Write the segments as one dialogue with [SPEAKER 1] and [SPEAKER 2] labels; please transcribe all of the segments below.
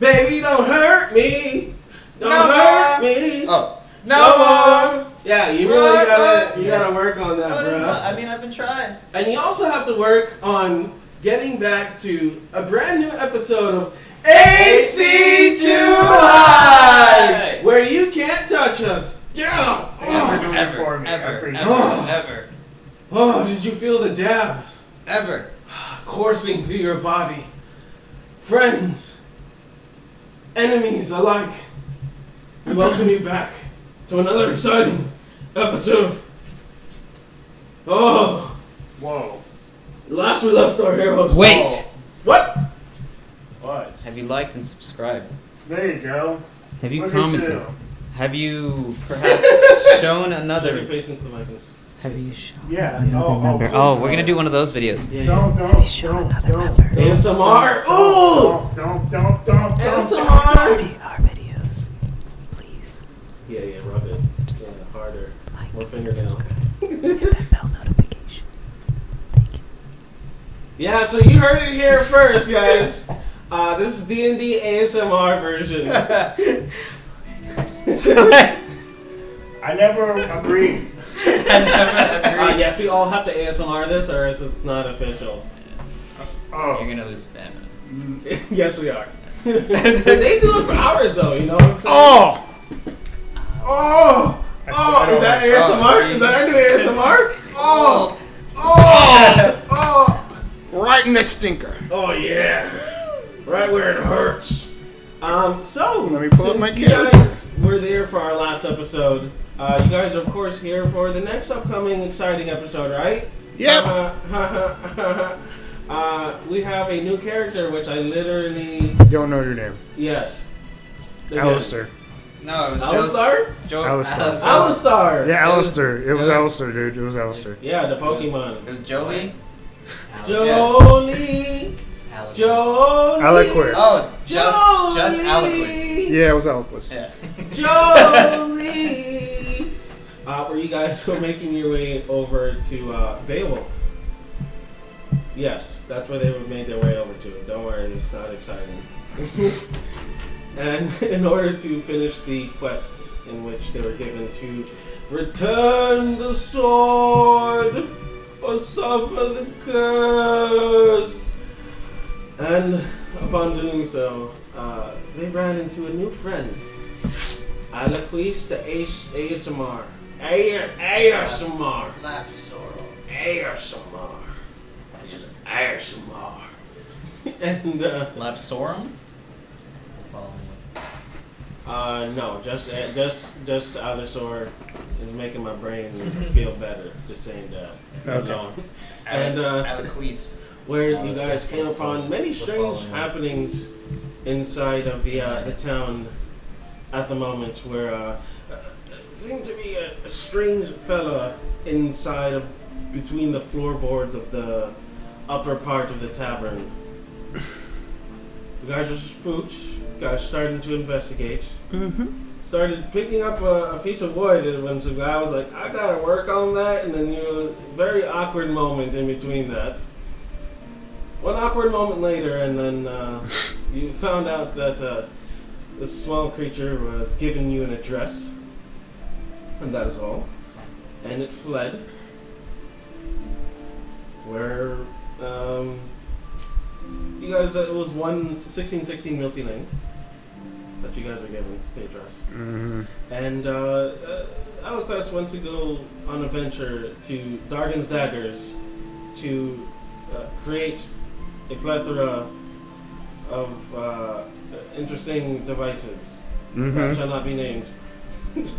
[SPEAKER 1] Baby, don't hurt me. Don't
[SPEAKER 2] No
[SPEAKER 1] hurt
[SPEAKER 2] more.
[SPEAKER 1] me.
[SPEAKER 2] Oh. No more.
[SPEAKER 1] Yeah, you
[SPEAKER 2] Work,
[SPEAKER 1] really gotta
[SPEAKER 2] work.
[SPEAKER 1] you gotta work on that,
[SPEAKER 2] What is
[SPEAKER 1] bro.
[SPEAKER 2] that? I mean, I've been trying.
[SPEAKER 1] And you also have to work on getting back to a brand new episode of AC2 High, where you can't touch us. Down.
[SPEAKER 3] Ever
[SPEAKER 1] Oh.
[SPEAKER 3] do it for
[SPEAKER 2] Ever,
[SPEAKER 3] me. I
[SPEAKER 2] ever, ever,
[SPEAKER 3] appreciate
[SPEAKER 1] Oh.
[SPEAKER 2] ever,
[SPEAKER 1] Oh, did you feel the dabs
[SPEAKER 2] ever.
[SPEAKER 1] coursing through your body? Friends, enemies alike, we welcome you back to another exciting episode. Oh,
[SPEAKER 3] it. Whoa.
[SPEAKER 1] last we left our heroes.
[SPEAKER 2] Wait.
[SPEAKER 1] What?
[SPEAKER 3] What?
[SPEAKER 2] Have you liked and subscribed?
[SPEAKER 3] There you go.
[SPEAKER 2] Have
[SPEAKER 3] Look at
[SPEAKER 2] Have you perhaps shown
[SPEAKER 1] Shove
[SPEAKER 2] another?
[SPEAKER 1] your face into the mic. and s-
[SPEAKER 2] Have you shown
[SPEAKER 3] Yeah.
[SPEAKER 2] another
[SPEAKER 3] Oh, oh,
[SPEAKER 2] member?
[SPEAKER 3] please
[SPEAKER 2] Oh, we're
[SPEAKER 3] don't.
[SPEAKER 2] gonna do one of those videos.
[SPEAKER 1] Yeah, yeah.
[SPEAKER 3] Don't, don't,
[SPEAKER 4] shown
[SPEAKER 3] don't,
[SPEAKER 4] another
[SPEAKER 3] don't,
[SPEAKER 4] member.
[SPEAKER 3] don't,
[SPEAKER 1] ASMR. Ooh.
[SPEAKER 3] Don't, don't, don't, don't, don't.
[SPEAKER 1] ASMR.
[SPEAKER 4] Our videos. Please
[SPEAKER 1] Yeah, yeah. Rub it. Yeah, harder.
[SPEAKER 4] like
[SPEAKER 1] More
[SPEAKER 4] and
[SPEAKER 1] fingernail.
[SPEAKER 4] subscribe. Hit that bell notification. Thank you.
[SPEAKER 1] Yeah. So you heard it here first, guys. Uh, this is D and D ASMR version.
[SPEAKER 3] I never agreed.
[SPEAKER 1] Uh, yes, we all have to ASMR this, or else it's not official.
[SPEAKER 3] Oh.
[SPEAKER 2] You're gonna lose stamina.
[SPEAKER 1] yes, we are. they do it for hours, though. You know what I'm saying?
[SPEAKER 3] Oh!
[SPEAKER 1] Oh. Oh. Is that ASMR? Is that our new ASMR? Oh. Oh. Oh.
[SPEAKER 3] Right in the stinker.
[SPEAKER 1] Oh yeah, right where it hurts. Um, so
[SPEAKER 3] Let me pull
[SPEAKER 1] since
[SPEAKER 3] up my
[SPEAKER 1] you
[SPEAKER 3] character.
[SPEAKER 1] guys were there for our last episode, uh, you guys are of course here for the next upcoming exciting episode, right?
[SPEAKER 3] Yep.
[SPEAKER 1] Uh, uh, we have a new character, which I literally
[SPEAKER 3] Don't know your name.
[SPEAKER 1] yes. Again.
[SPEAKER 3] Alistair.
[SPEAKER 2] No, it was Joe's-
[SPEAKER 1] Alistair.
[SPEAKER 2] Joe.
[SPEAKER 3] Alistair.
[SPEAKER 2] uh,
[SPEAKER 1] Alistair.
[SPEAKER 3] Yeah, Alistair. It was
[SPEAKER 2] it was-
[SPEAKER 3] Alistair, dude. It was Alistair.
[SPEAKER 1] Yeah, the
[SPEAKER 2] It
[SPEAKER 1] Pokemon.
[SPEAKER 2] was Jolie.
[SPEAKER 1] Jolie.
[SPEAKER 2] Yes.
[SPEAKER 1] Jolie.
[SPEAKER 3] Aliquis.
[SPEAKER 2] Oh, just just Aliquis.
[SPEAKER 1] Jolie.
[SPEAKER 3] Yeah, it was Aliquis.
[SPEAKER 2] Yeah.
[SPEAKER 1] Jolie! uh, where you guys were making your way over to uh, Beowulf. Yes, that's where they were made their way over to. Don't worry, it's not exciting. and in order to finish the quest in which they were given to return the sword or suffer the curse. And upon doing so, uh, they ran into a new friend. Aliquis the Ace ASMR. A- ASMR.
[SPEAKER 2] Lap sorrel.
[SPEAKER 1] ASMR. He's ASMR. and, uh,
[SPEAKER 2] Lapsorum?
[SPEAKER 1] uh, no, just, uh, just, just Allosaur is making my brain feel better just saying that.
[SPEAKER 3] Okay.
[SPEAKER 1] No. And, uh,
[SPEAKER 2] Aliquis.
[SPEAKER 1] where
[SPEAKER 2] Uh,
[SPEAKER 1] you guys
[SPEAKER 2] that's
[SPEAKER 1] came
[SPEAKER 2] also
[SPEAKER 1] upon many
[SPEAKER 2] the
[SPEAKER 1] strange
[SPEAKER 2] following.
[SPEAKER 1] happenings inside of the uh, the town at the moment, where uh, uh, seemed to be a, a strange fella inside of between the floorboards of the upper part of the tavern. you guys are spooked. You guys starting to investigate. Started picking up a, a piece of wood and when some guy was like, "I gotta work on that," and then you very awkward moment in between that. One awkward moment later, and then uh, you found out that uh, this small creature was giving you an address, and that is all. And it fled. Where um, you guys, uh, it was one sixteen sixteen Milty Lane that you guys were given the address.
[SPEAKER 3] Mm-hmm.
[SPEAKER 1] And uh, uh, Aliquest went to go on a venture to Dargan's Daggers to uh, create a plethora of uh, interesting devices that
[SPEAKER 3] Mm-hmm.
[SPEAKER 1] shall not be named.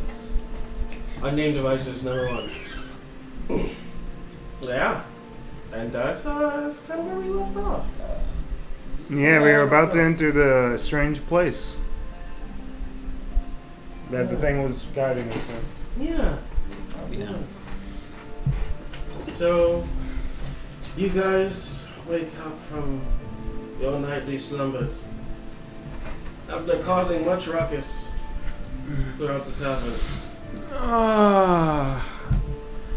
[SPEAKER 1] Unnamed devices, number one. yeah. And that's, uh, that's kind of where we left off.
[SPEAKER 3] Yeah, we were about to enter the strange place. That the thing was guiding us in.
[SPEAKER 1] Yeah.
[SPEAKER 2] We know.
[SPEAKER 1] So, you guys wake up from your nightly slumbers after causing much ruckus throughout the tavern.
[SPEAKER 3] Ah,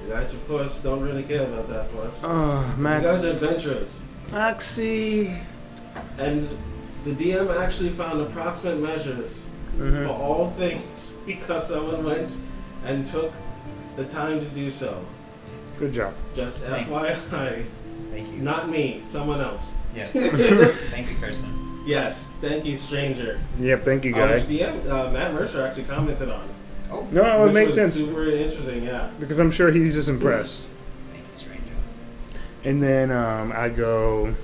[SPEAKER 1] You guys, of course, don't really care about that much.
[SPEAKER 3] oh,
[SPEAKER 1] You guys
[SPEAKER 3] Matt.
[SPEAKER 1] are adventurous,
[SPEAKER 3] Oxy.
[SPEAKER 1] and The DM actually found approximate measures for
[SPEAKER 3] Mhm.
[SPEAKER 1] all things because someone went and took the time to do so.
[SPEAKER 3] Good job.
[SPEAKER 1] Just
[SPEAKER 2] Thanks.
[SPEAKER 1] FYI,
[SPEAKER 2] Thank you.
[SPEAKER 1] not me, someone else.
[SPEAKER 2] Yes. Thank you, person.
[SPEAKER 1] Yes, thank you, stranger.
[SPEAKER 3] Yep, thank you,
[SPEAKER 1] Uh,
[SPEAKER 3] guy.
[SPEAKER 1] which DM uh, Matt Mercer actually commented on.
[SPEAKER 2] Oh,
[SPEAKER 3] No, it
[SPEAKER 1] which
[SPEAKER 3] makes
[SPEAKER 1] was
[SPEAKER 3] sense
[SPEAKER 1] Super interesting, yeah.
[SPEAKER 3] because I'm sure he's just impressed.
[SPEAKER 2] thank you, stranger.
[SPEAKER 3] And then um, I go,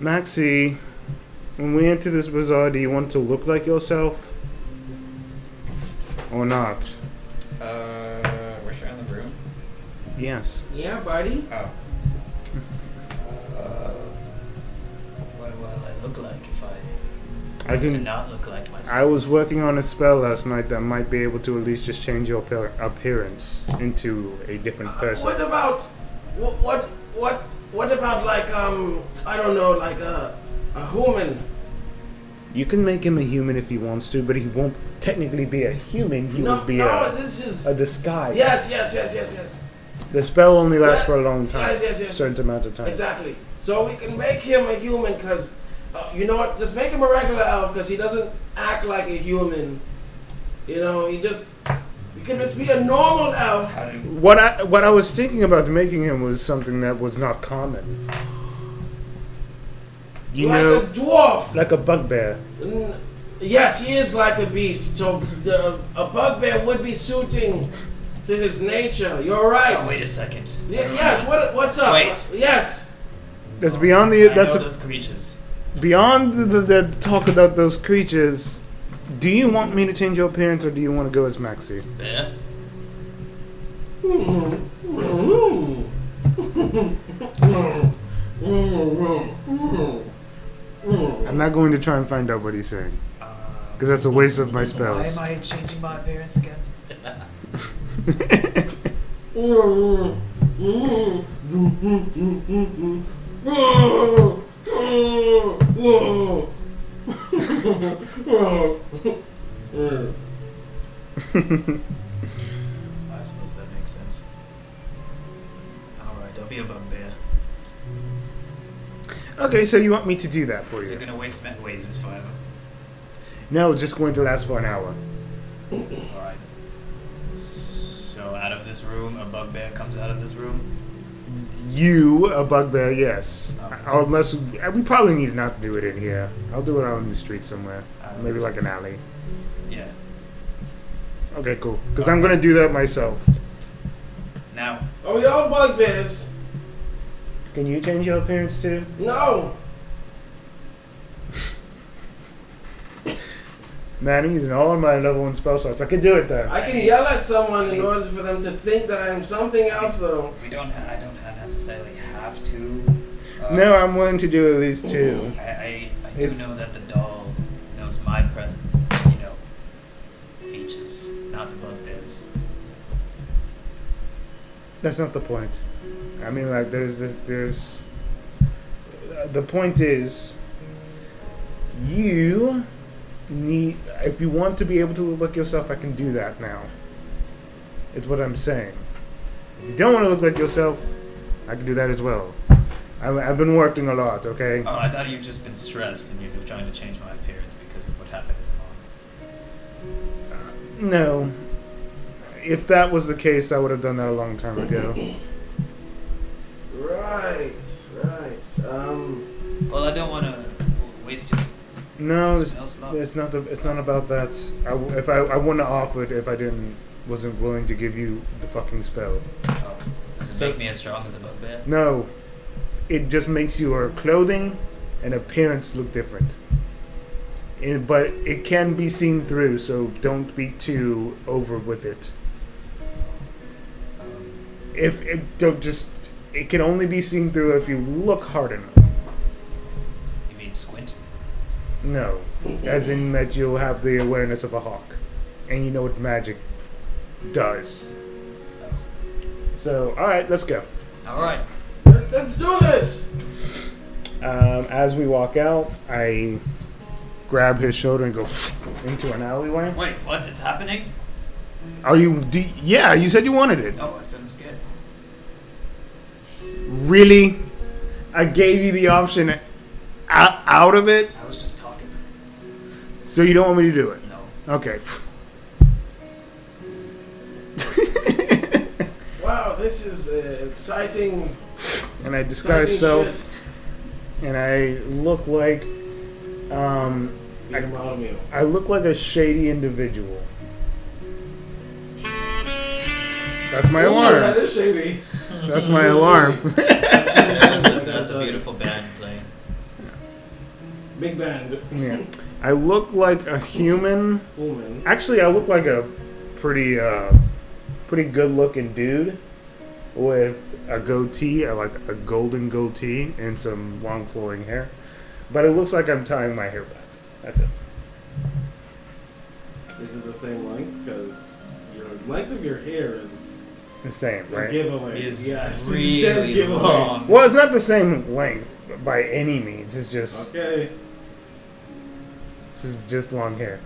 [SPEAKER 3] Maxie, when we enter this bazaar, do you want to look like yourself or not?
[SPEAKER 2] Uh, we're sharing the room.
[SPEAKER 3] Yes.
[SPEAKER 1] Yeah, buddy.
[SPEAKER 2] Oh. Uh,
[SPEAKER 5] What will I look like if I
[SPEAKER 3] I
[SPEAKER 5] to
[SPEAKER 3] can.
[SPEAKER 5] not look like
[SPEAKER 3] I
[SPEAKER 5] myself?
[SPEAKER 3] was working on a spell last night that might be able to at least just change your appear- appearance into a
[SPEAKER 1] Uh,
[SPEAKER 3] different person.
[SPEAKER 1] what about what what what what about like um I don't know like a a human?
[SPEAKER 3] You can make him a human if he wants to, but he won't technically be a human. He
[SPEAKER 1] no,
[SPEAKER 3] would be
[SPEAKER 1] no,
[SPEAKER 3] a,
[SPEAKER 1] this is
[SPEAKER 3] a disguise.
[SPEAKER 1] yes, yes, yes, yes, yes,
[SPEAKER 3] The spell only lasts
[SPEAKER 1] Yeah.
[SPEAKER 3] for a long time.
[SPEAKER 1] Yes, yes, yes,
[SPEAKER 3] Certain amount of time.
[SPEAKER 1] exactly. So we can make him a human because uh, you know what? Just make him a regular elf because he doesn't act like a human. You know, he just he can just be a normal elf.
[SPEAKER 2] how do
[SPEAKER 3] What I what I was thinking about making him was something that was not common. You
[SPEAKER 1] like
[SPEAKER 3] know,
[SPEAKER 1] a dwarf.
[SPEAKER 3] like a bugbear.
[SPEAKER 1] N- Yes, he is like a beast. So the, a bugbear would be suiting to his nature. You're right.
[SPEAKER 5] Oh, wait a second.
[SPEAKER 1] Ye- yes. What? What's up?
[SPEAKER 5] Wait.
[SPEAKER 1] Yes.
[SPEAKER 3] That's beyond the
[SPEAKER 5] I know
[SPEAKER 3] that's
[SPEAKER 5] those creatures.
[SPEAKER 3] beyond the, the, the talk about those creatures. Do you want me to change your appearance, or do you want to go as Maxi?
[SPEAKER 5] Bear?
[SPEAKER 3] I'm not going to try and find out what he's saying because that's a waste of my spells.
[SPEAKER 2] I changing my appearance again?
[SPEAKER 5] Oh, I suppose that makes sense. Alright, I'll be a bugbear.
[SPEAKER 3] okay, so you want me to do that for
[SPEAKER 5] Is it
[SPEAKER 3] you?
[SPEAKER 5] gonna waste met ways is forever?
[SPEAKER 3] No, it's just going to last for an hour.
[SPEAKER 5] Alright. So out of this room, a bugbear comes out of this room.
[SPEAKER 3] You a bugbear? Yes.
[SPEAKER 5] Okay.
[SPEAKER 3] Uh, Unless we probably need not to do it in here. I'll do it out in the street somewhere,
[SPEAKER 5] Uh,
[SPEAKER 3] maybe like an
[SPEAKER 5] since-
[SPEAKER 3] alley.
[SPEAKER 5] Yeah.
[SPEAKER 3] Okay, cool. Because I'm gonna do that myself.
[SPEAKER 5] Now,
[SPEAKER 1] Are we all bugbears?
[SPEAKER 3] Can you change your appearance too?
[SPEAKER 1] No.
[SPEAKER 3] Man, I'm using all my level one spell slots. I can do it though.
[SPEAKER 1] I can yell at someone in order for them to think that I am something else, though.
[SPEAKER 5] we don't. I don't ha- necessarily have to. Uh,
[SPEAKER 3] No, I'm willing to do at least two.
[SPEAKER 5] I, I, I do
[SPEAKER 3] It's-
[SPEAKER 5] know that the doll knows my pre, you know, features, not the bugbears.
[SPEAKER 3] That's not the point. I mean, like, there's this, there's. uh, The point is, you need if you want to be able to look like yourself. I can do that now. It's what I'm saying. If you don't want to look like yourself, I can do that as well. I, I've been working a lot. Okay.
[SPEAKER 5] Oh, I thought you've just been stressed and you're trying to change my appearance because of what happened.
[SPEAKER 3] No. If that was the case, I would have done that a long time ago.
[SPEAKER 1] Right, right. Um,
[SPEAKER 5] Well, I don't want to waste your
[SPEAKER 3] No, it's,
[SPEAKER 5] smell slot.
[SPEAKER 3] it's not. The, it's not about that. I, w- if I, I wouldn't have offered if I didn't wasn't willing to give you the fucking spell.
[SPEAKER 5] Oh, does it
[SPEAKER 2] So-
[SPEAKER 5] make me as strong as a bugbear?
[SPEAKER 3] No, it just makes your clothing and appearance look different. It, but it can be seen through, so don't be too over with it.
[SPEAKER 5] Um,
[SPEAKER 3] If it don't just, it can only be seen through if you look hard enough.
[SPEAKER 5] you mean squint?
[SPEAKER 3] No, as in that you'll have the awareness of a hawk, and you know what magic does. So, all right, let's go.
[SPEAKER 5] All right.
[SPEAKER 1] let- let's do this.
[SPEAKER 3] Um, as we walk out, I grab his shoulder and go into an alleyway.
[SPEAKER 5] Wait, what? It's happening?
[SPEAKER 3] Are you? Do, yeah, you said you wanted it.
[SPEAKER 5] Oh, I said I'm scared.
[SPEAKER 3] Really? I gave you the option out, out of it,
[SPEAKER 5] I was just talking.
[SPEAKER 3] so you don't want me to do it.
[SPEAKER 5] No.
[SPEAKER 3] Okay.
[SPEAKER 1] Wow, this is uh, exciting.
[SPEAKER 3] and I
[SPEAKER 1] exciting
[SPEAKER 3] disguise self,
[SPEAKER 1] shit.
[SPEAKER 3] and I look like, um,
[SPEAKER 1] You're a model mule.
[SPEAKER 3] I look like a shady individual. That's my
[SPEAKER 1] Ooh, That
[SPEAKER 3] alarm.
[SPEAKER 1] is shady.
[SPEAKER 3] That's my alarm.
[SPEAKER 1] That's like-
[SPEAKER 5] That's a
[SPEAKER 1] like
[SPEAKER 5] beautiful band playing.
[SPEAKER 1] Big band
[SPEAKER 3] yeah. I look like a human.
[SPEAKER 1] woman.
[SPEAKER 3] Actually, I look like a pretty, uh, pretty good-looking dude with a goatee, I like a golden goatee, and some long flowing hair. But it looks like I'm tying my hair back. That's it.
[SPEAKER 1] Is it the same length? Because your length of your hair is
[SPEAKER 3] The same,
[SPEAKER 1] a
[SPEAKER 3] right?
[SPEAKER 1] giveaway.
[SPEAKER 5] Is
[SPEAKER 1] yes, Dead
[SPEAKER 5] really
[SPEAKER 1] giveaway.
[SPEAKER 5] long.
[SPEAKER 3] Well, it's not the same length by any means. It's just
[SPEAKER 1] Okay.
[SPEAKER 3] this is just long hair.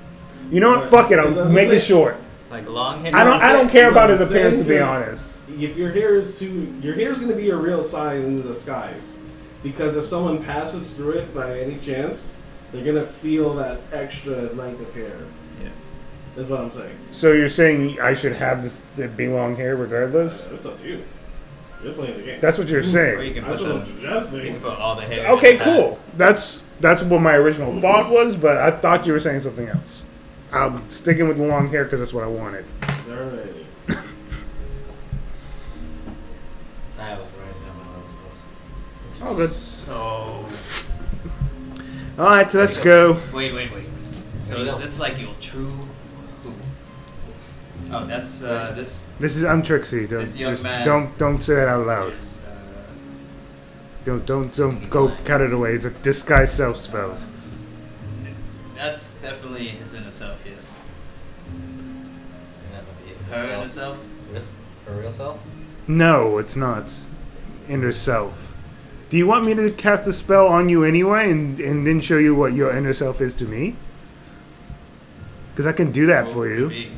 [SPEAKER 3] You know what?
[SPEAKER 1] Right.
[SPEAKER 3] Fuck it.
[SPEAKER 1] Is that
[SPEAKER 3] I'll
[SPEAKER 1] the
[SPEAKER 3] make it
[SPEAKER 1] same?
[SPEAKER 3] short.
[SPEAKER 5] Like long hair.
[SPEAKER 3] I don't. I don't care about his
[SPEAKER 1] Same
[SPEAKER 3] appearance, to be
[SPEAKER 1] is-
[SPEAKER 3] honest.
[SPEAKER 1] If your hair is too, your hair is going to be your real size in the disguise, because if someone passes through it by any chance, they're going to feel that extra length of hair.
[SPEAKER 5] Yeah.
[SPEAKER 1] That's what I'm saying.
[SPEAKER 3] So you're saying I should have this it be long hair
[SPEAKER 1] Uh,
[SPEAKER 3] regardless?
[SPEAKER 1] it's up to you. You're playing the game.
[SPEAKER 3] That's what you're
[SPEAKER 5] Or you
[SPEAKER 3] saying.
[SPEAKER 5] can put
[SPEAKER 1] That's what I'm
[SPEAKER 5] the, you can
[SPEAKER 1] suggesting.
[SPEAKER 5] put all the hair. in
[SPEAKER 3] Okay,
[SPEAKER 5] the back.
[SPEAKER 3] cool. That's that's what my original thought was, but I thought you were saying something else. I'm sticking with the long hair because that's what I wanted.
[SPEAKER 1] Alrighty.
[SPEAKER 5] I have a variety of my
[SPEAKER 3] Oh, good.
[SPEAKER 5] So
[SPEAKER 3] All right, so let's go.
[SPEAKER 5] wait, wait, wait. So is this like your true? Who? Oh, that's uh, this.
[SPEAKER 3] This is I'm Trixie. Don't
[SPEAKER 5] This young
[SPEAKER 3] just-
[SPEAKER 5] man
[SPEAKER 3] don't don't say that out loud.
[SPEAKER 5] Is, uh,
[SPEAKER 3] Don't don't don't go cut it away. It's a disguise self spell.
[SPEAKER 5] that's definitely his inner self. Yes. Her inner self.
[SPEAKER 6] Her real self?
[SPEAKER 3] No, it's not. Inner self. Do you want me to cast a spell on you anyway and, and then show you what your inner self is to me? Because I can do that
[SPEAKER 5] What
[SPEAKER 3] for
[SPEAKER 5] would it
[SPEAKER 3] you.
[SPEAKER 5] be?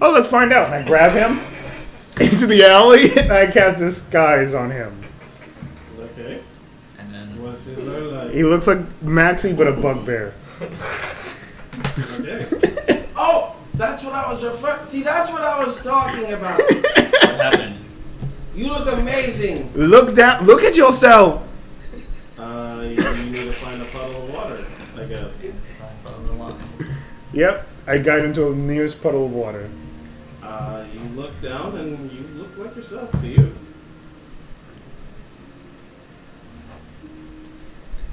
[SPEAKER 3] Oh, let's find out. And I grab him into the alley and I cast disguise on him.
[SPEAKER 1] Okay.
[SPEAKER 5] And then
[SPEAKER 1] What's it look like?
[SPEAKER 3] He looks like Maxie, but a bugbear.
[SPEAKER 1] Okay. oh, that's what I was referring. See, that's what I was talking about.
[SPEAKER 5] what happened?
[SPEAKER 1] You look amazing.
[SPEAKER 3] Look down. Look at yourself.
[SPEAKER 1] Uh, you, you need to find a puddle of water, I guess.
[SPEAKER 3] Yep. I guide him to the nearest puddle of water.
[SPEAKER 1] Uh, you look down and you look like yourself to you.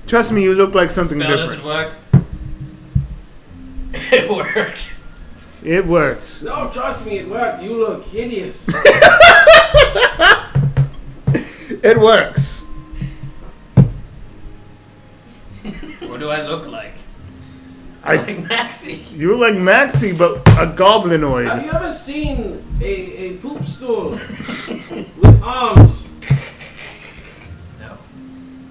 [SPEAKER 3] Trust me, you look like something
[SPEAKER 5] Spell
[SPEAKER 3] different.
[SPEAKER 5] doesn't work. it worked.
[SPEAKER 3] It works.
[SPEAKER 1] No, trust me, it worked. You look hideous.
[SPEAKER 3] It works.
[SPEAKER 5] What do I look like?
[SPEAKER 3] I.
[SPEAKER 5] Like Maxie.
[SPEAKER 3] You look like Maxie, but a
[SPEAKER 1] Have
[SPEAKER 3] goblinoid.
[SPEAKER 1] you ever seen a, a poop stool with arms?
[SPEAKER 5] No.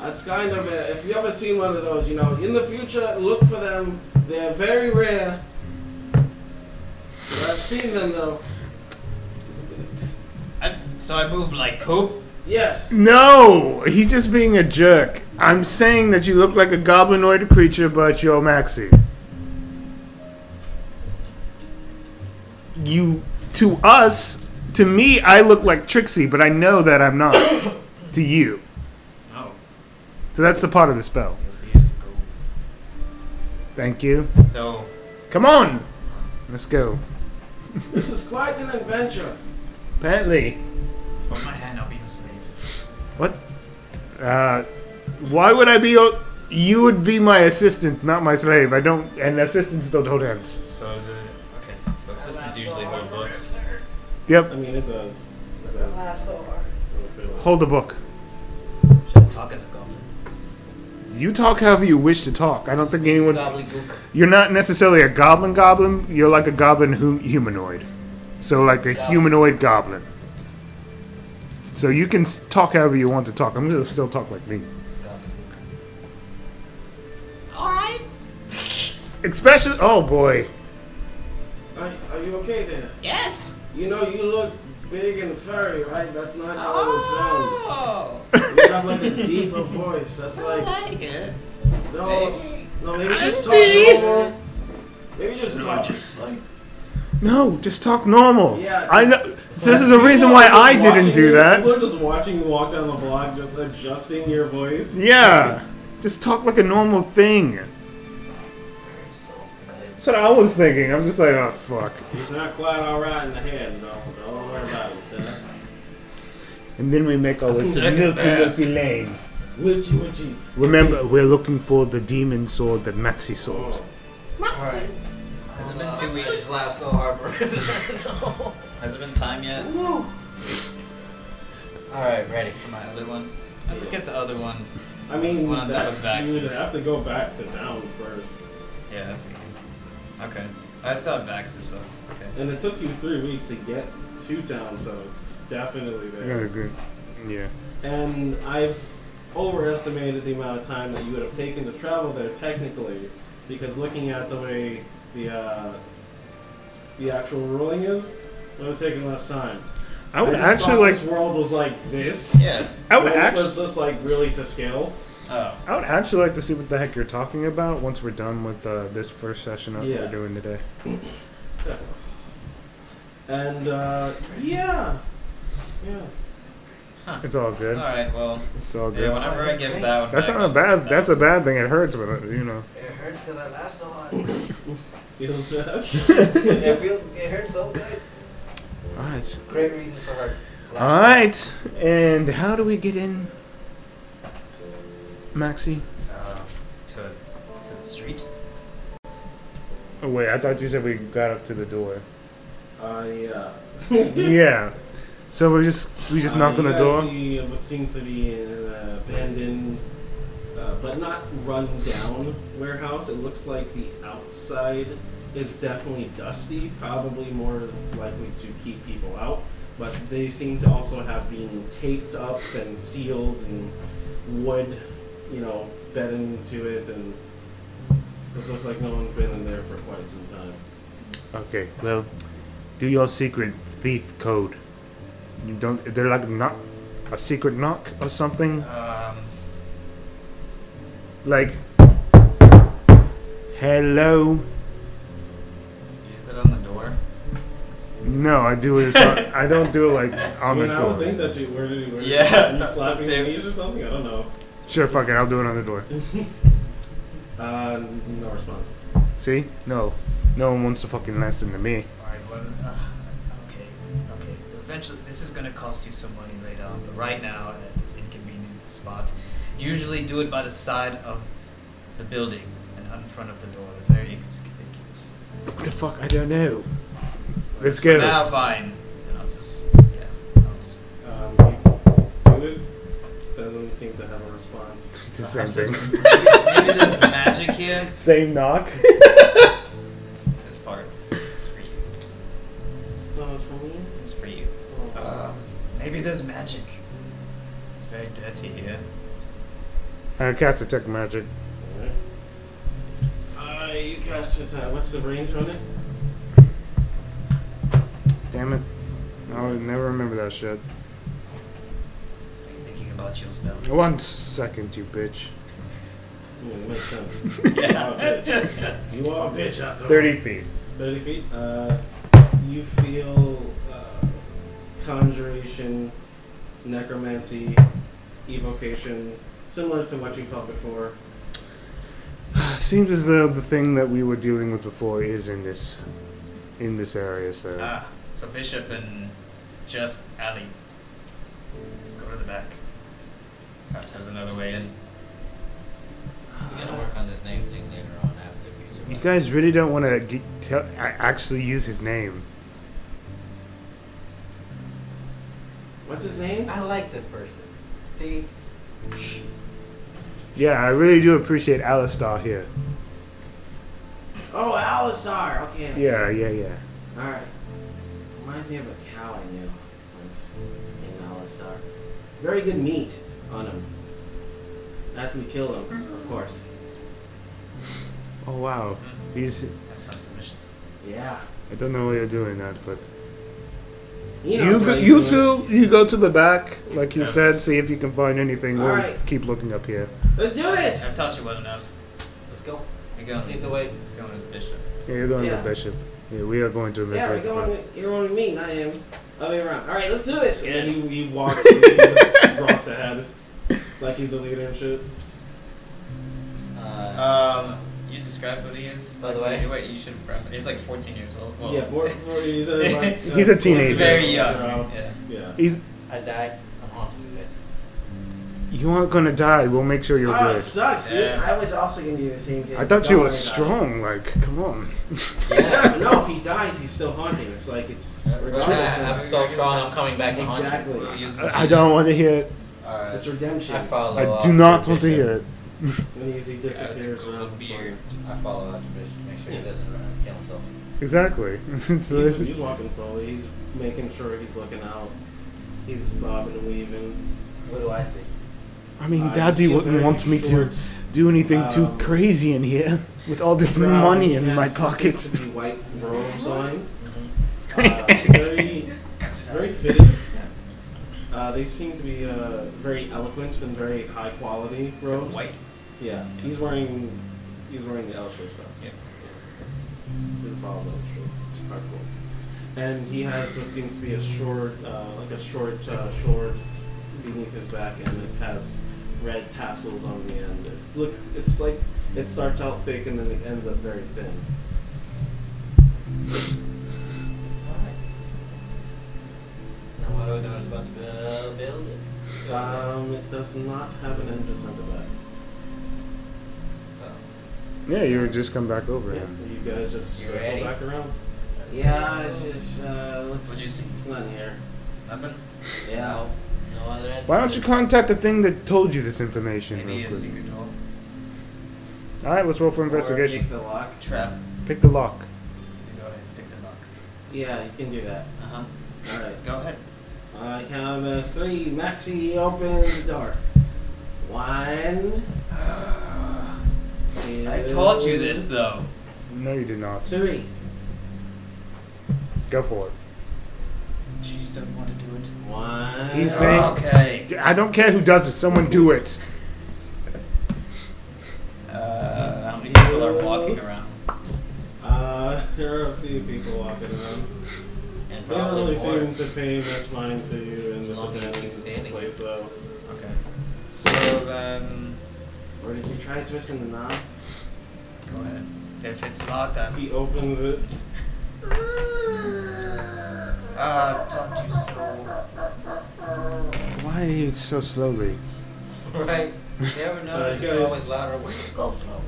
[SPEAKER 1] That's kind of a, if you ever seen one of those, you know, in the future, look for them. They're very rare. But I've seen them though.
[SPEAKER 5] I, so I move like poop.
[SPEAKER 1] Yes.
[SPEAKER 3] No, he's just being a jerk. I'm saying that you look like a goblinoid creature, but you're Maxie. You, to us, to me, I look like Trixie, but I know that I'm not. to you.
[SPEAKER 5] No.
[SPEAKER 3] So that's the part of the spell. Thank you.
[SPEAKER 5] So
[SPEAKER 3] Come on! Let's go.
[SPEAKER 1] This is quite an adventure.
[SPEAKER 3] Apparently.
[SPEAKER 5] hold my hand, I'll be your slave.
[SPEAKER 3] What? Uh, why would I be? o- You would be my assistant, not my slave. I don't, and assistants don't hold hands.
[SPEAKER 5] So the okay. So assistants usually hold books.
[SPEAKER 1] I
[SPEAKER 3] Yep.
[SPEAKER 1] mean, it does. It does. Laugh so hard.
[SPEAKER 3] Hold the book.
[SPEAKER 5] Should I talk as a goblin?
[SPEAKER 3] You talk however you wish to talk. I don't think anyone's.
[SPEAKER 6] Gobbledygook.
[SPEAKER 3] You're not necessarily a goblin goblin. You're like a goblin hu- humanoid. So like a humanoid goblin. So you can s- talk however you want to talk. I'm gonna still talk like me.
[SPEAKER 5] All right.
[SPEAKER 3] Especially. Oh boy.
[SPEAKER 1] Are, are you okay there?
[SPEAKER 5] Yes.
[SPEAKER 1] You know, you look big and furry, right? That's not how it would sound.
[SPEAKER 2] Oh,
[SPEAKER 1] We have like a deeper voice. That's
[SPEAKER 2] I
[SPEAKER 1] Oh, like
[SPEAKER 2] like it.
[SPEAKER 1] no, no. Maybe just talk
[SPEAKER 2] Maybe.
[SPEAKER 1] normal. Maybe just talk.
[SPEAKER 5] just like
[SPEAKER 3] No, just talk normal.
[SPEAKER 1] Yeah,
[SPEAKER 3] I
[SPEAKER 1] just-
[SPEAKER 3] know. So this is the reason why I
[SPEAKER 1] Just watching
[SPEAKER 3] didn't do
[SPEAKER 1] you-
[SPEAKER 3] that.
[SPEAKER 1] People are just watching you walk down the block, just adjusting your voice.
[SPEAKER 3] Yeah, just talk like a normal thing. That's what I was thinking. I'm just like, oh fuck.
[SPEAKER 1] He's not quite all right in the head, though. Don't worry about it, sir.
[SPEAKER 3] And then we make our
[SPEAKER 5] That's bad.
[SPEAKER 3] lane.
[SPEAKER 1] Witchy, witchy.
[SPEAKER 3] Remember, we're looking for the demon sword, the maxi
[SPEAKER 1] Oh.
[SPEAKER 3] sword.
[SPEAKER 2] Alright. Has it been two
[SPEAKER 5] I
[SPEAKER 2] weeks?
[SPEAKER 5] just laughed so hard, bro. no.
[SPEAKER 2] Has it been time yet
[SPEAKER 5] All right, ready.
[SPEAKER 2] for my other one? I'll just get the other one.
[SPEAKER 1] I mean,
[SPEAKER 2] One on top of
[SPEAKER 1] that's, you would
[SPEAKER 2] Vax's.
[SPEAKER 1] have to go back to town first.
[SPEAKER 2] Yeah. Okay. I still have Vaxxes, so that's okay.
[SPEAKER 1] And it took you three weeks to get to town, so it's definitely there.
[SPEAKER 3] Yeah, good. Yeah.
[SPEAKER 1] And I've overestimated the amount of time that you would have taken to travel there technically, because looking at the way the uh, the actual ruling is, it would have taken less time.
[SPEAKER 3] I would
[SPEAKER 1] just
[SPEAKER 3] actually
[SPEAKER 1] thought
[SPEAKER 3] like.
[SPEAKER 1] this world was like this.
[SPEAKER 2] Yeah.
[SPEAKER 3] I would
[SPEAKER 1] when it
[SPEAKER 3] actually.
[SPEAKER 1] was just like really to scale.
[SPEAKER 2] Oh.
[SPEAKER 3] I would actually like to see what the heck you're talking about once we're done with uh, this first session that
[SPEAKER 1] Yeah.
[SPEAKER 3] we're doing today.
[SPEAKER 1] Definitely. And uh, yeah, yeah.
[SPEAKER 3] It's all
[SPEAKER 2] All
[SPEAKER 3] good.
[SPEAKER 5] Uh,
[SPEAKER 2] right. Well.
[SPEAKER 3] It's all
[SPEAKER 2] Yeah.
[SPEAKER 3] good.
[SPEAKER 2] Whenever I give that one.
[SPEAKER 3] that's
[SPEAKER 2] back,
[SPEAKER 3] not a
[SPEAKER 2] I'll just-
[SPEAKER 3] bad. That's a bad thing. It hurts when it, you know.
[SPEAKER 5] It hurts because I laughed so hard.
[SPEAKER 1] Feels bad.
[SPEAKER 5] it feels. It hurts so good.
[SPEAKER 3] All right.
[SPEAKER 5] Great reason for her.
[SPEAKER 3] All right. And how do we get in, Maxie?
[SPEAKER 5] Uh, to to the street.
[SPEAKER 3] Oh wait, I thought you said we got up to the door.
[SPEAKER 1] uh, yeah.
[SPEAKER 3] yeah. So we just we just
[SPEAKER 1] Uh,
[SPEAKER 3] knock on
[SPEAKER 1] you
[SPEAKER 3] the
[SPEAKER 1] guys
[SPEAKER 3] door.
[SPEAKER 1] See what seems to be an abandoned, uh, but not run down warehouse. It looks like the outside is definitely dusty, probably more likely to keep people out. But they seem to also have been taped up and sealed and wood, you know, bed into it. And this looks like no one's been in there for quite some time.
[SPEAKER 3] Okay. Well, do your secret thief code. You don't. Is there like knock, a secret knock or something?
[SPEAKER 5] Um,
[SPEAKER 3] Like, hello.
[SPEAKER 2] You hit that on the door.
[SPEAKER 3] No, I do it. so- I don't do it like
[SPEAKER 1] I
[SPEAKER 3] on
[SPEAKER 1] mean,
[SPEAKER 3] the
[SPEAKER 1] I would think
[SPEAKER 3] door.
[SPEAKER 1] that you were, were
[SPEAKER 2] Yeah,
[SPEAKER 1] you
[SPEAKER 2] that's
[SPEAKER 1] slapping
[SPEAKER 2] what
[SPEAKER 1] the
[SPEAKER 2] I'm
[SPEAKER 1] knees or something. I don't know.
[SPEAKER 3] Sure, fuck it. I'll do it on the door.
[SPEAKER 1] Uh, no response.
[SPEAKER 3] See? No, no one wants to fucking listen to me.
[SPEAKER 5] all right. Well, uh, okay, okay. Eventually, this is gonna cost you some money later on. But right now, at this inconvenient spot, usually do it by the side of the building and not in front of the door. That's very inconspicuous.
[SPEAKER 3] What the fuck? I don't know. Let's get it.
[SPEAKER 5] Now, fine. And I'll just, yeah, I'll just.
[SPEAKER 1] Um, you do it. Doesn't seem to have a response.
[SPEAKER 3] It's the
[SPEAKER 5] I'm
[SPEAKER 3] same
[SPEAKER 5] saying-
[SPEAKER 3] thing.
[SPEAKER 5] Maybe there's magic here.
[SPEAKER 3] Same knock.
[SPEAKER 5] This part is for you.
[SPEAKER 1] No, it's from you.
[SPEAKER 5] It's for you.
[SPEAKER 1] Uh,
[SPEAKER 5] Um, maybe there's magic. It's very dirty here.
[SPEAKER 3] I cast detect magic.
[SPEAKER 1] Alright. Uh, you cast it. Uh, what's the range on it?
[SPEAKER 3] Damn it. I would never remember that
[SPEAKER 5] Are
[SPEAKER 3] shit.
[SPEAKER 5] you thinking about your spell?
[SPEAKER 3] One second, you bitch.
[SPEAKER 1] Hmm, it makes sense. You are a bitch. You are a bitch after all.
[SPEAKER 3] feet.
[SPEAKER 1] 30 feet. Uh, you feel uh, conjuration, necromancy, evocation, similar to what you felt before.
[SPEAKER 3] Seems as though the thing that we were dealing with before is in this, in this area. So
[SPEAKER 5] Ah, so Bishop and just Alley. Go to the back. Perhaps there's another way in.
[SPEAKER 2] We gotta
[SPEAKER 1] Uh,
[SPEAKER 2] work on this name thing later on after we
[SPEAKER 3] you
[SPEAKER 2] survive.
[SPEAKER 3] guys really don't want to ge- tell, a- actually use his name.
[SPEAKER 1] What's his name?
[SPEAKER 6] I like this person. See,
[SPEAKER 3] Yeah, I really do appreciate Alistar here.
[SPEAKER 1] Oh, Alistar. Okay.
[SPEAKER 3] Yeah, yeah, yeah.
[SPEAKER 1] Alright. Reminds me of a cow I knew once in Alistar. Very good meat on him. After we kill
[SPEAKER 5] Mm-hmm.
[SPEAKER 1] him, of course.
[SPEAKER 3] Oh wow, he's.
[SPEAKER 5] That Hmm, sounds delicious.
[SPEAKER 1] Yeah.
[SPEAKER 3] I don't know why you're doing that, but
[SPEAKER 1] He knows
[SPEAKER 3] you
[SPEAKER 1] what
[SPEAKER 3] go,
[SPEAKER 1] he's
[SPEAKER 3] you two,
[SPEAKER 1] doing.
[SPEAKER 3] you go to the back, like you
[SPEAKER 2] Yeah.
[SPEAKER 3] said. See if you can find anything.
[SPEAKER 1] All
[SPEAKER 3] we'll
[SPEAKER 1] right.
[SPEAKER 3] just keep looking up here.
[SPEAKER 1] Let's do this.
[SPEAKER 5] I've taught you well enough.
[SPEAKER 2] Let's go.
[SPEAKER 5] You're going,
[SPEAKER 2] Lead the way.
[SPEAKER 5] going to the bishop.
[SPEAKER 3] Yeah, you're going
[SPEAKER 1] Yeah.
[SPEAKER 3] to Bishop. Yeah, we are going to visit.
[SPEAKER 1] Yeah, we're going. with- You're going with me, not him. Other way around. All right, let's do this. And then he, he walks, he just walks ahead, like he's the leader and shit.
[SPEAKER 2] Uh,
[SPEAKER 5] Um, you describe what he is.
[SPEAKER 2] By the way?
[SPEAKER 5] wait, you should preface. He's like 14 years old. Well,
[SPEAKER 1] yeah, board, board, he's, a, like, uh,
[SPEAKER 3] He's a
[SPEAKER 1] board-
[SPEAKER 3] teenager.
[SPEAKER 5] He's Oh. very young.
[SPEAKER 1] Yeah.
[SPEAKER 5] Yeah.
[SPEAKER 1] Yeah.
[SPEAKER 3] He's
[SPEAKER 2] I die. I'm haunted with you guys.
[SPEAKER 3] you aren't gonna die. We'll make sure you're
[SPEAKER 1] Oh, it
[SPEAKER 3] good.
[SPEAKER 1] sucks. dude.
[SPEAKER 5] Yeah.
[SPEAKER 1] I was also gonna do the same thing.
[SPEAKER 3] I thought
[SPEAKER 1] Don't
[SPEAKER 3] you
[SPEAKER 1] worry
[SPEAKER 3] were
[SPEAKER 1] about it.
[SPEAKER 3] strong. Like, come on.
[SPEAKER 1] Yeah, but no, if he dies, he's still haunting. It's like it's
[SPEAKER 2] Yeah,
[SPEAKER 1] regardless.
[SPEAKER 2] I'm
[SPEAKER 1] of-
[SPEAKER 2] so strong. I'm coming back to haunt you.
[SPEAKER 1] exactly.
[SPEAKER 5] We'll use the-
[SPEAKER 3] I, I don't want to hear it.
[SPEAKER 2] Alright.
[SPEAKER 1] It's redemption.
[SPEAKER 2] I follow.
[SPEAKER 3] I
[SPEAKER 2] up
[SPEAKER 3] do
[SPEAKER 2] with
[SPEAKER 3] not want to
[SPEAKER 2] Bishop.
[SPEAKER 3] hear it.
[SPEAKER 1] And he usually
[SPEAKER 5] Got the
[SPEAKER 1] disappears around
[SPEAKER 5] golden
[SPEAKER 1] the
[SPEAKER 5] beard.
[SPEAKER 1] corner.
[SPEAKER 2] I follow up to Bishop to make sure he doesn't run and kill himself.
[SPEAKER 3] Exactly. so
[SPEAKER 1] He's,
[SPEAKER 3] this
[SPEAKER 1] he's
[SPEAKER 3] is-
[SPEAKER 1] walking slowly. He's making sure he's looking out. He's bobbing and weaving.
[SPEAKER 2] What do I see?
[SPEAKER 3] I
[SPEAKER 1] Uh,
[SPEAKER 3] mean,
[SPEAKER 1] you see
[SPEAKER 3] Daddy
[SPEAKER 1] a
[SPEAKER 3] wouldn't
[SPEAKER 1] very
[SPEAKER 3] want me to
[SPEAKER 1] short
[SPEAKER 3] do anything too
[SPEAKER 1] um,
[SPEAKER 3] crazy in here with all this
[SPEAKER 1] brown-
[SPEAKER 3] money in
[SPEAKER 1] yes,
[SPEAKER 3] my
[SPEAKER 1] it seems
[SPEAKER 3] pocket.
[SPEAKER 1] to be White robes on. Uh,
[SPEAKER 2] Mm-hmm.
[SPEAKER 1] very, very fitted. Uh, they seem to be uh, very eloquent and very high quality robes.
[SPEAKER 5] White.
[SPEAKER 1] Yeah, he's wearing he's wearing the Elsha stuff.
[SPEAKER 5] Yeah.
[SPEAKER 1] He's a follow Elsha. Hardcore. And he has what seems to be a short, uh, like a short uh, sword beneath his back, and it has red tassels on the end. It's look, it's like it starts out thick and then it ends up very thin.
[SPEAKER 2] Alright. Now what do I know is about the bu- building? Uh,
[SPEAKER 1] Um, it does not have an entrance on the back.
[SPEAKER 2] So,
[SPEAKER 3] Yeah, you would just come back over
[SPEAKER 1] Yeah,
[SPEAKER 3] here.
[SPEAKER 1] you guys just
[SPEAKER 2] You
[SPEAKER 1] circle
[SPEAKER 2] ready?
[SPEAKER 1] back around. Yeah, it's just uh, looks.
[SPEAKER 5] What'd you see?
[SPEAKER 1] None here.
[SPEAKER 5] Nothing.
[SPEAKER 1] Yeah.
[SPEAKER 2] No, no other entrance.
[SPEAKER 3] Why don't you contact the thing that told you this information?
[SPEAKER 5] Maybe
[SPEAKER 3] Real
[SPEAKER 5] a
[SPEAKER 3] quick.
[SPEAKER 5] secret door.
[SPEAKER 3] All right, let's roll for
[SPEAKER 1] Or
[SPEAKER 3] investigation.
[SPEAKER 1] pick the lock.
[SPEAKER 5] Trap.
[SPEAKER 3] Pick the lock.
[SPEAKER 5] Go ahead. Pick the lock.
[SPEAKER 1] Yeah, you can do that.
[SPEAKER 5] Uh huh.
[SPEAKER 1] All right.
[SPEAKER 5] Go ahead.
[SPEAKER 1] On count of three, Maxi opens the door. One. Two,
[SPEAKER 5] I taught you this though.
[SPEAKER 3] No, you did not.
[SPEAKER 1] Three.
[SPEAKER 3] Go for
[SPEAKER 5] She just doesn't want to do it.
[SPEAKER 1] One.
[SPEAKER 3] He's saying-
[SPEAKER 5] Okay.
[SPEAKER 3] it. I don't care who does it. Someone do it.
[SPEAKER 5] Uh, how many people are walking around?
[SPEAKER 1] Uh, there are a few people walking around.
[SPEAKER 2] And
[SPEAKER 1] They don't really
[SPEAKER 2] probably more.
[SPEAKER 1] seem to pay much mind to you in this
[SPEAKER 2] Long as you keep
[SPEAKER 1] abandoned
[SPEAKER 2] standing.
[SPEAKER 1] place, though.
[SPEAKER 5] Okay. So then,
[SPEAKER 1] Or did you try twisting the knob?
[SPEAKER 5] go ahead. If it's locked, I'm.
[SPEAKER 1] He opens it.
[SPEAKER 5] Uh, I've taught you so.
[SPEAKER 3] Why are you so slowly?
[SPEAKER 2] Right. You never know.
[SPEAKER 1] Uh,
[SPEAKER 2] it's
[SPEAKER 1] guys.
[SPEAKER 2] always louder. Where you go, Flo?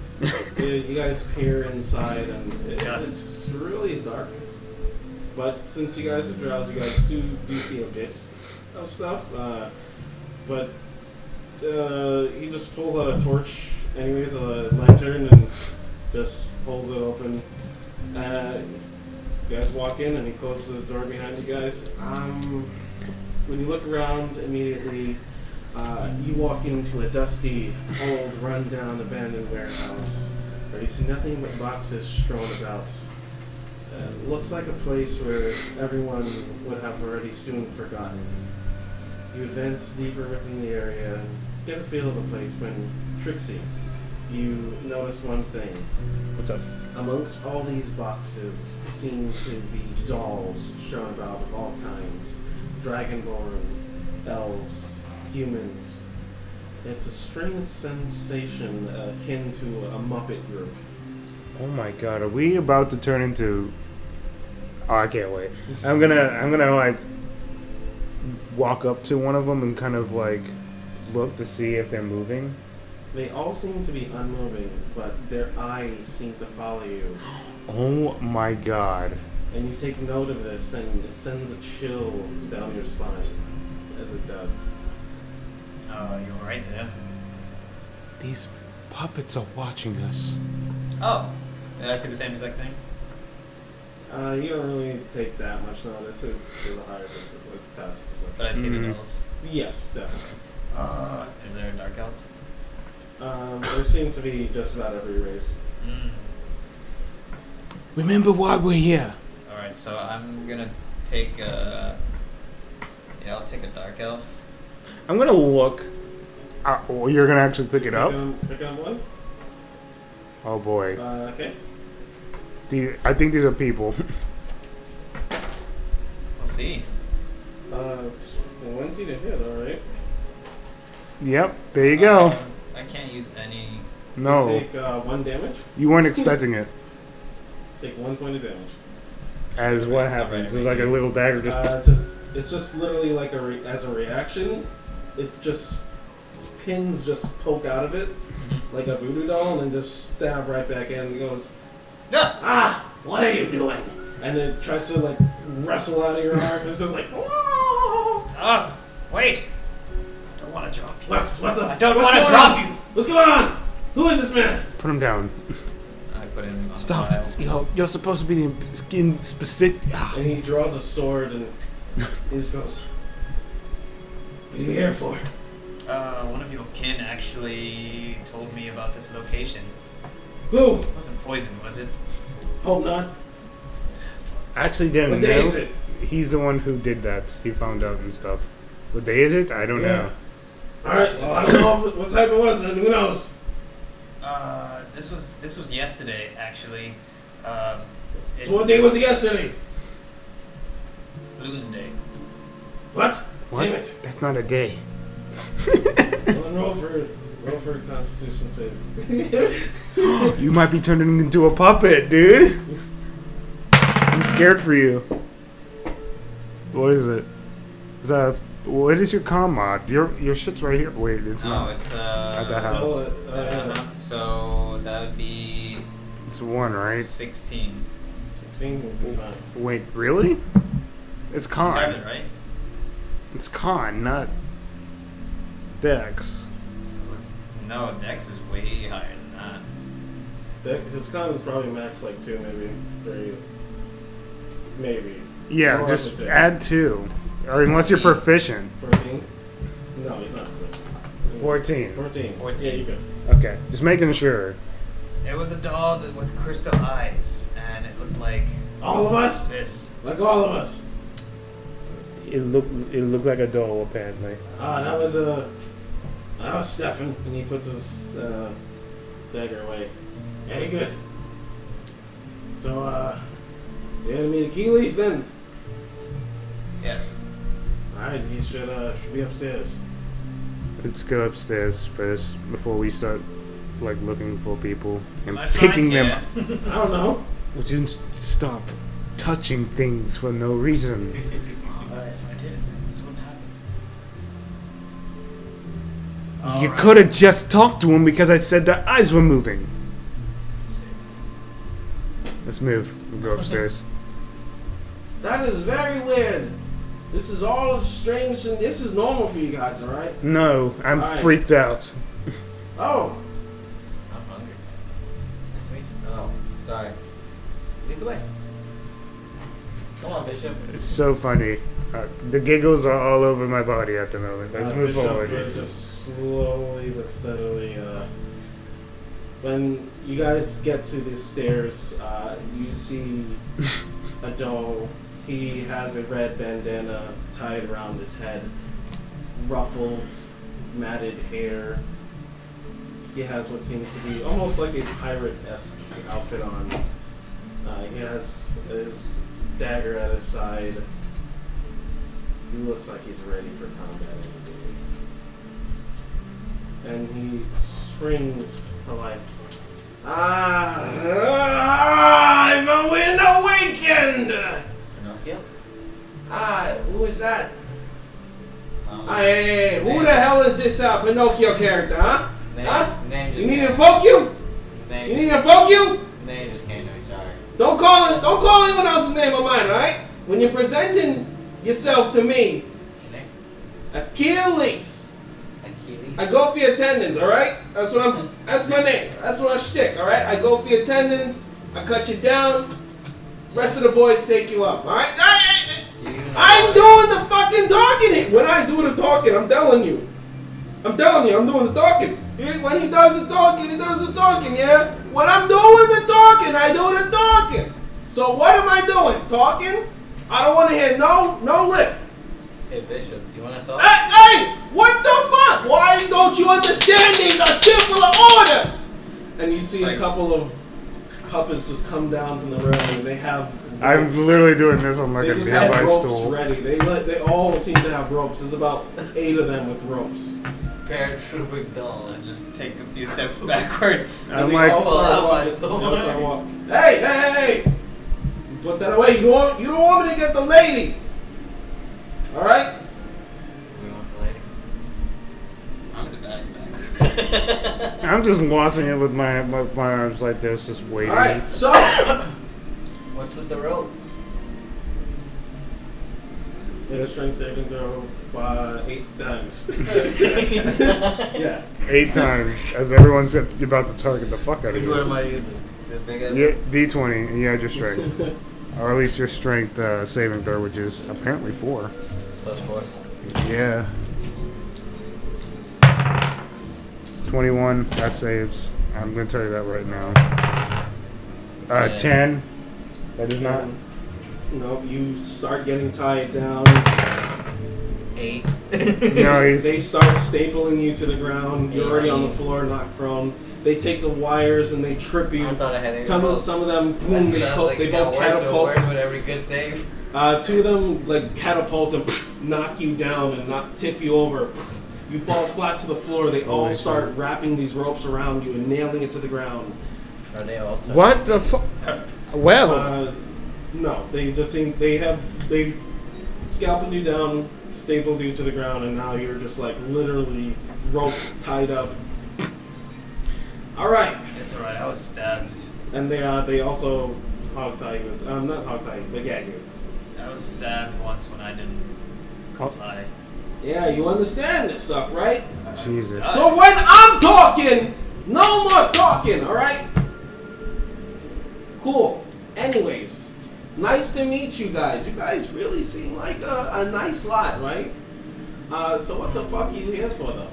[SPEAKER 1] you, you guys peer inside, and it,
[SPEAKER 5] Dust.
[SPEAKER 1] it's really dark. But since you guys are drowsy, you guys do, do see a bit of stuff. Uh, but uh, he just pulls out a torch, anyways, a lantern, and just holds it open. Uh, you guys walk in, and he closes the door behind you guys. Um, when you look around immediately, uh, you walk into a dusty, old, rundown, abandoned warehouse where you see nothing but boxes strewn about. Uh, looks like a place where everyone would have already soon forgotten. You advance deeper within the area and get a feel of the place when, Trixie, you notice one thing.
[SPEAKER 3] What's up?
[SPEAKER 1] Amongst all these boxes seem to be dolls shown about of all kinds dragonborn, elves, humans. It's a strange sensation akin to a Muppet group.
[SPEAKER 3] Oh my god, are we about to turn into? Oh, I can't wait. I'm gonna, I'm gonna like walk up to one of them and kind of like look to see if they're moving.
[SPEAKER 1] They all seem to be unmoving, but their eyes seem to follow you.
[SPEAKER 3] Oh my god.
[SPEAKER 1] And you take note of this, and it sends a chill down your spine, as it does.
[SPEAKER 5] Uh, you're right there.
[SPEAKER 3] These puppets are watching us.
[SPEAKER 5] Oh. Did I see the same exact thing?
[SPEAKER 1] Uh, you don't really take that much notice. It is a higher perce- like, passive
[SPEAKER 5] But I
[SPEAKER 1] perception.
[SPEAKER 5] see the
[SPEAKER 3] Mm.
[SPEAKER 5] dolls.
[SPEAKER 1] Yes, definitely.
[SPEAKER 5] Uh, is there a dark elf?
[SPEAKER 1] Um, there seems to be just about every race.
[SPEAKER 5] Mm.
[SPEAKER 3] Remember why we're here.
[SPEAKER 5] All right, so I'm gonna take uh, Yeah, I'll take a dark elf.
[SPEAKER 3] I'm gonna look. Uh, oh, you're gonna actually pick it
[SPEAKER 1] Pick
[SPEAKER 3] up.
[SPEAKER 1] on- Pick on one.
[SPEAKER 3] Oh boy.
[SPEAKER 1] Uh, okay.
[SPEAKER 3] The- I think these are people.
[SPEAKER 5] We'll see.
[SPEAKER 1] Uh, it's one's you to hit, alright.
[SPEAKER 3] yep. There you go.
[SPEAKER 5] Um, I can't use any.
[SPEAKER 3] No,
[SPEAKER 1] Take uh, one damage.
[SPEAKER 3] you weren't expecting it.
[SPEAKER 1] Take one point of damage.
[SPEAKER 3] As what happens? It's like a little dagger just.
[SPEAKER 1] Uh, just it's just literally like a re- as a reaction, it just pins just poke out of it
[SPEAKER 5] Mm-hmm.
[SPEAKER 1] like a voodoo doll and just stab right back in. and goes,
[SPEAKER 5] No!
[SPEAKER 1] ah, what are you doing? And it tries to like wrestle out of your arm. It's just like, "Whoa!
[SPEAKER 5] Oh, wait! I don't want to drop you.
[SPEAKER 1] what's what the?
[SPEAKER 5] I don't
[SPEAKER 1] what's
[SPEAKER 5] want to
[SPEAKER 1] going
[SPEAKER 5] drop
[SPEAKER 1] on?
[SPEAKER 5] you!
[SPEAKER 1] What's going on? Who is this man?
[SPEAKER 3] Put him down.
[SPEAKER 5] I put him on
[SPEAKER 3] Stop.
[SPEAKER 1] uh,
[SPEAKER 5] file.
[SPEAKER 3] Yo, you're supposed to be in, in specific.
[SPEAKER 1] And he draws a sword and he just goes, what are you here for?
[SPEAKER 5] Uh, one of your kin actually told me about this location.
[SPEAKER 1] Who?
[SPEAKER 5] It wasn't poison, was it?
[SPEAKER 1] Hope not.
[SPEAKER 3] I actually didn't
[SPEAKER 1] What day
[SPEAKER 3] know.
[SPEAKER 1] is it?
[SPEAKER 3] He's the one who did that. He found out and stuff. What day is it? I don't know.
[SPEAKER 1] All right. Well, I don't know what type it was. Then who knows?
[SPEAKER 5] Uh, this was this was yesterday actually. Um, it,
[SPEAKER 1] So what day was it yesterday?
[SPEAKER 5] Loon's Day.
[SPEAKER 1] What?
[SPEAKER 3] What?
[SPEAKER 1] Damn it!
[SPEAKER 3] That's not a day.
[SPEAKER 1] Well, then roll for roll for Constitution save.
[SPEAKER 3] You might be turning into a puppet, dude. I'm scared for you. What is it? Is that what is your com mod? Your your shit's right here. Wait, it's
[SPEAKER 5] No,
[SPEAKER 3] not.
[SPEAKER 5] it's uh.
[SPEAKER 3] Hmm. At the house.
[SPEAKER 1] Roll it. Uh,
[SPEAKER 5] uh-huh. So that would be
[SPEAKER 3] It's one, right?
[SPEAKER 5] sixteen.
[SPEAKER 1] Sixteen will be fine.
[SPEAKER 3] Wait, really? It's
[SPEAKER 5] You have it
[SPEAKER 3] con.
[SPEAKER 5] right.
[SPEAKER 3] It's con, not Dex.
[SPEAKER 5] No, Dex is way higher than that.
[SPEAKER 1] That, his con is probably max like two, maybe three, maybe
[SPEAKER 3] Yeah,
[SPEAKER 1] Or
[SPEAKER 3] just
[SPEAKER 1] it's a-
[SPEAKER 3] add two, or unless you're
[SPEAKER 5] Fourteen.
[SPEAKER 3] proficient.
[SPEAKER 1] fourteen. No, he's not fourteen.
[SPEAKER 3] Fourteen.
[SPEAKER 1] Fourteen.
[SPEAKER 5] Fourteen.
[SPEAKER 1] Yeah, you good.
[SPEAKER 3] Okay, just making sure.
[SPEAKER 5] It was a doll that, with crystal eyes, and it looked like
[SPEAKER 1] All of us,
[SPEAKER 5] this.
[SPEAKER 1] like all of us.
[SPEAKER 3] It looked it looked like a doll apparently.
[SPEAKER 1] Uh, that was a. Uh, that was Stefan, and he puts his uh, dagger away. Hey, good. So, uh, you gonna meet Achilles then?
[SPEAKER 5] Yes.
[SPEAKER 1] Alright, he should uh, should be upstairs.
[SPEAKER 3] Let's go upstairs first before we start like looking for people and
[SPEAKER 5] Am I fine?
[SPEAKER 3] picking them.
[SPEAKER 5] Yeah.
[SPEAKER 1] I don't know.
[SPEAKER 3] Would you s- stop touching things for no reason?
[SPEAKER 5] Alright, if I did it, then this wouldn't happen.
[SPEAKER 3] you
[SPEAKER 5] Alright.
[SPEAKER 3] could have just talked to him because I said their eyes were moving. Let's move. We'll go upstairs.
[SPEAKER 1] That is very weird. This is all a strange and this is normal for you guys, alright?
[SPEAKER 3] no, I'm
[SPEAKER 1] Alright.
[SPEAKER 3] freaked out.
[SPEAKER 1] Oh,
[SPEAKER 2] I'm hungry. Nice to meet you. Oh, sorry. Lead the way. Come on, Bishop.
[SPEAKER 3] It's so funny. Uh, the giggles are all over my body at the moment. Let's
[SPEAKER 1] Uh,
[SPEAKER 3] move
[SPEAKER 1] Bishop
[SPEAKER 3] forward.
[SPEAKER 1] would Just slowly but steadily. Uh, when you guys get to the stairs, uh, you see a doll. He has a red bandana tied around his head, ruffles, matted hair. He has what seems to be almost like a pirate esque outfit on. Uh, he has his dagger at his side. He looks like he's ready for combat. And he springs to life. Ah, I've been awakened!
[SPEAKER 2] Pinocchio?
[SPEAKER 1] Ah, who is that?
[SPEAKER 2] Um,
[SPEAKER 1] Ah, hey, hey, hey, who the hell is this uh, Pinocchio character, huh?
[SPEAKER 2] Name,
[SPEAKER 1] Huh?
[SPEAKER 2] name just
[SPEAKER 1] You need
[SPEAKER 2] came.
[SPEAKER 1] to poke you?
[SPEAKER 2] Name,
[SPEAKER 1] You need to poke you?
[SPEAKER 2] name just came to me, sorry.
[SPEAKER 1] Don't call don't call anyone else's name of mine, alright? When you're presenting yourself to me,
[SPEAKER 2] What's your name?
[SPEAKER 1] Achilles.
[SPEAKER 2] Achilles?
[SPEAKER 1] I go for your tendons, all right? That's what I'm. That's my name. That's what I shtick, all right? I go for your tendons. I cut you down. Rest of the boys take you up, all right? I,
[SPEAKER 2] Do you know
[SPEAKER 1] am doing the fucking talking. here. When I do the talking, I'm telling you. I'm telling you, I'm doing the talking. He- When he does the talking, he does the talking, yeah? When I'm doing the talking, I do the talking. So what am I doing? Talking? I don't want to hear no, no lip.
[SPEAKER 2] Hey, Bishop, you want to talk?
[SPEAKER 1] Hey, hey! What the fuck? Why don't you understand these are simpler orders? And you see a
[SPEAKER 5] Like-
[SPEAKER 1] couple of puppets just come down from the room and they have.
[SPEAKER 3] I'm
[SPEAKER 1] ropes.
[SPEAKER 3] literally doing this on like
[SPEAKER 1] They
[SPEAKER 3] a
[SPEAKER 1] just have
[SPEAKER 3] nearby
[SPEAKER 1] ropes
[SPEAKER 3] stool.
[SPEAKER 1] ready. They let, they all seem to have ropes. There's about eight of them with ropes.
[SPEAKER 2] Paratrooping
[SPEAKER 5] I'll
[SPEAKER 2] dolls.
[SPEAKER 5] just take a few steps backwards.
[SPEAKER 1] And
[SPEAKER 3] I'm
[SPEAKER 1] they
[SPEAKER 3] like-
[SPEAKER 1] all start
[SPEAKER 2] Well, I
[SPEAKER 1] walking.
[SPEAKER 2] was
[SPEAKER 1] They
[SPEAKER 2] so
[SPEAKER 1] all start
[SPEAKER 2] worried.
[SPEAKER 1] walking. Hey, hey, hey! Put that away. You don't want, you don't want me to get the lady. All right.
[SPEAKER 2] We want the lady.
[SPEAKER 5] I'm in the back. back.
[SPEAKER 3] I'm just watching it with my, my my arms like this, just waiting.
[SPEAKER 1] All right. So
[SPEAKER 2] What's with the rope?
[SPEAKER 1] Made a strength saving throw uh, eight times. yeah.
[SPEAKER 3] Eight times, as everyone's got- about to target the fuck out of
[SPEAKER 2] Which one am
[SPEAKER 3] you.
[SPEAKER 2] I using? The big ass-
[SPEAKER 3] Yeah, D20, and yeah, just strength. or at least your strength uh, saving throw, which is apparently four.
[SPEAKER 2] Plus four.
[SPEAKER 3] Yeah. 21, that saves. I'm going to tell you that right now. Uh, 10. That is not.
[SPEAKER 1] No, you start getting tied down.
[SPEAKER 5] Eight.
[SPEAKER 3] No, he's.
[SPEAKER 1] They start stapling you to the ground. You're already on the floor, not prone. They take the wires and they trip you.
[SPEAKER 2] I thought I had eight.
[SPEAKER 1] Some of,
[SPEAKER 2] rolls.
[SPEAKER 1] some of them, boom,
[SPEAKER 2] That
[SPEAKER 1] they,
[SPEAKER 2] sounds
[SPEAKER 1] co-
[SPEAKER 2] like
[SPEAKER 1] they
[SPEAKER 2] it got
[SPEAKER 1] both
[SPEAKER 2] worse and worse
[SPEAKER 1] catapult.
[SPEAKER 2] with every good save.
[SPEAKER 1] Uh, two of them like catapult and knock you down and not tip you over. You fall flat to the floor. They
[SPEAKER 3] Oh my
[SPEAKER 1] all
[SPEAKER 3] God.
[SPEAKER 1] start wrapping these ropes around you and nailing it to the ground.
[SPEAKER 2] Are they all touched?
[SPEAKER 3] What the fuck? Well.
[SPEAKER 1] Uh, no, they just seem they have they've scalped you down, stapled you to the ground, and now you're just like literally roped, tied up. All right,
[SPEAKER 5] It's alright, I was stabbed.
[SPEAKER 1] and they uh, they also hog tie you. as- Um, not hog tie you, but gag you.
[SPEAKER 5] I was stabbed once when I didn't
[SPEAKER 3] Oh,
[SPEAKER 5] lie.
[SPEAKER 1] Yeah, you understand this stuff, right?
[SPEAKER 3] Jesus.
[SPEAKER 1] So when I'm talking, no more talking, alright? Cool. Anyways, nice to meet you guys. You guys really seem like a, a nice lot, right? Uh, so what the fuck are you here for, though?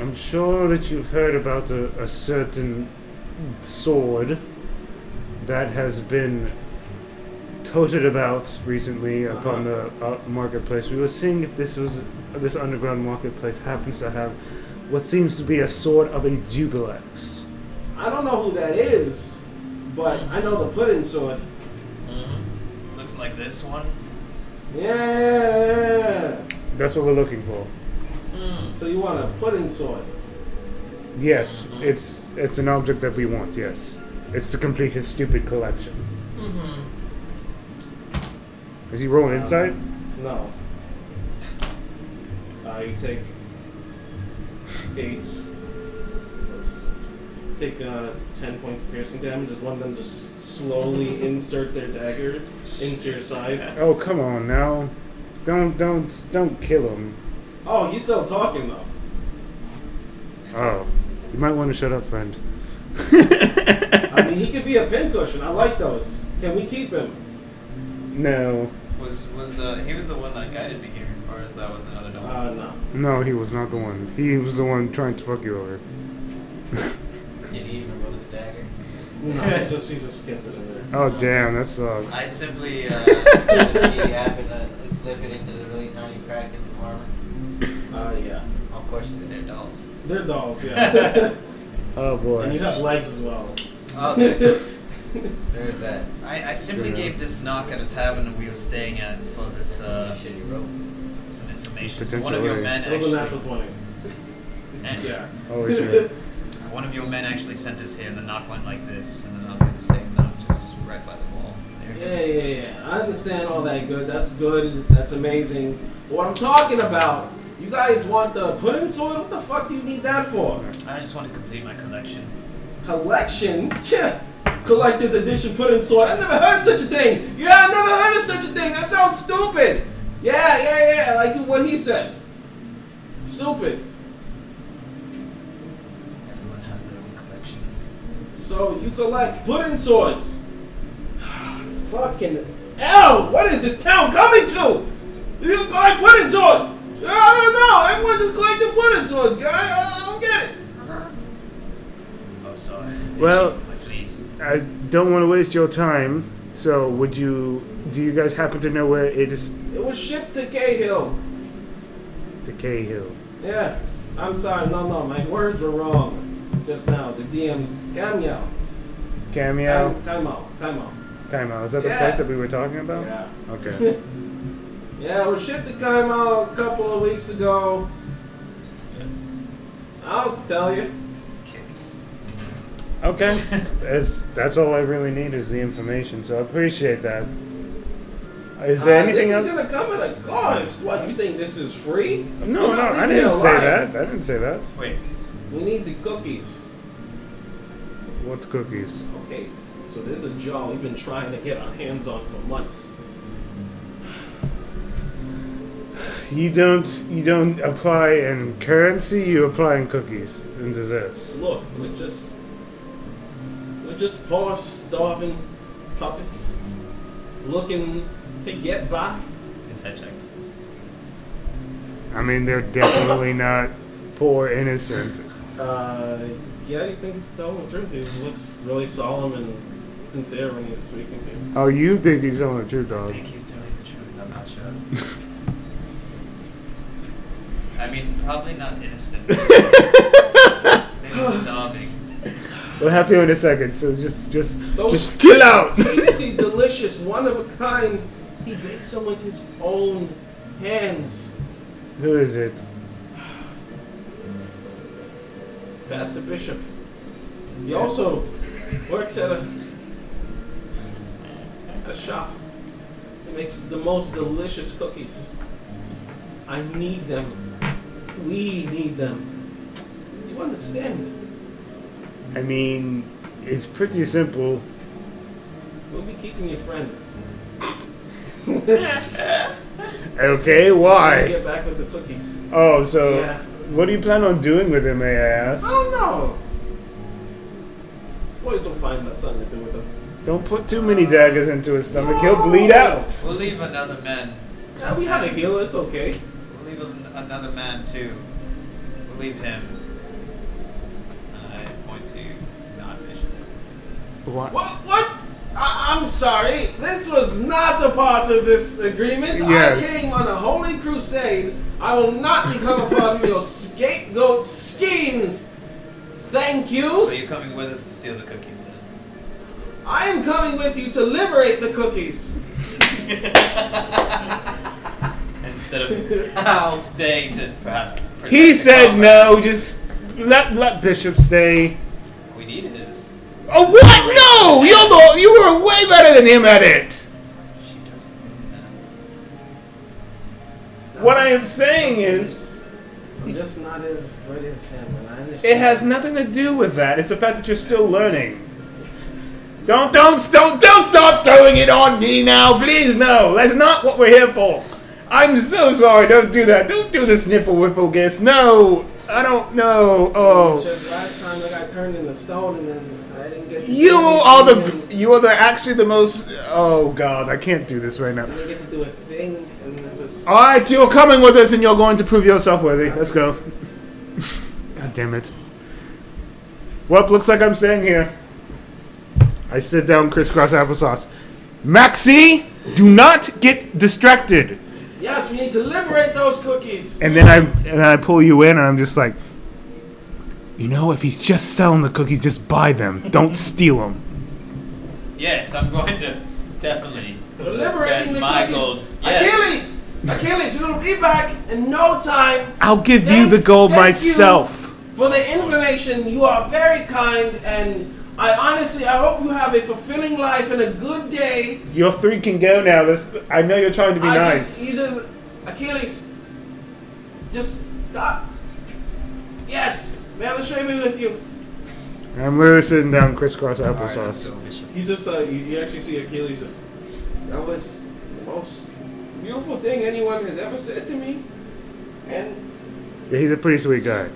[SPEAKER 3] I'm sure that you've heard about a, a certain sword that has been toted about recently upon the uh, marketplace. We were seeing if this was this underground marketplace happens to have what seems to be a sword of a jubilex.
[SPEAKER 1] I don't know who that is, but I know the pudding sword.
[SPEAKER 5] Looks like this one.
[SPEAKER 1] Yeah.
[SPEAKER 3] That's what we're looking for.
[SPEAKER 1] So you want a pudding sword?
[SPEAKER 3] Yes, it's it's an object that we want. Yes, it's to complete his stupid collection. Is he rolling inside?
[SPEAKER 1] No. Uh, you take eight. Take uh, ten points of piercing damage as one of them just slowly insert their dagger into your side.
[SPEAKER 3] Oh come on now! Don't don't don't kill him.
[SPEAKER 1] Oh, he's still talking though.
[SPEAKER 3] Oh, you might want to shut up, friend.
[SPEAKER 1] I mean, he could be a pincushion. I like those. Can we keep him?
[SPEAKER 3] no,
[SPEAKER 5] Was was uh he was the one that guided me here, or is that was another dog?
[SPEAKER 1] Uh, no.
[SPEAKER 3] no, he was not the one. He was the one trying to fuck you over.
[SPEAKER 2] Did he even roll the dagger?
[SPEAKER 1] No, it's just he just skipped it in there.
[SPEAKER 3] Oh damn, that sucks.
[SPEAKER 2] I simply uh, simply happened to slip it into the really tiny crack in the armor.
[SPEAKER 1] Uh, yeah.
[SPEAKER 2] Of course, they're dolls.
[SPEAKER 1] They're dolls, yeah.
[SPEAKER 3] oh
[SPEAKER 1] and you
[SPEAKER 3] boy.
[SPEAKER 1] have legs as well.
[SPEAKER 2] Oh, there- there's that
[SPEAKER 5] I, I simply
[SPEAKER 3] Yeah.
[SPEAKER 5] gave this knock at a tavern we were staying at for this uh
[SPEAKER 2] shitty rope.
[SPEAKER 5] some information. So one of your
[SPEAKER 3] Potentially.
[SPEAKER 5] men
[SPEAKER 1] It was a natural
[SPEAKER 5] actually,
[SPEAKER 1] 20.
[SPEAKER 5] and-
[SPEAKER 1] Yeah.
[SPEAKER 3] Holy shit.
[SPEAKER 5] one of your men actually sent us here, and the knock went like this, and then I'll do the same knock just right by the wall.
[SPEAKER 1] Yeah,
[SPEAKER 5] There.
[SPEAKER 1] yeah, yeah. I understand all that good. That's good. That's amazing. What I'm talking about, you guys want the pudding sword? What the fuck do you need that for?
[SPEAKER 5] I just want to complete my collection.
[SPEAKER 1] Collection? Tch, Collector's edition pudding sword. I never heard such a thing. Yeah, I never heard of such a thing. That sounds stupid. Yeah, yeah, yeah. Like what he said. Stupid.
[SPEAKER 5] Everyone has their own collection.
[SPEAKER 1] So you collect pudding swords. Fucking hell! What is this town coming to? You collect pudding swords. I don't know. Everyone just collecting pudding swords, guy. I, I don't get it.
[SPEAKER 5] Oh, sorry. Thank
[SPEAKER 3] Well-
[SPEAKER 5] you, my fleas.
[SPEAKER 3] I don't want to waste your time. So, would you? Do you guys happen to know where it is?
[SPEAKER 1] It was shipped to Cahill.
[SPEAKER 3] To Cahill.
[SPEAKER 1] Yeah. I'm sorry. No, no. My words were wrong just now. The DM's Cameo.
[SPEAKER 3] Cameo.
[SPEAKER 1] Cam- Camo. Camo.
[SPEAKER 3] Caimo. Is that the
[SPEAKER 1] Um, Yeah.
[SPEAKER 3] place that we were talking about?
[SPEAKER 1] Yeah.
[SPEAKER 3] Okay.
[SPEAKER 1] yeah, we shipped to Kaimo a couple of weeks ago. I'll tell you.
[SPEAKER 5] Kick.
[SPEAKER 3] okay. As that's all I really need is the information. So I appreciate that. Is there
[SPEAKER 1] Uh,
[SPEAKER 3] anything
[SPEAKER 1] this
[SPEAKER 3] else?
[SPEAKER 1] is gonna come at a cost. What you think this is free?
[SPEAKER 3] No,
[SPEAKER 1] You're
[SPEAKER 3] no,
[SPEAKER 1] not
[SPEAKER 3] I
[SPEAKER 1] leaving
[SPEAKER 3] didn't
[SPEAKER 1] me
[SPEAKER 3] say
[SPEAKER 1] alive.
[SPEAKER 3] that. I didn't say that.
[SPEAKER 5] Wait,
[SPEAKER 1] We need the cookies.
[SPEAKER 3] What's cookies?
[SPEAKER 1] Okay, so there's a jar we've been trying to get our hands on for months.
[SPEAKER 3] You don't you don't apply in currency. You apply in cookies and desserts.
[SPEAKER 1] Look, we're just we're just poor starving puppets looking to get by.
[SPEAKER 5] inside check.
[SPEAKER 3] I mean, they're definitely not poor innocent.
[SPEAKER 1] Uh, yeah, you think he's telling the truth? He looks really solemn and sincere when he's speaking to you.
[SPEAKER 3] Oh, you think he's telling the truth,
[SPEAKER 5] I
[SPEAKER 3] dog?
[SPEAKER 5] think he's telling the truth. I'm not sure. I mean, probably not innocent. Maybe starving.
[SPEAKER 3] We'll have you in a second. So just just
[SPEAKER 1] Those
[SPEAKER 3] just chill out.
[SPEAKER 1] tasty, delicious, one of a kind. He bakes them with his own hands.
[SPEAKER 3] Who is it?
[SPEAKER 1] It's Pastor Bishop. He also works at a a shop. He makes the most delicious cookies. I need them. We need them. Do you understand?
[SPEAKER 3] I mean, it's pretty simple.
[SPEAKER 1] We'll be keeping your friend.
[SPEAKER 3] Okay,
[SPEAKER 1] We'll
[SPEAKER 3] why?
[SPEAKER 1] Get back with the cookies.
[SPEAKER 3] Oh, so
[SPEAKER 1] Yeah.
[SPEAKER 3] what do you plan on doing with him, may I ask?
[SPEAKER 1] Oh no! Boys will find that something to do with them.
[SPEAKER 3] Don't put too many daggers into his stomach. He'll bleed out.
[SPEAKER 5] We'll leave another man.
[SPEAKER 1] Yeah, we have a healer. It's okay.
[SPEAKER 5] We'll leave an- another man too. We'll leave him. I point to not vision.
[SPEAKER 3] What?
[SPEAKER 1] What? What? I- I'm sorry. This was not a part of this agreement.
[SPEAKER 3] Yes.
[SPEAKER 1] I came on a holy crusade. I will not become a part of your scapegoat schemes. Thank
[SPEAKER 5] So
[SPEAKER 1] you.
[SPEAKER 5] you're coming with us to steal the cookies then?
[SPEAKER 1] I am coming with you to liberate the cookies.
[SPEAKER 5] Instead of
[SPEAKER 6] Ow.
[SPEAKER 5] staying to perhaps. present
[SPEAKER 3] He
[SPEAKER 5] the
[SPEAKER 3] said
[SPEAKER 5] combat.
[SPEAKER 3] no. Just let let Bishop stay.
[SPEAKER 5] We need his.
[SPEAKER 3] Oh what? No, you're the you were way better than him at it.
[SPEAKER 5] She doesn't mean that.
[SPEAKER 3] What I am saying is-
[SPEAKER 1] I'm just not as good as him, and I understand.
[SPEAKER 3] It has nothing to do with that. It's the fact that you're still learning. Don't don't don't don't stop throwing it on me now, please. No, that's not what we're here for. I'm so sorry. Don't do that. Don't do the sniffle wiffle guess. No, I don't know.
[SPEAKER 1] It's
[SPEAKER 3] Oh,
[SPEAKER 1] just last time I got turned into stone, and then I didn't get. To
[SPEAKER 3] you
[SPEAKER 1] do
[SPEAKER 3] are
[SPEAKER 1] anything,
[SPEAKER 3] the you are the actually the most. Oh God, I can't do this right now.
[SPEAKER 1] and I didn't get to do a thing, and it was.
[SPEAKER 3] All right, you're coming with us, and you're going to prove yourself worthy. Let's go. God damn it. Well, looks like I'm staying here. I sit down, crisscross applesauce. Maxie, do not get distracted.
[SPEAKER 1] Yes, we need to liberate those cookies.
[SPEAKER 3] And then I and I pull you in, and I'm just like, you know, if he's just selling the cookies, just buy them. Don't steal them.
[SPEAKER 5] Yes, I'm going to definitely.
[SPEAKER 1] We're liberating
[SPEAKER 5] defend
[SPEAKER 1] the
[SPEAKER 5] my
[SPEAKER 1] cookies.
[SPEAKER 5] gold. Yes.
[SPEAKER 1] Achilles, Achilles, we will be back in no time
[SPEAKER 3] I'll give you
[SPEAKER 1] Thank-
[SPEAKER 3] the gold
[SPEAKER 1] thank you.
[SPEAKER 3] myself.
[SPEAKER 1] for the information. You are very kind, and I honestly, I hope you have a fulfilling life and a good day.
[SPEAKER 3] Your three can go now. This I know you're trying to be
[SPEAKER 1] I
[SPEAKER 3] nice.
[SPEAKER 1] just, you just, Achilles, just stop. Yes, man, let's me with you.
[SPEAKER 3] I'm literally sitting down, crisscross
[SPEAKER 2] Alright, let's
[SPEAKER 3] applesauce.
[SPEAKER 2] go, Bishop.
[SPEAKER 1] You just, uh, you, you actually see Achilles just. That was the most beautiful thing anyone has ever said to me, and.
[SPEAKER 3] Yeah, he's a pretty sweet guy.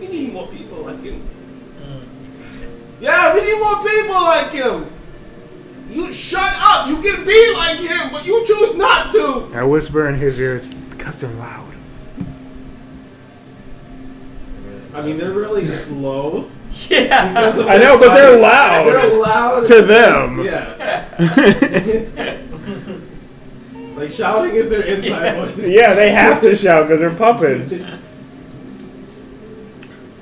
[SPEAKER 1] We need more people like him. Mm. Yeah, we need more people like him. You shut up. You can be like him, but you choose not to.
[SPEAKER 3] I whisper in his ears because they're loud.
[SPEAKER 2] I really like
[SPEAKER 1] I mean, they're really just low.
[SPEAKER 5] Yeah.
[SPEAKER 1] because of
[SPEAKER 3] I
[SPEAKER 1] their
[SPEAKER 3] know, but they're
[SPEAKER 1] size.
[SPEAKER 3] loud.
[SPEAKER 1] They're loud
[SPEAKER 3] To
[SPEAKER 1] in a sense,
[SPEAKER 3] them.
[SPEAKER 1] Yeah. Like shouting is their inside voice.
[SPEAKER 3] yeah, they have to shout because they're puppets.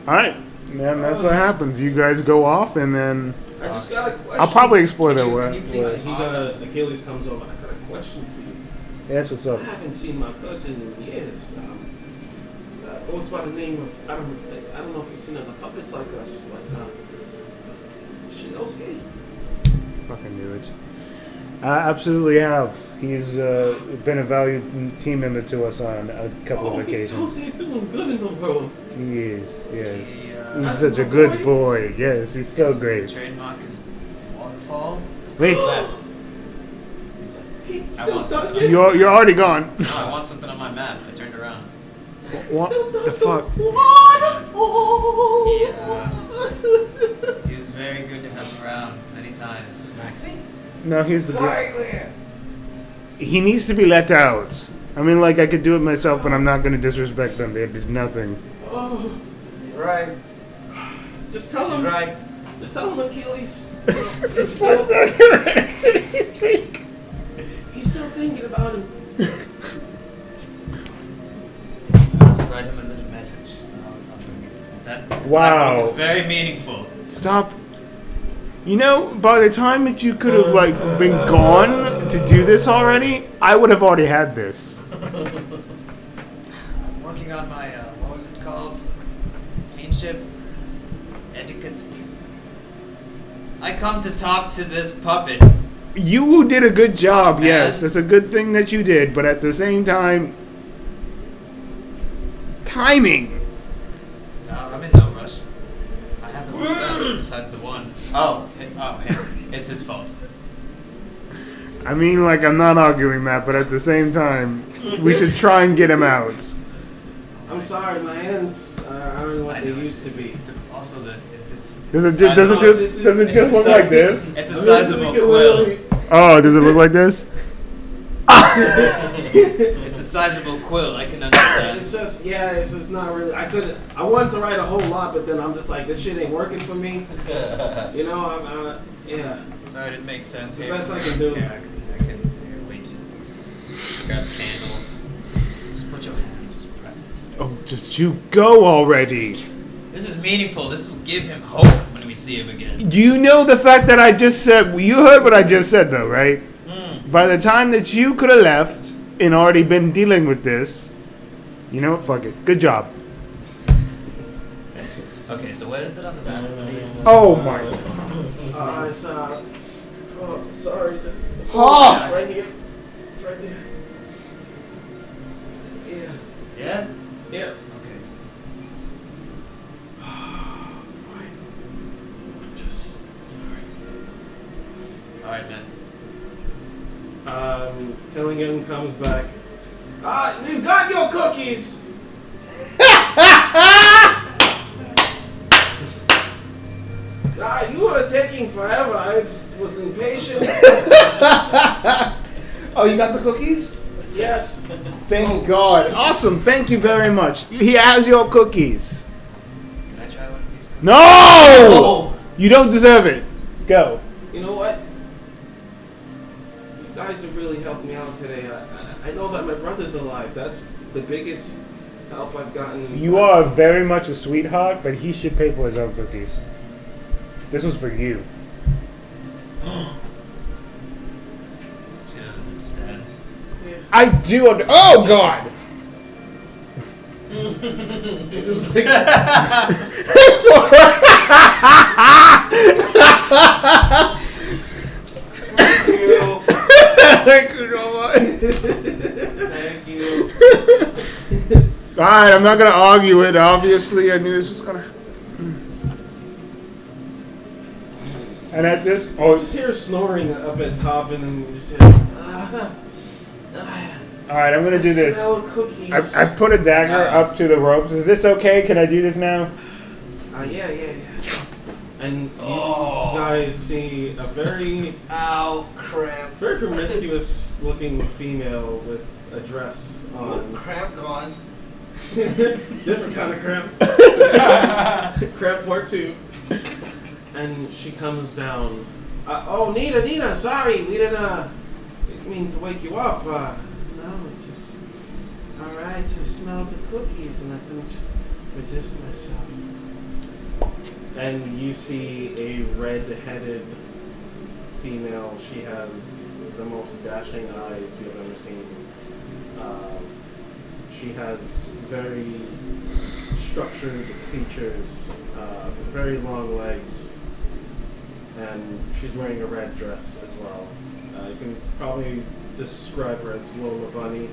[SPEAKER 3] All right, man, that's what happens. You guys go off, and then
[SPEAKER 6] I just got a question.
[SPEAKER 3] I'll probably explore
[SPEAKER 6] Can
[SPEAKER 3] that
[SPEAKER 6] you-
[SPEAKER 3] way.
[SPEAKER 6] Can you
[SPEAKER 1] Well,
[SPEAKER 6] please
[SPEAKER 1] he got a, Achilles comes over. I got a question for you.
[SPEAKER 3] Yeah, that's what's up.
[SPEAKER 1] I haven't seen my cousin in years. Um, uh, goes by the name of I don't I don't know if you've seen other puppets like us, but uh, Shinosuke.
[SPEAKER 3] Fucking knew it. I absolutely have. He's uh, been a valued m- team member to us on a couple
[SPEAKER 1] oh,
[SPEAKER 3] of
[SPEAKER 1] he's
[SPEAKER 3] occasions.
[SPEAKER 1] Shinosuke doing good in the world.
[SPEAKER 3] He is, yes.
[SPEAKER 5] Yeah.
[SPEAKER 3] He's such a good boy. Yes, he's so
[SPEAKER 5] His
[SPEAKER 3] great.
[SPEAKER 5] Trademark is waterfall.
[SPEAKER 3] Wait,
[SPEAKER 1] He
[SPEAKER 5] I
[SPEAKER 1] still
[SPEAKER 5] want
[SPEAKER 1] does
[SPEAKER 5] some.
[SPEAKER 1] it.
[SPEAKER 3] you're you're already gone.
[SPEAKER 5] No, I want something on my map. I turned around.
[SPEAKER 3] What
[SPEAKER 1] still
[SPEAKER 3] the
[SPEAKER 1] does
[SPEAKER 3] fuck?
[SPEAKER 1] waterfall.
[SPEAKER 5] He was very good to have around many times.
[SPEAKER 2] Maxie?
[SPEAKER 3] No, he's the. Gr-
[SPEAKER 2] there!
[SPEAKER 3] he needs to be let out. I mean, like I could do it myself, but I'm not gonna disrespect them. They did nothing.
[SPEAKER 1] Oh,
[SPEAKER 2] Right,
[SPEAKER 1] just tell
[SPEAKER 2] she's
[SPEAKER 1] him.
[SPEAKER 2] right.
[SPEAKER 1] Just tell him Achilles.
[SPEAKER 3] Just let down your answer. Just drink.
[SPEAKER 1] He's still thinking about him.
[SPEAKER 5] I'll just write him a little message. I'll, I'll bring it. That, that
[SPEAKER 3] Wow.
[SPEAKER 5] book is very meaningful.
[SPEAKER 3] Stop. You know, by the time that you could have like been gone to do this already, I would have already had this.
[SPEAKER 5] I'm working on my, uh, what was it called? Fiendship? Etiquette? I come to talk to this puppet.
[SPEAKER 3] You did a good job. Yes,
[SPEAKER 5] And-
[SPEAKER 3] it's a good thing that you did, but at the same time, timing.
[SPEAKER 5] No, Uh, I'm in no rush. I have the whole set besides the one. Oh, it, oh, him. it's his fault.
[SPEAKER 3] I mean, like I'm not arguing that, but at the same time, we should try and get him out.
[SPEAKER 1] I'm sorry, my hands uh, aren't what
[SPEAKER 5] I
[SPEAKER 1] they
[SPEAKER 5] know.
[SPEAKER 1] used to be.
[SPEAKER 5] The, also, the it's, it's
[SPEAKER 3] Does it ju- does it
[SPEAKER 5] sizable-
[SPEAKER 1] it's-
[SPEAKER 3] just does it
[SPEAKER 5] it's
[SPEAKER 3] just
[SPEAKER 5] a
[SPEAKER 3] look
[SPEAKER 5] si-
[SPEAKER 3] like this?
[SPEAKER 5] It's a sizable quill.
[SPEAKER 3] Oh, does it look like this?
[SPEAKER 5] It's a sizable quill. I can
[SPEAKER 1] It's
[SPEAKER 5] understand.
[SPEAKER 1] just yeah, it's just not really. I could I wanted to write a whole lot, but then I'm just like this shit ain't working for me. You know, I'm uh, yeah.
[SPEAKER 5] Alright, it makes sense.
[SPEAKER 1] The
[SPEAKER 5] here.
[SPEAKER 1] best I can do.
[SPEAKER 5] Yeah, I can. I can here, wait. Grab this candle. Just put your hand. Just press it.
[SPEAKER 3] Oh, just you go already.
[SPEAKER 5] This is meaningful. This will give him hope when we see him again.
[SPEAKER 3] You know the fact that I just said you heard what I just said though, right? By the time that you could have left and already been dealing with this, you know what? Fuck it. Good job.
[SPEAKER 5] Okay, so where is it on the map?
[SPEAKER 3] Oh my.
[SPEAKER 1] Uh, it's uh, oh sorry, this this-
[SPEAKER 5] Oh!
[SPEAKER 1] right here, right there. Yeah,
[SPEAKER 5] Yeah.
[SPEAKER 1] yeah.
[SPEAKER 5] Okay.
[SPEAKER 1] I'm just sorry.
[SPEAKER 5] All right, man.
[SPEAKER 1] Um, Killingham comes back. Ah, we've got your cookies. Ah, you were taking forever. I just was impatient.
[SPEAKER 3] Oh, you got the cookies?
[SPEAKER 1] yes.
[SPEAKER 3] Thank God. Awesome. Thank you very much. He has your cookies.
[SPEAKER 5] Can I try one of these?
[SPEAKER 3] No! You don't deserve it. Go.
[SPEAKER 1] You know what? You guys have really helped me out today. I, I, I know that my brother's alive. That's the biggest help I've gotten.
[SPEAKER 3] You are very much a sweetheart, but he should pay for his own cookies. This was for you.
[SPEAKER 5] She doesn't understand.
[SPEAKER 3] I do. Under- oh God!
[SPEAKER 1] You're just like
[SPEAKER 5] Thank you.
[SPEAKER 3] All right, I'm not gonna argue it. Obviously, I knew this was gonna. And at this,
[SPEAKER 1] you
[SPEAKER 3] oh,
[SPEAKER 1] just hear snoring up at top, and then you just hear. Ah, ah,
[SPEAKER 3] all right, I'm gonna do this.
[SPEAKER 1] Smell
[SPEAKER 3] I,
[SPEAKER 1] of cookies.
[SPEAKER 3] I put a dagger up to the ropes. Is this okay? Can I do this now?
[SPEAKER 1] Ah, yeah, yeah, yeah. And you
[SPEAKER 5] Oh.
[SPEAKER 1] guys see a very,
[SPEAKER 6] Ow, crap.
[SPEAKER 1] very promiscuous-looking female with a dress
[SPEAKER 6] Oh,
[SPEAKER 1] on.
[SPEAKER 6] crap gone.
[SPEAKER 1] Different kind of crap. crap part two. And she comes down. Uh, oh, Nina, Nina, sorry, we didn't uh, didn't mean to wake you up. Uh, no, it's just all right. I smelled the cookies and I couldn't resist myself. And you see a red-headed female. She has the most dashing eyes you've ever seen. Um, she has very structured features, uh, very long legs, and she's wearing a red dress as well. Uh, you can probably describe her as Lola Bunny.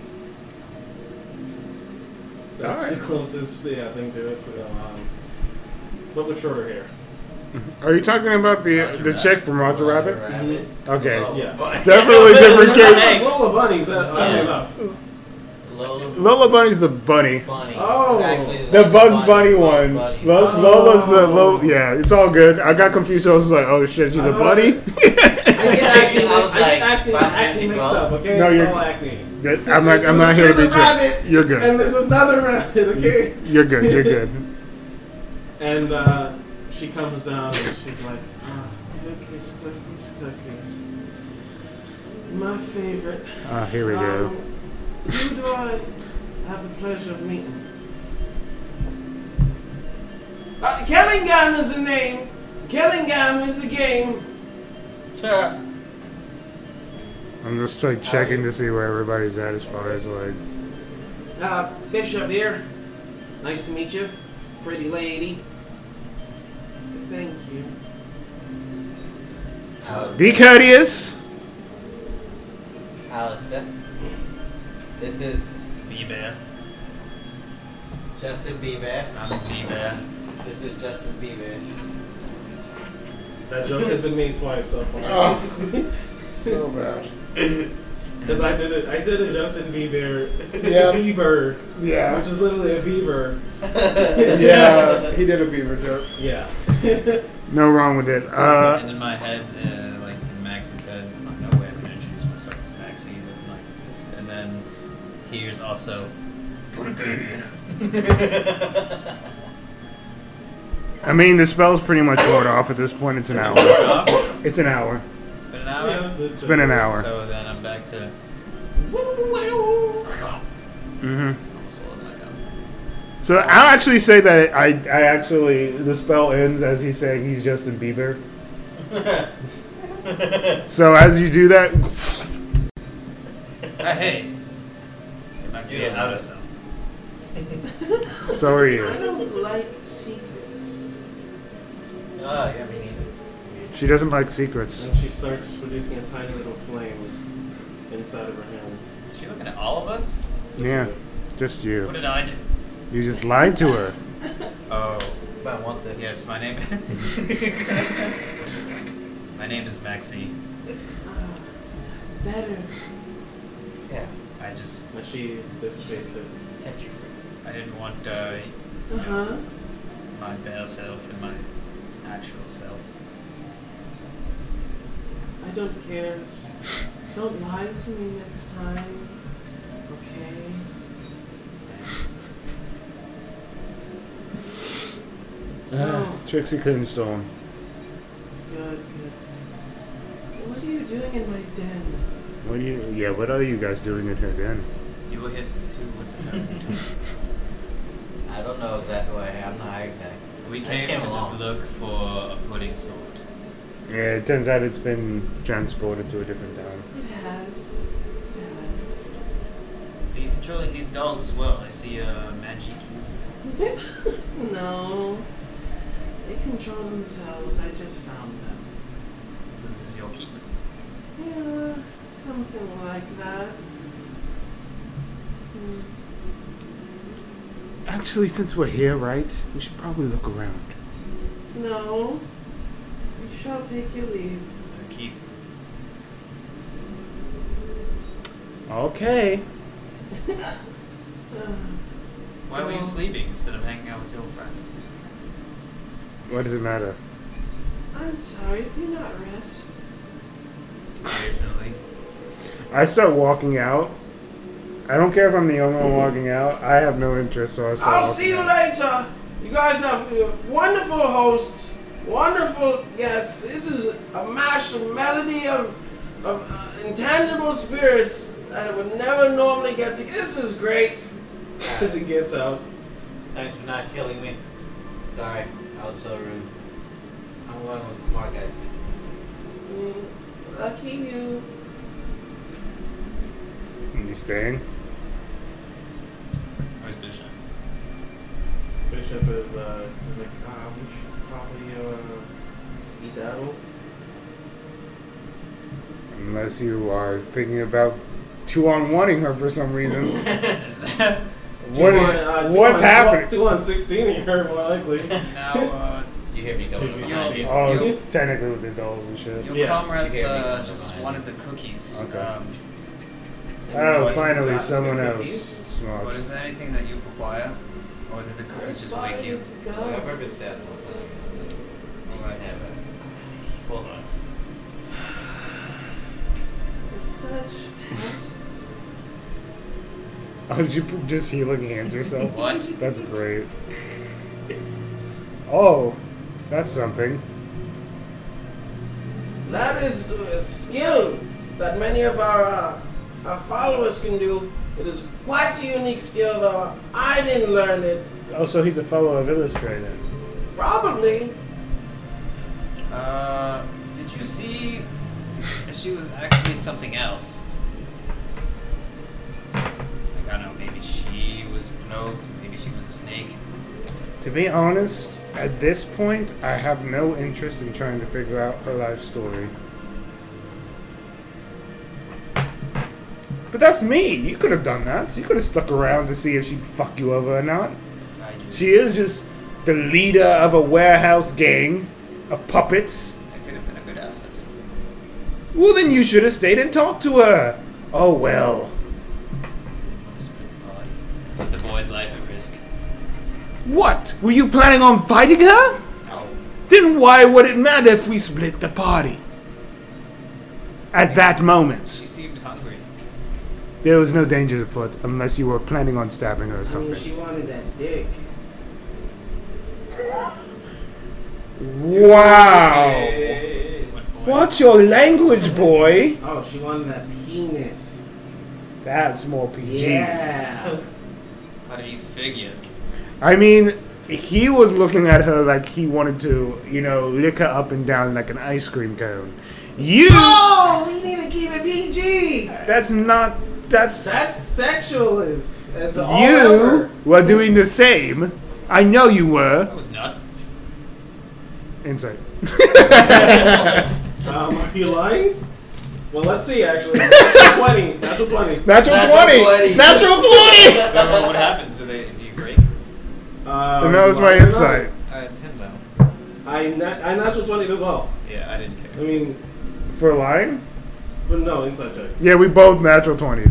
[SPEAKER 1] That's the
[SPEAKER 3] Alright.
[SPEAKER 1] closest yeah, thing to it. So, um, but with shorter hair.
[SPEAKER 3] Are you talking about the
[SPEAKER 2] Roger
[SPEAKER 3] the
[SPEAKER 2] Rabbit.
[SPEAKER 3] chick from Roger Rabbit? Mm-hmm.
[SPEAKER 2] Rabbit.
[SPEAKER 3] Okay.
[SPEAKER 2] Lola
[SPEAKER 1] Yeah.
[SPEAKER 2] Bunny.
[SPEAKER 3] Definitely different
[SPEAKER 1] It's
[SPEAKER 3] case.
[SPEAKER 1] Lola Bunny's that oddly
[SPEAKER 2] Yeah.
[SPEAKER 1] enough.
[SPEAKER 2] Lola
[SPEAKER 3] Lola Bunny's the bunny.
[SPEAKER 2] Bunny.
[SPEAKER 1] Oh.
[SPEAKER 2] Actually,
[SPEAKER 3] The
[SPEAKER 2] Lola
[SPEAKER 3] Bugs Bunny
[SPEAKER 2] Bugs
[SPEAKER 3] one.
[SPEAKER 2] Bunny.
[SPEAKER 3] Lo-
[SPEAKER 1] Oh.
[SPEAKER 3] Lola's the Lo- Yeah, it's all good. I got confused. I was like, oh shit, she's a
[SPEAKER 1] Oh.
[SPEAKER 3] bunny.
[SPEAKER 1] I get acne.
[SPEAKER 2] I was
[SPEAKER 1] I get
[SPEAKER 2] like,
[SPEAKER 1] acne,
[SPEAKER 2] Final
[SPEAKER 1] acne
[SPEAKER 2] Fantasy
[SPEAKER 1] mix
[SPEAKER 2] twelve.
[SPEAKER 1] up. Okay,
[SPEAKER 3] No,
[SPEAKER 1] it's
[SPEAKER 3] you're-
[SPEAKER 1] all acne.
[SPEAKER 3] That- I'm not. I'm not here to
[SPEAKER 1] There's a
[SPEAKER 3] be tricked.
[SPEAKER 1] rabbit.
[SPEAKER 3] You're good.
[SPEAKER 1] And there's another rabbit. Okay.
[SPEAKER 3] You're good. You're good.
[SPEAKER 1] And uh, she comes down and she's like, ah, cookies, cookies, cookies. My favorite.
[SPEAKER 3] Ah, here we go.
[SPEAKER 1] Um, Who do I have the pleasure of meeting? Uh, Kellingham is a name. Kellingham is a game.
[SPEAKER 2] Sure.
[SPEAKER 3] I'm just like checking to see where everybody's at as far as like.
[SPEAKER 1] Uh, Bishop here. Nice to meet you, pretty lady. Thank you.
[SPEAKER 2] Alistair.
[SPEAKER 3] Be courteous.
[SPEAKER 2] Alistair. This is
[SPEAKER 5] B-Bear.
[SPEAKER 2] Justin Bieber.
[SPEAKER 5] I'm a B-Bear.
[SPEAKER 2] This is Justin Bieber.
[SPEAKER 1] That joke has been made twice so far.
[SPEAKER 3] Oh. So bad.
[SPEAKER 1] Because I did it, I did a Justin Bieber,
[SPEAKER 3] Yeah.
[SPEAKER 1] Bieber,
[SPEAKER 3] Yeah.
[SPEAKER 1] which is literally a beaver.
[SPEAKER 3] Yeah. He did a beaver joke.
[SPEAKER 1] Yeah.
[SPEAKER 3] No wrong with it. Uh,
[SPEAKER 5] and in my head, uh, like Maxie said, like, no way I'm gonna introduce myself as Maxie looking like this. And then here's also.
[SPEAKER 3] I mean, the spell's pretty much worn off at this point. It's an hour.
[SPEAKER 5] It's
[SPEAKER 3] It's an hour.
[SPEAKER 5] been an
[SPEAKER 1] Uh,
[SPEAKER 5] hour.
[SPEAKER 3] It's been an hour.
[SPEAKER 5] So then I'm back to.
[SPEAKER 3] hmm
[SPEAKER 5] Almost swallowed my gum.
[SPEAKER 3] So I'll actually say that I, I actually the spell ends as he's saying he's Justin Bieber. so as you do that,
[SPEAKER 5] Ah, hey! You're back to your outer self.
[SPEAKER 3] so are
[SPEAKER 1] I
[SPEAKER 3] you.
[SPEAKER 1] don't like secrets.
[SPEAKER 2] Oh, yeah, me neither.
[SPEAKER 3] She doesn't like secrets.
[SPEAKER 1] And she starts producing a tiny little flame inside of her hands.
[SPEAKER 5] Is she looking at all of us?
[SPEAKER 3] Yeah, just
[SPEAKER 5] What
[SPEAKER 3] you.
[SPEAKER 5] did I do?
[SPEAKER 3] You just lied to her.
[SPEAKER 5] Oh,
[SPEAKER 2] But I want this.
[SPEAKER 5] yes, my name. my name is Maxie.
[SPEAKER 1] Ah, better.
[SPEAKER 2] Yeah.
[SPEAKER 5] I just.
[SPEAKER 1] And she dissipates it.
[SPEAKER 2] Set you free.
[SPEAKER 5] I didn't want uh,
[SPEAKER 1] Uh
[SPEAKER 2] Uh-huh.
[SPEAKER 1] huh.
[SPEAKER 5] my bare self and my actual self.
[SPEAKER 1] I don't care. Don't lie to me next time. Okay. So.
[SPEAKER 3] Trixie couldn't stole him.
[SPEAKER 1] Good, good. What are you doing in my den?
[SPEAKER 3] What do you? Yeah, what are you guys doing in her den?
[SPEAKER 5] You were hit too. What the hell? you doing?
[SPEAKER 2] I don't know exactly who I am. I'm not hiring guy.
[SPEAKER 5] we
[SPEAKER 2] I
[SPEAKER 5] came,
[SPEAKER 2] came
[SPEAKER 5] to
[SPEAKER 2] along.
[SPEAKER 5] just look for a pudding sword.
[SPEAKER 3] Yeah, it turns out it's been transported to a different town.
[SPEAKER 1] It has. It has.
[SPEAKER 5] Are you controlling these dolls as well? I see uh, magic using them.
[SPEAKER 1] no. They control themselves. I just found them.
[SPEAKER 5] So this is your keep.
[SPEAKER 1] Yeah, something like that. Hmm.
[SPEAKER 3] Actually, since we're here, right, we should probably look around.
[SPEAKER 1] No. You shall take your leave.
[SPEAKER 5] This is our keep.
[SPEAKER 3] Okay.
[SPEAKER 1] Ah,
[SPEAKER 5] Why were you
[SPEAKER 1] Oh.
[SPEAKER 5] sleeping instead of hanging out with your friends?
[SPEAKER 3] What does it matter?
[SPEAKER 1] I'm sorry. Do not rest.
[SPEAKER 5] Weird, really.
[SPEAKER 3] I start walking out, I don't care if I'm the only one walking out. I have no interest, so I start
[SPEAKER 1] I'll
[SPEAKER 3] walking
[SPEAKER 1] see you
[SPEAKER 3] out.
[SPEAKER 1] later. You guys have uh, wonderful hosts, wonderful guests. This is a mash of melody of, of uh, intangible spirits that I would never normally get to. This is great. As it gets out.
[SPEAKER 2] Thanks for not killing me. Sorry, I was so rude. I'm going with the smart guys.
[SPEAKER 1] Mm, Lucky you.
[SPEAKER 3] You staying?
[SPEAKER 7] Where's Bishop?
[SPEAKER 1] Bishop is, uh, is like, ah, we should probably, uh, skedaddle.
[SPEAKER 3] Unless you are thinking about two on wanting her for some reason. what is,
[SPEAKER 1] uh,
[SPEAKER 3] what's happening?
[SPEAKER 1] Two on 16 here, more likely.
[SPEAKER 5] Now, uh,
[SPEAKER 2] You hear me
[SPEAKER 1] Dude, we
[SPEAKER 2] going?
[SPEAKER 1] should
[SPEAKER 2] on?
[SPEAKER 1] see.
[SPEAKER 3] Oh,
[SPEAKER 5] You-
[SPEAKER 3] technically with the dolls and shit.
[SPEAKER 5] your
[SPEAKER 1] Yeah.
[SPEAKER 5] comrades
[SPEAKER 2] You gave me
[SPEAKER 5] uh,
[SPEAKER 2] one
[SPEAKER 5] just
[SPEAKER 2] behind.
[SPEAKER 5] wanted the cookies.
[SPEAKER 3] Okay.
[SPEAKER 5] Um,
[SPEAKER 3] Oh,
[SPEAKER 5] What-
[SPEAKER 3] finally,
[SPEAKER 5] what-
[SPEAKER 3] someone else
[SPEAKER 5] But
[SPEAKER 3] smart.
[SPEAKER 5] is there anything that you require? Or did the cookies just wake you?
[SPEAKER 2] I've never been stabbed once. I don't know. You can have it.
[SPEAKER 7] Hold on.
[SPEAKER 1] Such pests.
[SPEAKER 3] Oh, did you put just healing hands yourself?
[SPEAKER 5] What?
[SPEAKER 3] That's great. Oh, that's something.
[SPEAKER 1] That is a skill that many of our uh, our followers can do. It is quite a unique skill, though. I didn't learn it.
[SPEAKER 3] Oh, so he's a fellow of Illustrated.
[SPEAKER 1] Probably.
[SPEAKER 5] Uh, did you see that she was actually something else? Like, I don't know, maybe she was cloaked, maybe she was a snake.
[SPEAKER 3] To be honest, at this point, I have no interest in trying to figure out her life story. But that's me. You could have done that. You could have stuck around to see if she'd fuck you over or not.
[SPEAKER 5] I just,
[SPEAKER 3] She is just the leader of a warehouse gang of puppets.
[SPEAKER 5] that could have been a good asset.
[SPEAKER 3] Well, then you should have stayed and talked to her. Oh well.
[SPEAKER 5] Split the body. Put the boy's life at risk.
[SPEAKER 3] What? Were you planning on fighting her?
[SPEAKER 5] No.
[SPEAKER 3] Then why would it matter if we split the party? At that moment,
[SPEAKER 5] She seemed hungry.
[SPEAKER 3] there was no danger afoot unless you were planning on stabbing her or
[SPEAKER 1] I mean, she
[SPEAKER 3] something.
[SPEAKER 1] wanted that dick.
[SPEAKER 3] Wow! Watch your language, boy!
[SPEAKER 1] Oh, she wanted that penis.
[SPEAKER 3] That's more PG.
[SPEAKER 1] Yeah.
[SPEAKER 5] How do you figure?
[SPEAKER 3] I mean, he was looking at her like he wanted to, you know, lick her up and down like an ice cream cone. You!
[SPEAKER 1] oh, we need to keep it PG.
[SPEAKER 3] That's not. That's.
[SPEAKER 1] That's sexual as as all
[SPEAKER 3] You
[SPEAKER 1] ever.
[SPEAKER 3] were doing the same. I know you were.
[SPEAKER 5] I was not.
[SPEAKER 3] Insight.
[SPEAKER 1] Um, are you lying? Well, let's see. Actually, natural twenty. Natural twenty.
[SPEAKER 3] Natural 20!
[SPEAKER 2] 20.
[SPEAKER 3] Natural 20!
[SPEAKER 5] So what happens? Do they do you break?
[SPEAKER 1] Um,
[SPEAKER 3] And that was
[SPEAKER 1] I
[SPEAKER 3] my
[SPEAKER 1] don't know.
[SPEAKER 3] insight.
[SPEAKER 5] Uh, it's him though.
[SPEAKER 1] I nat- I natural twenty as well.
[SPEAKER 5] Yeah, I didn't care.
[SPEAKER 1] I mean,
[SPEAKER 3] For lying?
[SPEAKER 1] but no inside check.
[SPEAKER 3] Yeah, we both natural 20.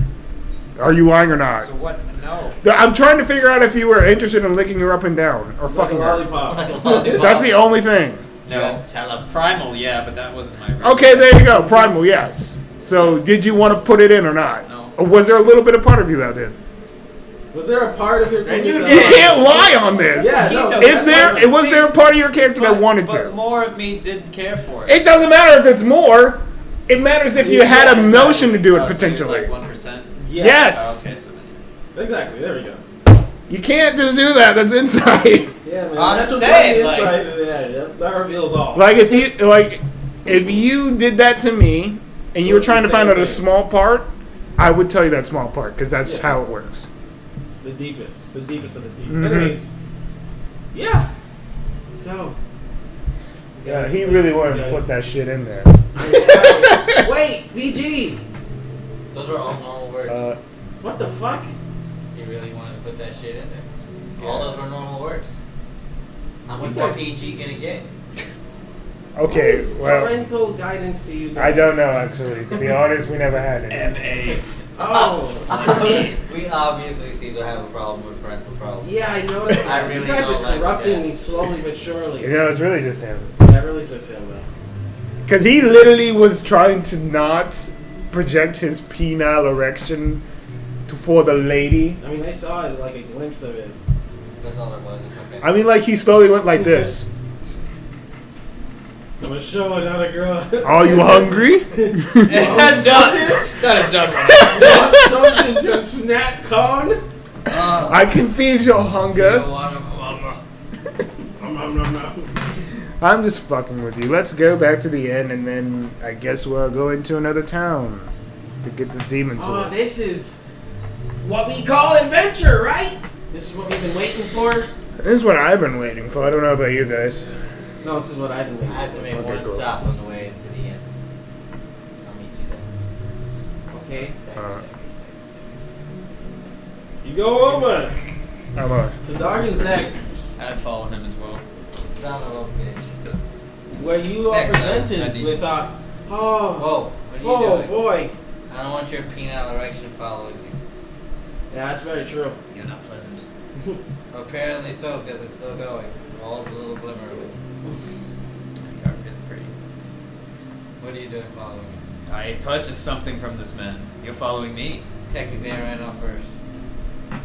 [SPEAKER 3] Are you lying or not?
[SPEAKER 5] So what? No.
[SPEAKER 3] Th- I'm trying to figure out if you were interested in licking her up and down
[SPEAKER 1] Like
[SPEAKER 3] or
[SPEAKER 1] a
[SPEAKER 3] fucking her.
[SPEAKER 1] lollipop.
[SPEAKER 3] That's the only thing.
[SPEAKER 5] No. Primal, yeah, but that wasn't my.
[SPEAKER 3] Okay, there you go. Primal, yes. So, did you want to put it in or not?
[SPEAKER 5] No.
[SPEAKER 3] Or was there a little bit of part of you that did?
[SPEAKER 1] Was there a part of your
[SPEAKER 2] Then
[SPEAKER 1] penis
[SPEAKER 2] you
[SPEAKER 1] that-
[SPEAKER 3] You can't lie on this.
[SPEAKER 1] Yeah, no,
[SPEAKER 5] Keep them.
[SPEAKER 3] Is there? It was there a part of your character that wanted
[SPEAKER 5] but
[SPEAKER 3] to?
[SPEAKER 5] more of me didn't care for it. Oh,
[SPEAKER 3] It doesn't matter if it's more. It matters if you
[SPEAKER 1] Yeah,
[SPEAKER 3] had a
[SPEAKER 1] exactly.
[SPEAKER 3] notion to do it
[SPEAKER 5] Oh, so you're
[SPEAKER 3] potentially.
[SPEAKER 5] like one percent.
[SPEAKER 1] Yeah.
[SPEAKER 3] Yes.
[SPEAKER 5] okay, so then.
[SPEAKER 1] Exactly. There we go.
[SPEAKER 3] You can't just do that. That's inside.
[SPEAKER 1] Yeah, man.
[SPEAKER 5] I'm
[SPEAKER 1] that's
[SPEAKER 5] just
[SPEAKER 1] what
[SPEAKER 5] saying,
[SPEAKER 1] that
[SPEAKER 5] like-
[SPEAKER 1] inside- yeah, yeah, that reveals all.
[SPEAKER 3] like if you like if you did that to me and you were trying to find out a small part, I would tell you that small part because that's
[SPEAKER 1] Yeah.
[SPEAKER 3] how it works.
[SPEAKER 1] the deepest, the deepest of the deep.
[SPEAKER 3] Mhm.
[SPEAKER 1] Anyways, yeah. So. Guys.
[SPEAKER 3] shit in there.
[SPEAKER 1] Wait, VG.
[SPEAKER 2] Those were all normal words.
[SPEAKER 3] Uh,
[SPEAKER 1] What the fuck?
[SPEAKER 2] you really wanted to put that shit in there. All those were normal words. How
[SPEAKER 1] You
[SPEAKER 2] much more
[SPEAKER 1] guys-
[SPEAKER 2] PG gonna get?
[SPEAKER 1] What is Parental guidance to you. guys?
[SPEAKER 3] actually. To be honest, we never had
[SPEAKER 5] M A.
[SPEAKER 1] Oh.
[SPEAKER 2] we obviously seem to have a problem with parental problems.
[SPEAKER 1] yeah, I noticed.
[SPEAKER 2] I
[SPEAKER 1] that. you
[SPEAKER 2] really
[SPEAKER 1] guys
[SPEAKER 2] don't
[SPEAKER 1] are
[SPEAKER 2] like
[SPEAKER 1] corrupting
[SPEAKER 2] that.
[SPEAKER 1] me slowly but surely.
[SPEAKER 3] know, it's really just him.
[SPEAKER 1] That really is just him, though.
[SPEAKER 3] Because he literally was trying to not project his penile erection to, for the lady.
[SPEAKER 1] I mean, I saw it, like a glimpse of it.
[SPEAKER 2] That's all there was. It's okay.
[SPEAKER 3] I mean, like he slowly went like this.
[SPEAKER 1] I'm gonna show another girl.
[SPEAKER 3] Are you hungry?
[SPEAKER 5] And done. That is done.
[SPEAKER 1] Want something to snack con?
[SPEAKER 5] Uh,
[SPEAKER 3] I can feed your hunger.
[SPEAKER 1] Nom, nom, nom, nom.
[SPEAKER 3] I'm just fucking with you. Let's go back to the end, and then I guess we'll go into another town to get this demon
[SPEAKER 1] Oh,
[SPEAKER 3] sword.
[SPEAKER 1] this is what we call adventure, right? This is what we've been waiting for.
[SPEAKER 3] This is what I've been waiting for. I don't know about you guys.
[SPEAKER 1] No, this is what I've been
[SPEAKER 2] I
[SPEAKER 1] waiting
[SPEAKER 2] have to make
[SPEAKER 3] Okay,
[SPEAKER 2] one
[SPEAKER 3] cool.
[SPEAKER 2] stop on the way to the end. I'll meet you there.
[SPEAKER 1] for. Okay.
[SPEAKER 2] Thanks,
[SPEAKER 3] Alright.
[SPEAKER 2] thanks.
[SPEAKER 1] You go over.
[SPEAKER 3] I'm on.
[SPEAKER 1] The dog and Zach,
[SPEAKER 5] I'd follow him as well.
[SPEAKER 2] It's Son of a bitch.
[SPEAKER 1] where you are
[SPEAKER 2] Next,
[SPEAKER 1] presented
[SPEAKER 2] Andy.
[SPEAKER 1] with uh, oh,
[SPEAKER 2] Whoa, what are you
[SPEAKER 1] oh
[SPEAKER 2] doing?
[SPEAKER 1] boy.
[SPEAKER 2] I don't want your penile erection following me.
[SPEAKER 1] Yeah, that's very true.
[SPEAKER 5] You're not pleasant.
[SPEAKER 2] Apparently so, because it's still going. All the little glimmer of it.
[SPEAKER 5] You are really pretty.
[SPEAKER 2] What are you doing following me?
[SPEAKER 5] I purchased something from this man. You're following me.
[SPEAKER 2] Technically, I ran off first.
[SPEAKER 5] No,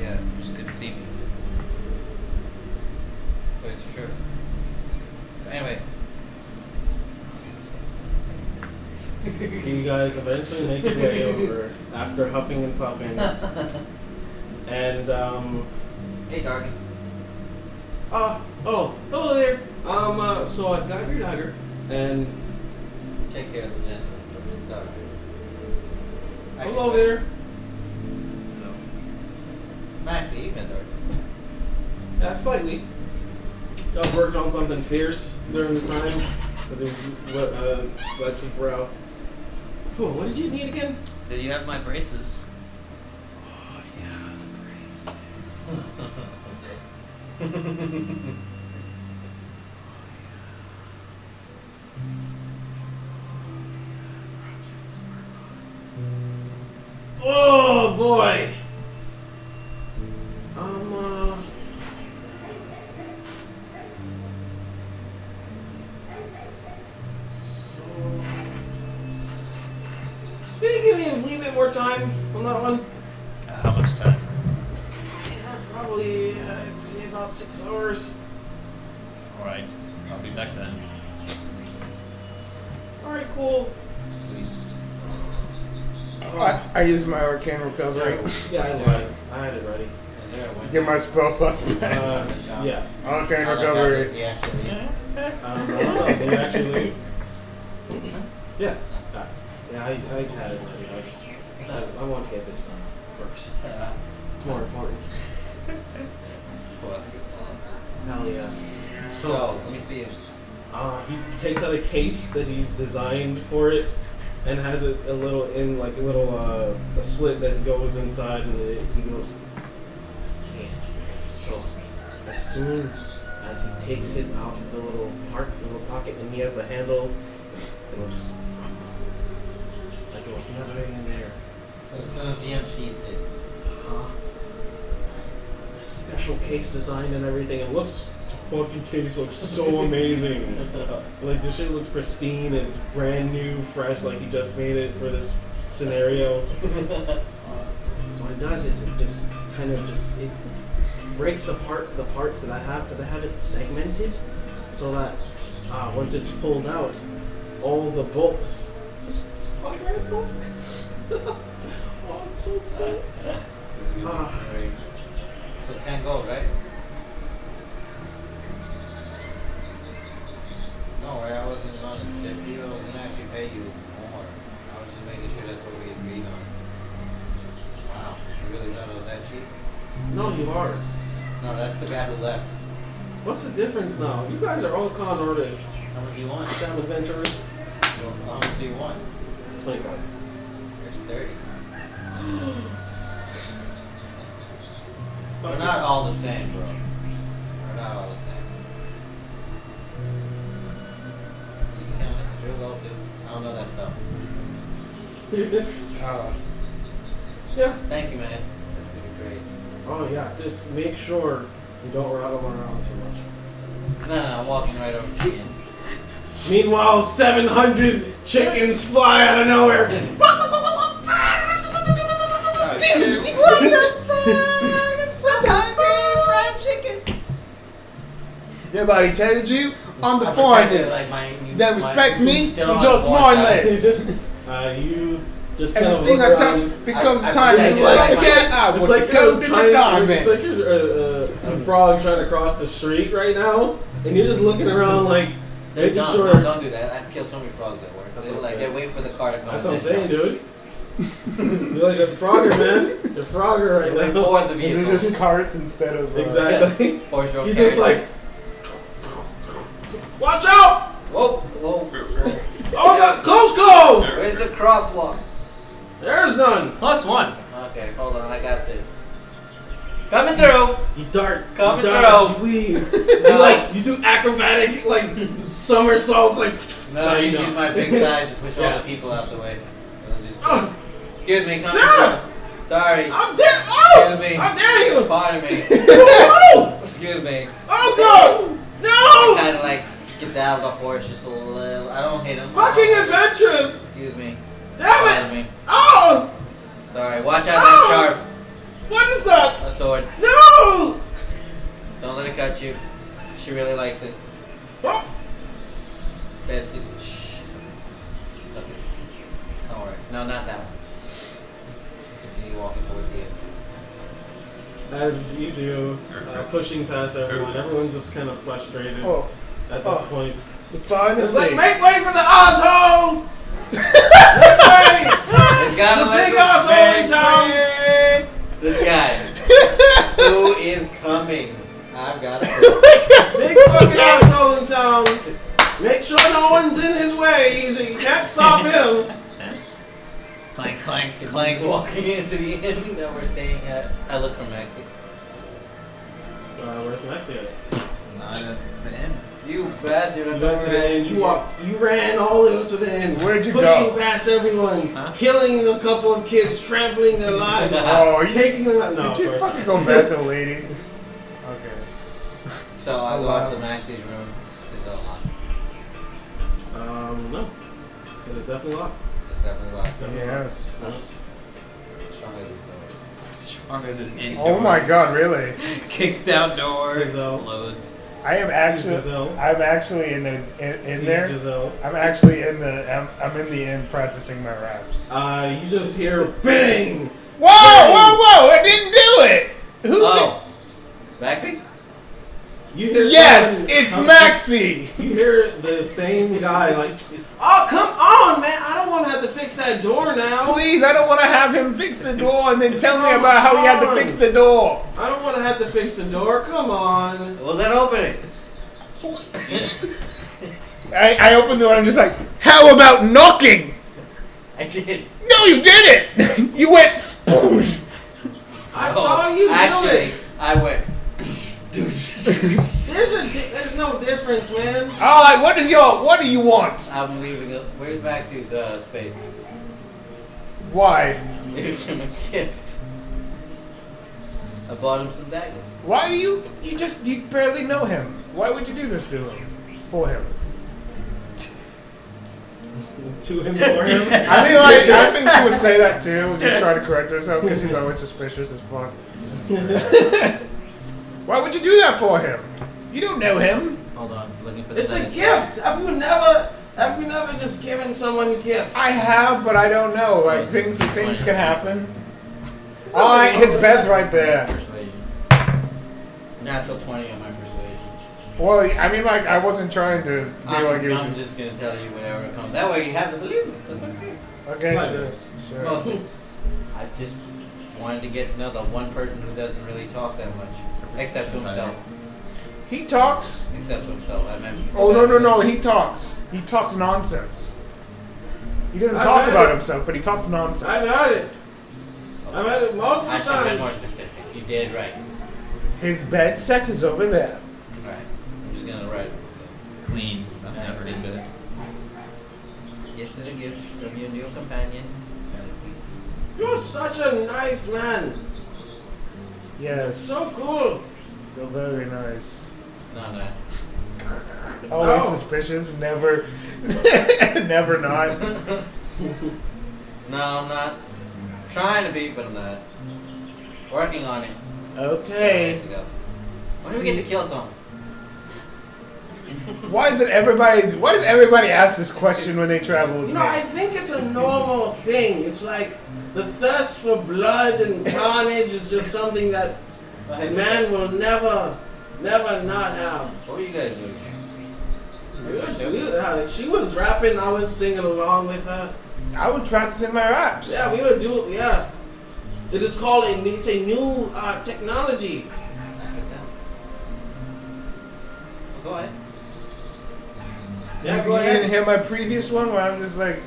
[SPEAKER 2] Yes,
[SPEAKER 5] you just couldn't see me.
[SPEAKER 2] but it's true. So anyway,
[SPEAKER 1] You guys eventually make your way over after huffing and puffing. And um
[SPEAKER 2] hey, Darky.
[SPEAKER 1] oh oh hello there. Um uh, so I've got your dogger and
[SPEAKER 2] Take care of the gentleman first. It's alright. I can
[SPEAKER 1] hello
[SPEAKER 2] wait.
[SPEAKER 1] there.
[SPEAKER 5] Hello.
[SPEAKER 2] Maxie, you've been dark.
[SPEAKER 1] Yeah, slightly. I worked on something fierce during the time because it what uh that's his brow. Cool, what did you need again?
[SPEAKER 5] Did you have my braces?
[SPEAKER 1] Oh yeah, the brace. Oh boy. Um. Uh, so- Can you give me a wee bit more time on that one?
[SPEAKER 5] Uh, how much time?
[SPEAKER 1] Yeah, probably. Uh, I'd say about six hours.
[SPEAKER 5] Alright, I'll be back then.
[SPEAKER 1] All right, cool.
[SPEAKER 5] Please.
[SPEAKER 3] I, I used my arcane recovery.
[SPEAKER 1] Yeah, I lied. I had it ready.
[SPEAKER 2] Is there a window?
[SPEAKER 3] Get my spell slots back.
[SPEAKER 1] Uh, yeah.
[SPEAKER 3] Arcane
[SPEAKER 2] Oh, that- that
[SPEAKER 3] recovery.
[SPEAKER 2] was the actual-
[SPEAKER 1] Um, I don't know. Did you actually leave? Yeah. Yeah, yeah I, I had it ready. I just I, I want to get this done first. It's, it's more important.
[SPEAKER 2] What?
[SPEAKER 1] Hell yeah.
[SPEAKER 2] So, let me see it.
[SPEAKER 1] Uh, he takes out a case that he designed for it, and has a, a little in like a little uh, a slit that goes inside, and it, he goes. "Okay." So as soon as he takes it out of the little part, little pocket, and he has a handle, it'll just like it was never in there.
[SPEAKER 2] So, as soon as he unsheathes it,
[SPEAKER 1] Huh? Special case design and everything. It looks fucking case looks so amazing. like this shit looks pristine. It's brand new, fresh. Like he just made it for this scenario. so what it does is it just kind of just it breaks apart the parts that I have because I have it segmented so that uh, once it's pulled out, all the bolts just slide right back. oh, it's so cool. Ah.
[SPEAKER 2] so 10 gold, right? No, right, I wasn't on the check you. I was gonna actually pay you more. I was just making sure that's what we agreed on. Wow, you really thought it was that cheap?
[SPEAKER 1] No, you are.
[SPEAKER 2] No, that's the guy who left.
[SPEAKER 1] What's the difference now? You guys are all con artists,
[SPEAKER 2] How much do you want?
[SPEAKER 1] sound adventurers.
[SPEAKER 2] How much do you want?
[SPEAKER 1] Twenty-five.
[SPEAKER 2] There's 30. We're not all the same, bro. We're not all the same. You can count it. Drill gold, too. I don't know that stuff.
[SPEAKER 3] Uh,
[SPEAKER 1] yeah.
[SPEAKER 2] Thank you, man. That's gonna be great.
[SPEAKER 1] Oh yeah. Just make sure you don't rattle around too much.
[SPEAKER 2] No, no, I'm walking right over to the end.
[SPEAKER 1] Meanwhile, seven hundred chickens fly out of nowhere.
[SPEAKER 3] Your body tells you I'm the
[SPEAKER 2] I
[SPEAKER 3] foreigners
[SPEAKER 2] pretended like my- you-
[SPEAKER 3] that
[SPEAKER 2] my-
[SPEAKER 3] respect me
[SPEAKER 2] still
[SPEAKER 3] from
[SPEAKER 2] on
[SPEAKER 3] just
[SPEAKER 2] the board,
[SPEAKER 3] more
[SPEAKER 2] guys.
[SPEAKER 3] less.
[SPEAKER 1] Uh, you just kind of
[SPEAKER 3] Everything
[SPEAKER 1] look
[SPEAKER 3] I
[SPEAKER 1] around.
[SPEAKER 3] touch becomes
[SPEAKER 2] I- I-
[SPEAKER 3] diamond.
[SPEAKER 2] it's
[SPEAKER 3] It's
[SPEAKER 2] like-
[SPEAKER 3] like, again, I
[SPEAKER 1] It's
[SPEAKER 3] was
[SPEAKER 1] like
[SPEAKER 3] like
[SPEAKER 1] a
[SPEAKER 3] golden
[SPEAKER 1] tiny, it's like
[SPEAKER 3] diamond.
[SPEAKER 1] a, a, a frog trying to cross the street right now, and you're just looking around like
[SPEAKER 2] Dude,
[SPEAKER 1] making
[SPEAKER 2] don't,
[SPEAKER 1] sure.
[SPEAKER 2] no, don't do that. I've killed so many frogs at work.
[SPEAKER 1] That's
[SPEAKER 2] They're
[SPEAKER 1] what I'm
[SPEAKER 2] like,
[SPEAKER 1] saying.
[SPEAKER 2] they wait for the car to come.
[SPEAKER 1] That's
[SPEAKER 2] and
[SPEAKER 1] what I'm saying,
[SPEAKER 2] they stop.
[SPEAKER 1] dude. You're like a frogger, man. The frogger
[SPEAKER 2] They
[SPEAKER 1] right now.
[SPEAKER 2] board the
[SPEAKER 3] These are
[SPEAKER 2] vehicle.
[SPEAKER 3] just carts instead of. uh,
[SPEAKER 1] Exactly.
[SPEAKER 2] Or your
[SPEAKER 1] You're just like,
[SPEAKER 2] parents.
[SPEAKER 1] watch out!
[SPEAKER 2] whoa, whoa, whoa.
[SPEAKER 1] Oh, God, close call!
[SPEAKER 2] Where's the crosswalk?
[SPEAKER 1] There's none.
[SPEAKER 5] Plus one.
[SPEAKER 2] Okay, hold on, I got this. Coming through.
[SPEAKER 1] You dart,
[SPEAKER 2] Come
[SPEAKER 1] you dart,
[SPEAKER 2] through.
[SPEAKER 1] you weave. you like, you do acrobatic like somersaults, like.
[SPEAKER 2] No,
[SPEAKER 1] No,
[SPEAKER 2] you
[SPEAKER 1] you
[SPEAKER 2] use
[SPEAKER 1] don't.
[SPEAKER 2] my big size to push all
[SPEAKER 1] Yeah.
[SPEAKER 2] the people out the way. I'm just-
[SPEAKER 1] Oh,
[SPEAKER 2] Excuse me, come
[SPEAKER 1] Sir!
[SPEAKER 2] through. Sorry.
[SPEAKER 1] I'm dead! Oh,
[SPEAKER 2] Excuse me.
[SPEAKER 1] I dare you!
[SPEAKER 2] Pardon me.
[SPEAKER 1] Oh,
[SPEAKER 2] Excuse me.
[SPEAKER 1] oh God!
[SPEAKER 2] I
[SPEAKER 1] No!
[SPEAKER 2] kind of like skedaddled the horse just a little. I don't hit him.
[SPEAKER 1] Fucking adventurous!
[SPEAKER 2] Excuse me.
[SPEAKER 1] Damn it!
[SPEAKER 2] Pardon me.
[SPEAKER 1] Oh!
[SPEAKER 2] Sorry. Watch out, that sharp.
[SPEAKER 1] What is that?
[SPEAKER 2] A sword.
[SPEAKER 1] No!
[SPEAKER 2] Don't let it cut you. She really likes it.
[SPEAKER 1] Oh,
[SPEAKER 2] That's it. Shh. It's okay. Don't worry. No, not that one. Continue walking toward the end.
[SPEAKER 1] As you do, uh, pushing past everyone, everyone's just kind of frustrated
[SPEAKER 3] Oh,
[SPEAKER 1] at this
[SPEAKER 3] oh.
[SPEAKER 1] point.
[SPEAKER 3] the final
[SPEAKER 1] It's like,
[SPEAKER 3] thing.
[SPEAKER 1] make way for the asshole!
[SPEAKER 2] They've got
[SPEAKER 1] The
[SPEAKER 2] him as
[SPEAKER 1] big
[SPEAKER 2] a
[SPEAKER 1] asshole in
[SPEAKER 2] big
[SPEAKER 1] town.
[SPEAKER 2] man. This guy. Who is coming? I've got him.
[SPEAKER 1] Big fucking asshole in town! Make sure no one's in his way, he's, you can't stop him!
[SPEAKER 5] Clank, clank,
[SPEAKER 2] Like
[SPEAKER 5] clank.
[SPEAKER 2] walking into the inn that we're staying at. I look for Maxie.
[SPEAKER 1] Uh, where's Maxie at?
[SPEAKER 5] Not at the end.
[SPEAKER 2] You bastard!
[SPEAKER 1] You
[SPEAKER 2] I'm
[SPEAKER 1] go to the end, you walk, you ran all the way up to the end.
[SPEAKER 3] Where'd you
[SPEAKER 1] pushing
[SPEAKER 3] go?
[SPEAKER 1] past everyone,
[SPEAKER 5] Huh?
[SPEAKER 1] killing a couple of kids, trampling their lives,
[SPEAKER 3] Oh, you-
[SPEAKER 1] taking them out. No,
[SPEAKER 3] Did
[SPEAKER 1] of
[SPEAKER 3] you
[SPEAKER 1] course
[SPEAKER 3] fucking
[SPEAKER 1] not.
[SPEAKER 3] go back to the lady? Okay.
[SPEAKER 2] So I
[SPEAKER 3] Oh,
[SPEAKER 2] go
[SPEAKER 3] wow.
[SPEAKER 2] up to Maxie's room. It's a lock.
[SPEAKER 1] Um, no. It is definitely locked.
[SPEAKER 2] It's definitely locked.
[SPEAKER 1] Definitely
[SPEAKER 3] Yes.
[SPEAKER 1] locked.
[SPEAKER 2] Stronger than doors.
[SPEAKER 5] Stronger than any.
[SPEAKER 3] Oh my god, really?
[SPEAKER 5] Kicks down doors.
[SPEAKER 1] Giselle.
[SPEAKER 5] Loads.
[SPEAKER 3] I am
[SPEAKER 1] Sees
[SPEAKER 3] actually,
[SPEAKER 1] Giselle.
[SPEAKER 3] I'm actually in the in,
[SPEAKER 1] Sees
[SPEAKER 3] in there.
[SPEAKER 1] Giselle.
[SPEAKER 3] I'm actually in the, I'm, I'm in the end practicing my raps.
[SPEAKER 1] Uh, you just hear bang!
[SPEAKER 3] Whoa, whoa, whoa! I didn't do it. Who's
[SPEAKER 2] Oh, Maxie?
[SPEAKER 1] You hear
[SPEAKER 3] it? Yes,
[SPEAKER 1] someone
[SPEAKER 3] it's
[SPEAKER 1] come-
[SPEAKER 3] Maxie.
[SPEAKER 1] You hear the same guy like, oh come on, man! I don't want to have to fix that door now.
[SPEAKER 3] Please, I don't want to have him fix the door and then tell me about how he had to fix the door.
[SPEAKER 1] I don't want to have to fix the door. Come on.
[SPEAKER 2] Well, then open it.
[SPEAKER 3] I, I opened the door and I'm just like, how about knocking?
[SPEAKER 2] I did.
[SPEAKER 3] No, you did it. you went. "Boosh."
[SPEAKER 1] I
[SPEAKER 2] Oh,
[SPEAKER 1] saw you do
[SPEAKER 2] Actually,
[SPEAKER 1] it.
[SPEAKER 2] I went.
[SPEAKER 1] There's a di- there's no difference, man.
[SPEAKER 3] I'm like, what is your? What do you want?
[SPEAKER 2] I'm leaving. it- Where's Maxie's uh, space?
[SPEAKER 3] Why?
[SPEAKER 2] Leave him a gift. I bought him some daggers.
[SPEAKER 3] Why do you? You just you barely know him. Why would you do this to him? For him?
[SPEAKER 1] To him for him.
[SPEAKER 3] I mean, like I think she would say that too. Just try to correct herself because she's always suspicious as fuck. Why would you do that for him? You don't know him.
[SPEAKER 2] Hold on, looking for the.
[SPEAKER 1] It's a
[SPEAKER 2] tennis.
[SPEAKER 1] gift. Have you never have you never just given someone a gift?
[SPEAKER 3] I have, but I don't know. Like things, things can happen. All right, his bed's right there.
[SPEAKER 2] Persuasion. Natural twenty on my persuasion.
[SPEAKER 3] Well, I mean, like I wasn't trying to be
[SPEAKER 2] I'm,
[SPEAKER 3] like you. were
[SPEAKER 2] I'm
[SPEAKER 3] Just,
[SPEAKER 2] just gonna tell you whatever comes. That way you have to believe us. That's okay.
[SPEAKER 3] okay,
[SPEAKER 1] Fine.
[SPEAKER 3] sure, sure.
[SPEAKER 2] Mostly. I just wanted to get to know the one person who doesn't really talk that much, except to himself.
[SPEAKER 3] He talks.
[SPEAKER 2] Except to himself. I meant.
[SPEAKER 3] Oh no no no! He talks. He talks nonsense. He doesn't
[SPEAKER 1] I've
[SPEAKER 3] talk
[SPEAKER 1] heard
[SPEAKER 3] about
[SPEAKER 1] it.
[SPEAKER 3] himself, but he talks nonsense.
[SPEAKER 1] I've had it. I've had it multiple
[SPEAKER 2] I should have been more
[SPEAKER 1] times.
[SPEAKER 2] specific. You did right.
[SPEAKER 3] His bed set is over there.
[SPEAKER 2] Right. I'm just gonna write.
[SPEAKER 5] Clean. I'm never in bed.
[SPEAKER 2] Yes, is a gift from your new companion.
[SPEAKER 1] You're such a nice man.
[SPEAKER 3] Yes.
[SPEAKER 1] So cool.
[SPEAKER 3] You're very nice.
[SPEAKER 2] No, no.
[SPEAKER 3] Always
[SPEAKER 1] No.
[SPEAKER 3] suspicious. Never, never not.
[SPEAKER 2] No, I'm not trying to be, but I'm not. Working on it.
[SPEAKER 3] Okay.
[SPEAKER 2] Days ago. When do we get to kill someone?
[SPEAKER 3] Why is it everybody? Why does everybody ask this question when they travel with
[SPEAKER 1] You
[SPEAKER 3] me?
[SPEAKER 1] know, I think it's a normal thing. It's like the thirst for blood and carnage is just something that man will never, never not have.
[SPEAKER 2] What are you guys doing?
[SPEAKER 1] We was- we was- uh, She was rapping, I was singing along with her.
[SPEAKER 3] I would practice in my raps.
[SPEAKER 1] Yeah, we were doing, yeah. It is called, a, it's a new uh, technology.
[SPEAKER 2] I sit down. Well, go ahead.
[SPEAKER 1] Yeah,
[SPEAKER 3] you,
[SPEAKER 1] go
[SPEAKER 3] you
[SPEAKER 1] ahead.
[SPEAKER 3] didn't hear my previous one where I'm just like,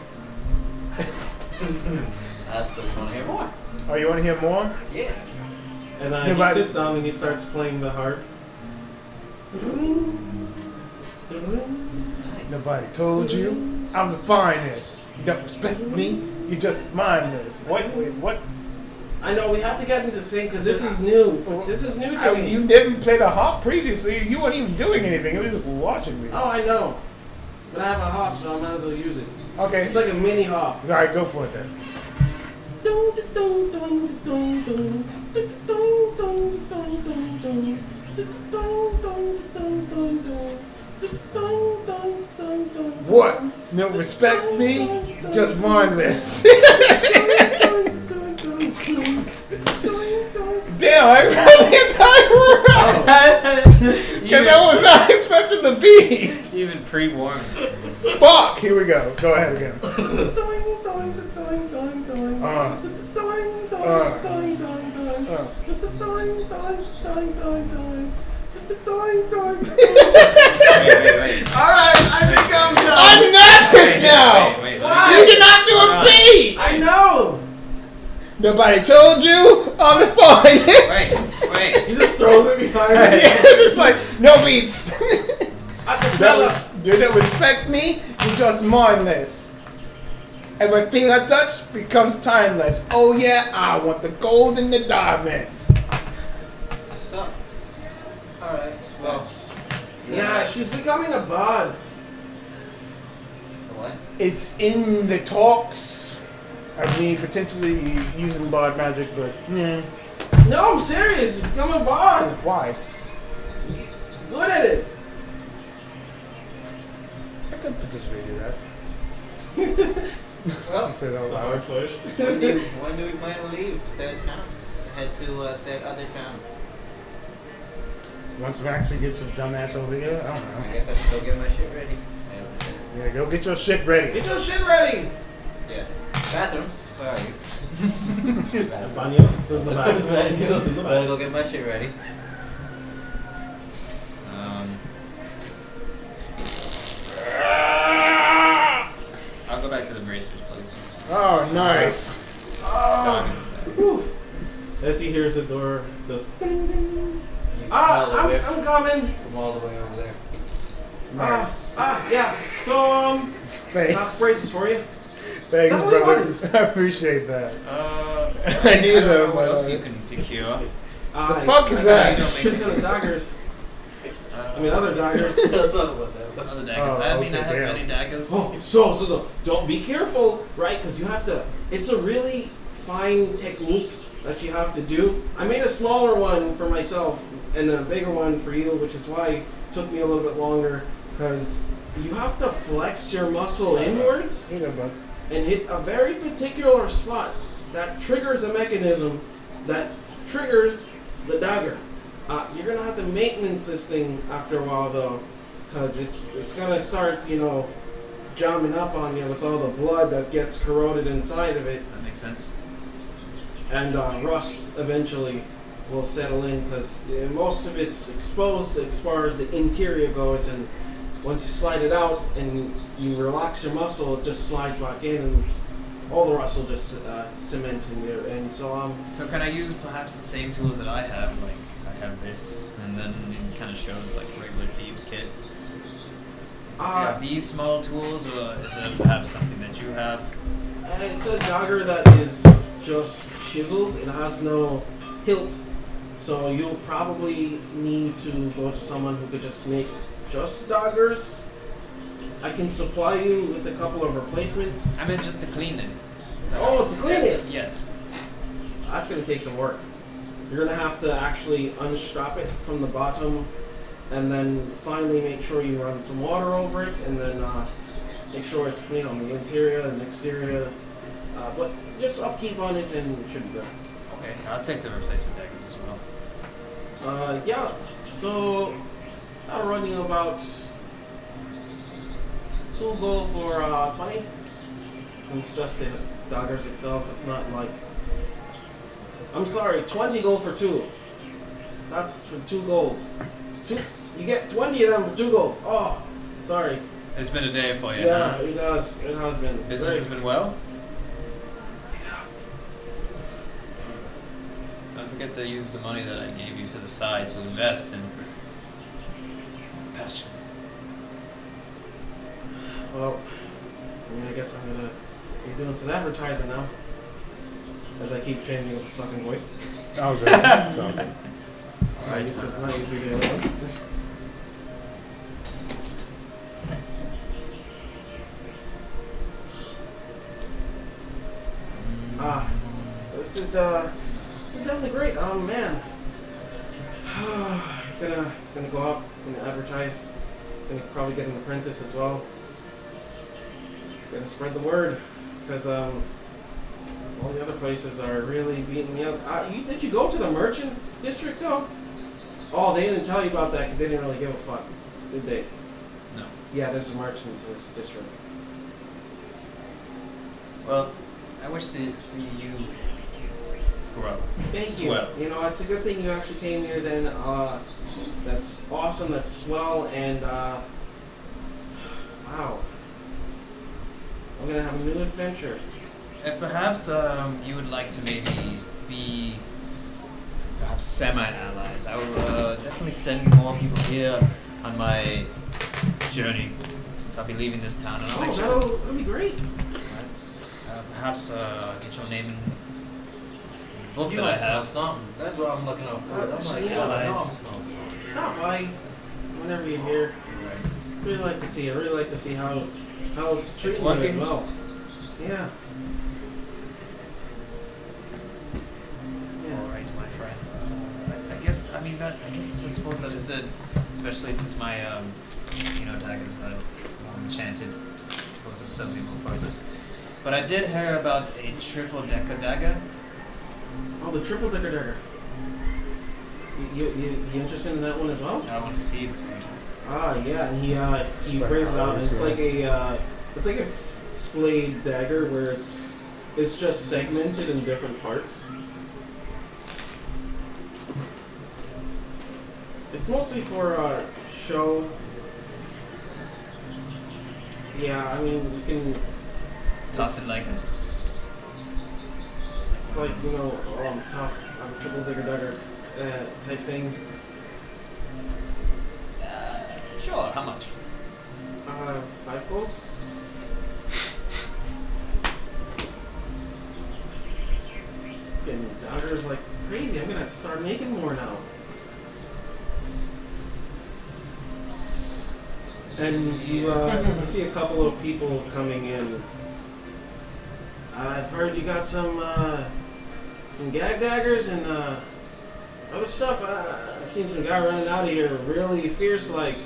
[SPEAKER 2] I just want to hear more.
[SPEAKER 3] "Oh, you want to hear more?"
[SPEAKER 2] Yes.
[SPEAKER 1] And uh,
[SPEAKER 3] Yeah, but I-
[SPEAKER 1] he sits down and he starts playing the harp.
[SPEAKER 3] Nobody told you I'm the finest. You don't respect me. You just mindless. What? Wait, what?
[SPEAKER 1] I know we have to get into sync because this is new. This is new to
[SPEAKER 3] I-
[SPEAKER 1] me.
[SPEAKER 3] you didn't play the harp previously. You weren't even doing anything. You were just watching me.
[SPEAKER 1] Oh, I know. But I have a harp, so I might as well use it.
[SPEAKER 3] Okay.
[SPEAKER 1] It's like a mini harp.
[SPEAKER 3] All right, go for it then. What? No respect me? Just mindless.
[SPEAKER 1] Uh,
[SPEAKER 3] Damn, I ran the entire round because I was not expecting the beat.
[SPEAKER 5] even pre-warmed.
[SPEAKER 3] Fuck. Here we go. Go ahead again. Uh.
[SPEAKER 1] uh,
[SPEAKER 5] Wait, wait, wait.
[SPEAKER 8] All right, I think I'm done.
[SPEAKER 3] I'm nervous
[SPEAKER 5] Wait,
[SPEAKER 3] now.
[SPEAKER 5] wait, wait, wait.
[SPEAKER 3] You cannot do a beat.
[SPEAKER 1] I know!
[SPEAKER 3] Nobody told you I'm the finest.
[SPEAKER 5] Wait, wait.
[SPEAKER 1] He just throws it behind me.
[SPEAKER 3] yeah, just like no beats. that
[SPEAKER 1] Acapella.
[SPEAKER 3] was, you didn't respect me. You just mindless. Everything I touch becomes timeless. Oh yeah, I want the gold and the diamonds.
[SPEAKER 2] Stop.
[SPEAKER 8] All right.
[SPEAKER 2] Well.
[SPEAKER 1] Yeah, she's becoming a bard.
[SPEAKER 2] What?
[SPEAKER 3] It's in the talks of me potentially using bard magic, but yeah.
[SPEAKER 1] No, I'm serious. She's becoming a bard.
[SPEAKER 3] Why?
[SPEAKER 1] Good at it.
[SPEAKER 3] I could potentially do that.
[SPEAKER 2] Well,
[SPEAKER 3] She said out loud.
[SPEAKER 1] push.
[SPEAKER 2] when do, when do we plan to leave said town? Head to uh, said other town.
[SPEAKER 3] Once Maxie gets his dumbass over here, I don't
[SPEAKER 2] I
[SPEAKER 3] know.
[SPEAKER 2] guess I should go get my shit ready. And,
[SPEAKER 3] Yeah, go get your shit ready.
[SPEAKER 1] Get your shit ready.
[SPEAKER 2] yes. Bathroom. Where are you? Bathroom.
[SPEAKER 1] It's in the It's in the
[SPEAKER 2] Better
[SPEAKER 1] back.
[SPEAKER 2] go get my shit ready. Um.
[SPEAKER 5] I'll go back to the bracelet, please.
[SPEAKER 3] Oh, nice.
[SPEAKER 1] As he hears the door, this.
[SPEAKER 2] You
[SPEAKER 1] Ah,
[SPEAKER 2] smell the
[SPEAKER 1] I'm,
[SPEAKER 2] whiff
[SPEAKER 1] I'm coming.
[SPEAKER 2] from all the way over there.
[SPEAKER 1] Ah,
[SPEAKER 3] Nice.
[SPEAKER 1] ah, yeah. So, um,
[SPEAKER 3] Thanks.
[SPEAKER 1] that's braces for you. Is
[SPEAKER 3] Thanks,
[SPEAKER 1] that what you
[SPEAKER 3] brother. I appreciate that.
[SPEAKER 5] Uh,
[SPEAKER 3] I knew
[SPEAKER 5] I don't know what
[SPEAKER 3] that. but,
[SPEAKER 5] else you
[SPEAKER 3] uh,
[SPEAKER 5] can procure.
[SPEAKER 1] The
[SPEAKER 3] fuck is that?
[SPEAKER 1] Shit to the daggers. I mean, other daggers.
[SPEAKER 2] Let's talk about that.
[SPEAKER 5] Other daggers.
[SPEAKER 3] Oh,
[SPEAKER 5] I mean, I
[SPEAKER 3] okay,
[SPEAKER 5] have
[SPEAKER 3] damn.
[SPEAKER 5] many daggers.
[SPEAKER 1] Oh, so, so, so. Don't be careful, right? Because you have to. It's a really fine technique that you have to do. I made a smaller one for myself and a bigger one for you, which is why it took me a little bit longer. Because you have to flex your muscle inwards.
[SPEAKER 3] you know, but
[SPEAKER 1] and hit a very particular spot that triggers a mechanism that triggers the dagger. Uh, you're gonna have to maintenance this thing after a while though, because it's it's gonna start you know jamming up on you with all the blood that gets corroded inside of it,
[SPEAKER 5] That makes sense.
[SPEAKER 1] and uh, rust eventually will settle in because most of it's exposed as far as the interior goes, and once you slide it out and you relax your muscle, it just slides back in, and all the rust will just uh, cement in there. And so um,
[SPEAKER 5] So can I use perhaps the same tools that I have? Like I have this, and then it kind of shows like a regular thieves kit.
[SPEAKER 1] uh,
[SPEAKER 5] yeah, these small tools, or is it perhaps something that you have?
[SPEAKER 1] it's a dagger that is just chiseled. It has no hilt, so you'll probably need to go to someone who could just make just daggers. I can supply you with a couple of replacements.
[SPEAKER 5] I meant just to clean it.
[SPEAKER 1] Oh, to clean
[SPEAKER 5] Yeah,
[SPEAKER 1] it.
[SPEAKER 5] Just, yes.
[SPEAKER 1] That's gonna take some work. You're gonna have to actually unstrap it from the bottom and then finally make sure you run some water over it, and then uh, make sure it's clean on the interior and exterior. Uh, but just upkeep on it, and it should be good.
[SPEAKER 5] Okay, I'll take the replacement daggers as well.
[SPEAKER 1] Uh, yeah. So I'll run you about two gold for uh, twenty. It's just the daggers itself. It's not like I'm sorry, twenty gold for two. That's for two gold. Two. You get twenty of them for two gold. Oh, sorry.
[SPEAKER 5] It's been a day for you.
[SPEAKER 1] Yeah,
[SPEAKER 5] huh?
[SPEAKER 1] it has. It has been.
[SPEAKER 5] Business has
[SPEAKER 1] very-
[SPEAKER 5] been well. Don't forget to use the money that I gave you to the side to invest in passion.
[SPEAKER 1] Well, I mean, I guess I'm gonna be doing some advertisement now. As I keep changing up this fucking voice.
[SPEAKER 3] Oh, good. So good.
[SPEAKER 1] I used to, I used to do it. Ah, this is uh, this is definitely great. Oh man, gonna gonna go up, gonna advertise, gonna probably get an apprentice as well. Gonna spread the word, because um, all the other places are really beating me up. Uh, you did you go to the merchant district though? Oh, they didn't tell you about that because they didn't really give a fuck, did they?
[SPEAKER 5] No.
[SPEAKER 1] Yeah, there's a merchants in this district.
[SPEAKER 5] Well, I wish to see you grow.
[SPEAKER 1] Thank
[SPEAKER 5] Swell.
[SPEAKER 1] you. You know, it's a good thing you actually came here then. Uh, that's awesome. That's swell. And, uh, wow. I'm going to have a new adventure.
[SPEAKER 5] And perhaps um, you would like to maybe be perhaps semi-allies. I will uh, definitely send more people here on my journey since I'll be leaving this town. And I'll
[SPEAKER 1] Oh,
[SPEAKER 5] make sure-
[SPEAKER 1] that'll, that'll be great.
[SPEAKER 5] Uh, perhaps uh, get your name in the book
[SPEAKER 2] You
[SPEAKER 5] that I
[SPEAKER 2] must know
[SPEAKER 5] have.
[SPEAKER 2] something. That's what I'm looking out for.
[SPEAKER 1] Uh,
[SPEAKER 2] I'm
[SPEAKER 1] just
[SPEAKER 2] like,
[SPEAKER 1] the
[SPEAKER 2] yeah, I know
[SPEAKER 5] allies.
[SPEAKER 2] I'm smelling something.
[SPEAKER 1] Stop by whenever you're here. Really like to see it. Really like to see how how it's treating you as
[SPEAKER 5] working.
[SPEAKER 1] well. Yeah.
[SPEAKER 5] All
[SPEAKER 1] Yeah.
[SPEAKER 5] right, my friend. Uh, I, I guess I mean that. I guess I suppose that is it, especially since my um, you know tag is uh, enchanted. I suppose of some evil purpose. But I did hear about a triple decker dagger.
[SPEAKER 1] Oh, the triple decker dagger. You, you, you, you interested in that one as well?
[SPEAKER 5] I want to see this one.
[SPEAKER 1] Ah, yeah, and he uh, he
[SPEAKER 3] Spec
[SPEAKER 1] brings it out. and
[SPEAKER 3] powers,
[SPEAKER 1] It's
[SPEAKER 3] yeah.
[SPEAKER 1] like a uh, it's like a f- splayed dagger where it's it's just segmented in different parts. It's mostly for uh, show. Yeah, I mean you can.
[SPEAKER 5] Toss it like a
[SPEAKER 1] It's like you know oh, I'm tough. I'm a triple digger dagger uh, type thing.
[SPEAKER 5] sure. How much?
[SPEAKER 1] Uh, five gold. And Dodger's like crazy. I'm gonna start making more now. And you, uh, you see a couple of people coming in. I've heard you got some uh, some gag daggers and uh, other stuff. I, I seen some guy running out of here really fierce like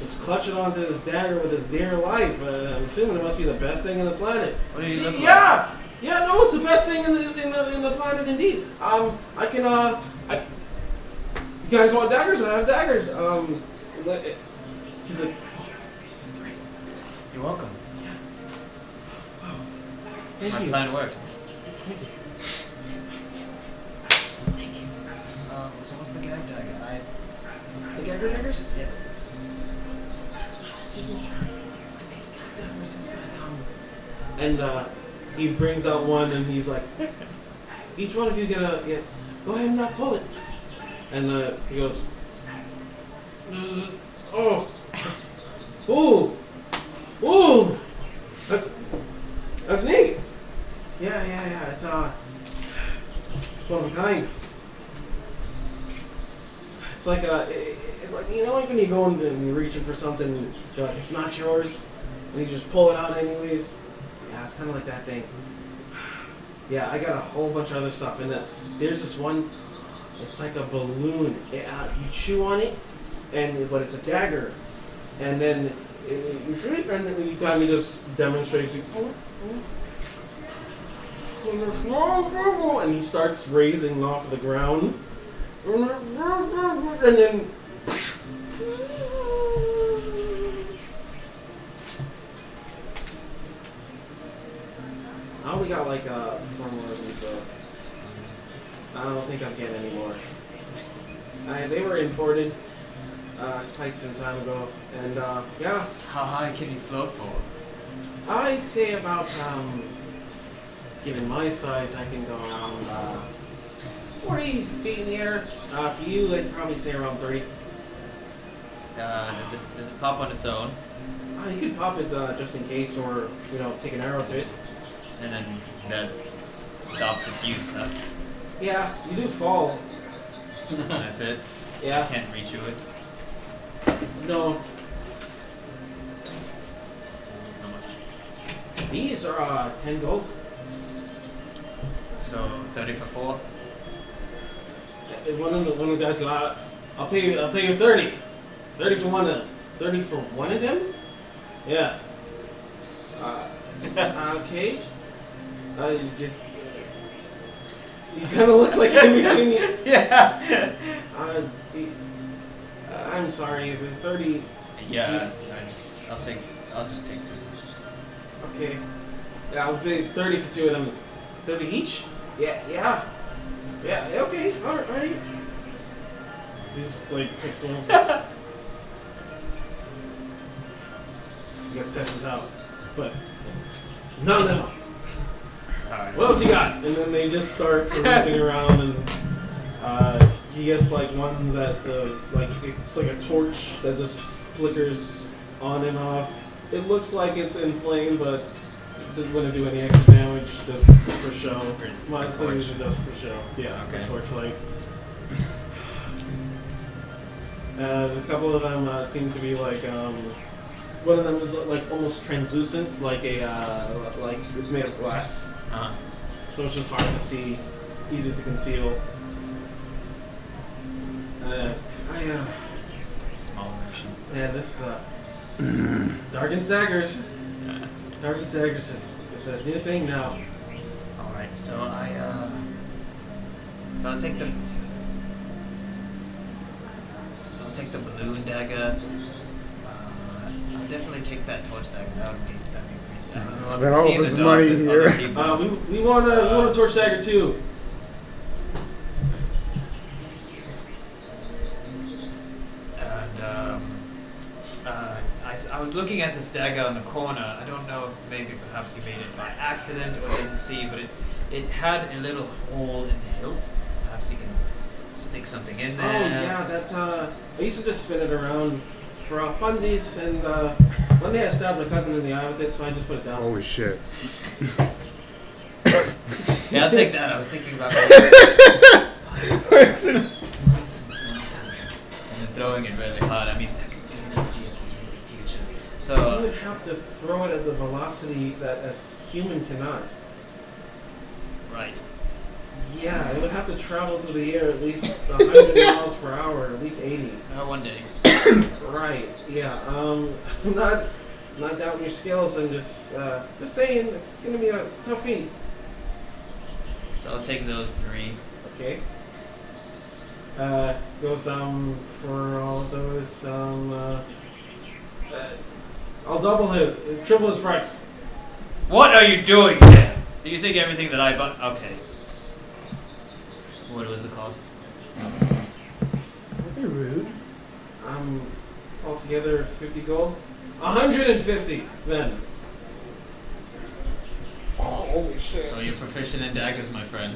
[SPEAKER 1] just clutching onto this dagger with his dear life. Uh, I'm assuming it must be the best thing on the planet.
[SPEAKER 5] What do you look like?
[SPEAKER 1] yeah, yeah, no, it's the best thing in the, in the in the planet indeed. Um, I can uh, I, you guys want daggers? I have daggers. Um, let- he's like, oh, this is great.
[SPEAKER 5] You're welcome.
[SPEAKER 1] Thank
[SPEAKER 5] my
[SPEAKER 1] you.
[SPEAKER 5] plan worked.
[SPEAKER 1] Thank you.
[SPEAKER 5] Thank you. Um, so what's the gag dagger? I
[SPEAKER 1] The dagger daggers?
[SPEAKER 5] yes.
[SPEAKER 1] That's my signature. I make goddamn resistance, um, And uh, he brings out one and he's like, each one of you get a, get, go ahead and not pull it. And uh, he goes, "Zzz, oh, ooh, ooh, that's, that's neat. Yeah, yeah, yeah, it's, uh, it's one of a kind. It's like a, it- it's like you know, like when you go into and you're reaching for something, you're like, it's not yours, and you just pull it out anyways. Yeah, it's kind of like that thing. Yeah, I got a whole bunch of other stuff in it. There's this one. It's like a balloon. It, uh, you chew on it, and but it's a dagger. And then uh, you shoot, and then you kind of just demonstrates. Like, "Oh, oh." And it's, "No, no, no," and he starts raising off the ground. And then. I only got like uh, four more of these, so I don't think I'm getting any more. I, they were imported uh, quite some time ago, and uh, yeah,
[SPEAKER 5] How high can you float for?
[SPEAKER 1] I'd say about, um, given my size, I can go around uh, 40 feet in the air. Uh, for you, I'd probably say around 30.
[SPEAKER 5] Uh, does it does it pop on its own?
[SPEAKER 1] Uh, you could pop it uh, just in case, or, you know, take an arrow to it.
[SPEAKER 5] And then that stops its use. Huh?
[SPEAKER 1] Yeah, you do fall.
[SPEAKER 5] That's it. I
[SPEAKER 1] Yeah,
[SPEAKER 5] can't reach you it.
[SPEAKER 1] no,
[SPEAKER 5] How much?
[SPEAKER 1] these are uh, 10 gold.
[SPEAKER 5] So thirty for four.
[SPEAKER 1] Uh, One of the, one of the guys go, "I- I'll pay you, I'll pay you 30. 30 for one of them. 30 for one of them? Yeah. Uh, okay. Uh, you get, he kind of looks like in between you.
[SPEAKER 5] yeah.
[SPEAKER 1] Uh, the, uh, I'm sorry, the 30.
[SPEAKER 5] Yeah. I just I'll take I'll just take two.
[SPEAKER 1] Okay. Yeah, I'll pay 30 for two of them. 30 each? Yeah, yeah. Yeah, okay, alright. He's like picks one of us. You gotta test this out. But, no, no.
[SPEAKER 5] Alright.
[SPEAKER 1] What else you got? And then they just start racing around, and uh, he gets like one that, uh, like, it's like a torch that just flickers on and off. It looks like it's in flame, but it doesn't want to do any extra damage just for show.
[SPEAKER 5] Great.
[SPEAKER 1] My
[SPEAKER 5] A torch.
[SPEAKER 1] delusion does for show. Yeah,
[SPEAKER 5] Okay.
[SPEAKER 1] a torch light. Uh, a couple of them uh, seem to be like um, one of them is like almost translucent, like a uh, like it's made of glass
[SPEAKER 5] Uh-huh.
[SPEAKER 1] so it's just hard to see, easy to conceal. Uh, I, uh,
[SPEAKER 5] Small version.
[SPEAKER 1] man, this is uh, Dark and Staggers. Dark and Staggers is, is a new thing now.
[SPEAKER 5] Alright, so I uh So I'll take the So I'll take the balloon dagger. Uh, I'll definitely take that torch dagger. That would be that'd be pretty sad. I don't know if I
[SPEAKER 3] Spent
[SPEAKER 5] can
[SPEAKER 3] all
[SPEAKER 5] see
[SPEAKER 3] of
[SPEAKER 5] in the
[SPEAKER 3] his
[SPEAKER 5] dark,
[SPEAKER 3] money
[SPEAKER 5] there's
[SPEAKER 3] here.
[SPEAKER 5] other people.
[SPEAKER 1] Uh, we we want to we want a torch dagger too.
[SPEAKER 5] and um, uh, I, s- I was looking at this dagger in the corner. I don't know if maybe perhaps he made it by accident or didn't see, but it, it had a little hole in the hilt. Perhaps he can stick something in
[SPEAKER 1] Oh
[SPEAKER 5] there.
[SPEAKER 1] yeah, that's uh, I used to just spin it around for uh, funsies, and uh, one day I stabbed my cousin in the eye with it, so I just put it down.
[SPEAKER 3] Holy shit.
[SPEAKER 5] Yeah, I'll take that. I was thinking about that. and then throwing it really hard. I mean, that could be an idea for me in the future.
[SPEAKER 1] You
[SPEAKER 5] So,
[SPEAKER 1] would have to throw it at the velocity that a s- human cannot.
[SPEAKER 5] right.
[SPEAKER 1] Yeah, it would have to travel through the air at least 100 miles per hour, at least 80.
[SPEAKER 5] Uh, one day.
[SPEAKER 1] Right. Yeah. Um, I'm not not doubting your skills. I'm just uh, just saying it's gonna be a tough feat.
[SPEAKER 5] So I'll take those three.
[SPEAKER 1] Okay. Uh, goes um for all of those um. Uh, uh, I'll double it. Triple his price.
[SPEAKER 5] What are you doing there? Do you think everything that I bought? Okay. What was the cost?
[SPEAKER 3] Don't be rude.
[SPEAKER 1] Um, altogether 50 gold. 150 then.
[SPEAKER 7] Holy shit.
[SPEAKER 5] So you're proficient in daggers, my friend.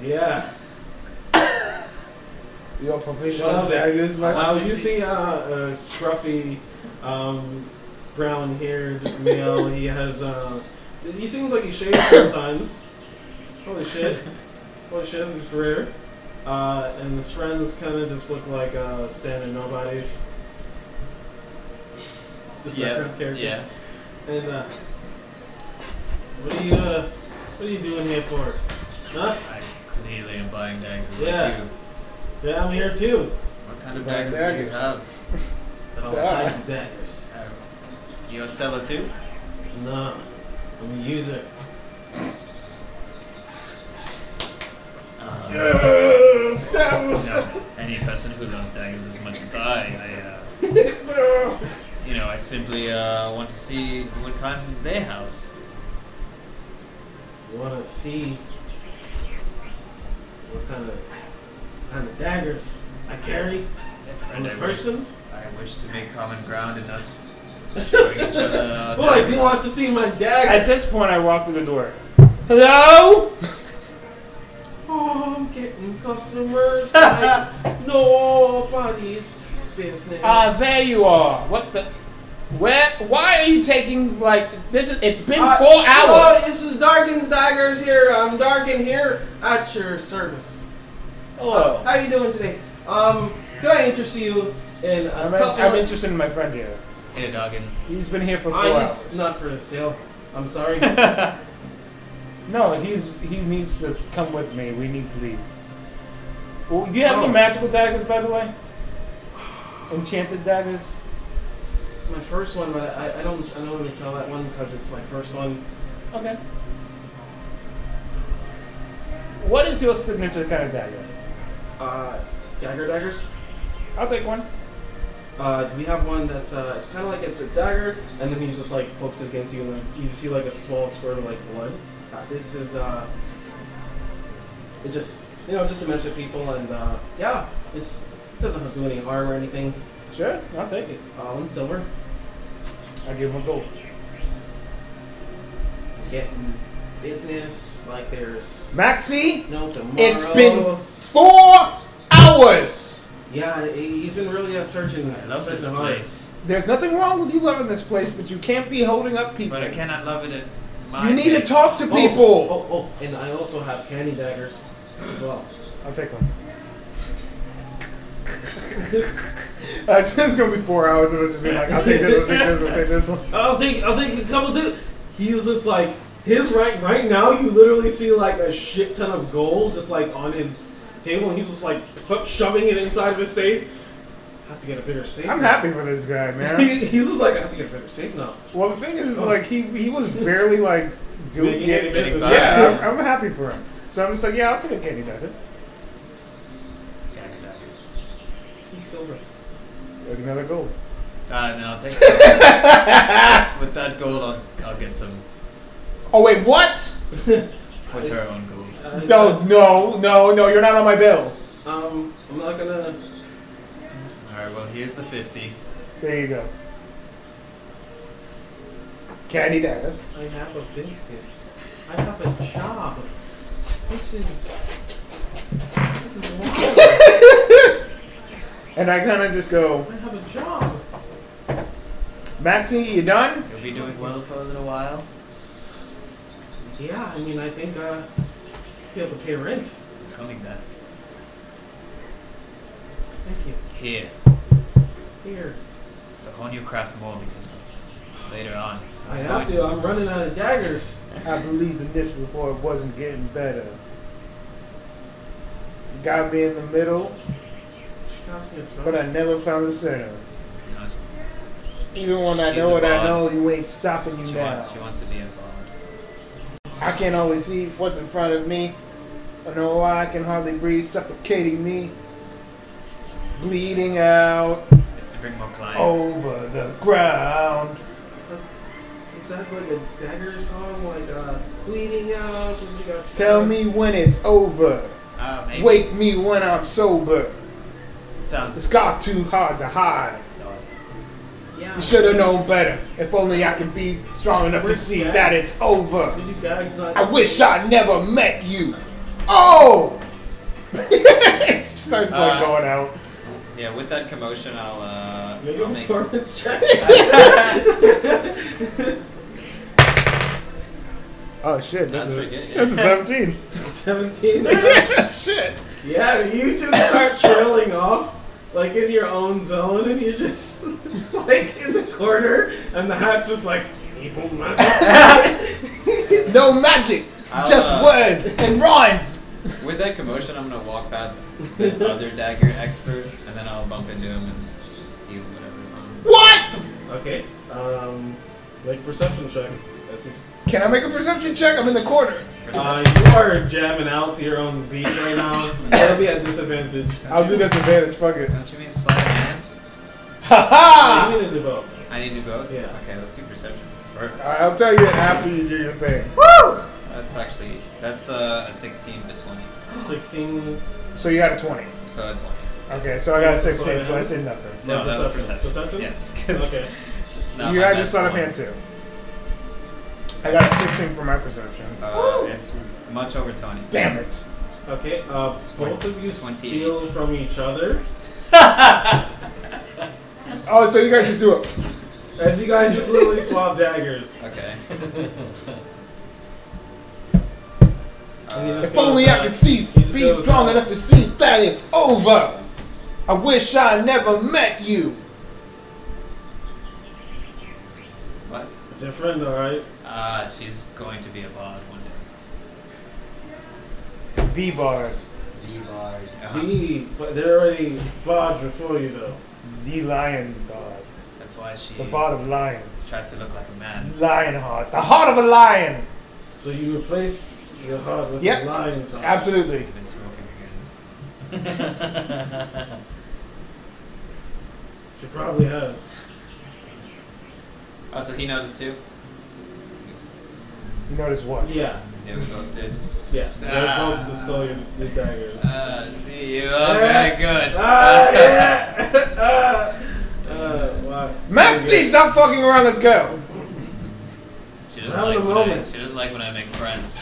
[SPEAKER 1] Yeah.
[SPEAKER 7] You're professional
[SPEAKER 1] Shut up.
[SPEAKER 7] daggers, my
[SPEAKER 1] Uh,
[SPEAKER 5] to
[SPEAKER 1] you
[SPEAKER 5] see-
[SPEAKER 1] see uh, a scruffy, um, brown-haired male. he has. Uh, he seems like he shaves sometimes. Holy shit! Holy shit! It's rare. Uh, and his friends kind of just look like uh, standard nobodies. Just
[SPEAKER 5] Yeah.
[SPEAKER 1] background characters.
[SPEAKER 5] Yeah.
[SPEAKER 1] And uh, what are you? Uh, what are you doing here for? Huh?
[SPEAKER 5] I clearly am buying daggers
[SPEAKER 1] Yeah.
[SPEAKER 5] like you.
[SPEAKER 1] Yeah, I'm here too.
[SPEAKER 5] What kind of
[SPEAKER 7] Well,
[SPEAKER 5] daggers, do you
[SPEAKER 7] daggers.
[SPEAKER 5] have?
[SPEAKER 1] And all
[SPEAKER 7] Yeah.
[SPEAKER 1] kinds of daggers.
[SPEAKER 5] Uh, you a seller too?
[SPEAKER 1] No, I'm a user.
[SPEAKER 5] Uh,
[SPEAKER 7] Stab him, stab
[SPEAKER 5] No, any person who loves daggers as much as I, I uh,
[SPEAKER 7] him.
[SPEAKER 5] you know, I simply uh, want to see what kind they house.
[SPEAKER 1] You want to see what kind of kind of daggers I carry on
[SPEAKER 5] And
[SPEAKER 1] the
[SPEAKER 5] I wish,
[SPEAKER 1] persons?
[SPEAKER 5] I wish to make common ground in us showing each other. our
[SPEAKER 1] Boys, he
[SPEAKER 5] daggers.
[SPEAKER 1] wants to see my dagger.
[SPEAKER 7] At this point, I walk through the door. Hello?
[SPEAKER 1] Oh, I'm getting customers like nobody's business.
[SPEAKER 7] Ah, there you are. What the? Where? Why are you taking like this? Is, it's been
[SPEAKER 1] Uh,
[SPEAKER 7] four
[SPEAKER 1] hello,
[SPEAKER 7] hours.
[SPEAKER 1] this is Darkin's Daggers here. I'm Darkin here at your service. Uh, how you doing today? Um, could I interest you in a
[SPEAKER 7] I'm, in-
[SPEAKER 1] couple? Uh,
[SPEAKER 7] I'm interested in my friend here.
[SPEAKER 5] Here, Doggin.
[SPEAKER 7] He's been here for four
[SPEAKER 1] Mine
[SPEAKER 7] hours.
[SPEAKER 1] is not for sale. I'm sorry.
[SPEAKER 7] No, he's he needs to come with me. We need to leave. Well, do you have
[SPEAKER 1] Oh.
[SPEAKER 7] any magical daggers, by the way? Enchanted daggers.
[SPEAKER 1] my first one, but I, I don't, I don't really sell that one because it's my first one.
[SPEAKER 7] Okay. What is your signature kind of dagger?
[SPEAKER 1] Uh, dagger daggers.
[SPEAKER 7] I'll take one.
[SPEAKER 1] Uh, we have one that's uh, it's kind of like it's a dagger, and then he just like pokes it against you, and like, you see like a small squirt of like blood. Uh, this is uh, it just you know just to mess with people, and uh, yeah, it's it doesn't do any harm or anything.
[SPEAKER 7] Sure, I'll take it.
[SPEAKER 1] Uh, one silver,
[SPEAKER 7] I'll give him a gold.
[SPEAKER 1] getting business like there's
[SPEAKER 3] Maxie,
[SPEAKER 1] no tomorrow.
[SPEAKER 3] it's been four hours.
[SPEAKER 1] yeah, he- he's been really uh, searching.
[SPEAKER 5] I love
[SPEAKER 1] searching
[SPEAKER 5] this
[SPEAKER 1] hard.
[SPEAKER 5] place,
[SPEAKER 3] There's nothing wrong with you loving this place, but you can't be holding up people.
[SPEAKER 5] but I cannot love it at my.
[SPEAKER 3] You need to
[SPEAKER 5] pace.
[SPEAKER 3] talk to
[SPEAKER 1] Oh,
[SPEAKER 3] people.
[SPEAKER 1] Oh, oh, and I also have candy daggers as well.
[SPEAKER 3] I'll take one. uh, it's just gonna be four hours of us just being like, I'll take this, I'll take this, I'll take this one.
[SPEAKER 1] I'll take I'll take a couple too. He's just like his right right now. You literally see like a shit ton of gold just like on his table, and he's just like pu- shoving it inside of his safe. Have to get a bigger safe.
[SPEAKER 3] I'm
[SPEAKER 1] now.
[SPEAKER 3] happy for this guy, man.
[SPEAKER 1] He- he's just like I have to get a bigger safe now.
[SPEAKER 3] Well, the thing is, is like he he was barely like doing
[SPEAKER 1] Making any
[SPEAKER 3] it.
[SPEAKER 1] business.
[SPEAKER 3] Yeah, I'm, I'm happy for him. So I'm just like, yeah, I'll take a candy dagger.
[SPEAKER 5] Dagger, dagger.
[SPEAKER 1] Two silver.
[SPEAKER 3] Like another gold.
[SPEAKER 5] Uh, and then I'll take. Some. With that gold, I'll, I'll get some
[SPEAKER 3] Oh wait, what?
[SPEAKER 5] with her own gold.
[SPEAKER 1] Uh, he's
[SPEAKER 3] No, no, no, no. You're not on my bill.
[SPEAKER 1] like, um, I'm not gonna.
[SPEAKER 5] All right. Well, here's the fifty.
[SPEAKER 3] There you go. Candy dagger.
[SPEAKER 1] I have a business. I have a job. This is. This is wild.
[SPEAKER 3] And I kind of just go,
[SPEAKER 1] I have a job.
[SPEAKER 3] Maxie, you done?
[SPEAKER 5] You'll be doing well for a little while.
[SPEAKER 1] Yeah, I mean, I think uh, you have to pay rent.
[SPEAKER 5] Coming back
[SPEAKER 1] Thank you.
[SPEAKER 5] here.
[SPEAKER 1] Here.
[SPEAKER 5] So hone your craft more because later on.
[SPEAKER 1] I have to. I'm running out of daggers.
[SPEAKER 3] I believed in this before it wasn't getting better. Got me in the middle,
[SPEAKER 1] She cost me a spell.
[SPEAKER 3] but I never found the center.
[SPEAKER 5] You know, she,
[SPEAKER 3] Even when I
[SPEAKER 5] She's
[SPEAKER 3] know
[SPEAKER 5] a
[SPEAKER 3] what I
[SPEAKER 5] bard.
[SPEAKER 3] know, you ain't stopping you
[SPEAKER 5] she,
[SPEAKER 3] now.
[SPEAKER 5] wants, she wants to be involved.
[SPEAKER 3] I can't always see what's in front of me. I know why I can hardly breathe, suffocating me, bleeding out
[SPEAKER 5] It's to bring more clients.
[SPEAKER 3] over the ground.
[SPEAKER 1] Is that like a dagger song? Like, uh, bleeding out because you got
[SPEAKER 3] Tell me when it's over.
[SPEAKER 5] Uh, maybe.
[SPEAKER 3] Wake me when I'm sober.
[SPEAKER 5] Sounds
[SPEAKER 3] It's got too hard to hide.
[SPEAKER 5] dark.
[SPEAKER 1] Yeah.
[SPEAKER 3] You should have known better. If only I could be strong enough to see that it's over.
[SPEAKER 1] Did you guys not?
[SPEAKER 3] I wish I never met you. Oh! Starts
[SPEAKER 5] Uh,
[SPEAKER 3] out.
[SPEAKER 5] Yeah, with that commotion, I'll, uh,
[SPEAKER 1] Make
[SPEAKER 5] I'll
[SPEAKER 1] a
[SPEAKER 5] make
[SPEAKER 1] performance check.
[SPEAKER 3] Oh shit!
[SPEAKER 5] That's
[SPEAKER 3] That's, a,
[SPEAKER 5] pretty good, yeah.
[SPEAKER 3] that's a seventeen.
[SPEAKER 1] 17.
[SPEAKER 3] shit!
[SPEAKER 1] yeah, you just start trailing off. Like in your own zone, and you're just like in the corner, and the hat's just like evil man.
[SPEAKER 3] No magic,
[SPEAKER 5] I'll,
[SPEAKER 3] just
[SPEAKER 5] uh,
[SPEAKER 3] words and rhymes.
[SPEAKER 5] With that commotion, I'm gonna walk past the other dagger expert, and then I'll bump into him and steal whatever's on him.
[SPEAKER 1] Okay. Um, make perception check. That's just,
[SPEAKER 3] Can I make a perception check? I'm in the corner.
[SPEAKER 1] uh, you are jamming out to your own beat right now. That'll be at disadvantage.
[SPEAKER 3] I'll do disadvantage. Fuck it.
[SPEAKER 5] Don't you mean sleight of hand?
[SPEAKER 3] Ha ha!
[SPEAKER 1] You need to do both.
[SPEAKER 5] I need to do both.
[SPEAKER 1] Yeah.
[SPEAKER 5] Okay, let's do perception first.
[SPEAKER 3] Alright, I'll tell you after you do your thing.
[SPEAKER 5] That's actually that's uh, a 16 to 20,
[SPEAKER 1] Sixteen.
[SPEAKER 3] So you got a 20.
[SPEAKER 5] so a 20.
[SPEAKER 3] Okay, so I got a 16, so I say nothing.
[SPEAKER 5] No, that was perception.
[SPEAKER 1] Perception.
[SPEAKER 5] Yes. 'cause
[SPEAKER 1] Okay.
[SPEAKER 5] It's not
[SPEAKER 3] you
[SPEAKER 5] my
[SPEAKER 3] had your
[SPEAKER 5] best
[SPEAKER 3] sleight of
[SPEAKER 5] one.
[SPEAKER 3] hand too. I got a 16 for my perception.
[SPEAKER 5] Uh, it's much over 20.
[SPEAKER 3] Damn it.
[SPEAKER 1] Okay. Uh, both of you steal
[SPEAKER 5] 28.
[SPEAKER 1] from each other.
[SPEAKER 3] Oh, so you guys should do it.
[SPEAKER 1] As you guys just literally swap daggers.
[SPEAKER 5] Okay.
[SPEAKER 1] And you
[SPEAKER 3] If
[SPEAKER 1] just
[SPEAKER 3] only I could see,
[SPEAKER 1] He's
[SPEAKER 3] be
[SPEAKER 1] goes
[SPEAKER 3] strong
[SPEAKER 1] out.
[SPEAKER 3] enough to see that it's over. I wish I never met you.
[SPEAKER 5] Uh, What?
[SPEAKER 1] It's your friend, all right?
[SPEAKER 5] Uh, she's going to be a bod one day.
[SPEAKER 3] The bard,
[SPEAKER 2] The bard.
[SPEAKER 5] Uh-huh.
[SPEAKER 1] He, but they're already bodged before you, though.
[SPEAKER 3] the lion god,
[SPEAKER 5] That's why she
[SPEAKER 3] the bard of lions,
[SPEAKER 5] tries to look like a man.
[SPEAKER 3] lion heart, the heart of a lion.
[SPEAKER 1] So you replace your heart with
[SPEAKER 3] Yep.
[SPEAKER 1] a lion's heart.
[SPEAKER 3] Absolutely.
[SPEAKER 5] I've been smoking again.
[SPEAKER 1] She probably has.
[SPEAKER 5] oh, so he noticed too?
[SPEAKER 3] You notice what?
[SPEAKER 1] Yeah,
[SPEAKER 5] Yeah, we both did.
[SPEAKER 1] yeah. They're
[SPEAKER 5] Ah.
[SPEAKER 1] supposed to steal your, your daggers.
[SPEAKER 5] Uh, see you.
[SPEAKER 1] Yeah.
[SPEAKER 5] Okay, good.
[SPEAKER 1] Ah, yeah! ah, uh, wow.
[SPEAKER 3] Maxie, stop fucking around. Let's go.
[SPEAKER 5] She doesn't
[SPEAKER 1] Have a
[SPEAKER 5] like when I,
[SPEAKER 1] moment.
[SPEAKER 5] she doesn't like when I make friends.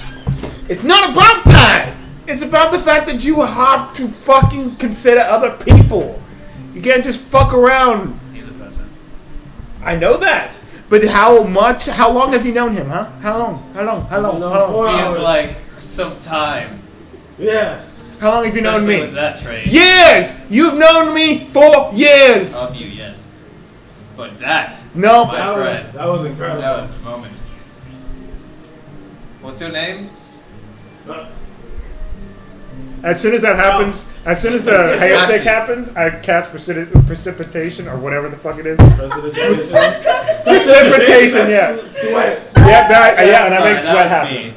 [SPEAKER 3] It's not about that. It's about the fact that you have to fucking consider other people. You can't just fuck around.
[SPEAKER 5] He's a person.
[SPEAKER 3] I know that. But how much? How long have you known him? Huh? How long? How long? How long?
[SPEAKER 1] known
[SPEAKER 3] How long?
[SPEAKER 1] for-
[SPEAKER 5] Feels
[SPEAKER 1] hours.
[SPEAKER 5] like some time.
[SPEAKER 1] Yeah.
[SPEAKER 3] How long have you known
[SPEAKER 5] especially
[SPEAKER 3] me?
[SPEAKER 5] With that trade.
[SPEAKER 3] Years! You've known me for years!
[SPEAKER 5] Of you, yes. But that,
[SPEAKER 3] No,
[SPEAKER 5] my
[SPEAKER 1] That
[SPEAKER 5] friend,
[SPEAKER 1] was that was incredible.
[SPEAKER 5] that was a moment. What's your name?
[SPEAKER 1] Uh,
[SPEAKER 9] As soon as that happens, as soon as the
[SPEAKER 5] That's
[SPEAKER 9] handshake
[SPEAKER 5] it.
[SPEAKER 9] happens, I cast precipit- precipitation or whatever the fuck it is.
[SPEAKER 1] President Jefferson.
[SPEAKER 9] Precipitation, yeah.
[SPEAKER 1] That's Sweat.
[SPEAKER 9] Yeah, that,
[SPEAKER 3] Uh,
[SPEAKER 9] yeah, and I
[SPEAKER 5] Sorry,
[SPEAKER 9] make
[SPEAKER 5] that
[SPEAKER 9] sweat
[SPEAKER 5] was
[SPEAKER 9] happen.
[SPEAKER 5] me.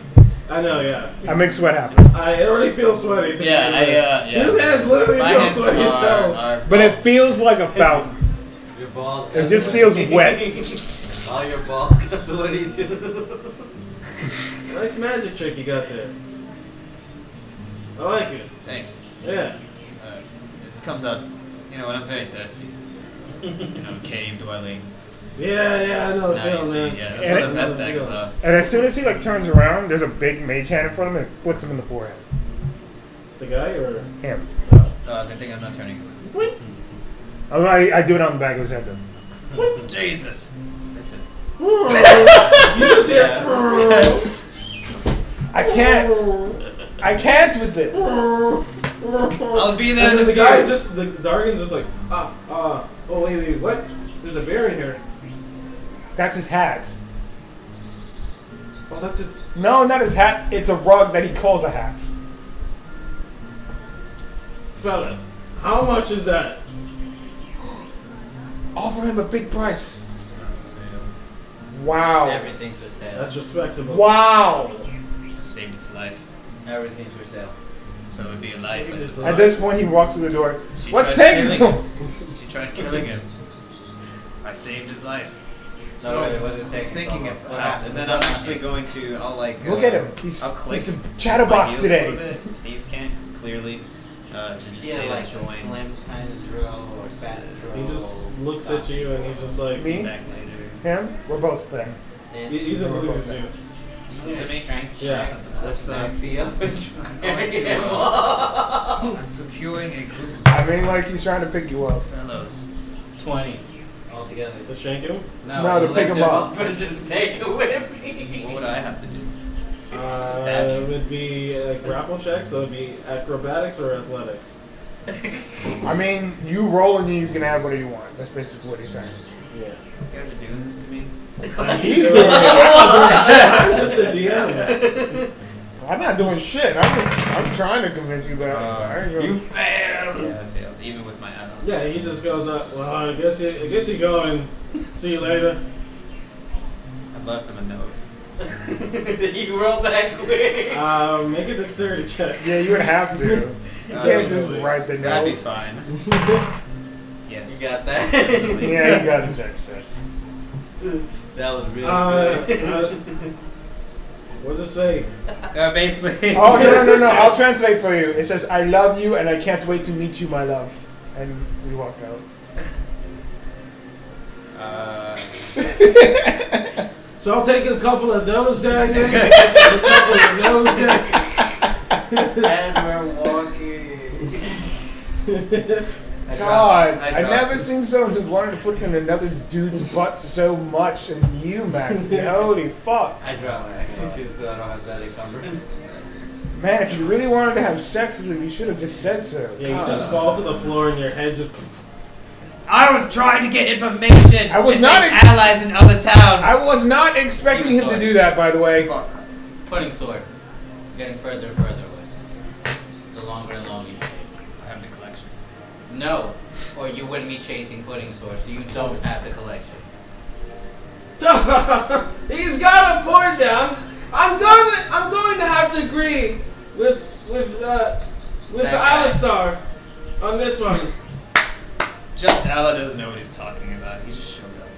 [SPEAKER 1] I know. Yeah.
[SPEAKER 9] I make sweat happen.
[SPEAKER 1] I it already feels sweaty. To
[SPEAKER 5] Yeah,
[SPEAKER 1] me, but
[SPEAKER 5] I, uh, yeah.
[SPEAKER 1] His hands literally
[SPEAKER 5] My
[SPEAKER 1] feel
[SPEAKER 5] hands
[SPEAKER 1] sweaty as
[SPEAKER 5] are,
[SPEAKER 1] hell.
[SPEAKER 5] are
[SPEAKER 9] But it feels like a fountain.
[SPEAKER 2] Your balls.
[SPEAKER 9] It just feels wet.
[SPEAKER 2] All your balls. That's what he do.
[SPEAKER 1] Nice magic trick you got there. I like it.
[SPEAKER 5] Thanks.
[SPEAKER 1] Yeah.
[SPEAKER 5] Uh, it comes out, you know, when I'm very thirsty. you know, cave dwelling.
[SPEAKER 1] Yeah, yeah, I know
[SPEAKER 3] Oh,
[SPEAKER 1] the
[SPEAKER 5] Now you
[SPEAKER 1] feeling,
[SPEAKER 5] see,
[SPEAKER 1] man.
[SPEAKER 5] yeah, that's
[SPEAKER 9] And
[SPEAKER 5] where
[SPEAKER 9] it-
[SPEAKER 5] the best daggers are.
[SPEAKER 9] And as soon as he like turns around, there's a big mage hand in front of him and flicks him in the forehead.
[SPEAKER 1] The guy or
[SPEAKER 9] Him.
[SPEAKER 5] Oh, good thing I'm not turning around.
[SPEAKER 9] Although I, I do it on the back of his head though.
[SPEAKER 5] Jesus! Listen.
[SPEAKER 1] you just hear
[SPEAKER 3] I can't. I can't with this.
[SPEAKER 5] I'll be there
[SPEAKER 1] And then
[SPEAKER 5] in a
[SPEAKER 1] the
[SPEAKER 5] few.
[SPEAKER 1] guy's just the Dargan's just like, ah, ah, oh wait, wait, what? There's a bear in here.
[SPEAKER 3] That's his hat.
[SPEAKER 1] Oh, that's just
[SPEAKER 3] No, not his hat. It's a rug that he calls a hat.
[SPEAKER 1] fella. How much is that?
[SPEAKER 3] Offer him a big price.
[SPEAKER 5] It's not for sale.
[SPEAKER 3] Wow.
[SPEAKER 2] Everything's for sale.
[SPEAKER 1] That's respectable.
[SPEAKER 3] Wow.
[SPEAKER 5] I saved its life.
[SPEAKER 2] Everything's for sale.
[SPEAKER 5] So it would be a life, I
[SPEAKER 1] Saved its
[SPEAKER 5] suppose.
[SPEAKER 1] life.
[SPEAKER 3] At this point, he walks through the door.
[SPEAKER 5] She
[SPEAKER 3] What's
[SPEAKER 5] tried
[SPEAKER 3] taking so
[SPEAKER 5] killing She tried killing him. I saved his life. So
[SPEAKER 2] wait, what is
[SPEAKER 5] I was
[SPEAKER 2] taking
[SPEAKER 5] thinking
[SPEAKER 2] so
[SPEAKER 5] of
[SPEAKER 2] long? What
[SPEAKER 5] perhaps,
[SPEAKER 2] happened?
[SPEAKER 5] and then I'm actually going to. I'll like.
[SPEAKER 3] Look
[SPEAKER 5] uh,
[SPEAKER 3] at him. He's,
[SPEAKER 5] I'll click
[SPEAKER 3] he's a
[SPEAKER 5] my
[SPEAKER 3] chatterbox
[SPEAKER 5] heels a little
[SPEAKER 3] today.
[SPEAKER 5] bit. Thieves can't clearly. Uh, to just
[SPEAKER 2] Yeah,
[SPEAKER 5] say
[SPEAKER 2] like
[SPEAKER 5] like
[SPEAKER 2] a
[SPEAKER 5] join
[SPEAKER 2] slim kind of drill or fat drill.
[SPEAKER 1] He just looks at you and he's just like,
[SPEAKER 3] Me?
[SPEAKER 5] back later.
[SPEAKER 9] Him? We're both thin.
[SPEAKER 2] Then
[SPEAKER 1] He, he just
[SPEAKER 3] We're
[SPEAKER 1] looks
[SPEAKER 3] both
[SPEAKER 1] at you.
[SPEAKER 2] you
[SPEAKER 5] To me?
[SPEAKER 2] strength
[SPEAKER 1] Yeah.
[SPEAKER 2] check, lips up. Maxi up and
[SPEAKER 5] going to,
[SPEAKER 2] him up.
[SPEAKER 5] I'm procuring a group
[SPEAKER 3] I mean, like he's trying to pick you up.
[SPEAKER 5] of fellows.
[SPEAKER 2] Twenty altogether.
[SPEAKER 1] To shank him?
[SPEAKER 3] No, to
[SPEAKER 2] lift
[SPEAKER 3] pick him up.
[SPEAKER 2] and just take it with
[SPEAKER 5] What
[SPEAKER 2] me.
[SPEAKER 5] would I have to do?
[SPEAKER 1] Uh,
[SPEAKER 5] Stab
[SPEAKER 1] it
[SPEAKER 5] you.
[SPEAKER 1] would be a grapple check, so it would be acrobatics or athletics.
[SPEAKER 3] I mean, you roll and you can add whatever you want. That's basically what he's saying.
[SPEAKER 1] Yeah.
[SPEAKER 5] You guys are doing this to me.
[SPEAKER 3] He's doing it.
[SPEAKER 1] I'm just a DM.
[SPEAKER 3] I'm not doing shit. I'm just I'm trying to convince you, but I ain't gonna-
[SPEAKER 5] You failed. Yeah, I failed. Even with my add-on.
[SPEAKER 1] Yeah, he just goes up. Well, I guess you, I guess you're going. See you later.
[SPEAKER 5] I left him a note. you rolled that quick.
[SPEAKER 1] Uh, make a dexterity check.
[SPEAKER 3] yeah, you would have to. You can't just
[SPEAKER 1] Absolutely.
[SPEAKER 3] write the
[SPEAKER 5] That'd be
[SPEAKER 3] note.
[SPEAKER 5] fine. Yes.
[SPEAKER 2] You got that?
[SPEAKER 3] Yeah, you got a text check.
[SPEAKER 2] that was really
[SPEAKER 1] Uh, uh,
[SPEAKER 2] good.
[SPEAKER 1] what does it say?
[SPEAKER 5] Uh, basically.
[SPEAKER 3] Oh no no no no! I'll translate for you. It says, "I love you and I can't wait to meet you, my love." And we walk out.
[SPEAKER 5] Uh,
[SPEAKER 1] So I'll take a couple of those daggers. a couple of those daggers.
[SPEAKER 2] and we're walking. I
[SPEAKER 3] God,
[SPEAKER 2] dropped- I
[SPEAKER 3] I've
[SPEAKER 2] dropped
[SPEAKER 3] never
[SPEAKER 2] it.
[SPEAKER 3] seen someone who wanted to put in another dude's butt so much, and you, Max. Holy fuck,
[SPEAKER 2] I dropped it. so I don't have that encumbrance.
[SPEAKER 3] man! If you really wanted to have sex with him, you should have just said so.
[SPEAKER 1] Yeah, you
[SPEAKER 3] God.
[SPEAKER 1] just fall to the floor and your head just.
[SPEAKER 5] I was trying to get information.
[SPEAKER 3] I was
[SPEAKER 5] and
[SPEAKER 3] not
[SPEAKER 5] make
[SPEAKER 3] ex-
[SPEAKER 5] allies in other towns.
[SPEAKER 3] I was not expecting him to do that, by the way.
[SPEAKER 2] Fuck. Putting sword. Getting further and further away. The longer and longer you take.
[SPEAKER 5] I have the collection.
[SPEAKER 2] No, or you wouldn't be chasing putting sword, so you don't have the collection.
[SPEAKER 1] He's got a point there. I'm, I'm going. To, I'm going to have to agree with with uh, with
[SPEAKER 2] That
[SPEAKER 1] Alistar on this one.
[SPEAKER 5] Just Ella doesn't know what he's talking about. He just showed up.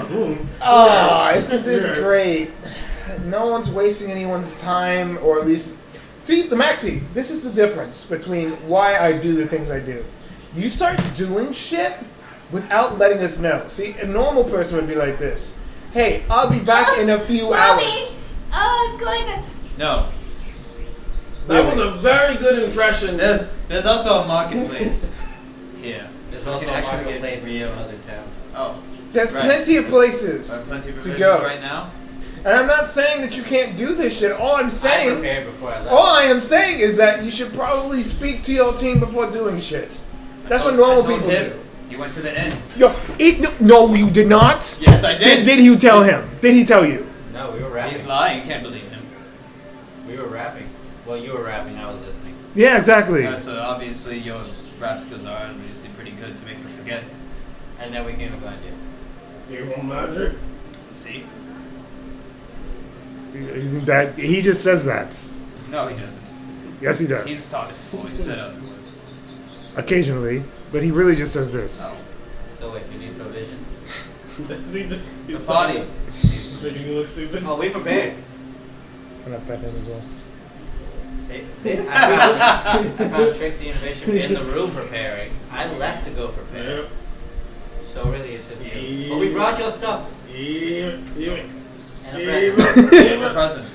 [SPEAKER 3] Oh, isn't this great? No one's wasting anyone's time, or at least. See, the Maxi, this is the difference between why I do the things I do. You start doing shit without letting us know. See, a normal person would be like this Hey, I'll be back in a few hours.
[SPEAKER 10] Mommy, oh, I'm going to.
[SPEAKER 5] No.
[SPEAKER 1] That was a very good impression.
[SPEAKER 5] There's there's also a marketplace here.
[SPEAKER 2] There's also
[SPEAKER 5] can
[SPEAKER 2] a
[SPEAKER 5] actually get
[SPEAKER 2] marketplace in
[SPEAKER 5] real-
[SPEAKER 2] another town.
[SPEAKER 5] Oh,
[SPEAKER 3] There's
[SPEAKER 5] Right.
[SPEAKER 3] plenty of places.
[SPEAKER 5] I have plenty of
[SPEAKER 3] To
[SPEAKER 5] provisions
[SPEAKER 3] go.
[SPEAKER 5] right now.
[SPEAKER 3] And I'm not saying that you can't do this shit. All I'm
[SPEAKER 2] I
[SPEAKER 3] saying.
[SPEAKER 2] prepared before I left.
[SPEAKER 3] All I am saying is that you should probably speak to your team before doing shit. That's
[SPEAKER 5] Told-
[SPEAKER 3] what normal
[SPEAKER 5] I told
[SPEAKER 3] people
[SPEAKER 5] him.
[SPEAKER 3] do.
[SPEAKER 5] You went to the end.
[SPEAKER 3] Yo, it, no, no, you did not.
[SPEAKER 5] Yes, I
[SPEAKER 3] Did, did you tell him? Did he tell you?
[SPEAKER 2] No, we were
[SPEAKER 5] He's
[SPEAKER 2] rapping.
[SPEAKER 5] lying. You can't believe him.
[SPEAKER 2] We were rapping. Well, you were rapping, I was listening.
[SPEAKER 3] Yeah, exactly.
[SPEAKER 5] No, Uh, so obviously your rap skills are obviously pretty good to make us forget.
[SPEAKER 2] And then we came to find you.
[SPEAKER 1] You want magic?
[SPEAKER 5] See?
[SPEAKER 3] That he just says that.
[SPEAKER 5] No, he doesn't.
[SPEAKER 3] Yes, he
[SPEAKER 5] He's
[SPEAKER 3] does.
[SPEAKER 5] taught it before. He said other words.
[SPEAKER 3] Occasionally, but he really just says this.
[SPEAKER 5] Oh.
[SPEAKER 2] So wait, you need provisions?
[SPEAKER 1] Does he just?
[SPEAKER 2] The
[SPEAKER 1] he's so-
[SPEAKER 2] body.
[SPEAKER 1] Making you look stupid.
[SPEAKER 2] Oh, we prepared.
[SPEAKER 3] And I pet him as well.
[SPEAKER 2] I found, I found Trixie and Bishop in the room preparing. I left to go prepare.
[SPEAKER 1] Yeah,
[SPEAKER 2] So really, it's just you. But we brought your stuff.
[SPEAKER 1] yeah, yeah,
[SPEAKER 2] And a present.
[SPEAKER 1] yeah,
[SPEAKER 5] It's a
[SPEAKER 1] yeah,
[SPEAKER 5] present.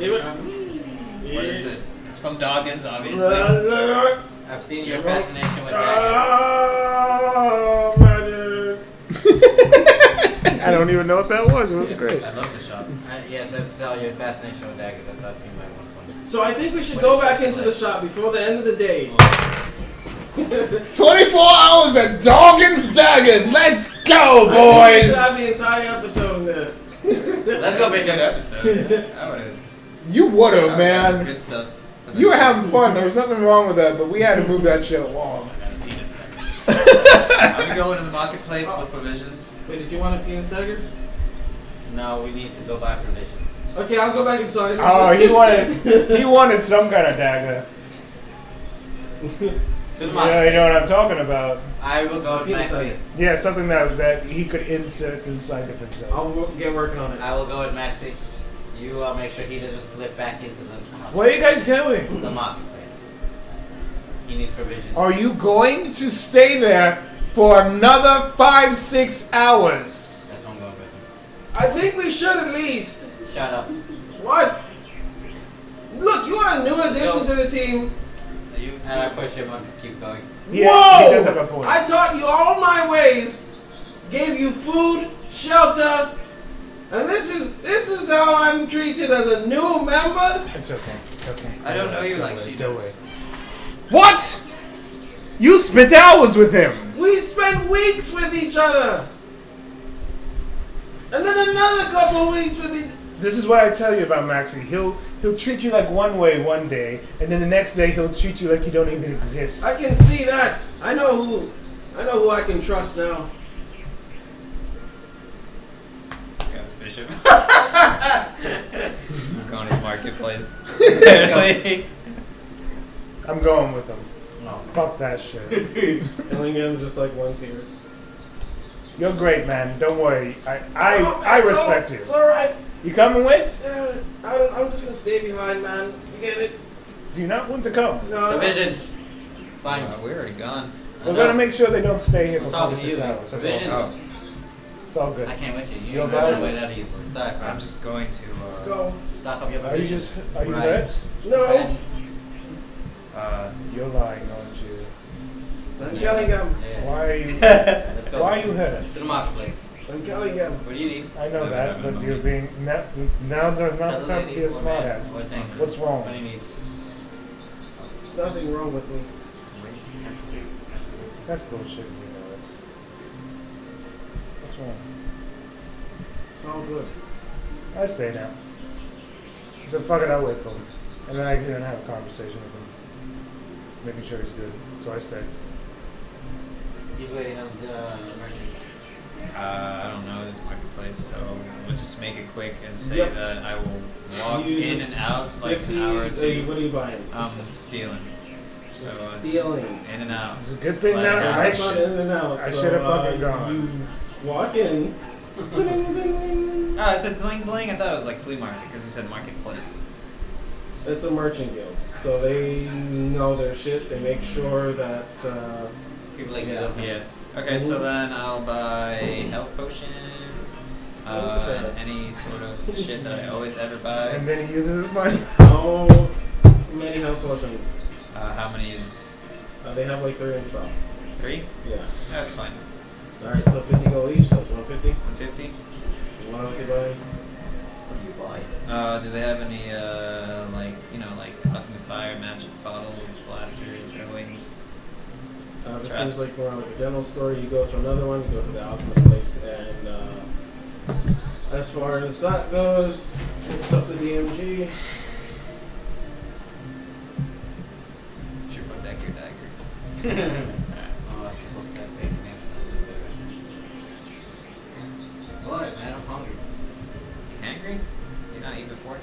[SPEAKER 1] yeah.
[SPEAKER 5] What is it? It's from Dawkins, obviously.
[SPEAKER 1] Yeah.
[SPEAKER 2] I've seen your fascination with daggers.
[SPEAKER 3] Ah.
[SPEAKER 1] Oh, magic.
[SPEAKER 3] I don't even know what that was. It was great.
[SPEAKER 5] I love the shop.
[SPEAKER 2] Uh, yes, I saw your fascination with daggers. I thought you might want one.
[SPEAKER 1] So I think we should go back into the shop before the end of the day.
[SPEAKER 7] 24 hours at Dawkins Daggers. Let's go,
[SPEAKER 1] We should
[SPEAKER 7] boys.
[SPEAKER 1] have the entire episode in there.
[SPEAKER 5] Let's go make that episode. I would have.
[SPEAKER 7] You would've, man.
[SPEAKER 5] Good stuff.
[SPEAKER 7] You were having fun. There was nothing wrong with that, but we had to move that shit along.
[SPEAKER 5] I got a penis there. I'm going to the marketplace for provisions.
[SPEAKER 1] Wait, did you want a penis dagger?
[SPEAKER 2] No, we need to go buy provisions.
[SPEAKER 1] Okay, I'll go back inside.
[SPEAKER 3] Oh, he wanted he wanted some kind of dagger.
[SPEAKER 2] To the
[SPEAKER 3] You
[SPEAKER 2] market.
[SPEAKER 3] know, you know what I'm talking about.
[SPEAKER 2] I will go to
[SPEAKER 1] Penis
[SPEAKER 2] Maxie.
[SPEAKER 1] dagger.
[SPEAKER 3] Yeah, something that that he could insert inside of himself.
[SPEAKER 1] I'll wo- get working on it.
[SPEAKER 2] I will go with Maxie. You uh, make sure he doesn't slip back into the house.
[SPEAKER 3] Oh, Where are you guys going?
[SPEAKER 2] The marketplace. He needs provisions.
[SPEAKER 3] Are you going to stay there for another five, six hours?
[SPEAKER 2] That's what I'm going with.
[SPEAKER 1] I think we should at least.
[SPEAKER 2] Shut up.
[SPEAKER 1] What? Look, you are a new addition
[SPEAKER 2] No.
[SPEAKER 1] to the team.
[SPEAKER 5] Are you
[SPEAKER 2] And I push him on to keep going.
[SPEAKER 3] Yeah,
[SPEAKER 1] Whoa!
[SPEAKER 3] he does have a point.
[SPEAKER 1] I taught you all my ways, gave you food, shelter, and this is this is how I'm treated as a new member.
[SPEAKER 3] It's okay. It's okay.
[SPEAKER 5] I don't know you like
[SPEAKER 3] Don't
[SPEAKER 5] she
[SPEAKER 3] worry.
[SPEAKER 5] does.
[SPEAKER 3] What? You spent hours with him.
[SPEAKER 1] We We spent weeks with each other. And then another couple weeks with each
[SPEAKER 3] This is what I tell you about Maxie. He'll he'll treat you like one way one day, and then the next day he'll treat you like you don't even exist.
[SPEAKER 1] I can see that. I know who I know who I can trust now.
[SPEAKER 5] Yes, Bishop. I'm going to marketplace. Apparently.
[SPEAKER 3] I'm going with him.
[SPEAKER 5] No.
[SPEAKER 3] Fuck that shit.
[SPEAKER 1] Telling him just like one tear.
[SPEAKER 3] You're great, man. Don't worry. I I, I
[SPEAKER 1] Oh, It's all-
[SPEAKER 3] respect you.
[SPEAKER 1] It's alright.
[SPEAKER 3] You coming with?
[SPEAKER 1] Yeah, I, I'm just gonna stay behind, man. Forget it.
[SPEAKER 3] Do you not want to come?
[SPEAKER 1] No, no.
[SPEAKER 2] Visions. Fine.
[SPEAKER 5] Uh, we're already gone.
[SPEAKER 3] We're gonna make sure they don't stay here
[SPEAKER 2] I'm
[SPEAKER 3] for
[SPEAKER 2] talking to you.
[SPEAKER 3] 46 hours. That's all. Oh.
[SPEAKER 2] Visions.
[SPEAKER 3] It's all good.
[SPEAKER 2] I can't let you. You
[SPEAKER 3] Yo,
[SPEAKER 2] don't have
[SPEAKER 3] guys.
[SPEAKER 2] to wait that easily. Sorry,
[SPEAKER 5] I'm
[SPEAKER 2] I'm
[SPEAKER 5] just going to. Uh,
[SPEAKER 1] Let's go.
[SPEAKER 2] stock up your
[SPEAKER 3] Are you
[SPEAKER 2] provisions.
[SPEAKER 3] just are you
[SPEAKER 2] Right.
[SPEAKER 3] red?
[SPEAKER 1] No,
[SPEAKER 5] Uh,
[SPEAKER 3] You're lying, aren't you?
[SPEAKER 1] I'm killing him.
[SPEAKER 2] Yeah.
[SPEAKER 3] Why are you
[SPEAKER 2] Let's go.
[SPEAKER 3] why are you hurt
[SPEAKER 2] To
[SPEAKER 3] us?
[SPEAKER 2] the marketplace.
[SPEAKER 1] I'm killing him.
[SPEAKER 2] What do you need?
[SPEAKER 3] I know that, but you're being now now there's not the time to be a
[SPEAKER 2] What man?
[SPEAKER 3] smartass.
[SPEAKER 2] What thing?
[SPEAKER 3] What's wrong?
[SPEAKER 2] What do you need?
[SPEAKER 1] There's nothing wrong with me.
[SPEAKER 3] That's bullshit. You know it. What's wrong?
[SPEAKER 1] It's all good.
[SPEAKER 3] I stay now. So fuck it, I'll wait for him, and then I can have a conversation with him, making sure he's good. So I stay.
[SPEAKER 2] He's waiting on the uh, merchant.
[SPEAKER 5] uh, I don't know this marketplace, so we'll just make it quick and say
[SPEAKER 1] Yep.
[SPEAKER 5] that I will walk
[SPEAKER 1] You
[SPEAKER 5] in
[SPEAKER 1] just
[SPEAKER 5] and out like an
[SPEAKER 1] 50
[SPEAKER 5] hour or
[SPEAKER 1] hey,
[SPEAKER 5] two.
[SPEAKER 1] What are you buying?
[SPEAKER 5] I'm stealing. So uh,
[SPEAKER 1] Stealing.
[SPEAKER 5] in and out.
[SPEAKER 3] It's a good thing
[SPEAKER 5] Slides
[SPEAKER 3] that
[SPEAKER 5] out.
[SPEAKER 3] I
[SPEAKER 1] That's not in and out.
[SPEAKER 3] I
[SPEAKER 1] so,
[SPEAKER 3] should've
[SPEAKER 1] uh,
[SPEAKER 3] fucking gone.
[SPEAKER 1] You walk in. ding, ding, ding.
[SPEAKER 5] Oh, it said bling bling. I thought it was like flea market because you said marketplace.
[SPEAKER 1] It's a merchant guild, so they know their shit. They make sure that. Uh,
[SPEAKER 2] People like
[SPEAKER 1] Yeah.
[SPEAKER 2] that.
[SPEAKER 5] Yeah. Okay,
[SPEAKER 3] Mm-hmm.
[SPEAKER 5] so then I'll buy health potions, uh,
[SPEAKER 1] Okay.
[SPEAKER 5] any sort of shit that I always ever buy.
[SPEAKER 3] And then he uses his money.
[SPEAKER 1] how many health potions?
[SPEAKER 5] Uh, how many is
[SPEAKER 1] Uh, they have like three in stock.
[SPEAKER 5] three?
[SPEAKER 1] Yeah.
[SPEAKER 5] That's fine.
[SPEAKER 1] All right, so 50 gold each. That's 150.
[SPEAKER 5] One fifty.
[SPEAKER 1] What else you buying?
[SPEAKER 2] What do you buy?
[SPEAKER 5] Uh, do they have any uh, like you know like fucking fire magic bottle blaster throwings?
[SPEAKER 1] Uh, this
[SPEAKER 5] Traps.
[SPEAKER 1] seems like we're on like a general store. You go to another one, you go to the alchemist place, and uh, as far as that goes, it's up to DMG.
[SPEAKER 5] Triple decker dagger.
[SPEAKER 2] Oh, triple step, eight minutes. This is better. What, man? I'm hungry.
[SPEAKER 5] Hangry? You not eat before?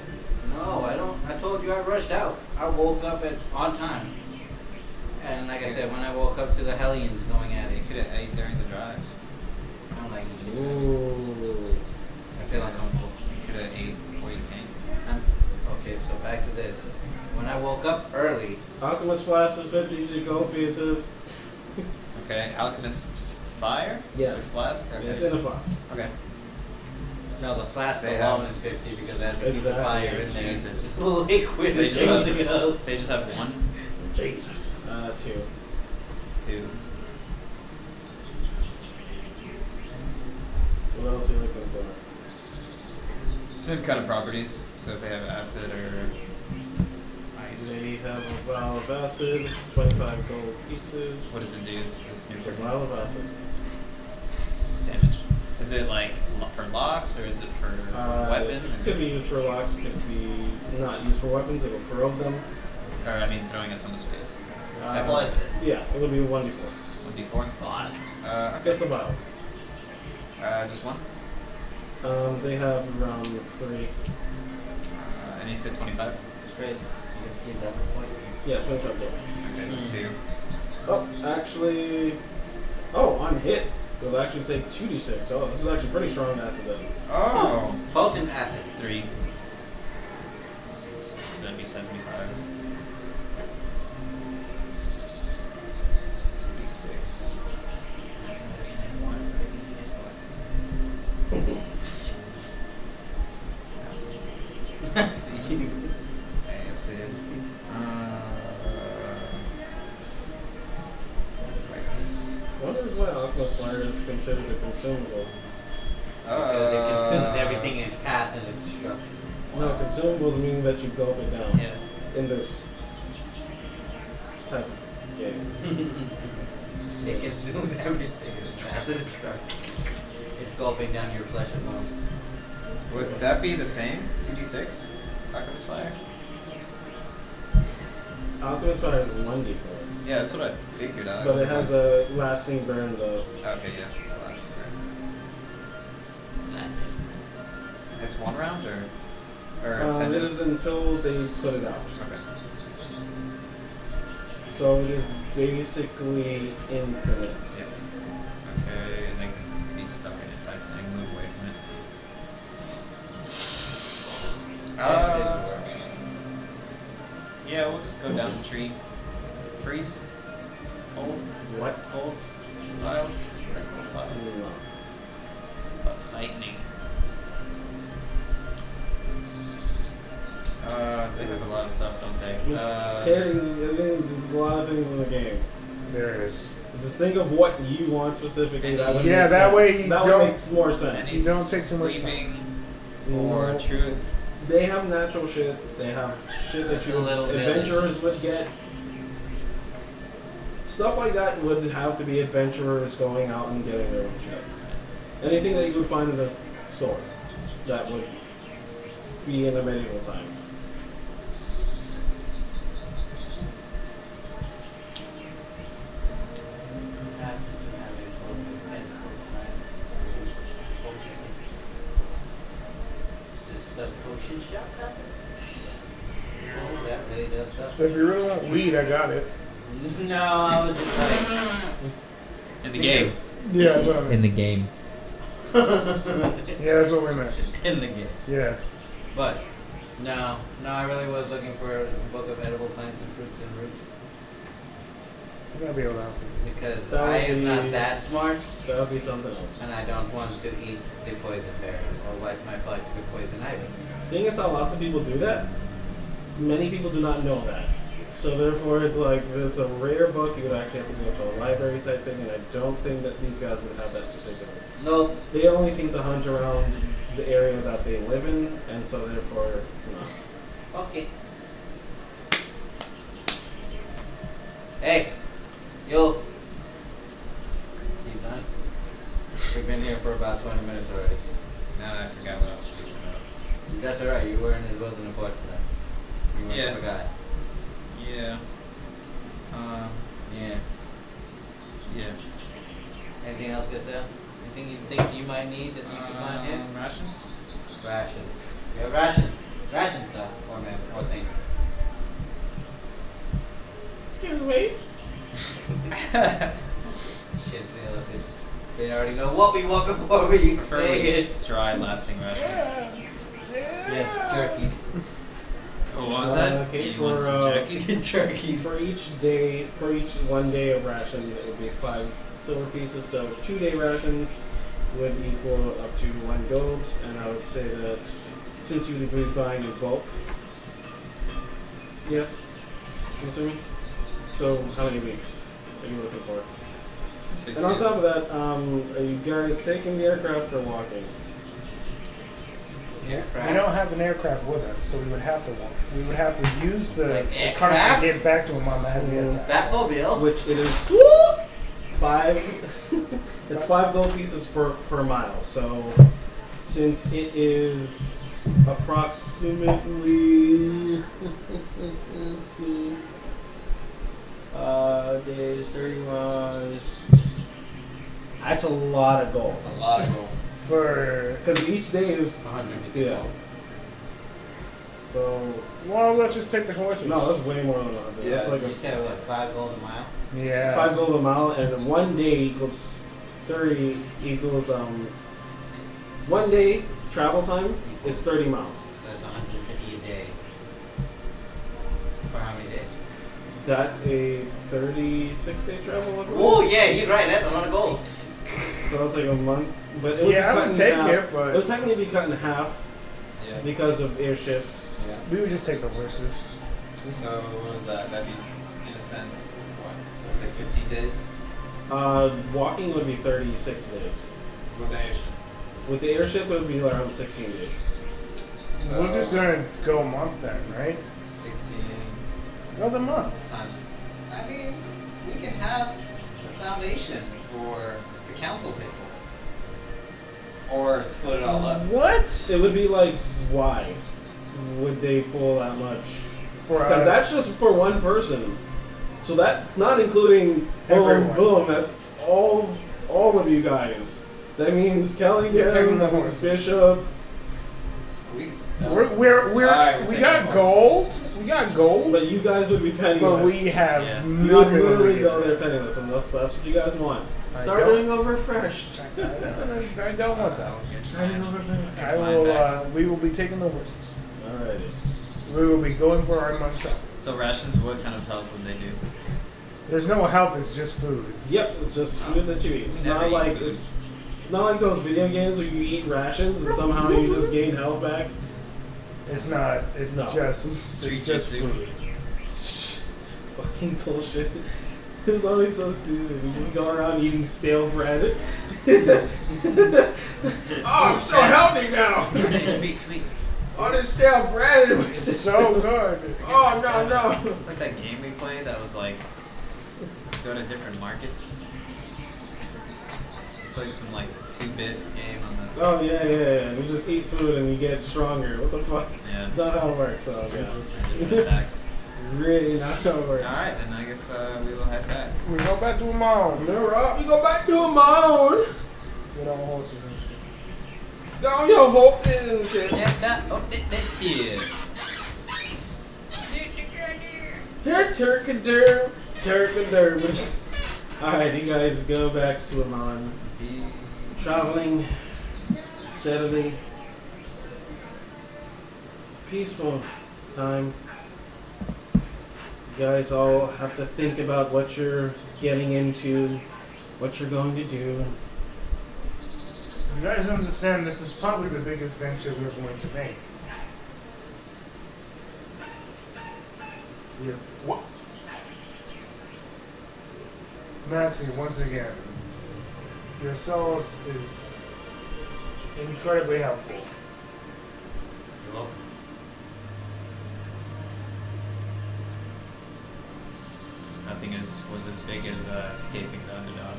[SPEAKER 2] No, I don't. I told you I rushed out. I woke up at on time. And like I said, when I woke up to the Hellions going at it,
[SPEAKER 5] You could have ate during the drives.
[SPEAKER 2] I'm like,
[SPEAKER 1] Ooh.
[SPEAKER 2] I feel uncomfortable.
[SPEAKER 5] You could have ate before you came.
[SPEAKER 2] I'm, okay, so back to this. When I woke up early,
[SPEAKER 1] Alchemist flask is 50 G gold pieces.
[SPEAKER 5] Okay, alchemist fire.
[SPEAKER 1] Yes.
[SPEAKER 5] Just flask. Okay.
[SPEAKER 1] It's in a flask.
[SPEAKER 5] okay.
[SPEAKER 2] no, the flask
[SPEAKER 5] They
[SPEAKER 2] alone
[SPEAKER 5] have-
[SPEAKER 2] is 50 because I had to keep the
[SPEAKER 1] Exactly.
[SPEAKER 2] fire in there.
[SPEAKER 5] Jesus.
[SPEAKER 2] Liquid
[SPEAKER 5] They
[SPEAKER 2] is
[SPEAKER 5] just,
[SPEAKER 2] something else.
[SPEAKER 5] have, they just have one,
[SPEAKER 1] Jesus. Uh, two.
[SPEAKER 5] two.
[SPEAKER 1] What else are you looking for?
[SPEAKER 5] Same kind of properties. So if they have acid or ice,
[SPEAKER 1] They have a vial of acid, 25 gold pieces.
[SPEAKER 5] what does it do?
[SPEAKER 1] It's
[SPEAKER 5] It's
[SPEAKER 1] a
[SPEAKER 5] neutral
[SPEAKER 1] vial of acid.
[SPEAKER 5] damage. Is it like lo- for locks or is it for
[SPEAKER 1] Uh,
[SPEAKER 5] weapon? Or,
[SPEAKER 1] Could be used for locks, could be not used for weapons, it'll corrode them.
[SPEAKER 5] or, I mean, throwing at someone's face.
[SPEAKER 1] Uh,
[SPEAKER 2] Blast it.
[SPEAKER 1] Yeah, it would be one before.
[SPEAKER 5] One d four. Uh, okay.
[SPEAKER 1] Just the vial.
[SPEAKER 5] Uh, just one.
[SPEAKER 1] Um, they have around three.
[SPEAKER 5] Uh, and you said twenty five.
[SPEAKER 2] It's crazy. You just keep that point.
[SPEAKER 1] Yeah, 25 gold.
[SPEAKER 5] Okay,
[SPEAKER 1] Hmm.
[SPEAKER 5] so two.
[SPEAKER 1] Oh, actually. Oh, on hit. It'll actually take 2d6. Oh, this is actually pretty strong acid then.
[SPEAKER 5] Oh.
[SPEAKER 2] Potent acid.
[SPEAKER 5] Three. So That'd be seventy five. Thirty six.
[SPEAKER 2] I can understand why they can do this, but- That's you.
[SPEAKER 5] Acid.
[SPEAKER 11] Uh,
[SPEAKER 1] I wonder why Alchemist Fire is considered a consumable.
[SPEAKER 2] Because it
[SPEAKER 5] Uh,
[SPEAKER 11] uh,
[SPEAKER 2] consumes everything in its path and its destruction.
[SPEAKER 1] No, consumables mean that you gulp it down
[SPEAKER 5] Yeah.
[SPEAKER 1] in this type of game.
[SPEAKER 2] It consumes everything inside of the truck. It's gulping down your flesh and bones.
[SPEAKER 11] Would that be the same? 2d6? Alchemist Fire?
[SPEAKER 1] Alchemist Fire is 1d4.
[SPEAKER 11] Yeah, that's what I figured out.
[SPEAKER 1] But it has a lasting burn though.
[SPEAKER 11] Okay, yeah. Last round.
[SPEAKER 10] Last
[SPEAKER 11] It's one round or. Or
[SPEAKER 1] Um,
[SPEAKER 11] ten
[SPEAKER 1] it is until they put it out.
[SPEAKER 11] Okay.
[SPEAKER 1] So it is basically infinite.
[SPEAKER 11] Yep. Okay, and I can be stuck in it type thing, move away from it. Uh, yeah, we'll just go down the tree. Freeze. Cold.
[SPEAKER 1] What?
[SPEAKER 11] Cold. Piles. Cold
[SPEAKER 1] I
[SPEAKER 11] piles.
[SPEAKER 1] don't know.
[SPEAKER 5] Lightning.
[SPEAKER 11] Uh, they have a lot of stuff, don't they? Uh,
[SPEAKER 1] Terry, I think there's a lot of things in the game.
[SPEAKER 3] There it is.
[SPEAKER 1] Just think of what you want specifically. That would
[SPEAKER 3] Yeah,
[SPEAKER 1] make
[SPEAKER 3] that
[SPEAKER 1] sense.
[SPEAKER 3] way you
[SPEAKER 1] that would
[SPEAKER 3] don't-
[SPEAKER 1] makes more
[SPEAKER 11] any
[SPEAKER 1] sense.
[SPEAKER 3] You don't take too much time.
[SPEAKER 11] sleeping or
[SPEAKER 1] No.
[SPEAKER 11] truth.
[SPEAKER 1] They have natural shit. They have shit that you
[SPEAKER 5] A little bit.
[SPEAKER 1] adventurers would get. Stuff like that would have to be adventurers going out and getting their own shit. Anything that you would find in a store that would be in the medieval times.
[SPEAKER 2] You have to have a broken medical plans. Just the potion shop up? Oh, that really does suck.
[SPEAKER 3] If you really want weed, I got it.
[SPEAKER 2] No, I was just like,
[SPEAKER 5] In the game.
[SPEAKER 3] Yeah, that's what I meant.
[SPEAKER 11] the game.
[SPEAKER 3] Yeah, that's what we meant.
[SPEAKER 5] In the game.
[SPEAKER 3] Yeah.
[SPEAKER 2] but no, no, I really was looking for a book of edible plants and fruits and roots
[SPEAKER 3] You gotta be allowed.
[SPEAKER 2] because
[SPEAKER 1] That
[SPEAKER 2] I
[SPEAKER 1] would
[SPEAKER 2] is
[SPEAKER 1] be-
[SPEAKER 2] not that smart,
[SPEAKER 1] That would be something else.
[SPEAKER 2] and I don't want to eat the poison berry or wipe my butt with poison ivy.
[SPEAKER 1] Seeing as how lots of people do that, many people do not know that. So therefore, it's like it's a rare book. You would actually have to go to a library type thing, and I don't think that these guys would have that particular.
[SPEAKER 2] No,
[SPEAKER 1] They only seem to hunt around the area that they live in, and so therefore, no.
[SPEAKER 2] Okay. Hey, yo. You done? We've been here for about 20 minutes already.
[SPEAKER 11] Now I forgot what I was speaking about.
[SPEAKER 2] That's alright, you weren't, it wasn't important then. You weren't
[SPEAKER 11] Yeah.
[SPEAKER 2] forgot.
[SPEAKER 11] Yeah. Um,
[SPEAKER 2] Yeah.
[SPEAKER 11] yeah.
[SPEAKER 2] Anything else, Gazelle? Anything you think you might need that you can find here?
[SPEAKER 11] Um, rations?
[SPEAKER 2] Rations. We have rations. Rations, sir. Or man, oh, or thing.
[SPEAKER 1] Excuse me.
[SPEAKER 2] Shit, they look good. They already know what we want before we say
[SPEAKER 11] Preferably
[SPEAKER 2] it.
[SPEAKER 11] dry, lasting rations.
[SPEAKER 2] Yes, jerky.
[SPEAKER 11] Oh, what was
[SPEAKER 1] Uh,
[SPEAKER 11] that?
[SPEAKER 1] okay,
[SPEAKER 11] you want
[SPEAKER 1] for,
[SPEAKER 11] some
[SPEAKER 1] uh,
[SPEAKER 11] jerky?
[SPEAKER 2] jerky.
[SPEAKER 1] E, For each day, for each one day of rations, it would be five silver pieces. So two day rations would equal up to one gold, and I would say that since you would be buying in bulk, yes, I'm assuming. So how many weeks are you looking for?
[SPEAKER 11] Say
[SPEAKER 1] And on
[SPEAKER 11] two.
[SPEAKER 1] top of that, um, are you guys taking the aircraft or walking?
[SPEAKER 2] Here,
[SPEAKER 3] We don't have an aircraft with us, so we would have to walk. We would have to use the,
[SPEAKER 2] Like
[SPEAKER 3] the cart
[SPEAKER 2] aircraft?
[SPEAKER 3] to get back to him on the heavy aircraft.
[SPEAKER 2] Batmobile.
[SPEAKER 1] Which it is five. it's five gold pieces per per mile. So since it is approximately let's see, uh, days thirty miles. That's a lot of gold
[SPEAKER 2] That's a lot of gold.
[SPEAKER 3] For
[SPEAKER 1] because each day is
[SPEAKER 2] 150
[SPEAKER 1] yeah.
[SPEAKER 2] gold.
[SPEAKER 1] So
[SPEAKER 3] well, let's just take the horses.
[SPEAKER 1] no, that's way more than a hundred.
[SPEAKER 11] Yeah,
[SPEAKER 1] that's
[SPEAKER 2] You
[SPEAKER 1] like a
[SPEAKER 2] said what? Five gold a mile.
[SPEAKER 3] yeah.
[SPEAKER 1] five gold a mile, and one day equals thirty equals um. One day travel time is thirty miles.
[SPEAKER 2] So that's 150 a day. For how many days?
[SPEAKER 1] That's a thirty-six day travel. I believe.
[SPEAKER 2] Oh yeah, you're right. That's a lot of gold.
[SPEAKER 1] So that's like a month, but it would
[SPEAKER 3] Yeah, I
[SPEAKER 1] be cut
[SPEAKER 3] would
[SPEAKER 1] in
[SPEAKER 3] take
[SPEAKER 1] half.
[SPEAKER 3] it, but-
[SPEAKER 1] it would technically be cut in half
[SPEAKER 11] Yeah.
[SPEAKER 1] because of airship.
[SPEAKER 3] We would just take the horses.
[SPEAKER 11] So what was that? That'd be, in a sense, what? Let's say 15 days.
[SPEAKER 1] Uh, walking would be thirty-six days.
[SPEAKER 11] With the airship.
[SPEAKER 1] With the airship, it would be around sixteen days.
[SPEAKER 11] So
[SPEAKER 3] we're just gonna go a month then, right?
[SPEAKER 11] 16
[SPEAKER 3] Another month.
[SPEAKER 11] times. I mean, we can have the foundation, or the council paid for it, or split it all up.
[SPEAKER 7] What?
[SPEAKER 1] It would be like, why would they pull that much?
[SPEAKER 7] For
[SPEAKER 1] Because
[SPEAKER 7] us.
[SPEAKER 1] that's just for one person. So that's not including boom,
[SPEAKER 7] Everyone.
[SPEAKER 1] boom. That's all, all of you guys. That means
[SPEAKER 7] You're taking
[SPEAKER 1] Callaghan,
[SPEAKER 7] the
[SPEAKER 1] that means
[SPEAKER 7] horses.
[SPEAKER 1] Bishop.
[SPEAKER 11] We could sell
[SPEAKER 7] We're, we're, we're,
[SPEAKER 11] Alright, we're
[SPEAKER 7] we
[SPEAKER 11] taking
[SPEAKER 7] got
[SPEAKER 11] horses.
[SPEAKER 7] gold. We got gold.
[SPEAKER 1] But you guys would be penniless.
[SPEAKER 7] But we have
[SPEAKER 11] Yeah.
[SPEAKER 1] You would
[SPEAKER 7] nothing. over
[SPEAKER 1] literally
[SPEAKER 7] here.
[SPEAKER 1] go there penniless unless that's what you guys want.
[SPEAKER 7] I
[SPEAKER 1] Starting over fresh.
[SPEAKER 7] I don't want that.
[SPEAKER 1] Starting over fresh.
[SPEAKER 7] I will. Uh, we will be taking the horses.
[SPEAKER 1] Alrighty.
[SPEAKER 7] We will be going for our month shop.
[SPEAKER 5] So rations, what kind of help would they do?
[SPEAKER 3] There's no help. It's just food.
[SPEAKER 1] Yep, it's just food that you eat. It's
[SPEAKER 5] Never
[SPEAKER 1] not
[SPEAKER 5] eat
[SPEAKER 1] like
[SPEAKER 5] food.
[SPEAKER 1] it's it's not like those video games where you eat rations and somehow you just gain health back.
[SPEAKER 3] It's not. It's
[SPEAKER 1] No.
[SPEAKER 3] just.
[SPEAKER 5] Street
[SPEAKER 1] it's just
[SPEAKER 5] jitsu.
[SPEAKER 1] food. Fucking bullshit. It's always so stupid. We just go around eating stale bread.
[SPEAKER 7] Oh, I'm so healthy now.
[SPEAKER 10] HP, sweet.
[SPEAKER 7] All this stale bread it was so good. Oh no no.
[SPEAKER 5] It's like that game we played that was like go to different markets. We played some like two bit game on the
[SPEAKER 1] Oh yeah, yeah, yeah. We just eat food and we get stronger. What the fuck?
[SPEAKER 5] yeah.
[SPEAKER 1] That's
[SPEAKER 5] it's-
[SPEAKER 1] not how it works. So yeah.
[SPEAKER 5] it's different attacks.
[SPEAKER 1] Really not how it
[SPEAKER 5] All
[SPEAKER 1] works.
[SPEAKER 5] right, then I guess uh, we will head back.
[SPEAKER 7] We go back to mom.
[SPEAKER 1] No rock, we go back to a mound.
[SPEAKER 7] Get on horses and shit.
[SPEAKER 1] Get all your hope in and shit.
[SPEAKER 5] Yeah, that oh that, that yeah.
[SPEAKER 1] Here, Turkadur. Turkadur. Alright, you guys go back to Amman. Traveling steadily. It's a peaceful time. You guys all have to think about what you're getting into, what you're going to do.
[SPEAKER 3] You guys understand? This is probably the biggest venture we're going to make. Yeah. What? Nancy, once again, your sauce is incredibly helpful.
[SPEAKER 5] Nothing is was as big as uh, escaping the underdog.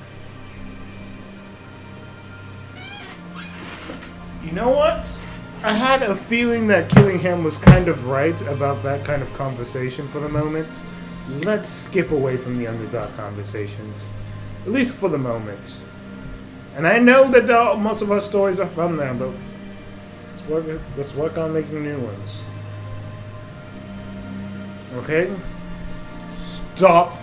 [SPEAKER 3] You know what? I had a feeling that Killingham was kind of right about that kind of conversation for the moment. Let's skip away from the underdog conversations, at least for the moment. And I know that uh, most of our stories are from them, but let's work, let's work on making new ones. Okay? Stop.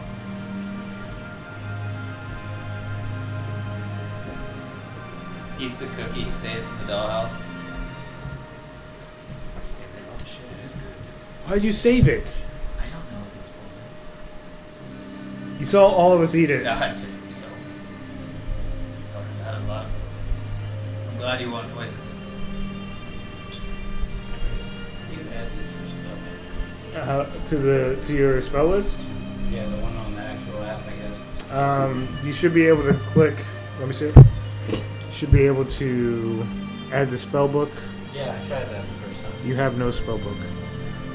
[SPEAKER 11] Eats the cookie, saved from the dollhouse.
[SPEAKER 5] Oh shit, it is good.
[SPEAKER 3] Why'd you save it?
[SPEAKER 5] I don't know if it's poison.
[SPEAKER 3] You saw all of us eat it.
[SPEAKER 5] No, I didn't, so. I would have had a lot. I'm glad you won't waste it.
[SPEAKER 2] You add this or stuff.
[SPEAKER 3] Uh, to the to your spell list.
[SPEAKER 2] Yeah, the one on the actual app, I guess.
[SPEAKER 3] Um, you should be able to click. Let me see. Should be able to add the spell book.
[SPEAKER 2] Yeah, I tried that the first time.
[SPEAKER 3] You have no spell book.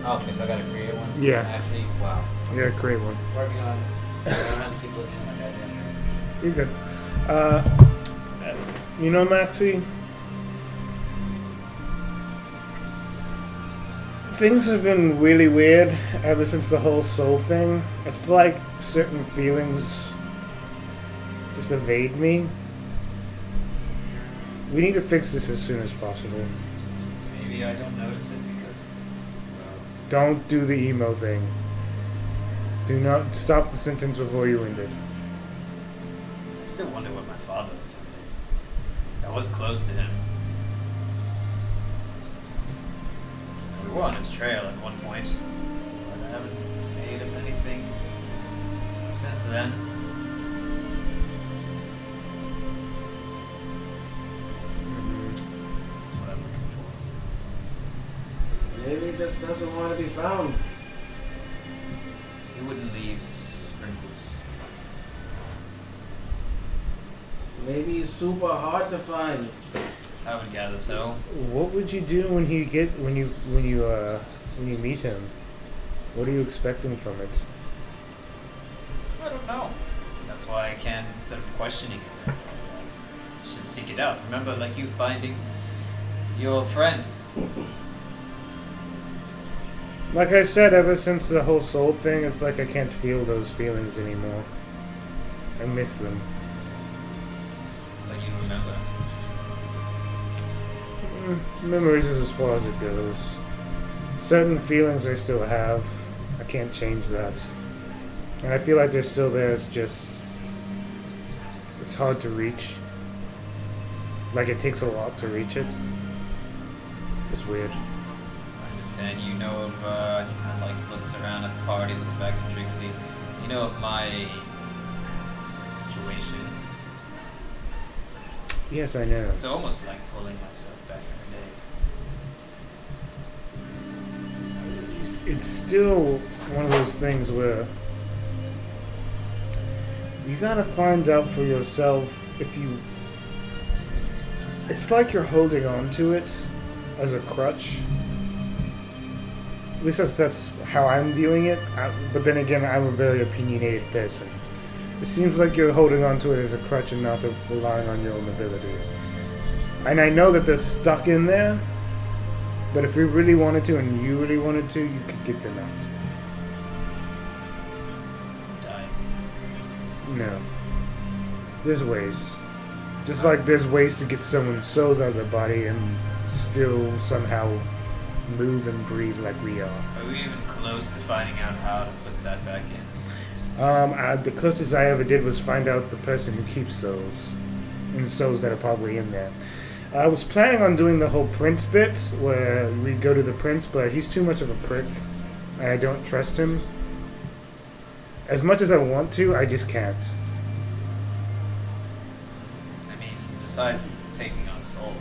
[SPEAKER 2] Oh, okay, so I gotta create one?
[SPEAKER 3] Yeah.
[SPEAKER 2] Actually, wow.
[SPEAKER 3] You gotta create one.
[SPEAKER 2] Working on I don't have to keep looking at my goddamn thing.
[SPEAKER 3] You're good. Uh, you know, Maxie. Things have been really weird ever since the whole soul thing. It's like certain feelings just evade me. We need to fix this as soon as possible.
[SPEAKER 5] Maybe I don't notice it because.
[SPEAKER 3] Don't do the emo thing. Do not stop the sentence before you end it.
[SPEAKER 5] I still wonder what my father was like. I was close to him. We were on his trail at one point, but I haven't made of anything since then. That's what I'm looking for.
[SPEAKER 1] Maybe it just doesn't want to be found.
[SPEAKER 5] He wouldn't leave sprinkles.
[SPEAKER 1] Maybe it's super hard to find.
[SPEAKER 5] I would gather so.
[SPEAKER 3] What would you do when you get when you when you uh when you meet him? What are you expecting from it?
[SPEAKER 5] I don't know. I've That's why I can, instead of questioning it, I should seek it out. Remember, like you finding your friend.
[SPEAKER 3] Like I said, ever since the whole soul thing, it's like I can't feel those feelings anymore. I miss them.
[SPEAKER 5] Like you remember.
[SPEAKER 3] Mm, Memories is as far as it goes. Certain feelings I still have. I can't change that. And I feel like they're still there, it's just. It's hard to reach. Like it takes a lot to reach it. It's weird.
[SPEAKER 5] I understand you know of, uh, he kind of like looks around at the party, looks back at Trixie. You know of my situation.
[SPEAKER 3] Yes, I know.
[SPEAKER 5] It's almost like pulling myself back in the day.
[SPEAKER 3] it's, it's still one of those things where you gotta find out for yourself if you. It's like you're holding on to it as a crutch. At least that's, that's how I'm viewing it. I, but then again, I'm a very opinionated person. It seems like you're holding on to it as a crutch and not relying on your own ability. And I know that they're stuck in there, but if we really wanted to, and you really wanted to, you could get them out.
[SPEAKER 5] Die.
[SPEAKER 3] No. There's ways. Just like there's ways to get someone's souls out of their body and still somehow move and breathe like we are.
[SPEAKER 5] Are we even close to finding out how to put that back in?
[SPEAKER 3] Um, I, the closest I ever did was find out the person who keeps souls, and souls that are probably in there. I was planning on doing the whole prince bit, where we go to the prince, but he's too much of a prick, and I don't trust him. As much as I want to, I just can't.
[SPEAKER 5] I mean, besides taking on soul,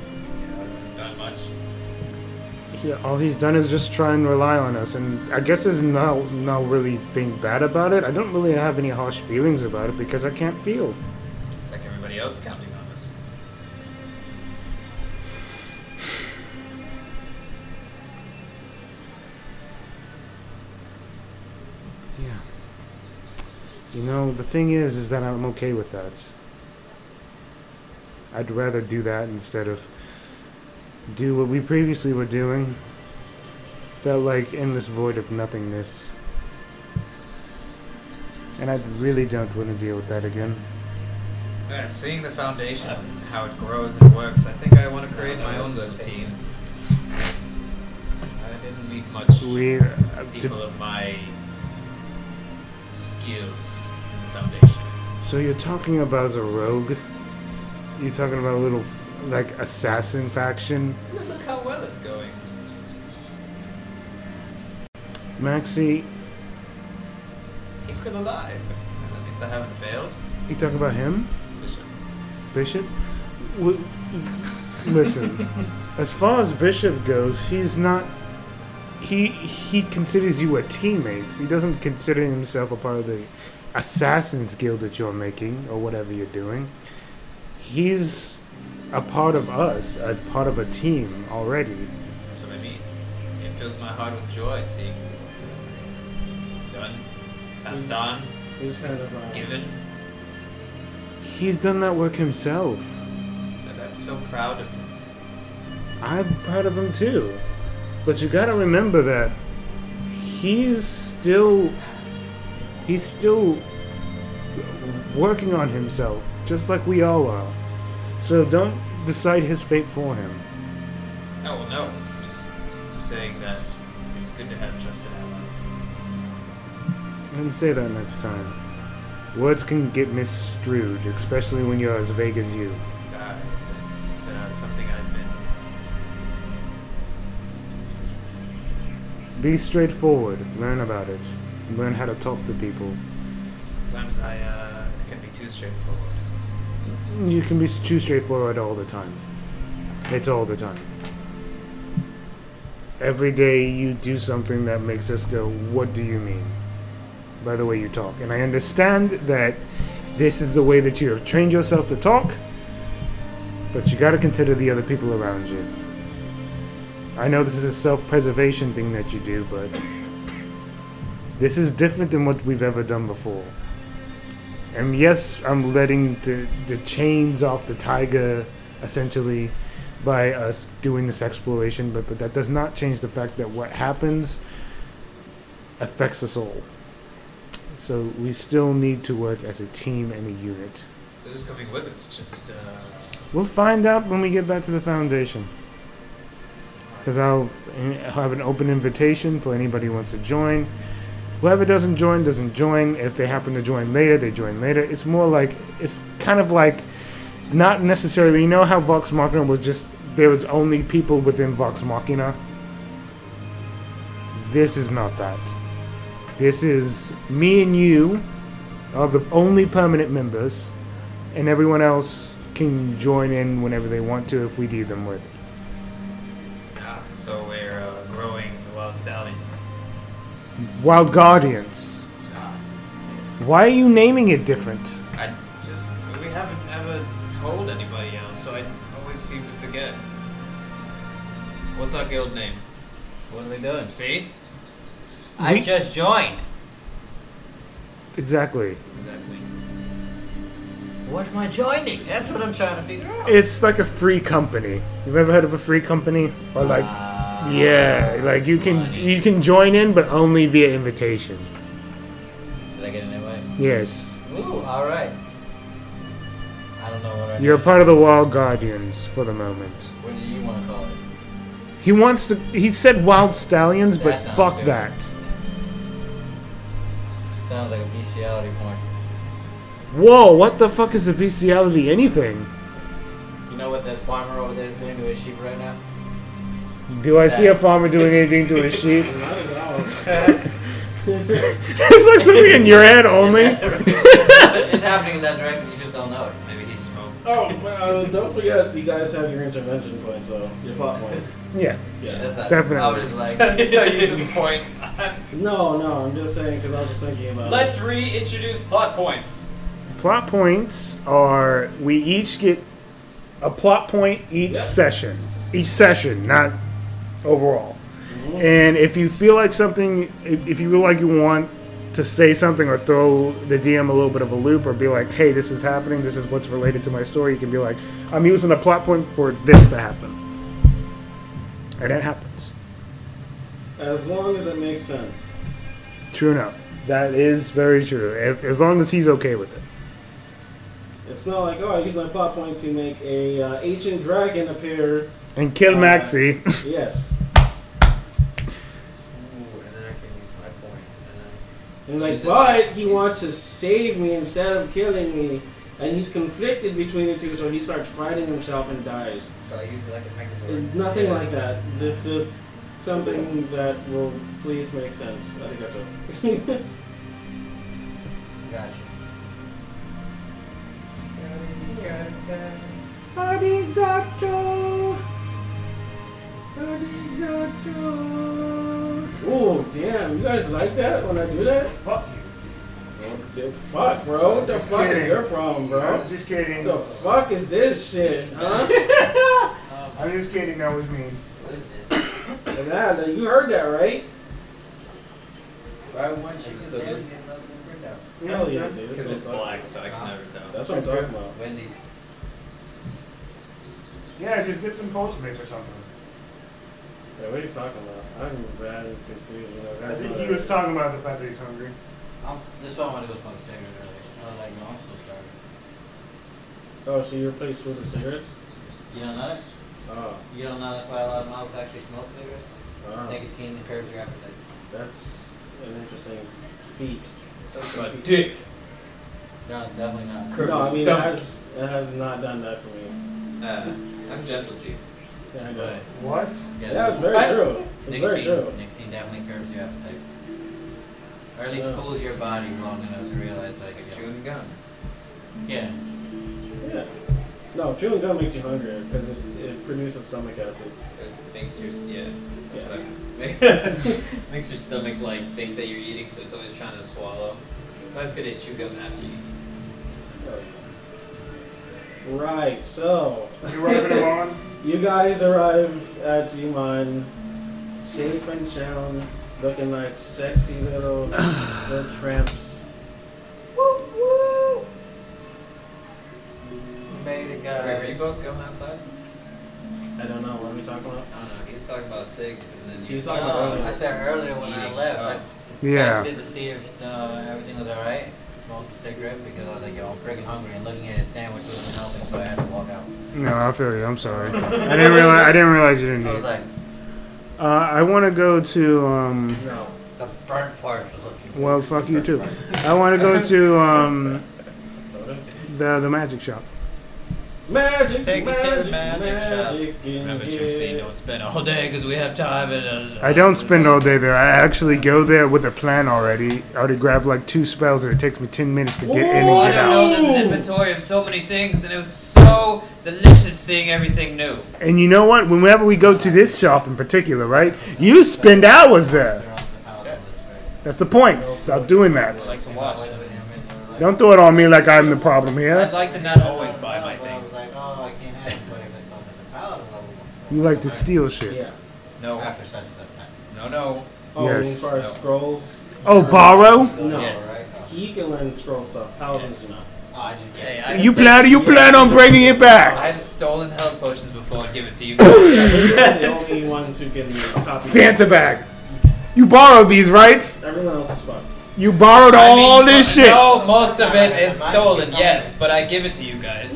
[SPEAKER 5] you know, has it done much?
[SPEAKER 3] Yeah, all he's done is just try and rely on us, and I guess there's not not really think bad about it. I don't really have any harsh feelings about it because I can't feel.
[SPEAKER 5] It's like everybody else counting on us.
[SPEAKER 3] Yeah. You know, the thing is, is that I'm okay with that. I'd rather do that instead of do what we previously were doing. Felt like endless void of nothingness. And I really don't want to deal with that again.
[SPEAKER 5] Yeah, seeing the foundation, how it grows and works, I think I want to create my own little team. I didn't meet much
[SPEAKER 3] We, uh,
[SPEAKER 5] people
[SPEAKER 3] to,
[SPEAKER 5] of my skills in the foundation.
[SPEAKER 3] so you're talking about a rogue? You're talking about a little, like, assassin faction?
[SPEAKER 5] Look how well it's going.
[SPEAKER 3] Maxie,
[SPEAKER 5] He's still alive. At least I haven't failed.
[SPEAKER 3] you talking about him?
[SPEAKER 5] Bishop.
[SPEAKER 3] Bishop? W- listen, as far as Bishop goes, he's not. He he considers you a teammate. He doesn't consider himself a part of the Assassin's Guild that you're making or whatever you're doing. He's a part of us, a part of a team already.
[SPEAKER 5] That's what I mean. It fills my heart with joy seeing done, passed on,
[SPEAKER 1] It's kind of uh,
[SPEAKER 5] given.
[SPEAKER 3] He's done that work himself.
[SPEAKER 5] That I'm so proud of. him.
[SPEAKER 3] I'm proud of him too. But you gotta remember that he's still he's still working on himself, just like we all are. So don't decide his fate for him.
[SPEAKER 5] Oh well, no. Just saying that it's good to have trusted allies.
[SPEAKER 3] And say that next time. Words can get misstrued, especially when you're as vague as you.
[SPEAKER 5] Uh, it's uh, something I've been.
[SPEAKER 3] Be straightforward, learn about it, learn how to talk to people.
[SPEAKER 5] Sometimes I uh, can be too straightforward.
[SPEAKER 3] You can be too straightforward all the time. It's all the time. Every day you do something that makes us go, What do you mean? By the way you talk. And I understand that this is the way that you have trained yourself to talk, but you gotta consider the other people around you. I know this is a self preservation thing that you do, but this is different than what we've ever done before. And yes, I'm letting the, the chains off the tiger, essentially, by us doing this exploration, but, but that does not change the fact that what happens affects us all. So we still need to work as a team and a unit.
[SPEAKER 5] So who's coming with us? Just, uh.
[SPEAKER 3] We'll find out when we get back to the foundation. Because I'll I'll have an open invitation for anybody who wants to join. Whoever doesn't join, doesn't join. If they happen to join later, they join later. It's more like, it's kind of like, not necessarily, you know how Vox Machina was just, there was only people within Vox Machina? This is not that. This is me and you are the only permanent members, and everyone else can join in whenever they want to if we do them with.
[SPEAKER 5] Ah, so we're uh, growing the wild stallions.
[SPEAKER 3] Wild Guardians.
[SPEAKER 5] Ah, yes.
[SPEAKER 3] Why are you naming it different?
[SPEAKER 5] I just. We haven't ever told anybody else, so I always seem to forget. What's our guild name? What are they doing? See?
[SPEAKER 11] I just joined.
[SPEAKER 3] Exactly.
[SPEAKER 5] Exactly.
[SPEAKER 11] What am I joining? That's what I'm trying to figure out.
[SPEAKER 3] It's like a free company. You've ever heard of a free company? Or Oh, like Yeah, like you can you can join in but only via invitation.
[SPEAKER 11] Did I get an invite?
[SPEAKER 3] Yes.
[SPEAKER 11] Ooh, all right. I don't know what I.
[SPEAKER 3] You're part of the Wild Guardians for the moment.
[SPEAKER 11] What do you want to call it?
[SPEAKER 3] He wants to he said Wild Stallions, but
[SPEAKER 11] That sounds
[SPEAKER 3] fuck
[SPEAKER 11] good.
[SPEAKER 3] that.
[SPEAKER 11] Sounds like a bestiality porn.
[SPEAKER 3] Whoa, what the fuck is a bestiality anything?
[SPEAKER 11] You know what that farmer over there is doing to his sheep right now?
[SPEAKER 3] Do I see a farmer doing anything to a sheep? it's like something in your head only.
[SPEAKER 11] it's happening in that direction. You just don't know it.
[SPEAKER 5] Maybe he smoked.
[SPEAKER 1] Oh, well, uh, don't forget, you guys have your intervention points, though. Your plot points.
[SPEAKER 3] Yeah.
[SPEAKER 1] Yeah.
[SPEAKER 11] That's not, I
[SPEAKER 3] Definitely.
[SPEAKER 11] was like,
[SPEAKER 5] so you point.
[SPEAKER 1] No, no, I'm just saying because I was just thinking about.
[SPEAKER 11] let's reintroduce plot points.
[SPEAKER 3] Plot points are we each get a plot point each session. Each session, not overall. And if you feel like something, if, if you feel like you want to say something or throw the DM a little bit of a loop or be like, hey, this is happening, this is what's related to my story, you can be like, I'm using a plot point for this to happen. And it happens.
[SPEAKER 1] As long as it makes sense.
[SPEAKER 3] True enough. That is very true. If, as long as he's okay with it.
[SPEAKER 1] It's not like, oh, I use my plot point to make a uh, ancient dragon appear.
[SPEAKER 3] And kill
[SPEAKER 1] Uh,
[SPEAKER 3] Maxie.
[SPEAKER 1] yes.
[SPEAKER 5] Ooh, and then I can use my point. And then
[SPEAKER 1] And like, but he wants to save me instead of killing me, and he's conflicted between the two, so he starts fighting himself and dies.
[SPEAKER 5] so I use it like a
[SPEAKER 1] And nothing like that. It's just something that will please make sense. I think that's all.
[SPEAKER 11] Gotcha.
[SPEAKER 1] Arigato. Arigato. Oh damn! You guys like that when I do that? Fuck you. What the fuck, bro? What the
[SPEAKER 3] Just
[SPEAKER 1] fuck
[SPEAKER 3] kidding.
[SPEAKER 1] is your problem, bro? What
[SPEAKER 3] just kidding.
[SPEAKER 1] the fuck is this shit, huh?
[SPEAKER 3] I'm just kidding. That was mean.
[SPEAKER 11] What is this?
[SPEAKER 1] that, you heard that, right?
[SPEAKER 2] Why wouldn't you
[SPEAKER 11] Is it
[SPEAKER 2] just
[SPEAKER 11] still
[SPEAKER 2] have
[SPEAKER 11] good?
[SPEAKER 2] it in the printout?
[SPEAKER 1] Hell yeah, dude.
[SPEAKER 5] Because it's
[SPEAKER 1] That's what I'm
[SPEAKER 5] black, so I can never
[SPEAKER 1] talking-
[SPEAKER 5] tell.
[SPEAKER 1] That's what I'm talking about.
[SPEAKER 11] Wendy's.
[SPEAKER 3] Yeah, just get some cold space or something.
[SPEAKER 1] Yeah, what are you talking about? I'm very confused. You know,
[SPEAKER 3] I
[SPEAKER 1] that's
[SPEAKER 3] think
[SPEAKER 1] not
[SPEAKER 3] he
[SPEAKER 1] a-
[SPEAKER 3] was talking about the fact that he's hungry.
[SPEAKER 11] I'm, this one I wanted to go smoke a cigarette earlier. I was like, no, I'm still starving.
[SPEAKER 1] Oh, so you replaced food with cigarettes?
[SPEAKER 11] You don't know that?
[SPEAKER 1] Oh,
[SPEAKER 11] You don't know that's why a lot of mobs actually smoke cigarettes?
[SPEAKER 1] wow.
[SPEAKER 11] Nicotine curbs your appetite.
[SPEAKER 1] That's an interesting feat.
[SPEAKER 5] But dude,
[SPEAKER 11] No, definitely not.
[SPEAKER 5] Curb
[SPEAKER 1] no, I
[SPEAKER 5] your
[SPEAKER 1] mean, it
[SPEAKER 5] stomach.
[SPEAKER 1] has, it has not done that for me.
[SPEAKER 5] uh, I'm gentle G.
[SPEAKER 1] Yeah, I know.
[SPEAKER 11] But
[SPEAKER 3] What?
[SPEAKER 11] yeah,
[SPEAKER 1] Yeah, it's very
[SPEAKER 5] What?
[SPEAKER 1] true. It's very
[SPEAKER 11] nicotine,
[SPEAKER 1] true.
[SPEAKER 11] nicotine definitely curbs your appetite. Or at
[SPEAKER 1] Yeah.
[SPEAKER 11] least cools your body long enough to realize like yeah.
[SPEAKER 5] Chewing gum.
[SPEAKER 11] yeah.
[SPEAKER 1] Yeah. No, chewing gum makes you hungry because it, it produces stomach acids.
[SPEAKER 5] It makes your yeah.
[SPEAKER 1] Yeah.
[SPEAKER 5] That's what I makes your stomach like think that you're eating, so it's always trying to swallow. That's good at chew gum after you. eat.
[SPEAKER 1] Right, so
[SPEAKER 3] You're rubbing him on?
[SPEAKER 1] you guys arrive at Iman safe and sound, looking like sexy little, little tramps.
[SPEAKER 11] Woo woo. talking about six, and then
[SPEAKER 1] He
[SPEAKER 11] you.
[SPEAKER 1] was talking about
[SPEAKER 2] No,
[SPEAKER 1] earlier.
[SPEAKER 2] I said earlier when I
[SPEAKER 11] Eating.
[SPEAKER 2] left,
[SPEAKER 11] Oh.
[SPEAKER 2] I
[SPEAKER 3] Yeah.
[SPEAKER 2] texted to see if uh, everything was alright. Smoked a cigarette because I was like, yo, I'm freaking hungry, and looking at his sandwich wasn't helping, so I had to walk out.
[SPEAKER 3] No, I feel you. I'm sorry. I didn't realize. I didn't realize you didn't
[SPEAKER 2] I was
[SPEAKER 3] need. it.
[SPEAKER 2] like,
[SPEAKER 3] Uh, I want to go to. Um,
[SPEAKER 2] no, the burnt part was looking.
[SPEAKER 3] well, fuck you too. I want to go to um, the the magic shop.
[SPEAKER 1] Magic,
[SPEAKER 5] Take it to
[SPEAKER 1] magic,
[SPEAKER 5] the magic shop.
[SPEAKER 1] in
[SPEAKER 5] Remember, you say
[SPEAKER 1] here.
[SPEAKER 5] don't spend all day because we have time. And, uh,
[SPEAKER 3] I don't spend all day there. I actually go there with a plan already. I already grabbed like two spells, and it takes me ten minutes to get in
[SPEAKER 5] Oh,
[SPEAKER 3] and
[SPEAKER 5] I
[SPEAKER 3] get
[SPEAKER 5] don't
[SPEAKER 3] out.
[SPEAKER 5] know. There's an inventory of so many things, and it was so delicious seeing everything new.
[SPEAKER 3] And you know what? Whenever we go to this shop in particular, right? You spend hours there. That's the point. Stop doing that.
[SPEAKER 5] I'd like to watch.
[SPEAKER 3] Don't throw it on me like I'm the problem here.
[SPEAKER 5] I'd like to not always buy my
[SPEAKER 2] I was
[SPEAKER 5] things.
[SPEAKER 2] like, oh, I can't have it, but if it's on the paladin level, it's
[SPEAKER 3] You like to
[SPEAKER 2] fine.
[SPEAKER 3] steal shit.
[SPEAKER 5] No,
[SPEAKER 2] After such and such time.
[SPEAKER 5] no, no.
[SPEAKER 1] Oh, and
[SPEAKER 3] Yes.
[SPEAKER 1] as far as scrolls,
[SPEAKER 3] Oh, borrow?
[SPEAKER 1] no.
[SPEAKER 5] Yes.
[SPEAKER 2] Right? Oh,
[SPEAKER 1] He can learn scroll stuff. Paladins do not.
[SPEAKER 2] I just
[SPEAKER 5] Hey, I
[SPEAKER 3] You
[SPEAKER 5] can take
[SPEAKER 3] plan?
[SPEAKER 5] it
[SPEAKER 3] You
[SPEAKER 5] here.
[SPEAKER 3] plan on bringing it back?
[SPEAKER 5] I've stolen health potions before and give it to you.
[SPEAKER 1] They're the only ones who can copy.
[SPEAKER 3] Santa bag. You borrowed these, right?
[SPEAKER 1] Everyone else is fucked.
[SPEAKER 3] You borrowed
[SPEAKER 5] I mean,
[SPEAKER 3] all this shit.
[SPEAKER 5] No, most of it is stolen. Yes, but I give it to you guys.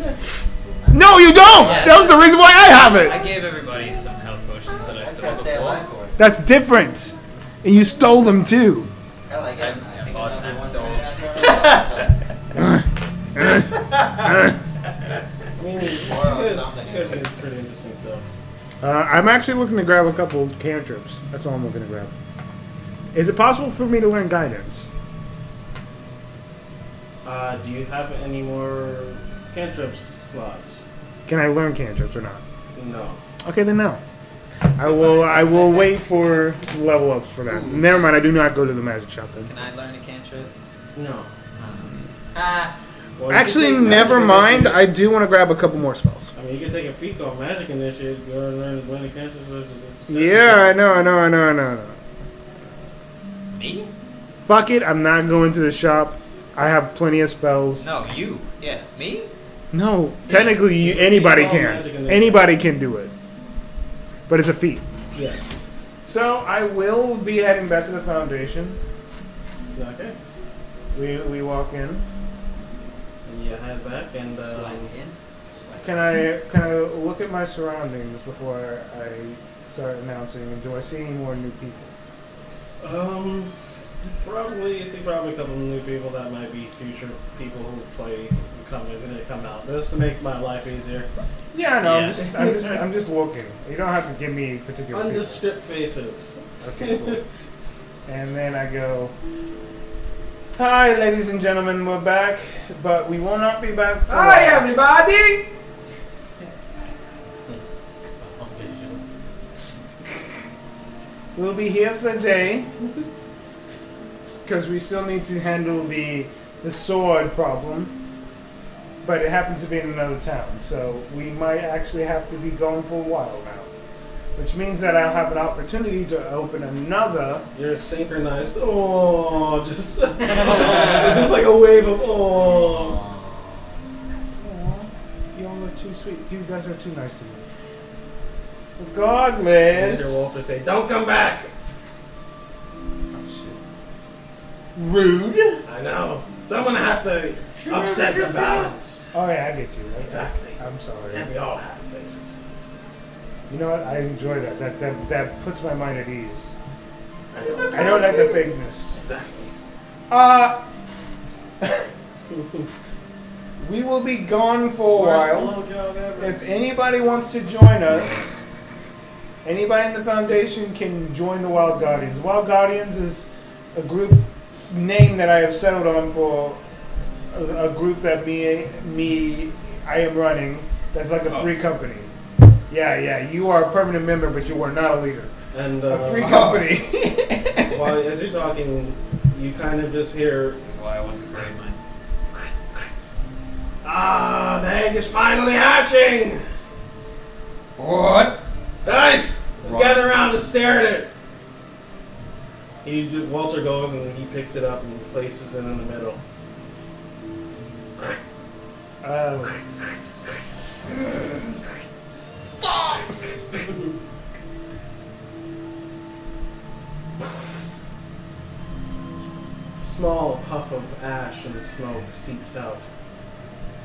[SPEAKER 3] No, you don't.
[SPEAKER 5] Yeah.
[SPEAKER 3] That was the reason why I have
[SPEAKER 5] I
[SPEAKER 3] it.
[SPEAKER 5] gave everybody some health potions that I
[SPEAKER 2] I
[SPEAKER 5] stole
[SPEAKER 2] gotta stay
[SPEAKER 5] before.
[SPEAKER 2] alive for it.
[SPEAKER 3] That's different. And you stole them too.
[SPEAKER 2] I like it.
[SPEAKER 5] I-
[SPEAKER 2] I
[SPEAKER 5] I
[SPEAKER 2] think
[SPEAKER 5] bought
[SPEAKER 2] it's
[SPEAKER 5] that
[SPEAKER 2] only one
[SPEAKER 5] stone.
[SPEAKER 2] minute after I left,
[SPEAKER 1] I mean, it's,
[SPEAKER 2] Or
[SPEAKER 1] it's,
[SPEAKER 2] something.
[SPEAKER 1] pretty interesting stuff.
[SPEAKER 3] Uh, I'm actually looking to grab a couple cantrips. That's all I'm looking to grab. Is it possible for me to learn guidance?
[SPEAKER 1] Uh, do you have any more cantrip slots?
[SPEAKER 3] Can I learn cantrips or not?
[SPEAKER 1] No.
[SPEAKER 3] Okay, then no. I will. I will wait for level ups for that. Never mind. I do not go to the magic shop. Then.
[SPEAKER 5] Can I learn a cantrip?
[SPEAKER 1] No.
[SPEAKER 2] so. Ah,
[SPEAKER 1] Well, you could
[SPEAKER 3] Actually,
[SPEAKER 1] take
[SPEAKER 3] never
[SPEAKER 1] magic
[SPEAKER 3] mind.
[SPEAKER 1] initiative.
[SPEAKER 3] I do want to grab a couple more spells.
[SPEAKER 1] I mean, you could take a feat called Magic Initiative, go and learn when a cantrip slot is.
[SPEAKER 3] Yeah, I know. I know. I know. I know. I know.
[SPEAKER 5] Me?
[SPEAKER 3] Fuck it. I'm not going to the shop. I have plenty of spells.
[SPEAKER 5] No, you. Yeah, me?
[SPEAKER 3] No, technically, you, anybody can. Anybody can do it. But it's a feat.
[SPEAKER 1] Yes.
[SPEAKER 3] So I will be heading back to the foundation.
[SPEAKER 1] Okay.
[SPEAKER 3] We, we walk in.
[SPEAKER 1] And you head back and.
[SPEAKER 2] slide
[SPEAKER 1] Um,
[SPEAKER 2] in. slide
[SPEAKER 3] Can I can I look at my surroundings before I start announcing? And do I see any more new people?
[SPEAKER 1] Um, probably you see probably a couple of new people that might be future people who play who come in and they come out. This to make my life easier.
[SPEAKER 3] Yeah, I know. I'm,
[SPEAKER 5] Yeah.
[SPEAKER 3] just, I'm just I'm just looking. You don't have to give me particular people.
[SPEAKER 1] Undescript faces.
[SPEAKER 3] Okay, cool. and then I go. Hi, ladies and gentlemen, we're back, but we will not be back. For
[SPEAKER 1] Hi everybody.
[SPEAKER 3] We'll be here for a day because we still need to handle the the sword problem. But it happens to be in another town, so we might actually have to be gone for a while now. Which means that I'll have an opportunity to open another.
[SPEAKER 1] You're synchronized. Oh, just it's like a wave of oh.
[SPEAKER 3] Aw, you all look too sweet. You guys are too nice to me. Regardless.
[SPEAKER 1] Your Walter say, "Don't come back."
[SPEAKER 3] Rude.
[SPEAKER 1] I know. Someone has to upset the balance.
[SPEAKER 3] Oh yeah, I get you. Okay.
[SPEAKER 1] Exactly.
[SPEAKER 3] I'm sorry.
[SPEAKER 1] Can't be all happy faces.
[SPEAKER 3] You know what? I enjoy that. That that, that puts my mind at ease. I don't like the fakeness.
[SPEAKER 1] Exactly.
[SPEAKER 3] Uh, we will be gone for a while. If anybody wants to join us, anybody in the foundation can join the Wild Guardians. Wild Guardians is a group name that I have settled on for a, a group that me me I am running. That's like a free company. Yeah, yeah. You are a permanent member, but you are not a leader.
[SPEAKER 1] And uh,
[SPEAKER 3] A free company.
[SPEAKER 1] While as you're talking, you kind of just hear,
[SPEAKER 11] This is why I want to create mine.
[SPEAKER 1] "Ah, the egg is finally hatching."
[SPEAKER 11] What?
[SPEAKER 1] Guys, let's
[SPEAKER 11] Right.
[SPEAKER 1] gather around and stare at it. He ju- Walter goes and he picks it up and places it in the middle.
[SPEAKER 3] Oh.
[SPEAKER 1] small puff of ash and smoke seeps out,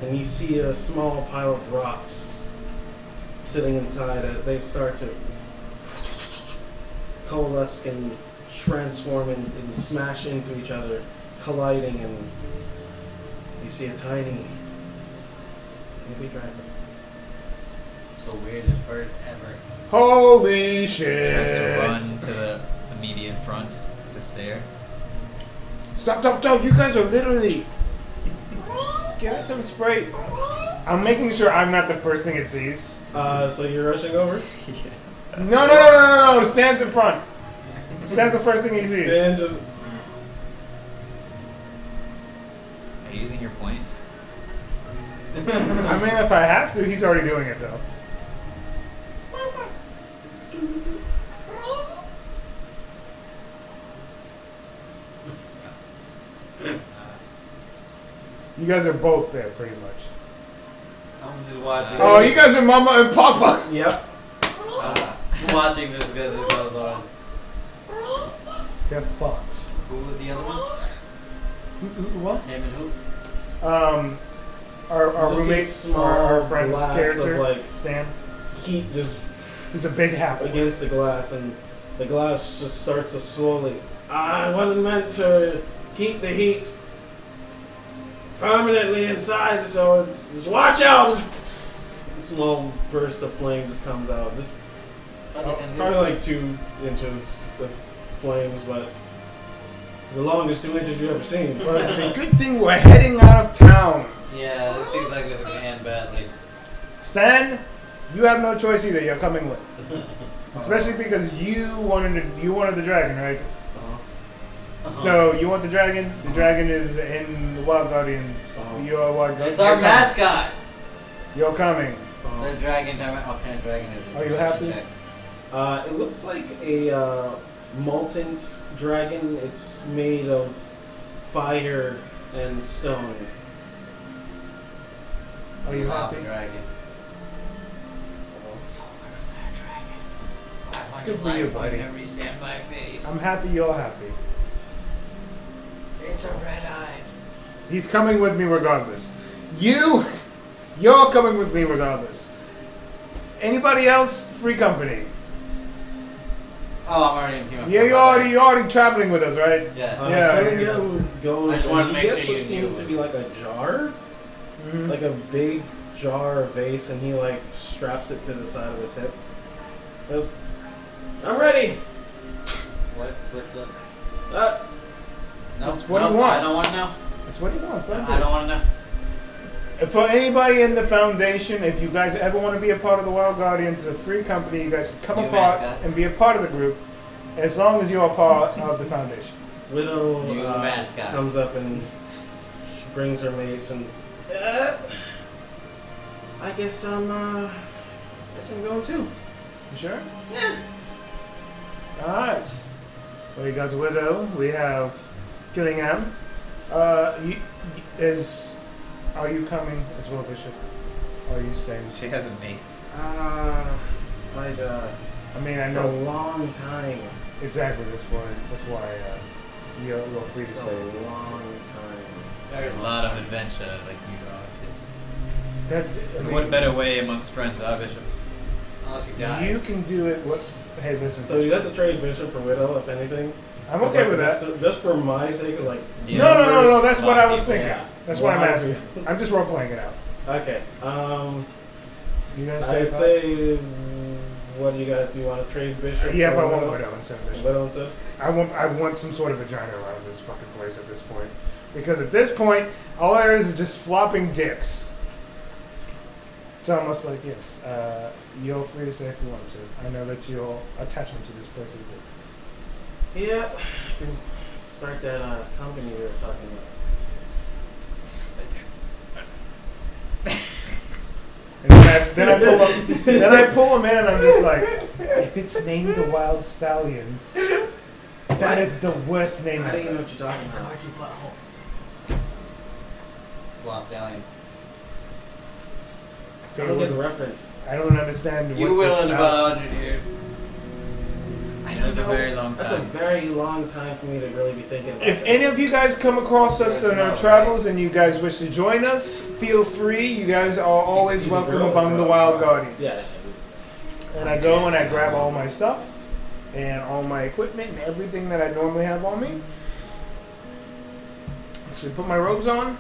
[SPEAKER 1] and you see a small pile of rocks sitting inside as they start to coalesce and transform and, and smash into each other, colliding, and you see a tiny baby dragon.
[SPEAKER 2] So weirdest bird ever.
[SPEAKER 3] Holy
[SPEAKER 5] Just run
[SPEAKER 3] shit!
[SPEAKER 5] to the immediate front to stare.
[SPEAKER 3] Stop, stop, stop! You guys are literally.
[SPEAKER 7] Give it some spray.
[SPEAKER 3] I'm making sure I'm not the first thing it sees.
[SPEAKER 1] Uh, so you're rushing over.
[SPEAKER 3] No, no, no, no, no, no! Stands in front. Stands the first thing he sees.
[SPEAKER 1] And just
[SPEAKER 5] Are you using your point?
[SPEAKER 3] I mean, if I have to, he's already doing it though. You guys are both there, pretty much.
[SPEAKER 2] I'm just watching.
[SPEAKER 3] Oh, you guys are Mama and Papa.
[SPEAKER 1] yep.
[SPEAKER 2] Uh, I'm watching this because it goes on.
[SPEAKER 3] They're fucked.
[SPEAKER 2] Who was the other one?
[SPEAKER 3] What?
[SPEAKER 2] Him and who?
[SPEAKER 3] Um, our our
[SPEAKER 1] Just these
[SPEAKER 3] roommate,
[SPEAKER 1] small
[SPEAKER 3] our, our friend's
[SPEAKER 1] blasts of,
[SPEAKER 3] character,
[SPEAKER 1] like-
[SPEAKER 3] Stan.
[SPEAKER 1] Heat just
[SPEAKER 3] It's a big half.
[SPEAKER 1] against the glass, and the glass just starts to slowly. I wasn't meant to keep the heat permanently inside, so it's just watch out. A small burst of flame just comes out, just
[SPEAKER 3] Oh,
[SPEAKER 1] probably like two inches of flames, but the longest two inches you've ever seen.
[SPEAKER 3] Well, it's a good thing we're heading out of town.
[SPEAKER 2] Yeah, this seems like this is gonna end badly.
[SPEAKER 3] Stan, you have no choice either. You're coming with, especially because you wanted to, you wanted the dragon, right?
[SPEAKER 1] Uh-huh.
[SPEAKER 3] So you want the dragon. The dragon is in the Wild Guardians.
[SPEAKER 1] Uh-huh.
[SPEAKER 3] You are Wild Guardians.
[SPEAKER 2] It's our mascot!
[SPEAKER 3] You're coming.
[SPEAKER 2] The
[SPEAKER 1] Um,
[SPEAKER 2] dragon, what kind of dragon is it?
[SPEAKER 3] Are you
[SPEAKER 2] Perception
[SPEAKER 3] happy?
[SPEAKER 2] check.
[SPEAKER 1] uh, it looks like a uh, molten dragon. It's made of fire and stone.
[SPEAKER 3] Are you
[SPEAKER 2] Pop
[SPEAKER 3] happy?
[SPEAKER 2] Dragon.
[SPEAKER 11] Five
[SPEAKER 3] Good
[SPEAKER 11] hundred
[SPEAKER 3] for you,
[SPEAKER 11] life
[SPEAKER 3] buddy.
[SPEAKER 11] points every stand by face.
[SPEAKER 3] I'm happy. You're happy.
[SPEAKER 11] It's a red eyes.
[SPEAKER 3] He's coming with me regardless. You, you're coming with me regardless. Anybody else? Free company.
[SPEAKER 2] Oh, I'm already in team up.
[SPEAKER 3] Yeah, you're already you're already traveling with us, right?
[SPEAKER 2] Yeah.
[SPEAKER 1] Uh,
[SPEAKER 3] Yeah,
[SPEAKER 1] Cunningham goes.
[SPEAKER 2] I just
[SPEAKER 1] and
[SPEAKER 2] wanted to
[SPEAKER 1] he
[SPEAKER 2] make
[SPEAKER 1] gets
[SPEAKER 2] sure
[SPEAKER 1] what
[SPEAKER 2] you knew
[SPEAKER 1] seems to
[SPEAKER 2] it.
[SPEAKER 1] be like a jar,
[SPEAKER 3] Mm-hmm.
[SPEAKER 1] like a big jar or vase, and he like straps it to the side of his hip. Goes, I'm ready.
[SPEAKER 2] What's with the.
[SPEAKER 1] Uh,
[SPEAKER 2] No,
[SPEAKER 3] That's what
[SPEAKER 2] no,
[SPEAKER 3] he wants.
[SPEAKER 2] I don't want to know.
[SPEAKER 3] That's what he wants. let him do
[SPEAKER 2] I
[SPEAKER 3] it.
[SPEAKER 2] don't want to know.
[SPEAKER 3] For anybody in the foundation, if you guys ever want to be a part of the Wild Guardians, it's a free company. You guys can come
[SPEAKER 2] New
[SPEAKER 3] apart
[SPEAKER 2] mascot.
[SPEAKER 3] and be a part of the group, as long as you are part of the foundation.
[SPEAKER 1] Widow
[SPEAKER 2] You
[SPEAKER 1] uh,
[SPEAKER 2] mascot.
[SPEAKER 1] comes up and she brings her mace and. Uh, I guess I'm. Uh, guess I'm going too.
[SPEAKER 3] You sure? Yeah. All right. We got Widow. We have Gillingham. Uh, you, you- is are you coming as well, Bishop? Or are you staying?
[SPEAKER 5] She has a mace.
[SPEAKER 1] Uh, I'd, uh,
[SPEAKER 3] I mean, I
[SPEAKER 1] it's a
[SPEAKER 3] know
[SPEAKER 1] long time.
[SPEAKER 3] exactly this one. That's why uh, you're, you're free to
[SPEAKER 1] It's a
[SPEAKER 3] stay.
[SPEAKER 1] long time.
[SPEAKER 5] A lot of adventure like you all did.
[SPEAKER 3] That I
[SPEAKER 5] And
[SPEAKER 3] mean,
[SPEAKER 5] what better way amongst friends, huh, Bishop?
[SPEAKER 2] Unless we die.
[SPEAKER 3] You can do it. What? Hey, listen.
[SPEAKER 1] So you got to trade Bishop for Widow, if anything.
[SPEAKER 3] I'm
[SPEAKER 1] It's
[SPEAKER 3] okay
[SPEAKER 1] like,
[SPEAKER 3] with
[SPEAKER 1] just-
[SPEAKER 3] that.
[SPEAKER 1] Just for my sake, it's like
[SPEAKER 5] Yeah.
[SPEAKER 3] No, no, no, no. That's
[SPEAKER 5] Versus
[SPEAKER 3] what I was
[SPEAKER 5] people.
[SPEAKER 3] thinking.
[SPEAKER 1] Yeah.
[SPEAKER 3] That's what I'm
[SPEAKER 1] Why?
[SPEAKER 3] asking. I'm just role playing it out.
[SPEAKER 1] okay. Um,
[SPEAKER 3] You guys say
[SPEAKER 1] I'd
[SPEAKER 3] about-
[SPEAKER 1] say, mm, what do you guys do? You want to trade Bishop?
[SPEAKER 3] Yeah,
[SPEAKER 1] for
[SPEAKER 3] but I want widow instead of bishop.
[SPEAKER 1] Widow and stuff.
[SPEAKER 3] I want I want some sort of vagina around this fucking place at this point, because at this point all there is is just flopping dicks. So I'm just like, yes, uh, you're free to say if you want to. I know that your attachment to this place is good.
[SPEAKER 1] Yeah, I can start that uh, company we were talking about.
[SPEAKER 3] And then I, then I pull up, then I pull him in, and I'm just like, if it's named the Wild Stallions, that is the worst name.
[SPEAKER 1] I
[SPEAKER 3] ever.
[SPEAKER 1] don't even know what you're talking about.
[SPEAKER 2] Lost aliens.
[SPEAKER 1] I
[SPEAKER 3] They
[SPEAKER 1] don't get the
[SPEAKER 3] would-
[SPEAKER 1] reference.
[SPEAKER 3] I don't understand.
[SPEAKER 2] You
[SPEAKER 3] what
[SPEAKER 2] will
[SPEAKER 3] the
[SPEAKER 2] in
[SPEAKER 3] Stal-
[SPEAKER 2] about 100 years.
[SPEAKER 5] I lived a very long
[SPEAKER 1] That's a
[SPEAKER 5] time.
[SPEAKER 1] very long time for me to really be thinking about
[SPEAKER 3] If
[SPEAKER 1] that.
[SPEAKER 3] any of you guys come across us on our
[SPEAKER 11] No,
[SPEAKER 3] travels and you guys wish to join us, feel free. You guys are always
[SPEAKER 1] he's a
[SPEAKER 3] welcome
[SPEAKER 1] girl,
[SPEAKER 3] among the
[SPEAKER 1] girl.
[SPEAKER 3] Wild Guardians.
[SPEAKER 1] Yes.
[SPEAKER 3] And I go and I grab all my stuff and all my equipment and everything that I normally have on me. Actually, put my robes on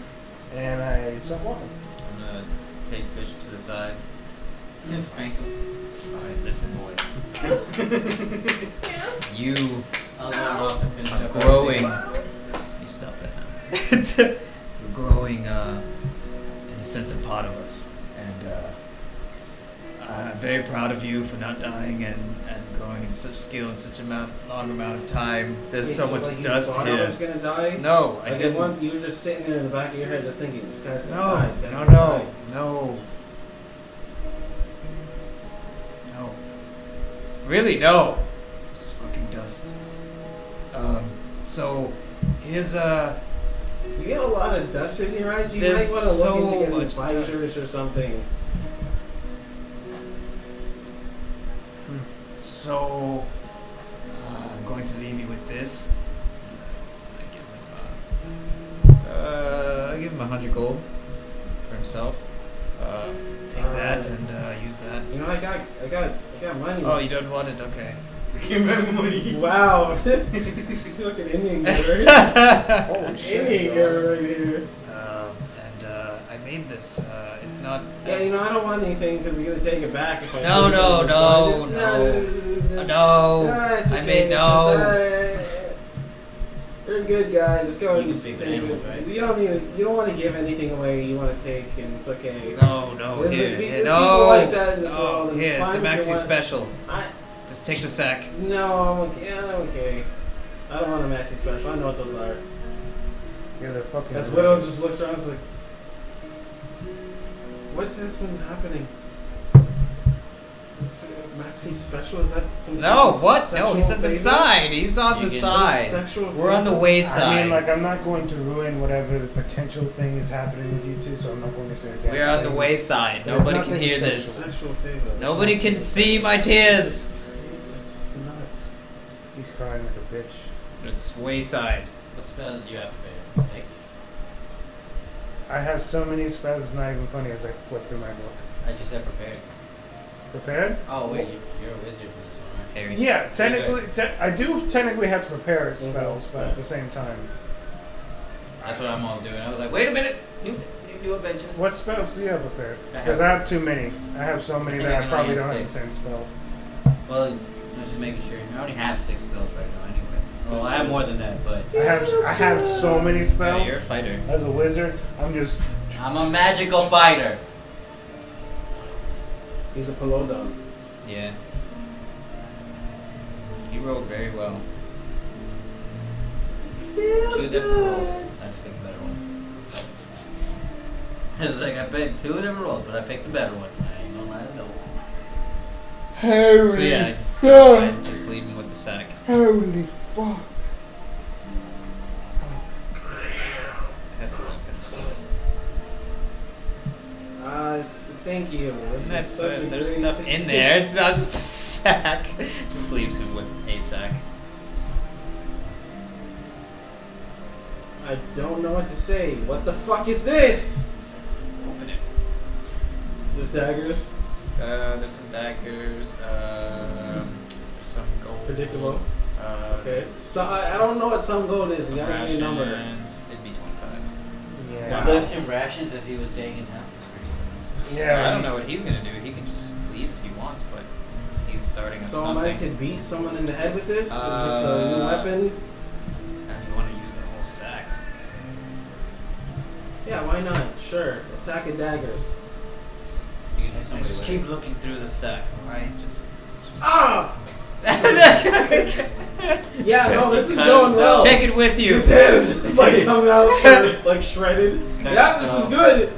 [SPEAKER 3] and I start walking.
[SPEAKER 5] I'm gonna take Bishop to the side.
[SPEAKER 11] And spank him.
[SPEAKER 5] Alright, listen, boy. you
[SPEAKER 11] I'll let him off and finish
[SPEAKER 5] are
[SPEAKER 11] up.
[SPEAKER 5] growing.
[SPEAKER 11] everything.
[SPEAKER 5] You stop that now. You're growing, uh, in a sense, a part of us, and uh, I'm very proud of you for not dying and, and growing in such skill in such a amount, long amount of time. There's
[SPEAKER 1] Wait,
[SPEAKER 5] so much
[SPEAKER 1] what, you
[SPEAKER 5] dust
[SPEAKER 1] thought I
[SPEAKER 5] here.
[SPEAKER 1] was gonna die.
[SPEAKER 5] No, I
[SPEAKER 1] Like,
[SPEAKER 5] didn't.
[SPEAKER 1] One, you were just sitting there in the back of your head, just thinking, "This guy's gonna
[SPEAKER 5] No,
[SPEAKER 1] die." this guy's
[SPEAKER 5] no,
[SPEAKER 1] gonna
[SPEAKER 5] no,
[SPEAKER 1] die.
[SPEAKER 5] no. No. Really, no. It's fucking dust. Um, so, here's uh,
[SPEAKER 1] You get a lot of dust in your eyes. You
[SPEAKER 5] There's
[SPEAKER 1] might want to look
[SPEAKER 5] so
[SPEAKER 1] into getting
[SPEAKER 5] much
[SPEAKER 1] visors
[SPEAKER 5] dust.
[SPEAKER 1] or something.
[SPEAKER 5] so, uh, I'm going to leave you with this. I give him, uh, uh, I give him a hundred gold for himself. Uh, take that and uh, use that.
[SPEAKER 1] You know, I got, I got, I got money.
[SPEAKER 5] Oh, you don't want it? Okay.
[SPEAKER 11] Give him money.
[SPEAKER 1] wow, fucking Indian girl.
[SPEAKER 3] Holy
[SPEAKER 1] Indian girl right here.
[SPEAKER 5] Um, and uh, I made this. Uh, it's not.
[SPEAKER 1] Yeah, you know, I don't want anything because he's gonna take it back if I.
[SPEAKER 5] No,
[SPEAKER 1] say
[SPEAKER 5] no,
[SPEAKER 1] something. So I
[SPEAKER 5] no,
[SPEAKER 1] just-
[SPEAKER 5] no.
[SPEAKER 1] this is-
[SPEAKER 5] Uh,
[SPEAKER 1] this-
[SPEAKER 5] no,
[SPEAKER 1] Ah, it's
[SPEAKER 5] I
[SPEAKER 1] okay,
[SPEAKER 5] made
[SPEAKER 1] it's
[SPEAKER 5] no.
[SPEAKER 1] just, uh, You're a good guy. Just go
[SPEAKER 11] You
[SPEAKER 1] and
[SPEAKER 11] can
[SPEAKER 1] stay
[SPEAKER 11] save animals,
[SPEAKER 1] with-
[SPEAKER 11] right?
[SPEAKER 1] You don't need. You don't want to give anything away. You want to take, and it's okay.
[SPEAKER 5] No, no,
[SPEAKER 1] uh, There's a-
[SPEAKER 5] here,
[SPEAKER 1] there's
[SPEAKER 5] here,
[SPEAKER 1] people
[SPEAKER 5] no,
[SPEAKER 1] like that in this
[SPEAKER 5] no,
[SPEAKER 1] world, and
[SPEAKER 5] here,
[SPEAKER 1] it's
[SPEAKER 5] it's a
[SPEAKER 1] fine if you
[SPEAKER 5] maxi
[SPEAKER 1] want-
[SPEAKER 5] special.
[SPEAKER 1] I
[SPEAKER 5] Just take the sack.
[SPEAKER 1] no. I'm okay. Yeah, I'm okay. I don't want a maxi special. I know what those are.
[SPEAKER 3] Yeah, they're fucking.
[SPEAKER 1] As Widow just looks around, is like, what has been happening? Is uh, Maxi special? Is that some
[SPEAKER 5] No, what? No,
[SPEAKER 1] sexual
[SPEAKER 5] he's at the
[SPEAKER 1] favor?
[SPEAKER 5] side. He's on the
[SPEAKER 11] You can-
[SPEAKER 1] Some
[SPEAKER 5] side.
[SPEAKER 1] Sexual
[SPEAKER 5] We're on the
[SPEAKER 1] favor?
[SPEAKER 5] way
[SPEAKER 3] I mean,
[SPEAKER 5] side.
[SPEAKER 3] like, I'm not going to ruin whatever the potential thing is happening with you two, so I'm not going to say that.
[SPEAKER 5] We're on the way side.
[SPEAKER 3] There's
[SPEAKER 5] Nobody can
[SPEAKER 3] nothing
[SPEAKER 5] hear this.
[SPEAKER 3] sexual.
[SPEAKER 1] Sexual favor. It's
[SPEAKER 5] Nobody
[SPEAKER 1] not-
[SPEAKER 5] can see my tears.
[SPEAKER 1] It's, it's nuts.
[SPEAKER 3] He's crying like a bitch.
[SPEAKER 5] It's wayside.
[SPEAKER 11] What spell did you activate? Like,
[SPEAKER 3] I have so many spells, it's not even funny as I flip through my book.
[SPEAKER 11] I just said prepared.
[SPEAKER 3] Prepared?
[SPEAKER 11] Oh wait, you, you're a wizard, so aren't you?
[SPEAKER 5] Harry.
[SPEAKER 3] Yeah, technically, te- I do technically have to prepare spells, but at the same time,
[SPEAKER 11] That's what I'm all doing. I was like, wait a minute, you, you do a bench.
[SPEAKER 3] what spells do you have prepared?
[SPEAKER 11] I have-
[SPEAKER 3] Because I have too many. I have so many
[SPEAKER 11] think
[SPEAKER 3] that
[SPEAKER 11] I
[SPEAKER 3] I
[SPEAKER 11] can
[SPEAKER 3] probably
[SPEAKER 11] only
[SPEAKER 3] don't
[SPEAKER 11] have
[SPEAKER 3] have the
[SPEAKER 11] six.
[SPEAKER 3] same spell.
[SPEAKER 11] Well, I'm just making sure. I only have six spells right now, anyway. Well, I have more than that, but
[SPEAKER 3] I have I have so many
[SPEAKER 5] Yeah,
[SPEAKER 3] spells.
[SPEAKER 5] you're a fighter.
[SPEAKER 3] As a wizard, I'm just
[SPEAKER 11] I'm a magical fighter.
[SPEAKER 1] He's a Pelodon.
[SPEAKER 5] Yeah. He rolled very well.
[SPEAKER 11] Two different rolls. I just picked the better one. It's like I picked two different rolls, but I picked the better one. I ain't gonna lie to no one.
[SPEAKER 3] holy
[SPEAKER 5] So yeah, I,
[SPEAKER 3] fuck,
[SPEAKER 5] I just leave him with the sack.
[SPEAKER 3] holy fuck.
[SPEAKER 5] That's-
[SPEAKER 1] Uh, s- thank you. This
[SPEAKER 5] That's
[SPEAKER 1] is such a
[SPEAKER 5] uh, there's
[SPEAKER 1] great
[SPEAKER 5] stuff in there. It's not just a sack. Just leaves him with a sack.
[SPEAKER 1] I don't know what to say. What the fuck is this?
[SPEAKER 5] Open it.
[SPEAKER 1] This daggers.
[SPEAKER 5] Uh, there's some daggers. Um, there's some gold.
[SPEAKER 1] Predictable.
[SPEAKER 5] Uh,
[SPEAKER 1] Okay. So I, I don't know what some gold is. You gotta give me a number.
[SPEAKER 5] rations. It'd be 25.
[SPEAKER 3] Yeah.
[SPEAKER 11] I left him rations as he was staying in town.
[SPEAKER 3] Yeah.
[SPEAKER 5] I don't know what he's gonna do. He can just leave if he wants, but he's starting up
[SPEAKER 1] So am I
[SPEAKER 5] something.
[SPEAKER 1] to beat someone in the head with this?
[SPEAKER 5] Uh,
[SPEAKER 1] is this a new weapon?
[SPEAKER 5] And if you want to use the whole sack,
[SPEAKER 1] Yeah, why not? Sure. A sack of daggers.
[SPEAKER 11] You can hit somebody
[SPEAKER 5] just
[SPEAKER 11] with
[SPEAKER 5] keep
[SPEAKER 11] it.
[SPEAKER 5] looking through the sack, alright? Just.
[SPEAKER 1] Ah! Yeah, no, this is
[SPEAKER 5] Cut
[SPEAKER 1] going
[SPEAKER 5] himself.
[SPEAKER 1] well.
[SPEAKER 5] Take it with you.
[SPEAKER 1] His head is just like coming out, shredded, like shredded.
[SPEAKER 11] Cut
[SPEAKER 1] yeah, this is
[SPEAKER 11] himself.
[SPEAKER 1] good.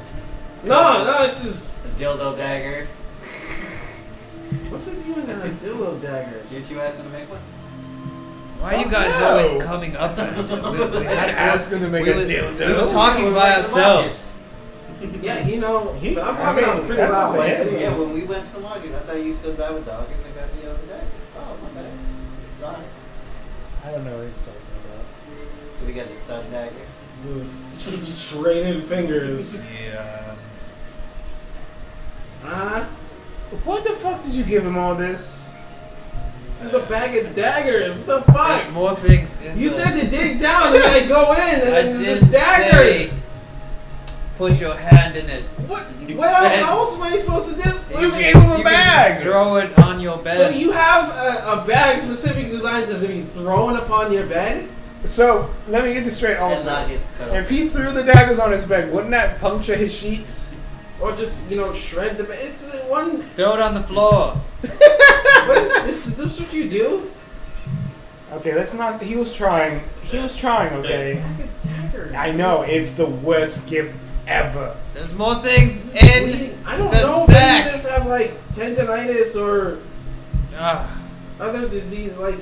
[SPEAKER 1] No, no, this is.
[SPEAKER 11] A dildo dagger.
[SPEAKER 1] What's it doing? Uh, dildo daggers.
[SPEAKER 11] Did you ask him to make one?
[SPEAKER 5] Why are you guys
[SPEAKER 3] No.
[SPEAKER 5] always coming up at each other? We, we had
[SPEAKER 3] Ask him to make
[SPEAKER 5] we
[SPEAKER 3] a
[SPEAKER 5] were-
[SPEAKER 3] dildo.
[SPEAKER 5] We were talking by ourselves.
[SPEAKER 1] Yeah, he know.
[SPEAKER 3] He-
[SPEAKER 1] but I'm
[SPEAKER 3] I
[SPEAKER 1] talking
[SPEAKER 3] mean,
[SPEAKER 1] out pretty
[SPEAKER 3] that's
[SPEAKER 1] loud.
[SPEAKER 3] what
[SPEAKER 1] Like,
[SPEAKER 3] they had.
[SPEAKER 1] anyways.
[SPEAKER 11] Yeah, when we went to the market, I thought you stood by with dog and they got the other dagger. Oh, my bad.
[SPEAKER 2] fine.
[SPEAKER 3] I don't know what he's talking about.
[SPEAKER 2] So we got the stun dagger.
[SPEAKER 1] Just Straightened fingers.
[SPEAKER 12] Yeah.
[SPEAKER 1] Ah,
[SPEAKER 3] What the fuck did you give him all this?
[SPEAKER 1] this is a bag of daggers. What the fuck?
[SPEAKER 12] There's more things in
[SPEAKER 1] You
[SPEAKER 12] the-
[SPEAKER 1] said to dig down and I go in and
[SPEAKER 5] I
[SPEAKER 1] then there's
[SPEAKER 5] did
[SPEAKER 1] just daggers.
[SPEAKER 5] say- Put your hand in it.
[SPEAKER 1] What?
[SPEAKER 5] You
[SPEAKER 1] What else?
[SPEAKER 5] said-
[SPEAKER 1] How else am I supposed to do?
[SPEAKER 5] You just-
[SPEAKER 3] gave him a
[SPEAKER 5] you can
[SPEAKER 3] bag.
[SPEAKER 5] just Throw it on your bed.
[SPEAKER 1] So you have a, a bag specific designed to be thrown upon your bed?
[SPEAKER 3] So let me get this straight.
[SPEAKER 2] And
[SPEAKER 3] Also,
[SPEAKER 2] not gets cut
[SPEAKER 3] if
[SPEAKER 2] off.
[SPEAKER 3] he threw the daggers on his bed, wouldn't that puncture his sheets?
[SPEAKER 1] Or just, you know, shred the bed? It's uh, one...
[SPEAKER 5] Throw it on the floor.
[SPEAKER 1] what is this? Is this what you do?
[SPEAKER 3] Okay, let's not. He was trying. He was trying. Okay.
[SPEAKER 1] Bag of daggers.
[SPEAKER 3] I know it's the worst gift ever.
[SPEAKER 5] There's more things
[SPEAKER 1] This is
[SPEAKER 5] in.
[SPEAKER 1] bleeding. I don't
[SPEAKER 5] the
[SPEAKER 1] know
[SPEAKER 5] sack.
[SPEAKER 1] if any of us have, like, tendonitis or
[SPEAKER 5] Ah,
[SPEAKER 1] other disease, like...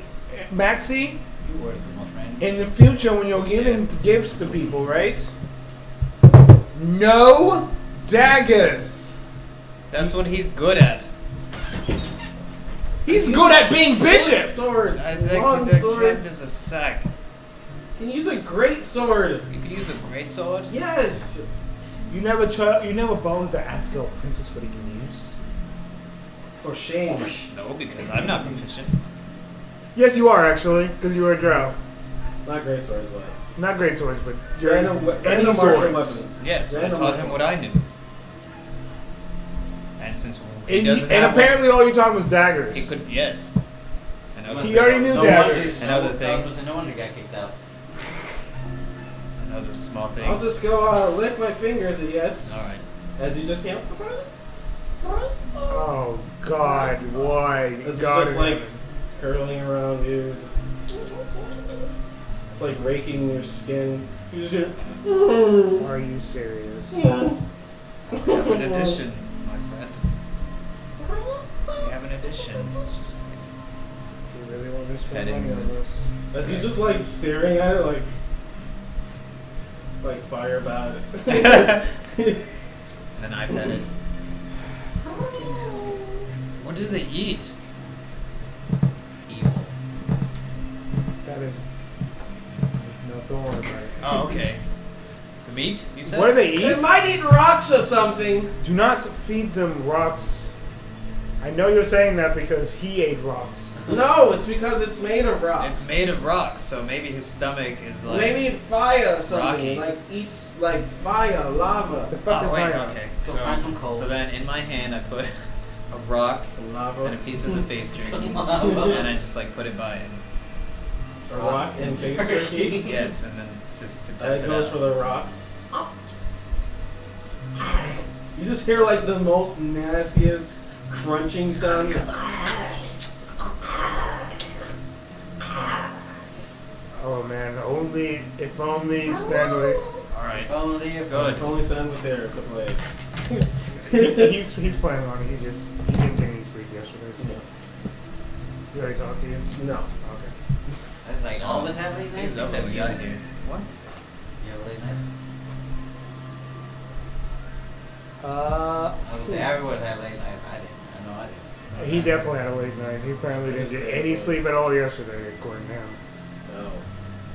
[SPEAKER 3] Maxie,
[SPEAKER 5] you were the most random.
[SPEAKER 3] in the future when you're giving gifts to people, right? No daggers.
[SPEAKER 5] That's what he's good at.
[SPEAKER 3] He's good at being
[SPEAKER 1] short
[SPEAKER 3] bishop.
[SPEAKER 1] Swords.
[SPEAKER 5] I think
[SPEAKER 1] long
[SPEAKER 5] the gift
[SPEAKER 1] swords.
[SPEAKER 5] is a sack.
[SPEAKER 1] Can use a great sword.
[SPEAKER 5] You could use a great sword.
[SPEAKER 1] Yes.
[SPEAKER 3] You never try. You never bothered to ask your apprentice what he can use.
[SPEAKER 1] For shame.
[SPEAKER 5] No, because I'm not proficient.
[SPEAKER 3] Yes, you are actually, because you were a drow.
[SPEAKER 1] Not great swords, but...
[SPEAKER 3] Not great swords, but you're
[SPEAKER 1] Random, we-
[SPEAKER 3] any
[SPEAKER 1] random martial
[SPEAKER 3] swords.
[SPEAKER 1] weapons.
[SPEAKER 5] Yes, I
[SPEAKER 1] Random
[SPEAKER 5] taught
[SPEAKER 1] martial
[SPEAKER 5] him what I knew. And since he
[SPEAKER 3] And, you-
[SPEAKER 5] doesn't
[SPEAKER 3] and
[SPEAKER 5] have
[SPEAKER 3] apparently, all you taught was daggers.
[SPEAKER 5] one, he could yes. And other,
[SPEAKER 3] He already knew
[SPEAKER 2] no
[SPEAKER 3] daggers.
[SPEAKER 2] Wonder,
[SPEAKER 5] And other
[SPEAKER 2] no,
[SPEAKER 5] things.
[SPEAKER 2] No wonder he got kicked out.
[SPEAKER 5] and other small things.
[SPEAKER 1] I'll just go uh, lick my fingers, and yes,
[SPEAKER 5] All right.
[SPEAKER 1] as you just came.
[SPEAKER 3] Oh God, why?
[SPEAKER 1] It's
[SPEAKER 3] God
[SPEAKER 1] just
[SPEAKER 3] in
[SPEAKER 1] like
[SPEAKER 3] heaven.
[SPEAKER 1] curling around you. Just, it's like raking your skin. You just hear.
[SPEAKER 3] Are you serious?
[SPEAKER 5] We have an addition, my friend. We have an addition. It's just
[SPEAKER 3] Do you really want to spend
[SPEAKER 5] Petting
[SPEAKER 3] money on
[SPEAKER 5] the-
[SPEAKER 3] this?
[SPEAKER 1] As he's just like staring at it, like like fire about
[SPEAKER 5] and
[SPEAKER 1] it.
[SPEAKER 5] then I pet it. What do they eat? Evil.
[SPEAKER 3] That is no don't worry about it.
[SPEAKER 5] Oh, okay. The meat you said.
[SPEAKER 3] What do they eat?
[SPEAKER 1] it might eat rocks or something.
[SPEAKER 3] Do not feed them rocks. I know you're saying that because he ate rocks.
[SPEAKER 1] No, it's because it's made of rocks.
[SPEAKER 5] It's made of rocks, so maybe his stomach is like.
[SPEAKER 1] Maybe fire or something.
[SPEAKER 5] Rocky.
[SPEAKER 1] Like eats like fire, lava.
[SPEAKER 3] The fucking
[SPEAKER 5] Oh wait,
[SPEAKER 3] fire.
[SPEAKER 5] okay.
[SPEAKER 2] Go find some coal.
[SPEAKER 5] so then in my hand I put a rock and a
[SPEAKER 1] Lava.
[SPEAKER 5] piece of the face jerky, and
[SPEAKER 2] Lava.
[SPEAKER 5] I just like put it by it.
[SPEAKER 1] A rock and face jerky.
[SPEAKER 5] Yes, and then it's just to dust
[SPEAKER 1] That
[SPEAKER 5] it
[SPEAKER 1] goes
[SPEAKER 5] out.
[SPEAKER 1] for the rock. You just hear like the most nastiest crunching sound.
[SPEAKER 3] Oh man, only if only Stanley.
[SPEAKER 5] All right.
[SPEAKER 2] Only if
[SPEAKER 5] Good.
[SPEAKER 1] Only sound was here to play.
[SPEAKER 3] he's he's playing on. it. He's just he didn't get any sleep yesterday. So. Did I talk to you?
[SPEAKER 1] No.
[SPEAKER 3] Okay.
[SPEAKER 2] I was like, oh, what's happening
[SPEAKER 5] It
[SPEAKER 2] next?
[SPEAKER 5] was up
[SPEAKER 2] Except
[SPEAKER 5] when we
[SPEAKER 2] you.
[SPEAKER 5] got here. What?
[SPEAKER 2] Yeah, late night.
[SPEAKER 3] Uh,
[SPEAKER 2] I was like, everyone had late night. I didn't. I know I didn't.
[SPEAKER 3] he definitely had a late night. He apparently didn't get any sleep at all yesterday, according to him.
[SPEAKER 1] No.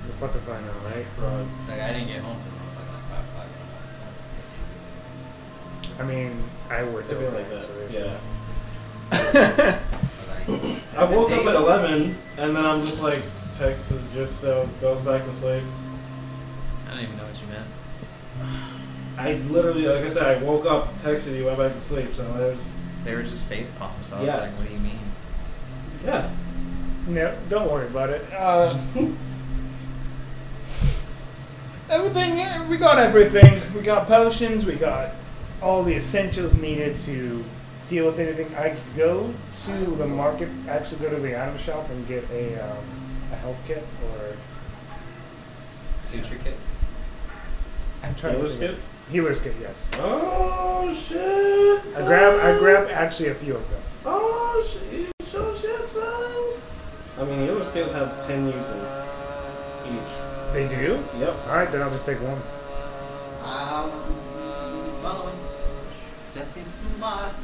[SPEAKER 3] The fuck if I know, right?
[SPEAKER 2] It's
[SPEAKER 1] Frogs.
[SPEAKER 2] like I didn't get home till fucking like five o'clock in the morning. So
[SPEAKER 3] I mean, I worked
[SPEAKER 1] It'd be like
[SPEAKER 3] overnight,
[SPEAKER 1] that.
[SPEAKER 3] so there's
[SPEAKER 1] Yeah.
[SPEAKER 2] I was like,
[SPEAKER 1] I
[SPEAKER 2] seven
[SPEAKER 1] woke up
[SPEAKER 2] days
[SPEAKER 1] at
[SPEAKER 2] a
[SPEAKER 1] eleven
[SPEAKER 2] week.
[SPEAKER 1] and then I'm just like Texas just uh, goes back to sleep.
[SPEAKER 5] I don't even know what you meant.
[SPEAKER 1] I literally like I said, I woke up, texted you, went back to sleep, so there's
[SPEAKER 5] They were just face palms. So I was
[SPEAKER 1] Yes.
[SPEAKER 5] like, what do you mean?
[SPEAKER 1] yeah.
[SPEAKER 3] No, don't worry about it. Uh, everything, yeah, we got everything. We got potions, we got all the essentials needed to deal with anything. I go to the market, actually go to the item shop and get a, um, a health kit or
[SPEAKER 5] Suture kit.
[SPEAKER 3] I'm trying
[SPEAKER 1] Taylor's
[SPEAKER 3] to think
[SPEAKER 1] kid?
[SPEAKER 3] of- healer's kit, yes.
[SPEAKER 1] Oh shit!
[SPEAKER 3] I
[SPEAKER 1] Son.
[SPEAKER 3] grab, I grab actually a few of them.
[SPEAKER 1] Oh shit! So shit, son. I mean, healer's kit has ten uses each.
[SPEAKER 3] They do?
[SPEAKER 1] Yep.
[SPEAKER 3] All right, then I'll just take one.
[SPEAKER 2] I'm following. uh, That seems smart.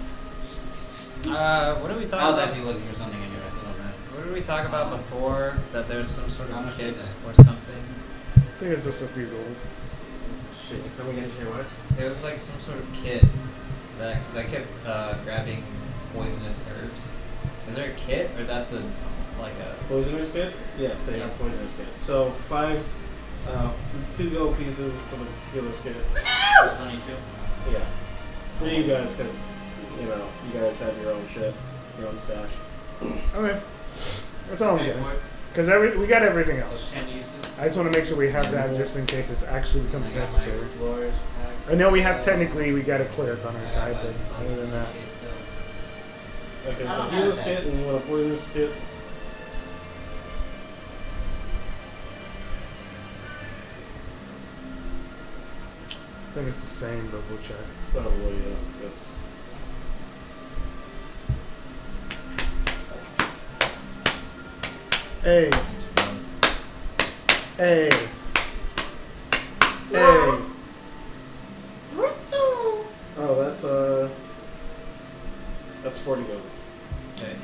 [SPEAKER 5] Uh, what are we talking
[SPEAKER 2] I was
[SPEAKER 5] about?
[SPEAKER 2] actually looking for something interesting on that.
[SPEAKER 5] What are
[SPEAKER 11] did we talk about before that there's some sort
[SPEAKER 2] How
[SPEAKER 11] of
[SPEAKER 2] much
[SPEAKER 11] kit
[SPEAKER 2] is
[SPEAKER 11] or something?
[SPEAKER 3] I think it's just a few gold.
[SPEAKER 1] Shit, you come again, Jay? What?
[SPEAKER 11] There was like some sort of kit that because I kept uh, grabbing poisonous herbs. Is there a kit or that's a like a
[SPEAKER 1] Poisoner's kit? Yes, they have poisoner's kit. So five, uh, two gold pieces for the healer's kit.
[SPEAKER 11] twenty-two?
[SPEAKER 1] Yeah, for you guys, because you know you guys have your own shit, your own stash.
[SPEAKER 3] Okay. That's all I'm
[SPEAKER 2] Pay
[SPEAKER 3] getting.
[SPEAKER 2] for it.
[SPEAKER 3] Because every, we got everything
[SPEAKER 2] So
[SPEAKER 3] else.
[SPEAKER 2] ten uses.
[SPEAKER 3] I just want to make sure we have that just in case it's actually becomes
[SPEAKER 2] I got my
[SPEAKER 3] necessary.
[SPEAKER 2] explorer's packs.
[SPEAKER 3] I know we have
[SPEAKER 2] Uh,
[SPEAKER 3] technically we got a cleric on
[SPEAKER 2] I
[SPEAKER 3] our
[SPEAKER 2] got
[SPEAKER 3] side,
[SPEAKER 2] my-
[SPEAKER 3] but other than that,
[SPEAKER 1] Okay,
[SPEAKER 10] I
[SPEAKER 1] so
[SPEAKER 10] don't
[SPEAKER 1] healer's
[SPEAKER 10] have
[SPEAKER 1] kit
[SPEAKER 10] that.
[SPEAKER 1] and you want a poisoner's kit.
[SPEAKER 3] I think it's the same. But we'll check.
[SPEAKER 1] Probably, yeah. Yes.
[SPEAKER 3] Hey, hey, hey.
[SPEAKER 1] Oh, that's uh, that's forty gold.
[SPEAKER 11] Okay,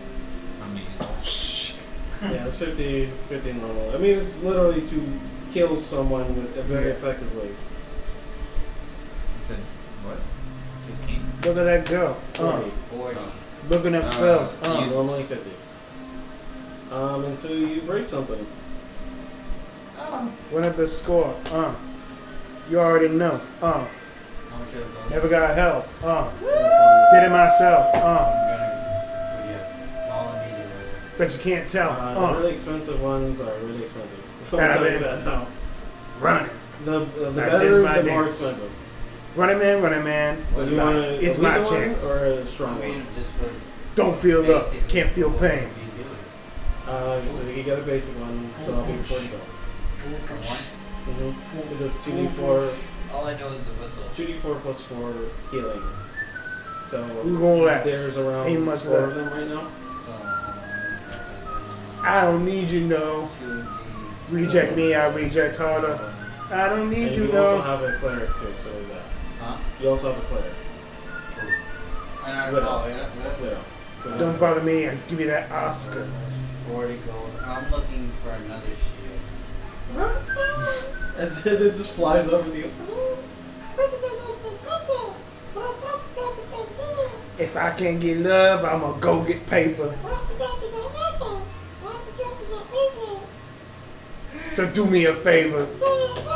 [SPEAKER 11] how many uses?
[SPEAKER 1] Yeah, it's 50, 50 normal. I mean, it's literally to kill someone with uh, very
[SPEAKER 3] Yeah.
[SPEAKER 1] effectively.
[SPEAKER 11] You said what? Fifteen.
[SPEAKER 3] Look at that girl. Uh,
[SPEAKER 1] Forty.
[SPEAKER 2] Forty.
[SPEAKER 3] looking up
[SPEAKER 2] Uh,
[SPEAKER 3] spells. Uh,
[SPEAKER 11] Jesus.
[SPEAKER 1] Normally fifty. Um, until you break something.
[SPEAKER 3] Went up the score. Uh, you already know. Uh,
[SPEAKER 2] How much are those?
[SPEAKER 3] never got help. Uh, did it myself. Uh,
[SPEAKER 2] I'm gonna- yeah, small and medium. right?
[SPEAKER 3] but you can't tell.
[SPEAKER 1] Uh, the
[SPEAKER 3] Uh,
[SPEAKER 1] really expensive ones are really expensive. I'll
[SPEAKER 3] Yeah, I
[SPEAKER 1] tell you
[SPEAKER 3] mean-
[SPEAKER 1] that now.
[SPEAKER 3] run it,
[SPEAKER 1] The, uh, the,
[SPEAKER 3] That
[SPEAKER 1] better,
[SPEAKER 3] is
[SPEAKER 1] the
[SPEAKER 3] my
[SPEAKER 1] more
[SPEAKER 3] dance.
[SPEAKER 1] expensive.
[SPEAKER 3] run it, man, run it, man.
[SPEAKER 1] So do you
[SPEAKER 2] Why?
[SPEAKER 1] want a,
[SPEAKER 3] It's
[SPEAKER 1] a
[SPEAKER 3] my
[SPEAKER 1] weaker one
[SPEAKER 3] chance.
[SPEAKER 1] or a
[SPEAKER 2] I
[SPEAKER 1] strong one?
[SPEAKER 2] mean, just for
[SPEAKER 3] Don't feel up.
[SPEAKER 2] basic-
[SPEAKER 3] Can't feel
[SPEAKER 2] what
[SPEAKER 3] pain.
[SPEAKER 2] would you do?
[SPEAKER 1] Uh, so you get a basic one, so I'll be forty gold.
[SPEAKER 2] One?
[SPEAKER 1] Mm-hmm. It does two d four,
[SPEAKER 5] All I know is the whistle.
[SPEAKER 1] two d four plus four healing. So
[SPEAKER 3] We gonna relax.
[SPEAKER 1] there's around
[SPEAKER 3] Ain't much
[SPEAKER 1] four
[SPEAKER 3] left.
[SPEAKER 1] of them right now.
[SPEAKER 2] So,
[SPEAKER 3] I don't need you, no.
[SPEAKER 2] two D.
[SPEAKER 3] Reject me, I reject harder. I don't need
[SPEAKER 1] And
[SPEAKER 3] you,
[SPEAKER 1] you also
[SPEAKER 3] no.
[SPEAKER 1] have a cleric too, so is that.
[SPEAKER 2] Huh?
[SPEAKER 1] You also have a cleric.
[SPEAKER 2] And I
[SPEAKER 1] Widow.
[SPEAKER 2] oh, yeah, that's
[SPEAKER 1] Widow. Widow's
[SPEAKER 3] Don't
[SPEAKER 1] Widow.
[SPEAKER 3] bother me. I give you that Oscar.
[SPEAKER 2] Forty gold. I'm looking for another shield.
[SPEAKER 1] As it it just flies over to you.
[SPEAKER 3] If I can't get love, I'ma go get paper. So do me a favor.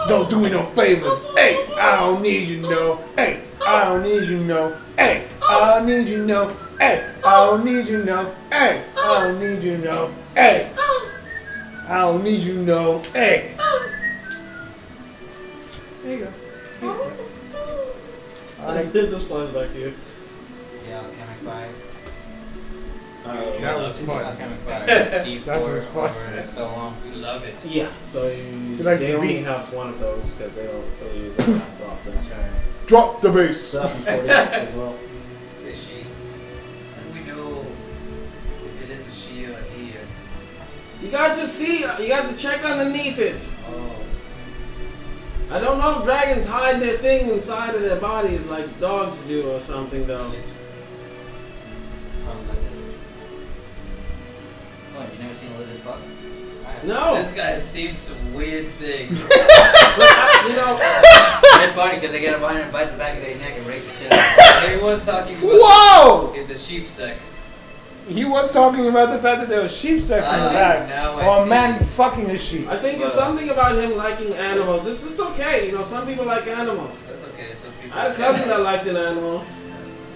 [SPEAKER 3] Don't do me no favors. Hey, I don't need you, no. Hey, I don't need you, no. Hey, I don't need you, no. Hey, I don't need you, no. Hey, I don't need you, no. Hey, I don't need you, no. Hey. There you go. All right.
[SPEAKER 1] As it just flies back to you.
[SPEAKER 2] Yeah, alchemic fire.
[SPEAKER 1] Uh,
[SPEAKER 3] That was fun.
[SPEAKER 2] Alchemic fire. D
[SPEAKER 3] That
[SPEAKER 2] four
[SPEAKER 3] was fun.
[SPEAKER 2] over so long.
[SPEAKER 11] We love it.
[SPEAKER 1] Yeah, so you,
[SPEAKER 3] She likes
[SPEAKER 1] they
[SPEAKER 3] the
[SPEAKER 1] only
[SPEAKER 3] beats.
[SPEAKER 1] have one of those because they don't really use that last often.
[SPEAKER 2] That's right.
[SPEAKER 3] Drop the bass.
[SPEAKER 1] So that'd be 40 as well.
[SPEAKER 2] It's a she.
[SPEAKER 5] How do we know if it is a she or a he? Or
[SPEAKER 1] You got to see, you got to check underneath it.
[SPEAKER 2] Oh,
[SPEAKER 1] I don't know if dragons hide their thing inside of their bodies like dogs do or something though.
[SPEAKER 2] I'm like that.
[SPEAKER 5] what? You never seen a lizard fuck?
[SPEAKER 1] No,
[SPEAKER 5] This guy has seen some weird things.
[SPEAKER 1] uh, you know,
[SPEAKER 2] That's funny because they get up behind and bite the back of their neck and break the shit. out.
[SPEAKER 5] he was talking about
[SPEAKER 3] Whoa!
[SPEAKER 5] the sheep sex.
[SPEAKER 3] He was talking about the fact that there was sheep sex in the
[SPEAKER 5] Ah,
[SPEAKER 3] back.
[SPEAKER 5] now I
[SPEAKER 3] Or a
[SPEAKER 5] see.
[SPEAKER 3] man fucking a sheep.
[SPEAKER 1] I think it's something about him liking animals. It's, it's okay, you know, some people like animals.
[SPEAKER 5] That's okay. Some people.
[SPEAKER 1] I had a cousin that liked an animal,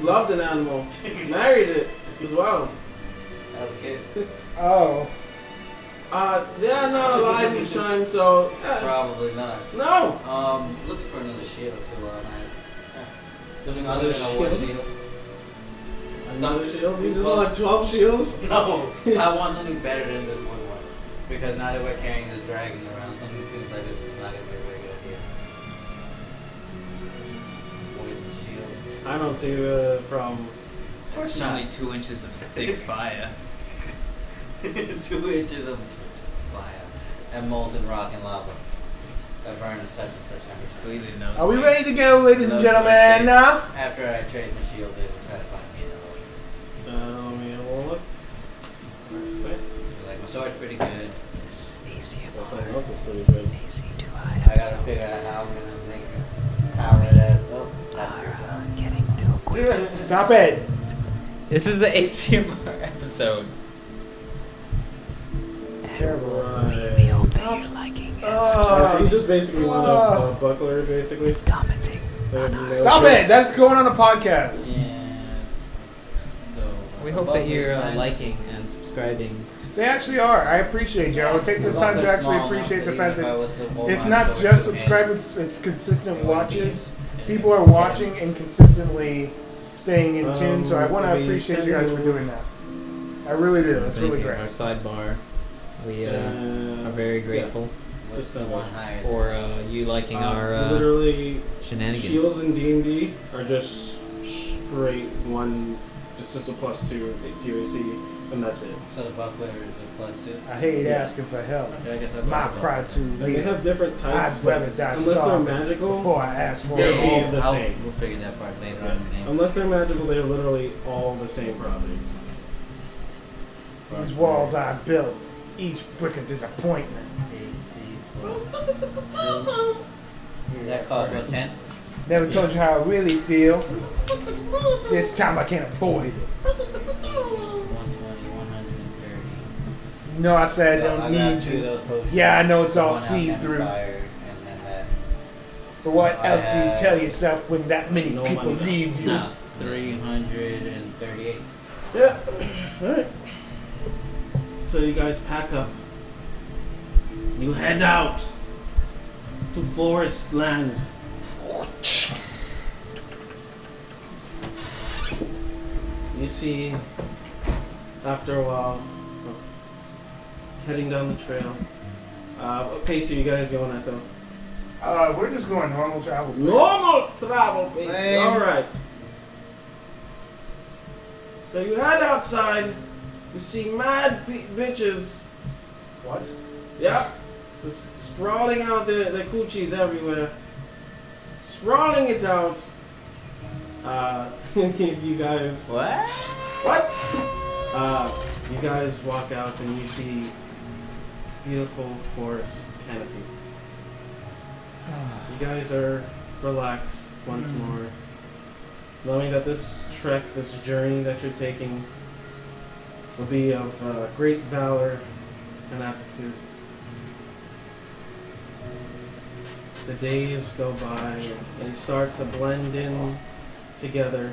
[SPEAKER 1] loved an animal, married it as well.
[SPEAKER 2] That was kids.
[SPEAKER 3] Oh.
[SPEAKER 1] Uh, they are not alive each time, so uh,
[SPEAKER 2] Probably not.
[SPEAKER 1] no.
[SPEAKER 2] Um, looking for another shield too. Uh, man.
[SPEAKER 1] There's
[SPEAKER 2] Other than a war shield.
[SPEAKER 1] Another shield. You just want like twelve shields.
[SPEAKER 2] No, I want something better than this one one. Because now that we're carrying this dragon around, something seems like this is not gonna be a very good idea. Void shield.
[SPEAKER 1] I don't see the problem.
[SPEAKER 5] It's only two inches of thick fire.
[SPEAKER 2] Two inches of fire and molten rock and lava that burn at such and such temperature.
[SPEAKER 5] Clearly knows.
[SPEAKER 3] Are we
[SPEAKER 5] me.
[SPEAKER 3] ready to go, ladies and
[SPEAKER 2] Those are my
[SPEAKER 3] gentlemen? Now?
[SPEAKER 2] After I trade my shield, they
[SPEAKER 1] Uh,
[SPEAKER 2] will try to find me another one.
[SPEAKER 1] Um, yeah, well, look. Wait.
[SPEAKER 2] Like my so it's pretty good.
[SPEAKER 4] It's
[SPEAKER 1] Well,
[SPEAKER 4] ACMR.
[SPEAKER 1] something else is pretty good.
[SPEAKER 4] AC to
[SPEAKER 2] I
[SPEAKER 4] I
[SPEAKER 2] gotta
[SPEAKER 4] episode.
[SPEAKER 2] figure out how I'm gonna make it power that ass up. That's
[SPEAKER 4] Are
[SPEAKER 2] your
[SPEAKER 4] uh,
[SPEAKER 2] job.
[SPEAKER 4] getting new equipment.
[SPEAKER 3] Stop it!
[SPEAKER 11] This is the ACMR episode.
[SPEAKER 1] It's terrible.
[SPEAKER 4] We hope that you're liking and
[SPEAKER 1] Uh, so you
[SPEAKER 4] subscribing,
[SPEAKER 1] just basically want a,
[SPEAKER 3] Ah.
[SPEAKER 1] a buckler, basically.
[SPEAKER 4] commenting.
[SPEAKER 3] Stop it! That's going on a podcast.
[SPEAKER 2] Yeah. So,
[SPEAKER 11] We hope
[SPEAKER 2] above
[SPEAKER 11] that you're
[SPEAKER 2] those
[SPEAKER 11] uh,
[SPEAKER 2] times-
[SPEAKER 11] liking and subscribing.
[SPEAKER 3] They actually are. I appreciate you. I will take this
[SPEAKER 2] above
[SPEAKER 3] time to
[SPEAKER 2] those
[SPEAKER 3] actually
[SPEAKER 2] small
[SPEAKER 3] appreciate the
[SPEAKER 2] amounts
[SPEAKER 3] fact
[SPEAKER 2] even if I
[SPEAKER 3] that
[SPEAKER 2] was to hold
[SPEAKER 3] it's
[SPEAKER 2] on
[SPEAKER 3] not
[SPEAKER 2] to it
[SPEAKER 3] just
[SPEAKER 2] and-
[SPEAKER 3] subscribers, it's, it's consistent
[SPEAKER 2] it would be-
[SPEAKER 3] watches.
[SPEAKER 2] and-
[SPEAKER 3] People are watching and consistently staying in tune, so I
[SPEAKER 1] Um,
[SPEAKER 3] want to
[SPEAKER 1] maybe
[SPEAKER 3] appreciate you
[SPEAKER 1] send
[SPEAKER 3] guys for
[SPEAKER 1] those.
[SPEAKER 3] doing that. I really do. That's
[SPEAKER 11] Thank
[SPEAKER 3] really
[SPEAKER 11] you. Our
[SPEAKER 3] great.
[SPEAKER 11] sidebar. We uh, are
[SPEAKER 1] I'm
[SPEAKER 11] very grateful
[SPEAKER 2] What's
[SPEAKER 1] Just
[SPEAKER 2] the
[SPEAKER 1] a-
[SPEAKER 2] one higher?
[SPEAKER 11] for uh, you liking our uh,
[SPEAKER 1] literally shields
[SPEAKER 11] shenanigans.
[SPEAKER 1] in D and D are just straight one, just as a plus two to your AC, and that's it.
[SPEAKER 2] So the buckler is a plus two.
[SPEAKER 3] I hate asking for help.
[SPEAKER 2] I guess I
[SPEAKER 3] My
[SPEAKER 2] buckled.
[SPEAKER 3] pride to
[SPEAKER 1] Like, they
[SPEAKER 3] lead
[SPEAKER 1] have different types,
[SPEAKER 3] I'd rather
[SPEAKER 1] but
[SPEAKER 3] die
[SPEAKER 1] unless they're
[SPEAKER 3] starving
[SPEAKER 1] magical,
[SPEAKER 3] before I ask for
[SPEAKER 1] They're
[SPEAKER 2] Yeah,
[SPEAKER 3] it.
[SPEAKER 1] all
[SPEAKER 2] yeah,
[SPEAKER 1] the
[SPEAKER 2] I'll-
[SPEAKER 1] same.
[SPEAKER 2] We'll figure that part later on. in the
[SPEAKER 3] Um,
[SPEAKER 2] name.
[SPEAKER 1] unless they're magical, they're literally all the same properties.
[SPEAKER 3] These walls I built, each brick a disappointment.
[SPEAKER 2] AC plus two. That costs what ten?
[SPEAKER 3] Never told you how I really feel. This time I can't afford it.
[SPEAKER 2] One twenty, one hundred and thirty.
[SPEAKER 3] No, I said I
[SPEAKER 2] So
[SPEAKER 3] don't
[SPEAKER 2] got
[SPEAKER 3] need
[SPEAKER 2] two of
[SPEAKER 3] you.
[SPEAKER 2] those potions.
[SPEAKER 3] Yeah, I know it's all
[SPEAKER 2] One alchemy
[SPEAKER 3] see-through.
[SPEAKER 2] fire, and then that-
[SPEAKER 3] But what
[SPEAKER 2] I
[SPEAKER 3] else do you
[SPEAKER 2] have-
[SPEAKER 3] tell yourself when that many
[SPEAKER 1] No
[SPEAKER 3] people
[SPEAKER 1] money.
[SPEAKER 3] leave you?
[SPEAKER 2] No, three hundred and thirty-eight.
[SPEAKER 1] Yeah. All right. So you guys pack up. You head out to forest land. You see, after a while of heading down the trail, uh, what pace are you guys going at though?
[SPEAKER 3] Uh, we're just going normal travel.
[SPEAKER 1] Normal travel pace.
[SPEAKER 2] Lame.
[SPEAKER 1] All right. So you head outside. You see mad b- bitches.
[SPEAKER 3] What?
[SPEAKER 1] Yep. Just sprawling out their, their coochies everywhere. Sprawling it out. Uh, you guys.
[SPEAKER 11] What?
[SPEAKER 1] What? Uh, you guys walk out and you see beautiful forest canopy. You guys are relaxed once more, knowing that this trek, this journey that you're taking, will be of uh, great valor and aptitude. The days go by and start to blend in together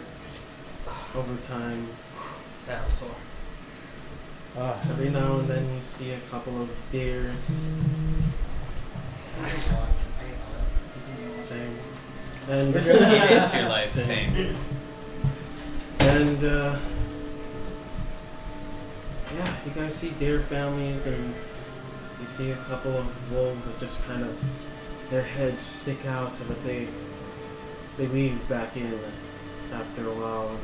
[SPEAKER 1] over time.
[SPEAKER 2] Saddle sore.
[SPEAKER 1] Every now and then you see a couple of deers same. And
[SPEAKER 11] It's your life, same.
[SPEAKER 1] and uh, yeah, you guys see deer families, and you see a couple of wolves that just kind of their heads stick out, but they they weave back in after a while. And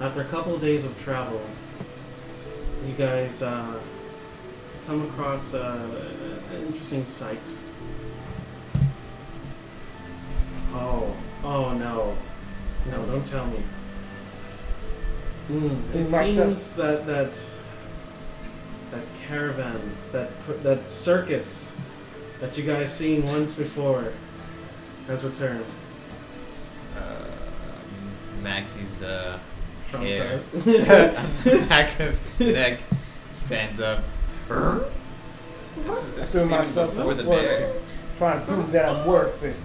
[SPEAKER 1] after a couple of days of travel, you guys uh, come across uh, an interesting sight. Oh, oh no, no! Don't tell me. Mm,
[SPEAKER 3] Big
[SPEAKER 1] it
[SPEAKER 3] Mark said-
[SPEAKER 1] seems that that that caravan, that pr- that circus that you guys seen once before, has returned.
[SPEAKER 11] Uh, Maxie's uh, hair
[SPEAKER 1] Traumatized.
[SPEAKER 11] on the back of his neck stands up. This is
[SPEAKER 3] So
[SPEAKER 11] even
[SPEAKER 3] myself
[SPEAKER 11] before the
[SPEAKER 3] worth
[SPEAKER 11] bear.
[SPEAKER 3] it. Trying to prove that I'm worth it.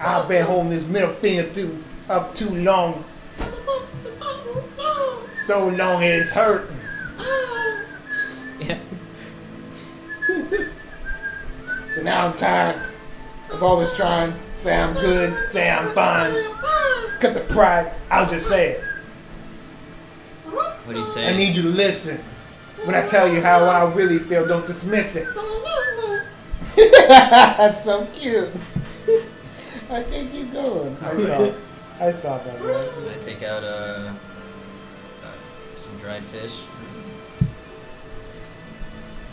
[SPEAKER 3] I've been holding this middle finger through up too long. So long it's hurting.
[SPEAKER 11] Yeah.
[SPEAKER 3] So now I'm tired of all this trying. Say I'm good, say I'm fine. Cut the pride, I'll just say it.
[SPEAKER 11] What do you say?
[SPEAKER 3] I need you to listen. When I tell you how I really feel, don't dismiss it. That's so cute. I can't keep going. I stop. I stop that. Right?
[SPEAKER 11] I take out uh, uh, some dried fish.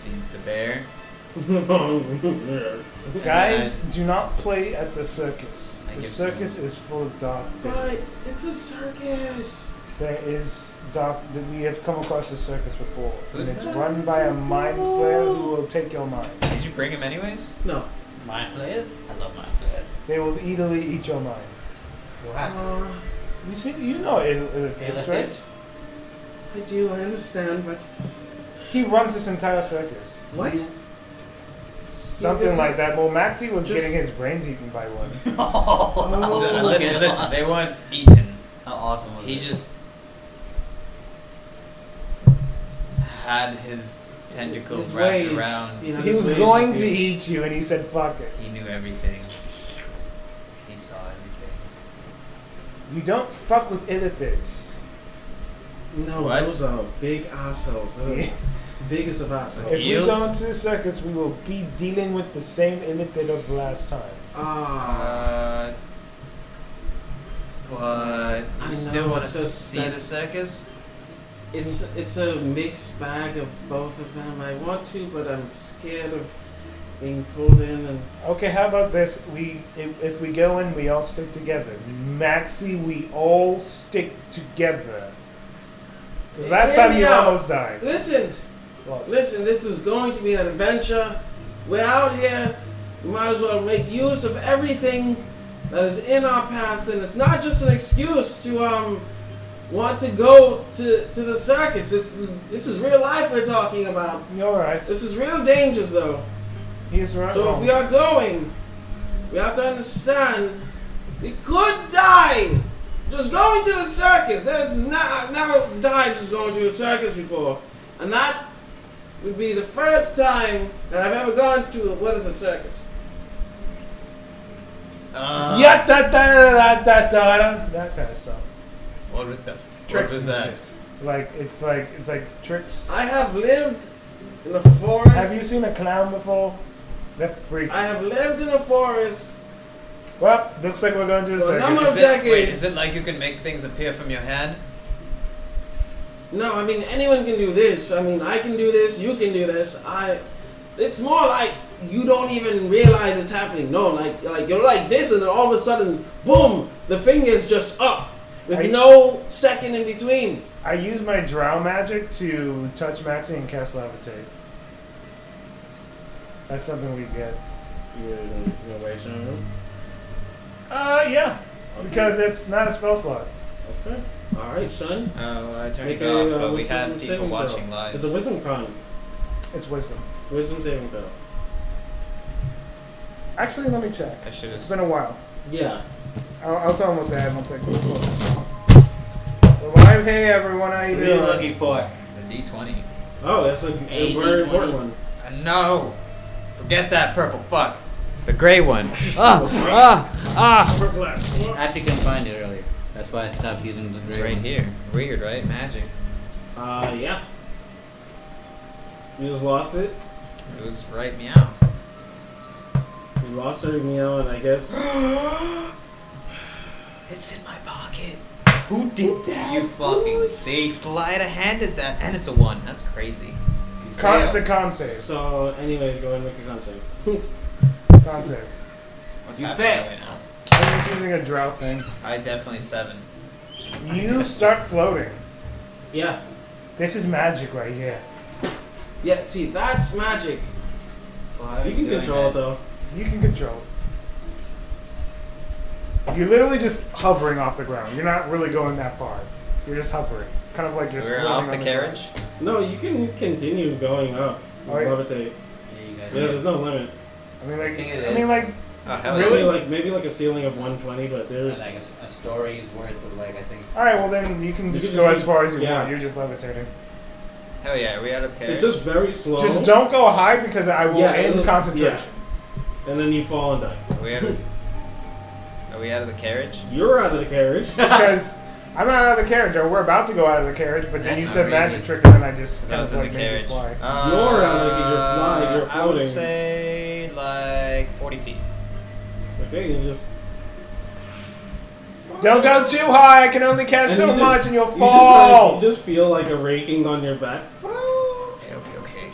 [SPEAKER 11] Feed the bear.
[SPEAKER 3] Guys, do not play at the circus.
[SPEAKER 11] I
[SPEAKER 3] The
[SPEAKER 11] guess
[SPEAKER 3] circus is full of dark.
[SPEAKER 1] But it's a circus.
[SPEAKER 3] There is doc that we have come across the circus before,
[SPEAKER 5] Who's
[SPEAKER 3] and it's
[SPEAKER 5] that?
[SPEAKER 3] run by a mind flayer who will take your mind.
[SPEAKER 5] Did you bring him anyways?
[SPEAKER 1] No.
[SPEAKER 2] Mind flayers? I love mind flayers.
[SPEAKER 3] They will eagerly eat your mind.
[SPEAKER 2] Wow.
[SPEAKER 1] Uh,
[SPEAKER 3] You see, you know it, it, it's right.
[SPEAKER 1] I do, I understand, but
[SPEAKER 3] He runs this entire circus.
[SPEAKER 1] what?
[SPEAKER 3] Something like that. Well, Maxie was
[SPEAKER 1] Just-
[SPEAKER 3] getting his brains eaten by one.
[SPEAKER 1] Oh,
[SPEAKER 5] No,
[SPEAKER 1] look
[SPEAKER 5] listen, listen. They weren't eaten.
[SPEAKER 2] How awesome was
[SPEAKER 5] He
[SPEAKER 2] it?
[SPEAKER 5] just had his tentacles
[SPEAKER 1] His
[SPEAKER 5] wrapped
[SPEAKER 1] ways,
[SPEAKER 5] around.
[SPEAKER 1] yeah,
[SPEAKER 3] He
[SPEAKER 1] his
[SPEAKER 3] was
[SPEAKER 1] ways
[SPEAKER 3] going
[SPEAKER 1] appear.
[SPEAKER 3] to eat you, and he said, "Fuck it."
[SPEAKER 5] He knew everything. He saw everything.
[SPEAKER 3] You don't fuck with illithids.
[SPEAKER 1] No,
[SPEAKER 5] What?
[SPEAKER 1] those are big assholes. Those are biggest of assholes.
[SPEAKER 3] If
[SPEAKER 5] Eels?
[SPEAKER 3] we go into the circus, we will be dealing with the same illithid of last time.
[SPEAKER 1] Ah,
[SPEAKER 5] Uh, but you
[SPEAKER 1] I
[SPEAKER 5] still
[SPEAKER 1] know,
[SPEAKER 5] want to
[SPEAKER 1] so
[SPEAKER 5] see the
[SPEAKER 1] that's-
[SPEAKER 5] circus?
[SPEAKER 1] it's it's a mixed bag of both of them. I want to, but I'm scared of being pulled in and
[SPEAKER 3] Okay, how about this? We if, if we go in, we all stick together. Maxi, we all stick together. Because last
[SPEAKER 1] Hear
[SPEAKER 3] time
[SPEAKER 1] me
[SPEAKER 3] you
[SPEAKER 1] out.
[SPEAKER 3] almost died.
[SPEAKER 1] listen. Listen, this is going to be an adventure. We're out here. We might as well make use of everything that is in our paths, and it's not just an excuse to um want to go to to the circus. It's, this is real life we're talking about.
[SPEAKER 3] You're right.
[SPEAKER 1] This is real dangers, though.
[SPEAKER 3] He's right.
[SPEAKER 1] So if
[SPEAKER 3] wrong.
[SPEAKER 1] we are going, we have to understand we could die. Just going to the circus. That's not I've never died just going to a circus before, and that would be the first time that I've ever gone to a, what is a circus.
[SPEAKER 5] Uh,
[SPEAKER 3] yeah, da, da, da, da, da, da, that kind of stuff.
[SPEAKER 5] What was the what
[SPEAKER 3] Tricks
[SPEAKER 5] was
[SPEAKER 3] and
[SPEAKER 5] that?
[SPEAKER 3] shit. Like it's like it's like tricks.
[SPEAKER 1] I have lived in a forest.
[SPEAKER 3] Have you seen a clown before? That freak.
[SPEAKER 1] I have lived in a forest.
[SPEAKER 3] Well, looks like we're going to the
[SPEAKER 1] So
[SPEAKER 3] circus.
[SPEAKER 1] number
[SPEAKER 5] Is
[SPEAKER 1] of
[SPEAKER 5] it, wait,
[SPEAKER 1] decades.
[SPEAKER 5] is it like you can make things appear from your hand?
[SPEAKER 1] No, I mean anyone can do this. I mean I can do this. You can do this. I. It's more like you don't even realize it's happening. No, like like you're like this, and then all of a sudden, boom, the finger's just up with
[SPEAKER 3] I-
[SPEAKER 1] no second in between.
[SPEAKER 3] I use my drow magic to touch Maxie and cast levitate. That's something we get.
[SPEAKER 1] You're innovation room.
[SPEAKER 3] Uh, yeah, because it's not a spell slot.
[SPEAKER 1] Okay. All right, son.
[SPEAKER 5] Oh, I turned
[SPEAKER 1] Make
[SPEAKER 5] it
[SPEAKER 1] a,
[SPEAKER 5] off,
[SPEAKER 1] uh,
[SPEAKER 5] but we
[SPEAKER 1] wisdom
[SPEAKER 5] had people
[SPEAKER 1] saving throw.
[SPEAKER 5] watching live.
[SPEAKER 1] It's a wisdom con.
[SPEAKER 3] It's wisdom.
[SPEAKER 1] Wisdom saving throw.
[SPEAKER 3] Actually, let me check.
[SPEAKER 5] I should
[SPEAKER 3] It's
[SPEAKER 5] have.
[SPEAKER 3] been a while.
[SPEAKER 1] Yeah.
[SPEAKER 3] I'll, I'll tell them what they have. I'll take a look. Well, hi- hey everyone, how you
[SPEAKER 2] What are you
[SPEAKER 3] doing?
[SPEAKER 2] looking for?
[SPEAKER 5] The D20.
[SPEAKER 1] Oh, that's a, a very
[SPEAKER 2] AD 20.
[SPEAKER 1] important one.
[SPEAKER 5] Uh, no! Forget that purple fuck. The gray one. ah! Ah! Ah!
[SPEAKER 1] Purple black.
[SPEAKER 2] I actually couldn't find it earlier. That's why I stopped using the
[SPEAKER 5] It's right here. Weird, right? Magic.
[SPEAKER 1] Uh, yeah. You just lost it.
[SPEAKER 5] It was right meow.
[SPEAKER 1] You lost your meal, and I guess.
[SPEAKER 5] It's in my pocket.
[SPEAKER 2] Who did that? You fucking thief.
[SPEAKER 5] Slider handed that, and it's a one. That's crazy.
[SPEAKER 3] Con, it's a con save.
[SPEAKER 1] So, anyways, go ahead and make a con save.
[SPEAKER 3] Con save.
[SPEAKER 5] What's
[SPEAKER 2] You
[SPEAKER 5] happening
[SPEAKER 2] failed.
[SPEAKER 5] right now?
[SPEAKER 3] I'm just using a drow thing.
[SPEAKER 5] I definitely seven.
[SPEAKER 3] You start floating.
[SPEAKER 1] Yeah.
[SPEAKER 3] This is magic right here.
[SPEAKER 1] Yeah, see, that's magic.
[SPEAKER 5] Why are
[SPEAKER 1] You can
[SPEAKER 5] doing
[SPEAKER 1] control it,
[SPEAKER 5] that?
[SPEAKER 1] though.
[SPEAKER 3] You can control it. You're literally just hovering off the ground. You're not really going that far. You're just hovering. Kind of like you're
[SPEAKER 5] We're
[SPEAKER 3] floating
[SPEAKER 5] off
[SPEAKER 3] on
[SPEAKER 5] the
[SPEAKER 3] ground.
[SPEAKER 5] carriage.
[SPEAKER 1] No, you can continue going up.
[SPEAKER 3] Oh, yeah.
[SPEAKER 1] Levitate.
[SPEAKER 2] Yeah, you guys
[SPEAKER 1] Yeah, there's no limit.
[SPEAKER 3] I mean,
[SPEAKER 2] I think
[SPEAKER 3] like,
[SPEAKER 2] it
[SPEAKER 3] I mean,
[SPEAKER 2] is.
[SPEAKER 3] like,
[SPEAKER 5] Oh hell
[SPEAKER 1] Maybe
[SPEAKER 3] Really?
[SPEAKER 1] like maybe like a ceiling of 120, but there's.
[SPEAKER 2] Like a, s- a story's worth of like I think.
[SPEAKER 3] all right. Well, then you can
[SPEAKER 1] You
[SPEAKER 3] just
[SPEAKER 1] can
[SPEAKER 3] go
[SPEAKER 1] just
[SPEAKER 3] as far as you
[SPEAKER 1] yeah.
[SPEAKER 3] want. You're just levitating.
[SPEAKER 5] yeah! Hell yeah! Are we out of the carriage?
[SPEAKER 1] It's just very slow.
[SPEAKER 3] Just don't go high because I will
[SPEAKER 1] Yeah,
[SPEAKER 3] end
[SPEAKER 1] it'll-
[SPEAKER 3] concentration.
[SPEAKER 1] And then you fall and die.
[SPEAKER 5] Are we out of? Are we out of the carriage?
[SPEAKER 1] You're out of the carriage.
[SPEAKER 3] Because I'm not out of the carriage. Or we're about to go out of the carriage, but then
[SPEAKER 5] That's
[SPEAKER 3] you
[SPEAKER 5] not
[SPEAKER 3] said
[SPEAKER 5] really-
[SPEAKER 3] magic trick, and then I just
[SPEAKER 5] Because I was in
[SPEAKER 3] kind of
[SPEAKER 5] the
[SPEAKER 3] like made you
[SPEAKER 5] carriage.
[SPEAKER 3] fly.
[SPEAKER 5] Uh,
[SPEAKER 1] You're out of the- you're flying, you're
[SPEAKER 5] I would
[SPEAKER 1] floating.
[SPEAKER 5] say like forty feet.
[SPEAKER 1] okay, you just.
[SPEAKER 5] Uh,
[SPEAKER 3] Don't go too high. I can only cast
[SPEAKER 1] and
[SPEAKER 3] so
[SPEAKER 1] you just-
[SPEAKER 3] much, and you'll
[SPEAKER 1] you just, like-
[SPEAKER 3] fall.
[SPEAKER 1] you just feel like a raking on your back.
[SPEAKER 5] It'll be okay.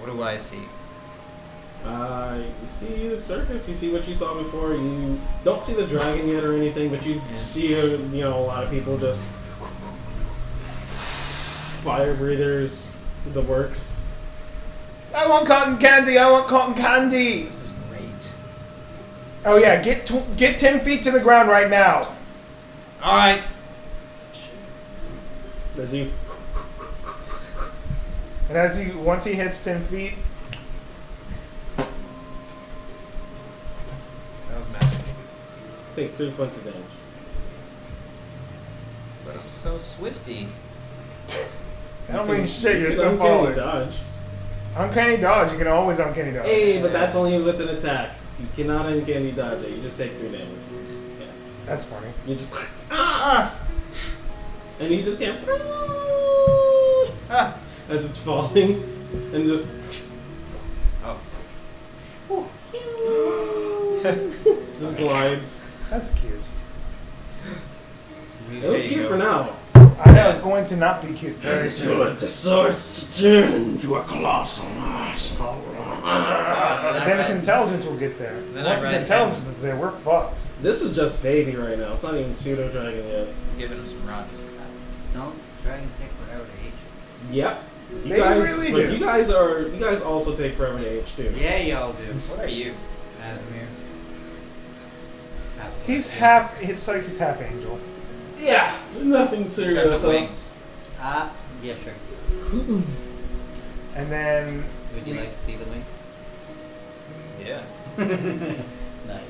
[SPEAKER 5] What do I see?
[SPEAKER 1] Uh, you see the circus. You see what you saw before. You don't see the dragon yet or anything, but you see uh, you know a lot of people just fire breathers, the works.
[SPEAKER 7] I want cotton candy. I want cotton candy.
[SPEAKER 5] This is great.
[SPEAKER 7] Oh yeah, get tw- get ten feet to the ground right now.
[SPEAKER 11] All right.
[SPEAKER 1] As you
[SPEAKER 7] And as he once he hits ten feet,
[SPEAKER 5] That was magic.
[SPEAKER 1] take three points of damage.
[SPEAKER 11] But I'm so swifty.
[SPEAKER 7] I don't mean
[SPEAKER 1] You
[SPEAKER 7] shit. You're
[SPEAKER 1] can
[SPEAKER 7] so
[SPEAKER 1] uncanny
[SPEAKER 7] forward.
[SPEAKER 1] dodge.
[SPEAKER 7] Uncanny dodge. You can always uncanny dodge.
[SPEAKER 1] Hey, but that's only with an attack. You cannot uncanny dodge it. You just take three damage.
[SPEAKER 7] That's funny.
[SPEAKER 1] You just ah, and you just hear
[SPEAKER 11] Ah.
[SPEAKER 1] as it's falling, and just
[SPEAKER 11] Oh.
[SPEAKER 1] Oh. just glides.
[SPEAKER 7] That's cute.
[SPEAKER 1] It was cute for now.
[SPEAKER 7] I know it's going to not be cute very soon.
[SPEAKER 1] the swords to turn into a colossal Ah, mass.
[SPEAKER 5] Oh,
[SPEAKER 1] Ah.
[SPEAKER 11] then
[SPEAKER 7] Then his
[SPEAKER 11] I-
[SPEAKER 7] intelligence will get there.
[SPEAKER 11] Then I
[SPEAKER 7] Once his
[SPEAKER 11] read-
[SPEAKER 7] intelligence is there, we're fucked.
[SPEAKER 1] This is just baby right now. It's not even pseudo dragon yet.
[SPEAKER 11] Giving him some rods.
[SPEAKER 2] Don't dragons take forever to eat
[SPEAKER 1] Yep. You
[SPEAKER 7] They
[SPEAKER 1] guys,
[SPEAKER 7] really
[SPEAKER 1] but
[SPEAKER 7] do.
[SPEAKER 1] you guys are you guys also take forever to age too.
[SPEAKER 2] you. Yeah, y'all do.
[SPEAKER 11] What are you?
[SPEAKER 2] Asmir. Absolutely.
[SPEAKER 7] He's half. It's like he's half angel.
[SPEAKER 1] Yeah, nothing
[SPEAKER 11] Check the
[SPEAKER 1] serious. huh?
[SPEAKER 11] wings.
[SPEAKER 2] Ah, yeah, sure.
[SPEAKER 7] And then
[SPEAKER 2] Would you like to see the links?
[SPEAKER 11] Yeah.
[SPEAKER 2] Not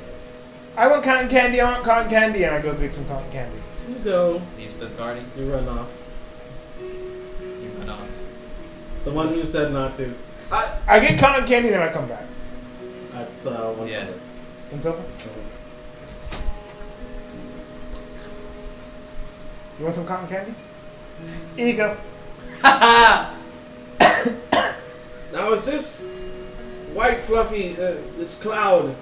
[SPEAKER 7] I want cotton candy. I want cotton candy, and I go get some cotton candy.
[SPEAKER 1] You go.
[SPEAKER 11] Elizabeth Guardian,
[SPEAKER 1] You run off.
[SPEAKER 11] you run off.
[SPEAKER 1] The one who said not to. I,
[SPEAKER 7] I get cotton candy, then I come back.
[SPEAKER 1] that's uh, one
[SPEAKER 11] Yeah.
[SPEAKER 1] second.
[SPEAKER 7] What's up? You want some cotton candy?
[SPEAKER 1] Mm.
[SPEAKER 7] Here you go.
[SPEAKER 1] Now is this white fluffy uh, this cloud?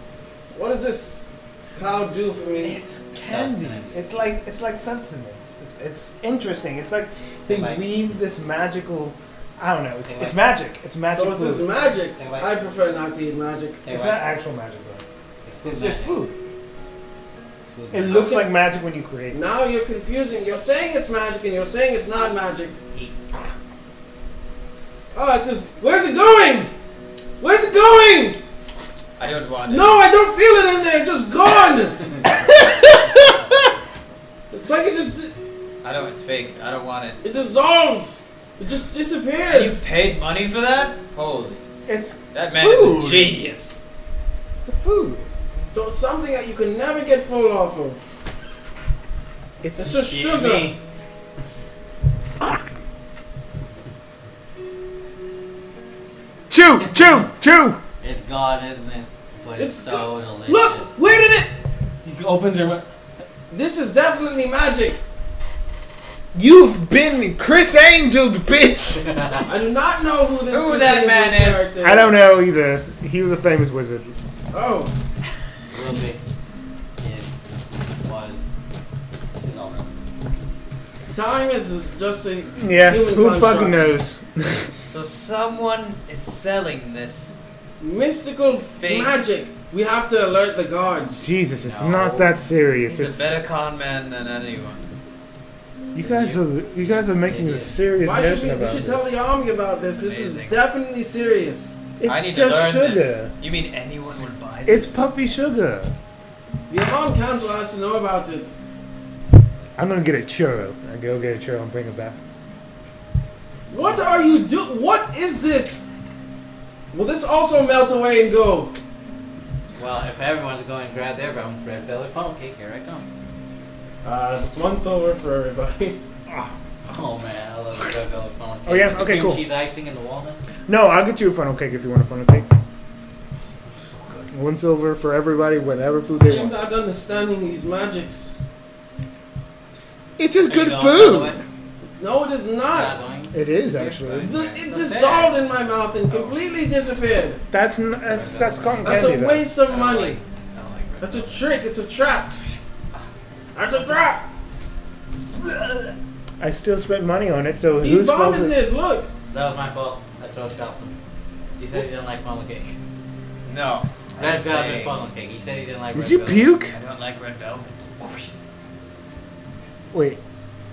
[SPEAKER 1] What does this cloud do for me?
[SPEAKER 7] It's candy.
[SPEAKER 11] Sustenance.
[SPEAKER 7] It's like it's like sustenance. It's, it's interesting. It's like they
[SPEAKER 11] Like-
[SPEAKER 7] weave this magical. I don't know. It's,
[SPEAKER 11] They
[SPEAKER 7] it's
[SPEAKER 11] like-
[SPEAKER 7] magic. It's magic
[SPEAKER 1] So is
[SPEAKER 7] food.
[SPEAKER 1] this magic?
[SPEAKER 11] Yeah, like-
[SPEAKER 1] I prefer not to eat magic.
[SPEAKER 11] Hey,
[SPEAKER 7] It's
[SPEAKER 11] wait.
[SPEAKER 7] not actual magic though. It's just food.
[SPEAKER 2] It's food.
[SPEAKER 7] It looks like magic when you create. it.
[SPEAKER 1] Now you're confusing. You're saying it's magic and you're saying it's not magic. Oh, it just. Where's it going? Where's it going?
[SPEAKER 11] I don't want
[SPEAKER 1] No, I don't feel it in there. It's just gone. it's like it just
[SPEAKER 11] it. I don't. It's fake. I don't want it.
[SPEAKER 1] it dissolves. It just
[SPEAKER 11] You
[SPEAKER 1] disappears.
[SPEAKER 11] paid money for that? Holy.
[SPEAKER 7] It's
[SPEAKER 11] That man is
[SPEAKER 1] Food.
[SPEAKER 11] a genius.
[SPEAKER 7] it's a food.
[SPEAKER 1] So it's something that you can never get full off of.
[SPEAKER 7] It's
[SPEAKER 1] It's just
[SPEAKER 11] Shit,
[SPEAKER 1] sugar.
[SPEAKER 11] me.
[SPEAKER 3] Chew, chew, chew.
[SPEAKER 2] It's God, isn't it? But it's,
[SPEAKER 1] It's
[SPEAKER 2] so delicious.
[SPEAKER 1] Look, where did it? He opens your mouth. This is definitely magic.
[SPEAKER 3] You've been Chris Angeled, bitch.
[SPEAKER 1] I do not know who this
[SPEAKER 11] Who that
[SPEAKER 1] particular
[SPEAKER 11] man is.
[SPEAKER 1] character is.
[SPEAKER 3] I don't know either. He was a famous wizard.
[SPEAKER 1] Oh,
[SPEAKER 2] Will be. It was. It's all right.
[SPEAKER 1] time is just a
[SPEAKER 3] Yeah,
[SPEAKER 1] human
[SPEAKER 3] who
[SPEAKER 1] construct.
[SPEAKER 3] fucking knows?
[SPEAKER 5] So someone is selling this.
[SPEAKER 1] Mystical
[SPEAKER 5] Fake.
[SPEAKER 1] magic. We have to alert the guards.
[SPEAKER 3] Jesus, it's
[SPEAKER 11] No.
[SPEAKER 3] not that serious.
[SPEAKER 5] He's a
[SPEAKER 3] It's
[SPEAKER 5] better con man than anyone.
[SPEAKER 3] you guys are you guys are making a
[SPEAKER 11] Idiot.
[SPEAKER 3] serious
[SPEAKER 1] Why should
[SPEAKER 3] notion
[SPEAKER 1] we, we
[SPEAKER 3] about
[SPEAKER 1] should
[SPEAKER 3] this.
[SPEAKER 1] tell the army about this? This is
[SPEAKER 11] Amazing.
[SPEAKER 1] definitely serious.
[SPEAKER 3] It's
[SPEAKER 11] I need to
[SPEAKER 3] just
[SPEAKER 11] learn
[SPEAKER 3] sugar.
[SPEAKER 11] this. You mean anyone would buy this?
[SPEAKER 3] It's puppy sugar.
[SPEAKER 1] The Amon Council has to know about it.
[SPEAKER 3] I'm gonna get a churro. I go get a churro and bring it back.
[SPEAKER 1] What are you do? What is this? Will this also melt away and go?
[SPEAKER 2] Well, if everyone's going to grab their brown bread feather funnel cake, here I come.
[SPEAKER 1] Uh, it's one silver for everybody.
[SPEAKER 2] Oh man, I love the bread feather funnel cake.
[SPEAKER 3] Oh, yeah?
[SPEAKER 2] With the
[SPEAKER 3] Okay,
[SPEAKER 2] cream
[SPEAKER 3] cool.
[SPEAKER 2] Cheese icing and the walnut.
[SPEAKER 3] No, I'll get you a funnel cake if you want a funnel cake. One silver for everybody, whatever food
[SPEAKER 1] I
[SPEAKER 3] they
[SPEAKER 1] am
[SPEAKER 3] want.
[SPEAKER 1] not understanding these magics.
[SPEAKER 3] It's just
[SPEAKER 2] Are you
[SPEAKER 3] good
[SPEAKER 2] going, by the
[SPEAKER 3] food. Ah.
[SPEAKER 2] way?
[SPEAKER 1] No, it is
[SPEAKER 2] Not
[SPEAKER 1] not.
[SPEAKER 2] going.
[SPEAKER 3] It is actually.
[SPEAKER 1] The, it
[SPEAKER 2] Not
[SPEAKER 1] dissolved in my mouth and completely disappeared.
[SPEAKER 3] That's n- that's that's cotton
[SPEAKER 1] That's
[SPEAKER 3] candy
[SPEAKER 1] a
[SPEAKER 3] though.
[SPEAKER 1] waste of
[SPEAKER 11] I don't
[SPEAKER 1] money.
[SPEAKER 11] like- I don't like red
[SPEAKER 1] That's a
[SPEAKER 11] velvet.
[SPEAKER 1] trick. It's a trap. That's a trap.
[SPEAKER 3] I still spent money on it, so
[SPEAKER 1] He
[SPEAKER 3] who's fault is it?
[SPEAKER 1] vomited. Look.
[SPEAKER 2] That was my fault. I told Shelton. He said he didn't like funnel cake.
[SPEAKER 5] No. I
[SPEAKER 2] Red
[SPEAKER 5] would
[SPEAKER 2] velvet
[SPEAKER 5] say
[SPEAKER 2] funnel cake. He said he didn't like
[SPEAKER 3] Did
[SPEAKER 2] red
[SPEAKER 3] you
[SPEAKER 2] velvet.
[SPEAKER 3] puke?
[SPEAKER 5] I don't like red velvet.
[SPEAKER 3] Wait,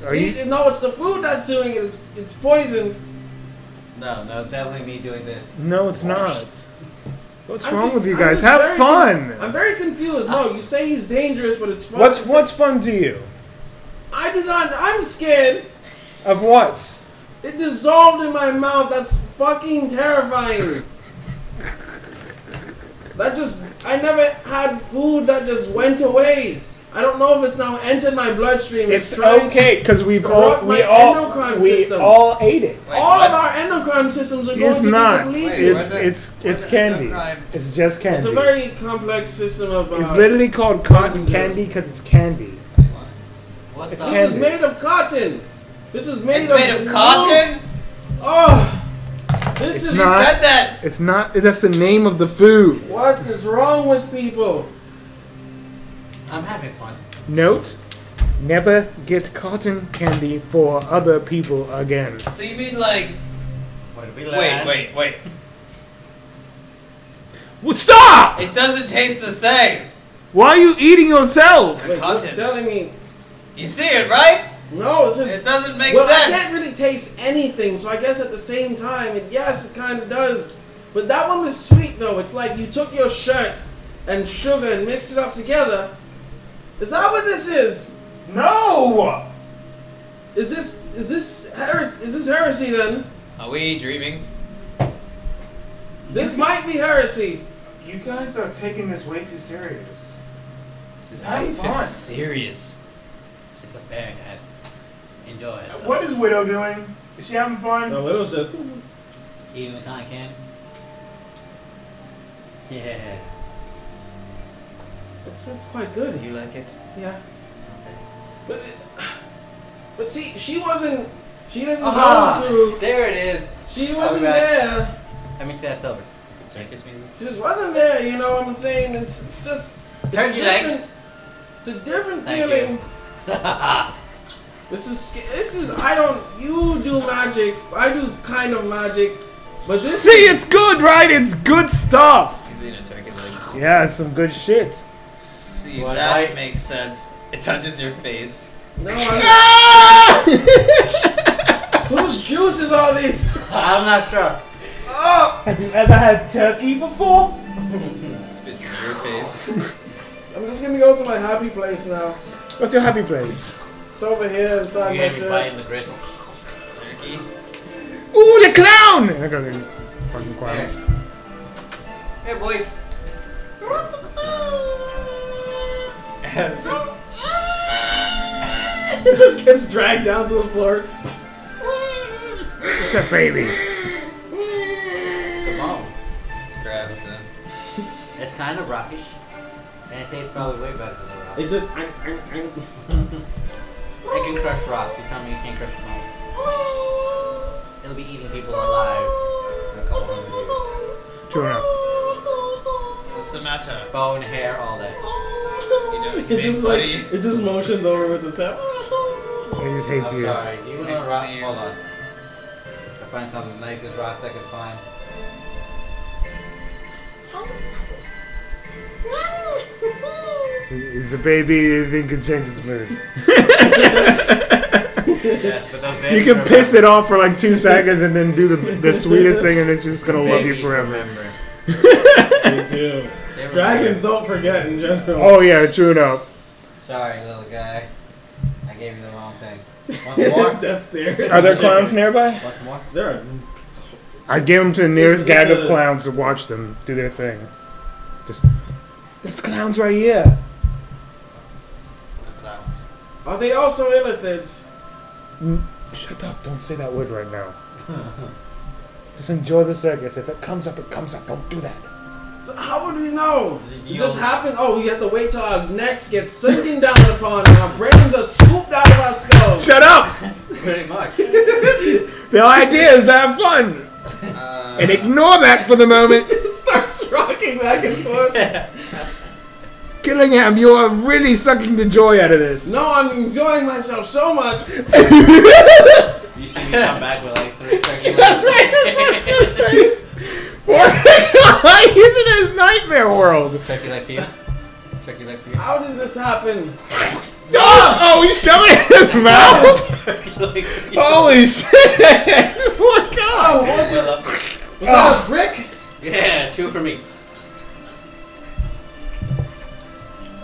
[SPEAKER 3] Are
[SPEAKER 1] See,
[SPEAKER 3] you?
[SPEAKER 1] no, it's the food that's doing it. It's it's poisoned.
[SPEAKER 11] No, no,
[SPEAKER 2] It's definitely me doing this.
[SPEAKER 3] No, it's not. What's
[SPEAKER 1] Oh, I'm
[SPEAKER 3] wrong
[SPEAKER 1] conf-
[SPEAKER 3] with you
[SPEAKER 1] I'm
[SPEAKER 3] guys?
[SPEAKER 1] just
[SPEAKER 3] Have
[SPEAKER 1] very
[SPEAKER 3] fun.
[SPEAKER 1] con- I'm very confused. No, you say he's dangerous, but it's fun.
[SPEAKER 3] what's
[SPEAKER 1] to
[SPEAKER 3] what's
[SPEAKER 1] say-
[SPEAKER 3] fun to you?
[SPEAKER 1] I do not. I'm scared.
[SPEAKER 3] Of what?
[SPEAKER 1] It dissolved in my mouth. That's fucking terrifying. that just. I never had food that just went away. I don't know if it's now entered my bloodstream.
[SPEAKER 3] It's
[SPEAKER 1] trying to-
[SPEAKER 3] okay because we've all
[SPEAKER 1] corrupt
[SPEAKER 3] we
[SPEAKER 1] my
[SPEAKER 3] all
[SPEAKER 1] endocrine
[SPEAKER 3] we
[SPEAKER 1] system.
[SPEAKER 3] all ate it.
[SPEAKER 11] Wait,
[SPEAKER 1] All
[SPEAKER 11] what?
[SPEAKER 1] of our endocrine systems are
[SPEAKER 3] It's
[SPEAKER 1] going to
[SPEAKER 3] not.
[SPEAKER 1] be
[SPEAKER 11] Wait,
[SPEAKER 1] depleted.
[SPEAKER 3] It's
[SPEAKER 11] what's it-
[SPEAKER 3] it's
[SPEAKER 11] what's
[SPEAKER 3] it's
[SPEAKER 11] it
[SPEAKER 3] candy.
[SPEAKER 11] endocrine?
[SPEAKER 3] It's just candy.
[SPEAKER 1] It's a very complex system of. Uh,
[SPEAKER 3] It's literally called cotton
[SPEAKER 1] Cotton
[SPEAKER 3] candy because it's candy.
[SPEAKER 2] What
[SPEAKER 3] It's
[SPEAKER 2] the?
[SPEAKER 1] this
[SPEAKER 3] candy.
[SPEAKER 1] is made of cotton. This is made
[SPEAKER 5] It's
[SPEAKER 1] of.
[SPEAKER 5] made of cotton?
[SPEAKER 1] Oh, this
[SPEAKER 3] It's
[SPEAKER 1] is
[SPEAKER 5] You
[SPEAKER 3] Not-
[SPEAKER 5] said that!
[SPEAKER 3] It's not. That's the name of the food.
[SPEAKER 1] what is wrong with people.
[SPEAKER 2] I'm having fun.
[SPEAKER 3] Note: Never get cotton candy for other people again.
[SPEAKER 5] So you mean like.
[SPEAKER 11] What did we
[SPEAKER 5] Wait,
[SPEAKER 11] land?
[SPEAKER 5] wait, wait.
[SPEAKER 3] Well, stop!
[SPEAKER 5] It doesn't taste the same!
[SPEAKER 3] Why are you eating yourself?
[SPEAKER 1] Wait,
[SPEAKER 5] Cotton.
[SPEAKER 1] you're telling me.
[SPEAKER 5] You see it, right?
[SPEAKER 1] No, this is.
[SPEAKER 5] It doesn't make
[SPEAKER 1] well, I
[SPEAKER 5] sense!
[SPEAKER 1] can't really taste anything, so I guess at the same time, it, yes, it kind of does. But that one was sweet, though. It's like you took your shirt and sugar and mixed it up together. Is that what this is?
[SPEAKER 7] No!
[SPEAKER 1] Is this is this her- is this heresy then?
[SPEAKER 5] Are we dreaming?
[SPEAKER 1] This might be heresy.
[SPEAKER 3] You guys are taking this way too serious.
[SPEAKER 2] It's
[SPEAKER 5] Life is serious.
[SPEAKER 2] It's a fair guys. Enjoy it.
[SPEAKER 3] is Widow doing? Is she having fun?
[SPEAKER 1] No, it was just.
[SPEAKER 2] Eating the cotton candy. Yeah.
[SPEAKER 1] It's, it's quite good.
[SPEAKER 5] You like it?
[SPEAKER 1] Yeah. But it, but see, she wasn't. She didn't
[SPEAKER 2] Aha!
[SPEAKER 1] go through.
[SPEAKER 2] There it is.
[SPEAKER 1] She wasn't
[SPEAKER 2] back.
[SPEAKER 1] there.
[SPEAKER 2] Let me see that silver. Circus music.
[SPEAKER 1] She just wasn't there. You know what I'm saying? It's, it's just. It's
[SPEAKER 2] Turn your leg.
[SPEAKER 1] different. It's a different
[SPEAKER 2] Thank
[SPEAKER 1] feeling.
[SPEAKER 2] you. That's
[SPEAKER 1] This is sca- this is I don't you do magic I do kind of magic, but this
[SPEAKER 3] See,
[SPEAKER 1] is,
[SPEAKER 3] it's good, right? It's good stuff.
[SPEAKER 11] He's eating a turkey leg.
[SPEAKER 3] Yeah, it's some good shit.
[SPEAKER 11] See,
[SPEAKER 2] What
[SPEAKER 11] that
[SPEAKER 2] I-
[SPEAKER 11] makes sense. It touches your face.
[SPEAKER 1] no I, whose juices are these?
[SPEAKER 2] I'm not sure.
[SPEAKER 3] Have you ever had turkey before?
[SPEAKER 11] Spits in your face.
[SPEAKER 1] I'm just gonna go to my happy place now.
[SPEAKER 3] What's your happy place?
[SPEAKER 1] It's over here inside
[SPEAKER 2] You
[SPEAKER 1] my
[SPEAKER 2] gonna be
[SPEAKER 1] shirt.
[SPEAKER 2] biting the gristle.
[SPEAKER 11] Turkey.
[SPEAKER 3] Ooh, the clown! I got these fucking clowns.
[SPEAKER 2] Hey boys.
[SPEAKER 1] It just gets dragged down to the floor.
[SPEAKER 3] It's a baby.
[SPEAKER 2] Mom.
[SPEAKER 11] Grabs them.
[SPEAKER 2] It's kind of rockish. And it tastes probably way better than the rock.
[SPEAKER 1] It
[SPEAKER 2] It
[SPEAKER 1] just I, I, I,
[SPEAKER 2] can crush rocks. You tell me you can't crush them all. It'll be eating people alive in a couple hundred years.
[SPEAKER 3] True enough.
[SPEAKER 11] What's the matter?
[SPEAKER 2] Bone, hair, all that.
[SPEAKER 11] You know,
[SPEAKER 1] it
[SPEAKER 11] big
[SPEAKER 1] just like
[SPEAKER 11] buddy.
[SPEAKER 1] it just motions over with its head.
[SPEAKER 3] He just
[SPEAKER 2] I'm
[SPEAKER 3] hates you.
[SPEAKER 2] sorry. Do you want
[SPEAKER 11] Make
[SPEAKER 2] a
[SPEAKER 11] fun
[SPEAKER 2] rock?
[SPEAKER 11] of you.
[SPEAKER 2] Hold on. I find some of the nicest rocks I could find.
[SPEAKER 3] It's a baby. Anything can change its mood.
[SPEAKER 2] Yes, but those
[SPEAKER 3] You
[SPEAKER 2] babies
[SPEAKER 3] can piss
[SPEAKER 2] remember.
[SPEAKER 3] it off for like two seconds and then do the, the sweetest thing, and it's just gonna love you
[SPEAKER 2] Babies
[SPEAKER 3] forever.
[SPEAKER 2] Remember.
[SPEAKER 1] They do.
[SPEAKER 2] They remember.
[SPEAKER 1] Dragons don't forget in general.
[SPEAKER 3] Oh yeah, true enough.
[SPEAKER 2] Sorry, little guy. I gave you the wrong thing. Once more.
[SPEAKER 1] That's there.
[SPEAKER 3] Are there clowns nearby?
[SPEAKER 2] Once more.
[SPEAKER 1] There are.
[SPEAKER 3] I gave them to the nearest
[SPEAKER 1] It's- it's
[SPEAKER 3] gag of
[SPEAKER 1] a-
[SPEAKER 3] clowns to watch them do their thing. Just there's clowns right here.
[SPEAKER 11] Clowns.
[SPEAKER 1] Are they also illithids?
[SPEAKER 3] Shut up! Don't say that word right now. Just enjoy the circus. If it comes up, it comes up. Don't do that.
[SPEAKER 1] So how would we know? It
[SPEAKER 2] You
[SPEAKER 1] just
[SPEAKER 2] don't-
[SPEAKER 1] happens. Oh, we have to wait till our necks get sinking down upon and our brains are scooped out of our skulls.
[SPEAKER 3] Shut up!
[SPEAKER 11] Pretty much.
[SPEAKER 3] The idea is to have fun
[SPEAKER 11] Uh,
[SPEAKER 3] and ignore that for the moment.
[SPEAKER 1] It starts rocking back and forth.
[SPEAKER 3] Killingham, you are really sucking the joy out of this.
[SPEAKER 1] No, I'm enjoying myself so much.
[SPEAKER 2] You see me come back with like three turkey legs.
[SPEAKER 3] Poor guy, he's in his nightmare world.
[SPEAKER 2] Turkey leg here. Turkey leg here.
[SPEAKER 1] How did this happen?
[SPEAKER 3] Oh, you shoving it in his mouth?
[SPEAKER 5] like,
[SPEAKER 3] Holy shit! Look
[SPEAKER 1] Oh,
[SPEAKER 3] out!
[SPEAKER 5] well up.
[SPEAKER 13] Was that a brick?
[SPEAKER 5] Yeah, two for me.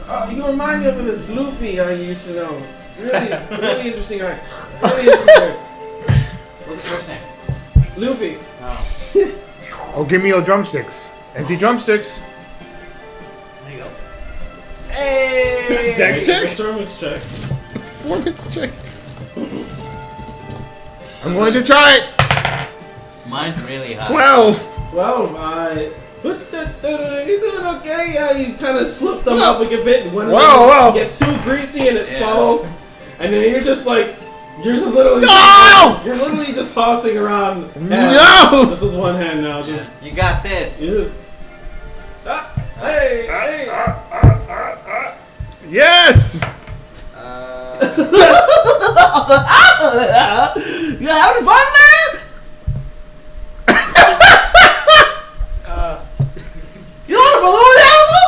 [SPEAKER 1] Uh, you remind me of this Luffy I used to know. Really, really interesting guy. Really interesting.
[SPEAKER 5] What's the first name?
[SPEAKER 1] Luffy.
[SPEAKER 5] Oh,
[SPEAKER 3] Oh, give me your drumsticks. Empty drumsticks.
[SPEAKER 5] there you go. Hey.
[SPEAKER 3] Dex check.
[SPEAKER 1] Performance check.
[SPEAKER 3] Performance check. I'm going to try it.
[SPEAKER 5] Mine's really high.
[SPEAKER 3] Twelve.
[SPEAKER 1] Well, I. But the, the, the, you doing okay? Yeah, you kind of slip them up a bit. When
[SPEAKER 3] Whoa, whoa.
[SPEAKER 1] it gets too greasy and it
[SPEAKER 5] Yeah.
[SPEAKER 1] falls, and then you're just like, you're just literally,
[SPEAKER 3] No!
[SPEAKER 1] you're literally just tossing around.
[SPEAKER 3] No!
[SPEAKER 1] this is one hand now. Just,
[SPEAKER 5] You got this.
[SPEAKER 1] you just ah, hey, hey.
[SPEAKER 3] Yes.
[SPEAKER 2] Uh,
[SPEAKER 5] you having fun there? you want a balloon animal?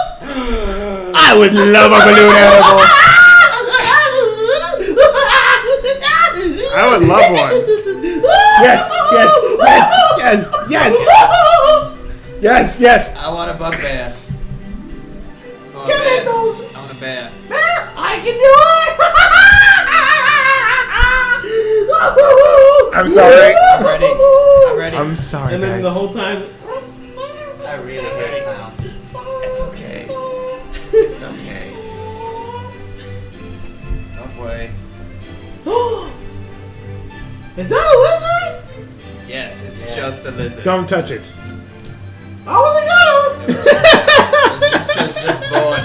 [SPEAKER 3] I would love a balloon animal. I would love one. Yes, yes, yes, yes, yes, yes, yes.
[SPEAKER 5] I want a bugbear. Give me those. I want a bear.
[SPEAKER 3] I'm sorry.
[SPEAKER 5] I'm ready. I'm ready.
[SPEAKER 3] I'm sorry,
[SPEAKER 1] And then
[SPEAKER 3] guys.
[SPEAKER 1] the whole time,
[SPEAKER 5] I really hurt clowns.
[SPEAKER 14] It's okay. It's okay.
[SPEAKER 5] Don't worry.
[SPEAKER 1] Oh, is that a lizard?
[SPEAKER 14] Yes, it's just a lizard.
[SPEAKER 3] Don't touch it.
[SPEAKER 1] I wasn't gonna.
[SPEAKER 5] It's just, it's just bored.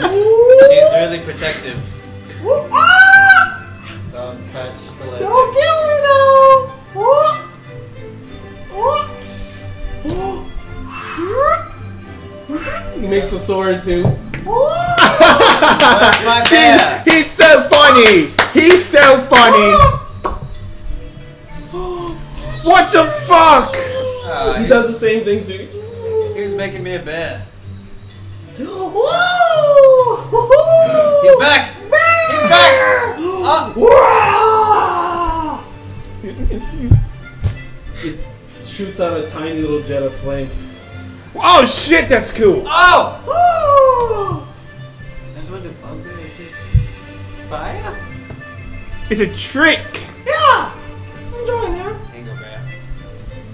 [SPEAKER 5] She's really protective.
[SPEAKER 2] don't touch the lizard.
[SPEAKER 1] Don't kill me now. Oh. Oh. Oh. He makes a sword too.
[SPEAKER 5] That's Oh, my bear.
[SPEAKER 3] He's so funny. He's so funny. What the fuck?
[SPEAKER 5] Uh,
[SPEAKER 1] He
[SPEAKER 5] he
[SPEAKER 1] does the same thing too.
[SPEAKER 5] he was making me a bear.
[SPEAKER 1] Whoa!
[SPEAKER 5] He's back. He's back. Oh,
[SPEAKER 1] It shoots out a tiny little jet of flame.
[SPEAKER 3] Oh shit, that's cool.
[SPEAKER 5] oh.
[SPEAKER 2] Since when did bugbear take fire?
[SPEAKER 3] It's a trick.
[SPEAKER 5] Angle bear.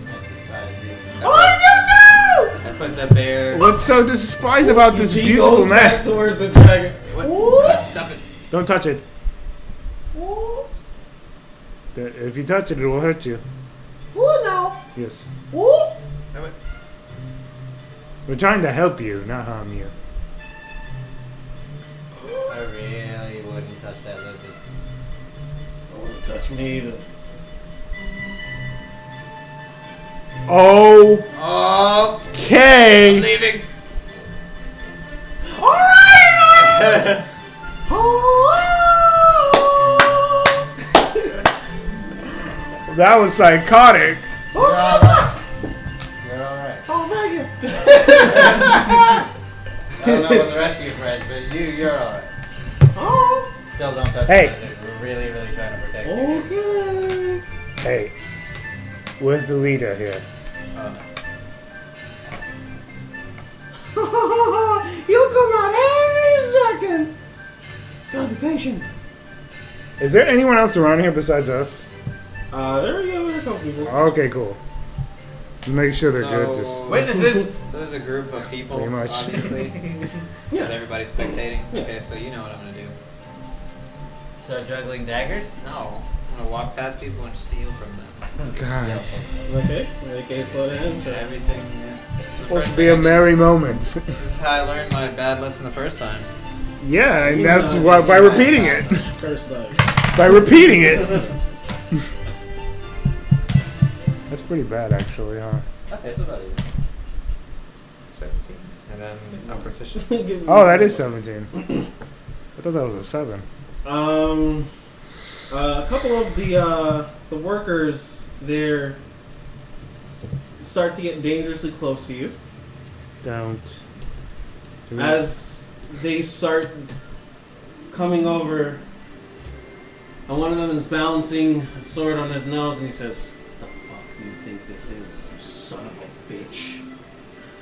[SPEAKER 2] That surprised you.
[SPEAKER 5] I put the bear.
[SPEAKER 3] What's so despised about this
[SPEAKER 1] He
[SPEAKER 3] beautiful
[SPEAKER 1] goes back
[SPEAKER 3] man?
[SPEAKER 1] towards the dragon.
[SPEAKER 5] What? Stop it.
[SPEAKER 3] Don't touch it. Th- If you touch it, it will hurt you.
[SPEAKER 7] Who now?
[SPEAKER 3] Yes.
[SPEAKER 7] Who?
[SPEAKER 5] Damn it.
[SPEAKER 3] We're trying to help you, not harm you.
[SPEAKER 2] I really wouldn't touch that lizard.
[SPEAKER 14] Oh,
[SPEAKER 1] Don't touch me either.
[SPEAKER 3] Okay.
[SPEAKER 5] Oh, leaving.
[SPEAKER 3] That was psychotic.
[SPEAKER 2] You're alright.
[SPEAKER 1] Oh, thank you.
[SPEAKER 2] I don't know what the rest of your friends, but you, you're alright.
[SPEAKER 1] Oh,
[SPEAKER 2] Still don't touch
[SPEAKER 3] Hey.
[SPEAKER 2] the lizard. We're really, really trying to protect you.
[SPEAKER 1] okay.
[SPEAKER 3] Hey, where's the leader here?
[SPEAKER 2] Oh, no.
[SPEAKER 1] You'll come out every second. It's gotta be patient.
[SPEAKER 3] Is there anyone else around here besides us?
[SPEAKER 1] Uh, there we go. There are a couple people.
[SPEAKER 3] Okay, cool. Make sure they're good. Just
[SPEAKER 5] So-
[SPEAKER 14] Witnesses!
[SPEAKER 5] So there's a group of people,
[SPEAKER 3] Pretty much.
[SPEAKER 5] obviously. Is everybody spectating? Okay, so you know what I'm gonna do.
[SPEAKER 2] Start juggling daggers?
[SPEAKER 5] No, I'm gonna walk past people and steal from them.
[SPEAKER 3] God,
[SPEAKER 1] Okay. Okay, slow down.
[SPEAKER 5] Get Everything. Yeah. This is the
[SPEAKER 3] supposed
[SPEAKER 5] first
[SPEAKER 3] to be a
[SPEAKER 5] thing I
[SPEAKER 3] merry moment.
[SPEAKER 5] did. This is how I learned my bad lesson the first time.
[SPEAKER 3] yeah, and that's why by repeating it.
[SPEAKER 1] First dice.
[SPEAKER 3] By repeating it. That's pretty bad, actually, huh?
[SPEAKER 2] Okay, so about it.
[SPEAKER 5] 17. And then I'm proficient.
[SPEAKER 1] Give me-
[SPEAKER 3] Oh, that is 17. I thought that was a 7.
[SPEAKER 1] Um, uh, a couple of the uh, the workers there start to get dangerously close to you
[SPEAKER 3] Don't. Do we-
[SPEAKER 1] as they start coming over And one of them is balancing a sword on his nose, and he says, "The fuck do you think this is, you son of a bitch?"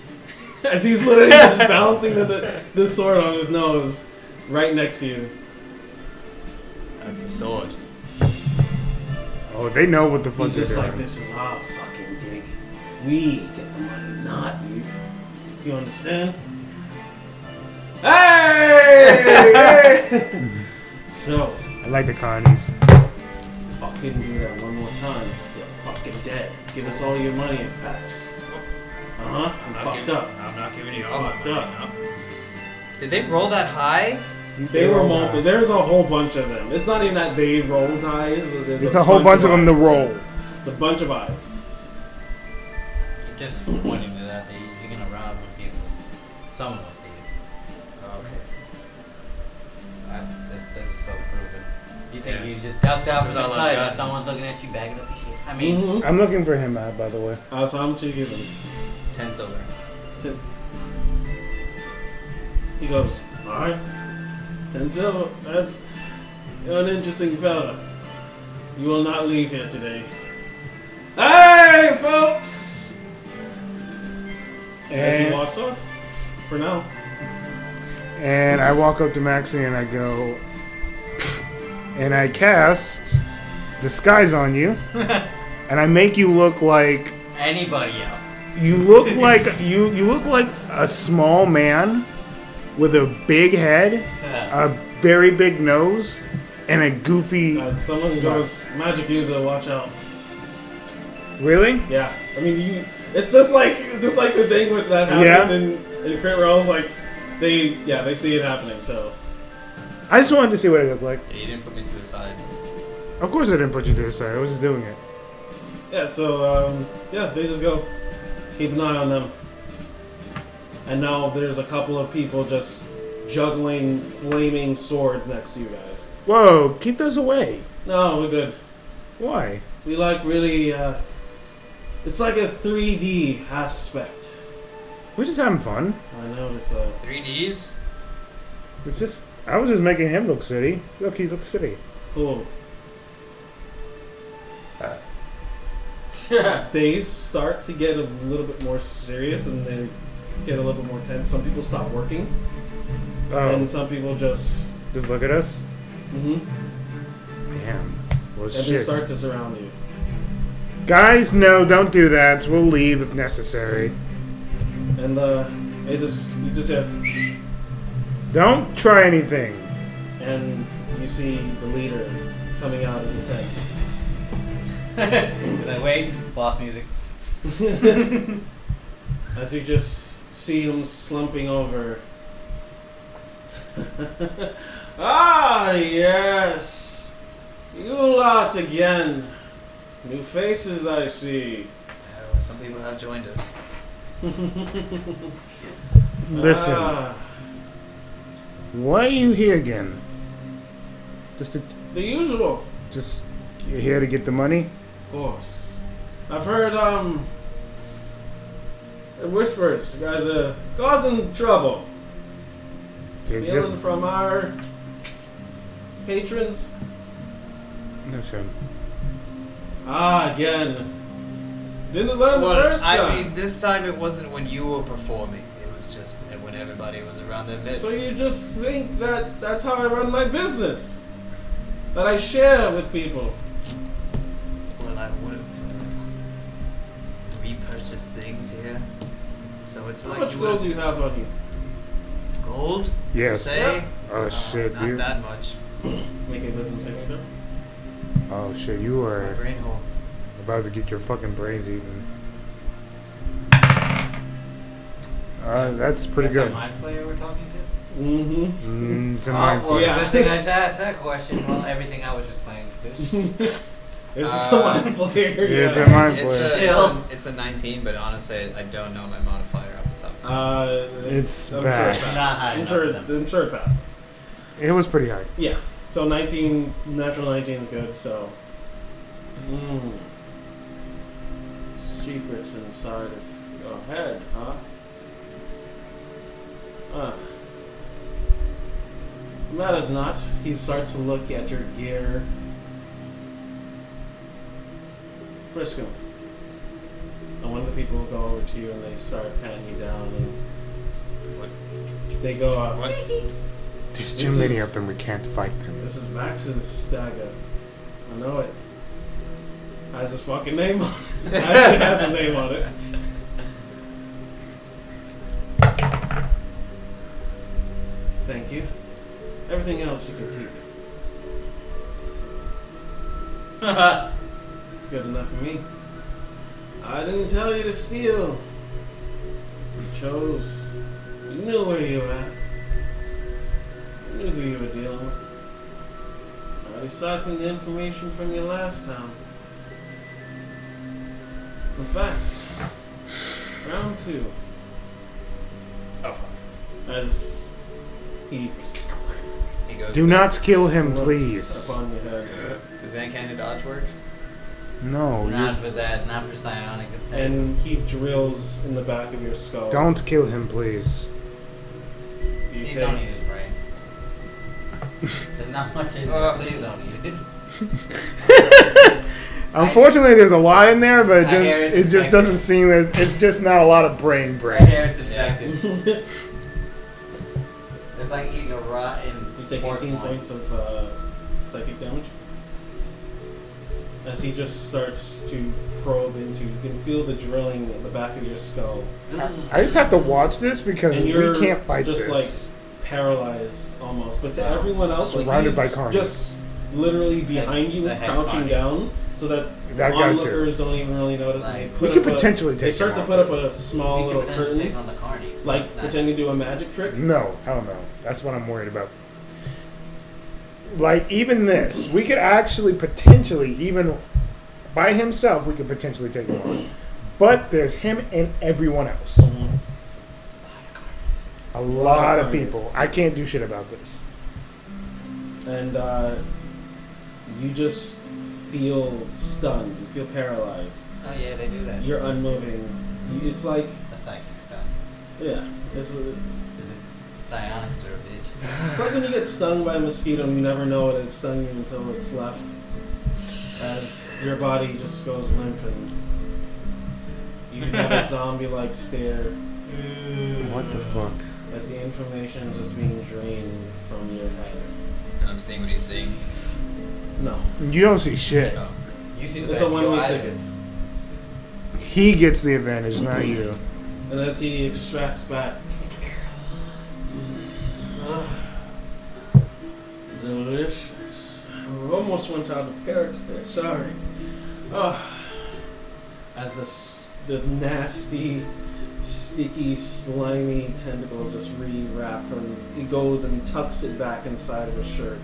[SPEAKER 1] As he's literally just balancing the, the, the sword on his nose, right next to you.
[SPEAKER 5] That's a sword.
[SPEAKER 3] Oh, they know what the fuck
[SPEAKER 1] He's
[SPEAKER 3] they're
[SPEAKER 1] just
[SPEAKER 3] doing.
[SPEAKER 1] like, "This is our fucking gig. We get the money, not you." You understand? Hey! so,
[SPEAKER 3] I like the Connies.
[SPEAKER 1] fucking do that one more time, you're fucking dead. Give us all your money, in fact. Uh huh. You fucked up.
[SPEAKER 5] I'm not giving you
[SPEAKER 1] all my money,
[SPEAKER 11] Did they roll that high?
[SPEAKER 1] They were multiple. There's a whole bunch of them. It's not even that they rolled eyes. There's
[SPEAKER 3] There's a whole bunch of them to
[SPEAKER 1] eyes.
[SPEAKER 3] roll.
[SPEAKER 1] It's a bunch of eyes.
[SPEAKER 2] He just pointing to that. That you're gonna rob with people. Someone will see it. Oh, Okay. I, this, this is so proven. You think
[SPEAKER 5] Yeah.
[SPEAKER 2] you just ducked out
[SPEAKER 5] This
[SPEAKER 2] from
[SPEAKER 5] is
[SPEAKER 2] the
[SPEAKER 5] all I've
[SPEAKER 2] tide
[SPEAKER 5] got.
[SPEAKER 2] and someone's looking at you backing up your shit? I mean,
[SPEAKER 1] Mm-hmm.
[SPEAKER 3] I'm looking for him, uh, by the way.
[SPEAKER 1] Uh, so how much you give him?
[SPEAKER 5] Ten silver.
[SPEAKER 1] Ten. He goes, all right. Ten silver. That's you're an interesting fella. You will not leave here today. Hey, folks! As he
[SPEAKER 3] And,
[SPEAKER 1] walks off. For now.
[SPEAKER 3] and I walk up to Maxie and I go, and I cast disguise on you, and I make you look like
[SPEAKER 2] anybody else.
[SPEAKER 3] You look like you you look like a small man with a big head, a very big nose, and a goofy.
[SPEAKER 1] Uh, someone goes, magic user, watch out.
[SPEAKER 3] Really?
[SPEAKER 1] Yeah, I mean, you. It's just like just like the thing with that happened in, in crit rolls. Like they, yeah, they see it happening. So
[SPEAKER 3] I just wanted to see what it looked like.
[SPEAKER 11] Yeah, you didn't put me to the side.
[SPEAKER 3] Of course, I didn't put you to the side. I was just doing it.
[SPEAKER 1] yeah, so um, yeah, they just go keep an eye on them. And now there's a couple of people just juggling flaming swords next to you guys.
[SPEAKER 3] Whoa! Keep those away.
[SPEAKER 1] No, we're good.
[SPEAKER 3] Why?
[SPEAKER 1] We like really. Uh, it's like a 3D aspect.
[SPEAKER 3] We're just having fun.
[SPEAKER 1] I noticed that.
[SPEAKER 11] Three Ds.
[SPEAKER 3] It's just I was just making him look silly. Look, he looks silly.
[SPEAKER 1] Cool. they start to get a little bit more serious and they get a little bit more tense. Some people stop working,
[SPEAKER 3] Oh,
[SPEAKER 1] and some people just.
[SPEAKER 3] just look at us.
[SPEAKER 1] Mm-hmm,
[SPEAKER 3] Damn. Well,
[SPEAKER 1] and they
[SPEAKER 3] shit.
[SPEAKER 1] start to surround you.
[SPEAKER 3] Guys, no, don't do that. We'll leave if necessary.
[SPEAKER 1] And uh, it just. You just hear.
[SPEAKER 3] Don't try anything.
[SPEAKER 1] And you see the leader coming out of the tent.
[SPEAKER 11] Did I wait? Boss music.
[SPEAKER 1] As you just see him slumping over. ah, yes! You lot again. New faces I see.
[SPEAKER 5] Oh, some people have joined us.
[SPEAKER 3] Listen.
[SPEAKER 1] Ah,
[SPEAKER 3] Why are you here again? Just to,
[SPEAKER 1] the usual,
[SPEAKER 3] just you're here to get the money?
[SPEAKER 1] of course. I've heard, um. Whispers. You guys are causing trouble.
[SPEAKER 3] They
[SPEAKER 1] Stealing
[SPEAKER 3] just-
[SPEAKER 1] from our patrons.
[SPEAKER 3] That's him.
[SPEAKER 1] Ah, again. Didn't learn the
[SPEAKER 5] Well,
[SPEAKER 1] first time.
[SPEAKER 5] I mean, this time it wasn't when you were performing. It was just when everybody was around their midst.
[SPEAKER 1] So you just think that that's how I run my business? That I share with people?
[SPEAKER 5] Well, I would have repurchased things here. So it's
[SPEAKER 1] How
[SPEAKER 5] like
[SPEAKER 1] much
[SPEAKER 5] you would
[SPEAKER 1] gold
[SPEAKER 5] have
[SPEAKER 1] do you have on you?
[SPEAKER 5] gold.
[SPEAKER 3] Yes.
[SPEAKER 5] Say.
[SPEAKER 3] Oh
[SPEAKER 5] Uh,
[SPEAKER 3] shit,
[SPEAKER 5] Not
[SPEAKER 3] you.
[SPEAKER 5] that much.
[SPEAKER 1] Make a wisdom saving throw.
[SPEAKER 3] Oh shit, you are
[SPEAKER 5] Brain hole.
[SPEAKER 3] about to get your fucking brains eaten. Uh, that's pretty
[SPEAKER 11] That's
[SPEAKER 3] good.
[SPEAKER 11] that mind flayer we're talking to.
[SPEAKER 1] Mm-hmm.
[SPEAKER 3] Mm, it's a
[SPEAKER 2] Oh,
[SPEAKER 3] mind
[SPEAKER 2] well,
[SPEAKER 1] Yeah.
[SPEAKER 2] good thing I asked that question. Well, everything I was just playing to do.
[SPEAKER 1] This is the
[SPEAKER 11] Uh,
[SPEAKER 1] one player.
[SPEAKER 3] Yeah, it's a mind
[SPEAKER 11] It's a,
[SPEAKER 3] flayer.
[SPEAKER 11] it's,
[SPEAKER 2] Yeah.
[SPEAKER 11] a, it's a 19, but honestly, I don't know my modifier off the top. of my
[SPEAKER 1] Uh,
[SPEAKER 3] It's
[SPEAKER 1] I'm
[SPEAKER 3] bad.
[SPEAKER 1] Sure it passed.
[SPEAKER 11] Not high
[SPEAKER 1] I'm
[SPEAKER 11] enough
[SPEAKER 1] sure.
[SPEAKER 11] for them.
[SPEAKER 1] I'm sure it passed.
[SPEAKER 3] It was pretty high.
[SPEAKER 1] Yeah. So 19, natural 19 is good. So. Mm. Secrets inside of your head, huh? Huh. Matters not. He starts to look at your gear Frisco. And one of the people go over to you and they start patting you down and they go uh,
[SPEAKER 2] What?
[SPEAKER 3] There's
[SPEAKER 1] This
[SPEAKER 3] too many
[SPEAKER 1] is-
[SPEAKER 3] of them. We can't fight them.
[SPEAKER 1] This is Max's dagger. I know it. Has his fucking name on it. Actually has his name on it. Thank you. Everything else you can keep. It's good enough for me. I didn't tell you to steal. You chose. You knew where you were at. You knew who you were dealing with. Now, aside from the information from your last time, the facts. Round two. As he
[SPEAKER 11] He goes
[SPEAKER 3] Do
[SPEAKER 11] to-
[SPEAKER 3] not kill him,
[SPEAKER 1] slips
[SPEAKER 3] please.
[SPEAKER 1] upon your head,
[SPEAKER 11] Does Uncanny Dodge work?
[SPEAKER 3] No, Oh, you
[SPEAKER 2] Not for that. Not for psionic attack.
[SPEAKER 1] and he drills in the back of your skull.
[SPEAKER 3] don't kill him, please.
[SPEAKER 1] You take-
[SPEAKER 11] Please don't use it, right?
[SPEAKER 2] There's not much. in it.
[SPEAKER 11] Ugh.
[SPEAKER 2] Please don't eat it.
[SPEAKER 3] Unfortunately, there's a lot in there, but it
[SPEAKER 11] I
[SPEAKER 3] just
[SPEAKER 11] hear it's
[SPEAKER 3] it just
[SPEAKER 11] infected.
[SPEAKER 3] doesn't seem as it's just not a lot of brain
[SPEAKER 11] Right
[SPEAKER 3] bread.
[SPEAKER 11] here, it's infected.
[SPEAKER 2] It's like eating a rotten.
[SPEAKER 1] You take
[SPEAKER 2] pork
[SPEAKER 1] 18
[SPEAKER 2] loin.
[SPEAKER 1] points of uh, psychic damage. As he just starts to probe into, you can feel the drilling at the back of your skull,
[SPEAKER 3] I just have to watch this because
[SPEAKER 1] and you're
[SPEAKER 3] we can't fight
[SPEAKER 1] just
[SPEAKER 3] this.
[SPEAKER 1] like paralyzed almost. But to
[SPEAKER 2] Wow.
[SPEAKER 1] everyone else, like
[SPEAKER 3] Surrounded
[SPEAKER 1] he's
[SPEAKER 3] by carnage.
[SPEAKER 1] just literally behind you,
[SPEAKER 2] the head
[SPEAKER 1] crouching
[SPEAKER 2] body.
[SPEAKER 1] down, so that
[SPEAKER 3] that guy too.
[SPEAKER 1] onlookers don't even really notice. and they
[SPEAKER 2] Like-
[SPEAKER 1] put
[SPEAKER 3] We could
[SPEAKER 1] up a-
[SPEAKER 3] potentially
[SPEAKER 1] They
[SPEAKER 3] take
[SPEAKER 1] start
[SPEAKER 3] him
[SPEAKER 1] to
[SPEAKER 3] out.
[SPEAKER 1] put up a small
[SPEAKER 2] We
[SPEAKER 1] little
[SPEAKER 2] could potentially take
[SPEAKER 1] curtain,
[SPEAKER 2] on the carnies.
[SPEAKER 1] like
[SPEAKER 2] Not-
[SPEAKER 1] pretending to do a magic trick.
[SPEAKER 3] No, hell no. That's what I'm worried about. Like even this, we could actually potentially even by himself, we could potentially take him on. But there's him and everyone else. A lot of people. I can't do shit about this.
[SPEAKER 1] and uh, you just feel stunned. You feel paralyzed.
[SPEAKER 2] Oh yeah, they do that.
[SPEAKER 1] You're unmoving. You, it's like,
[SPEAKER 2] That's psychic stuff.
[SPEAKER 1] yeah, it's, it's
[SPEAKER 2] Is it psionics or a bitch?
[SPEAKER 1] like when you get stung by a mosquito and you never know it had stung you until it's left, as your body just goes limp and you have a zombie-like stare
[SPEAKER 3] What the fuck?
[SPEAKER 1] as the information is just being drained from your head.
[SPEAKER 11] And I'm seeing what he's seeing.
[SPEAKER 1] No,
[SPEAKER 3] You don't see shit.
[SPEAKER 11] Oh.
[SPEAKER 2] You see the
[SPEAKER 1] it's
[SPEAKER 2] back
[SPEAKER 1] a
[SPEAKER 2] of your
[SPEAKER 1] one-way
[SPEAKER 2] eyelids.
[SPEAKER 1] ticket.
[SPEAKER 3] He gets the advantage, not you.
[SPEAKER 1] And as he extracts back. Delicious. I almost went out of character there, sorry. Ah. As the, s- the nasty, sticky, slimy tentacles just re-wrap and he goes and tucks it back inside of his shirt.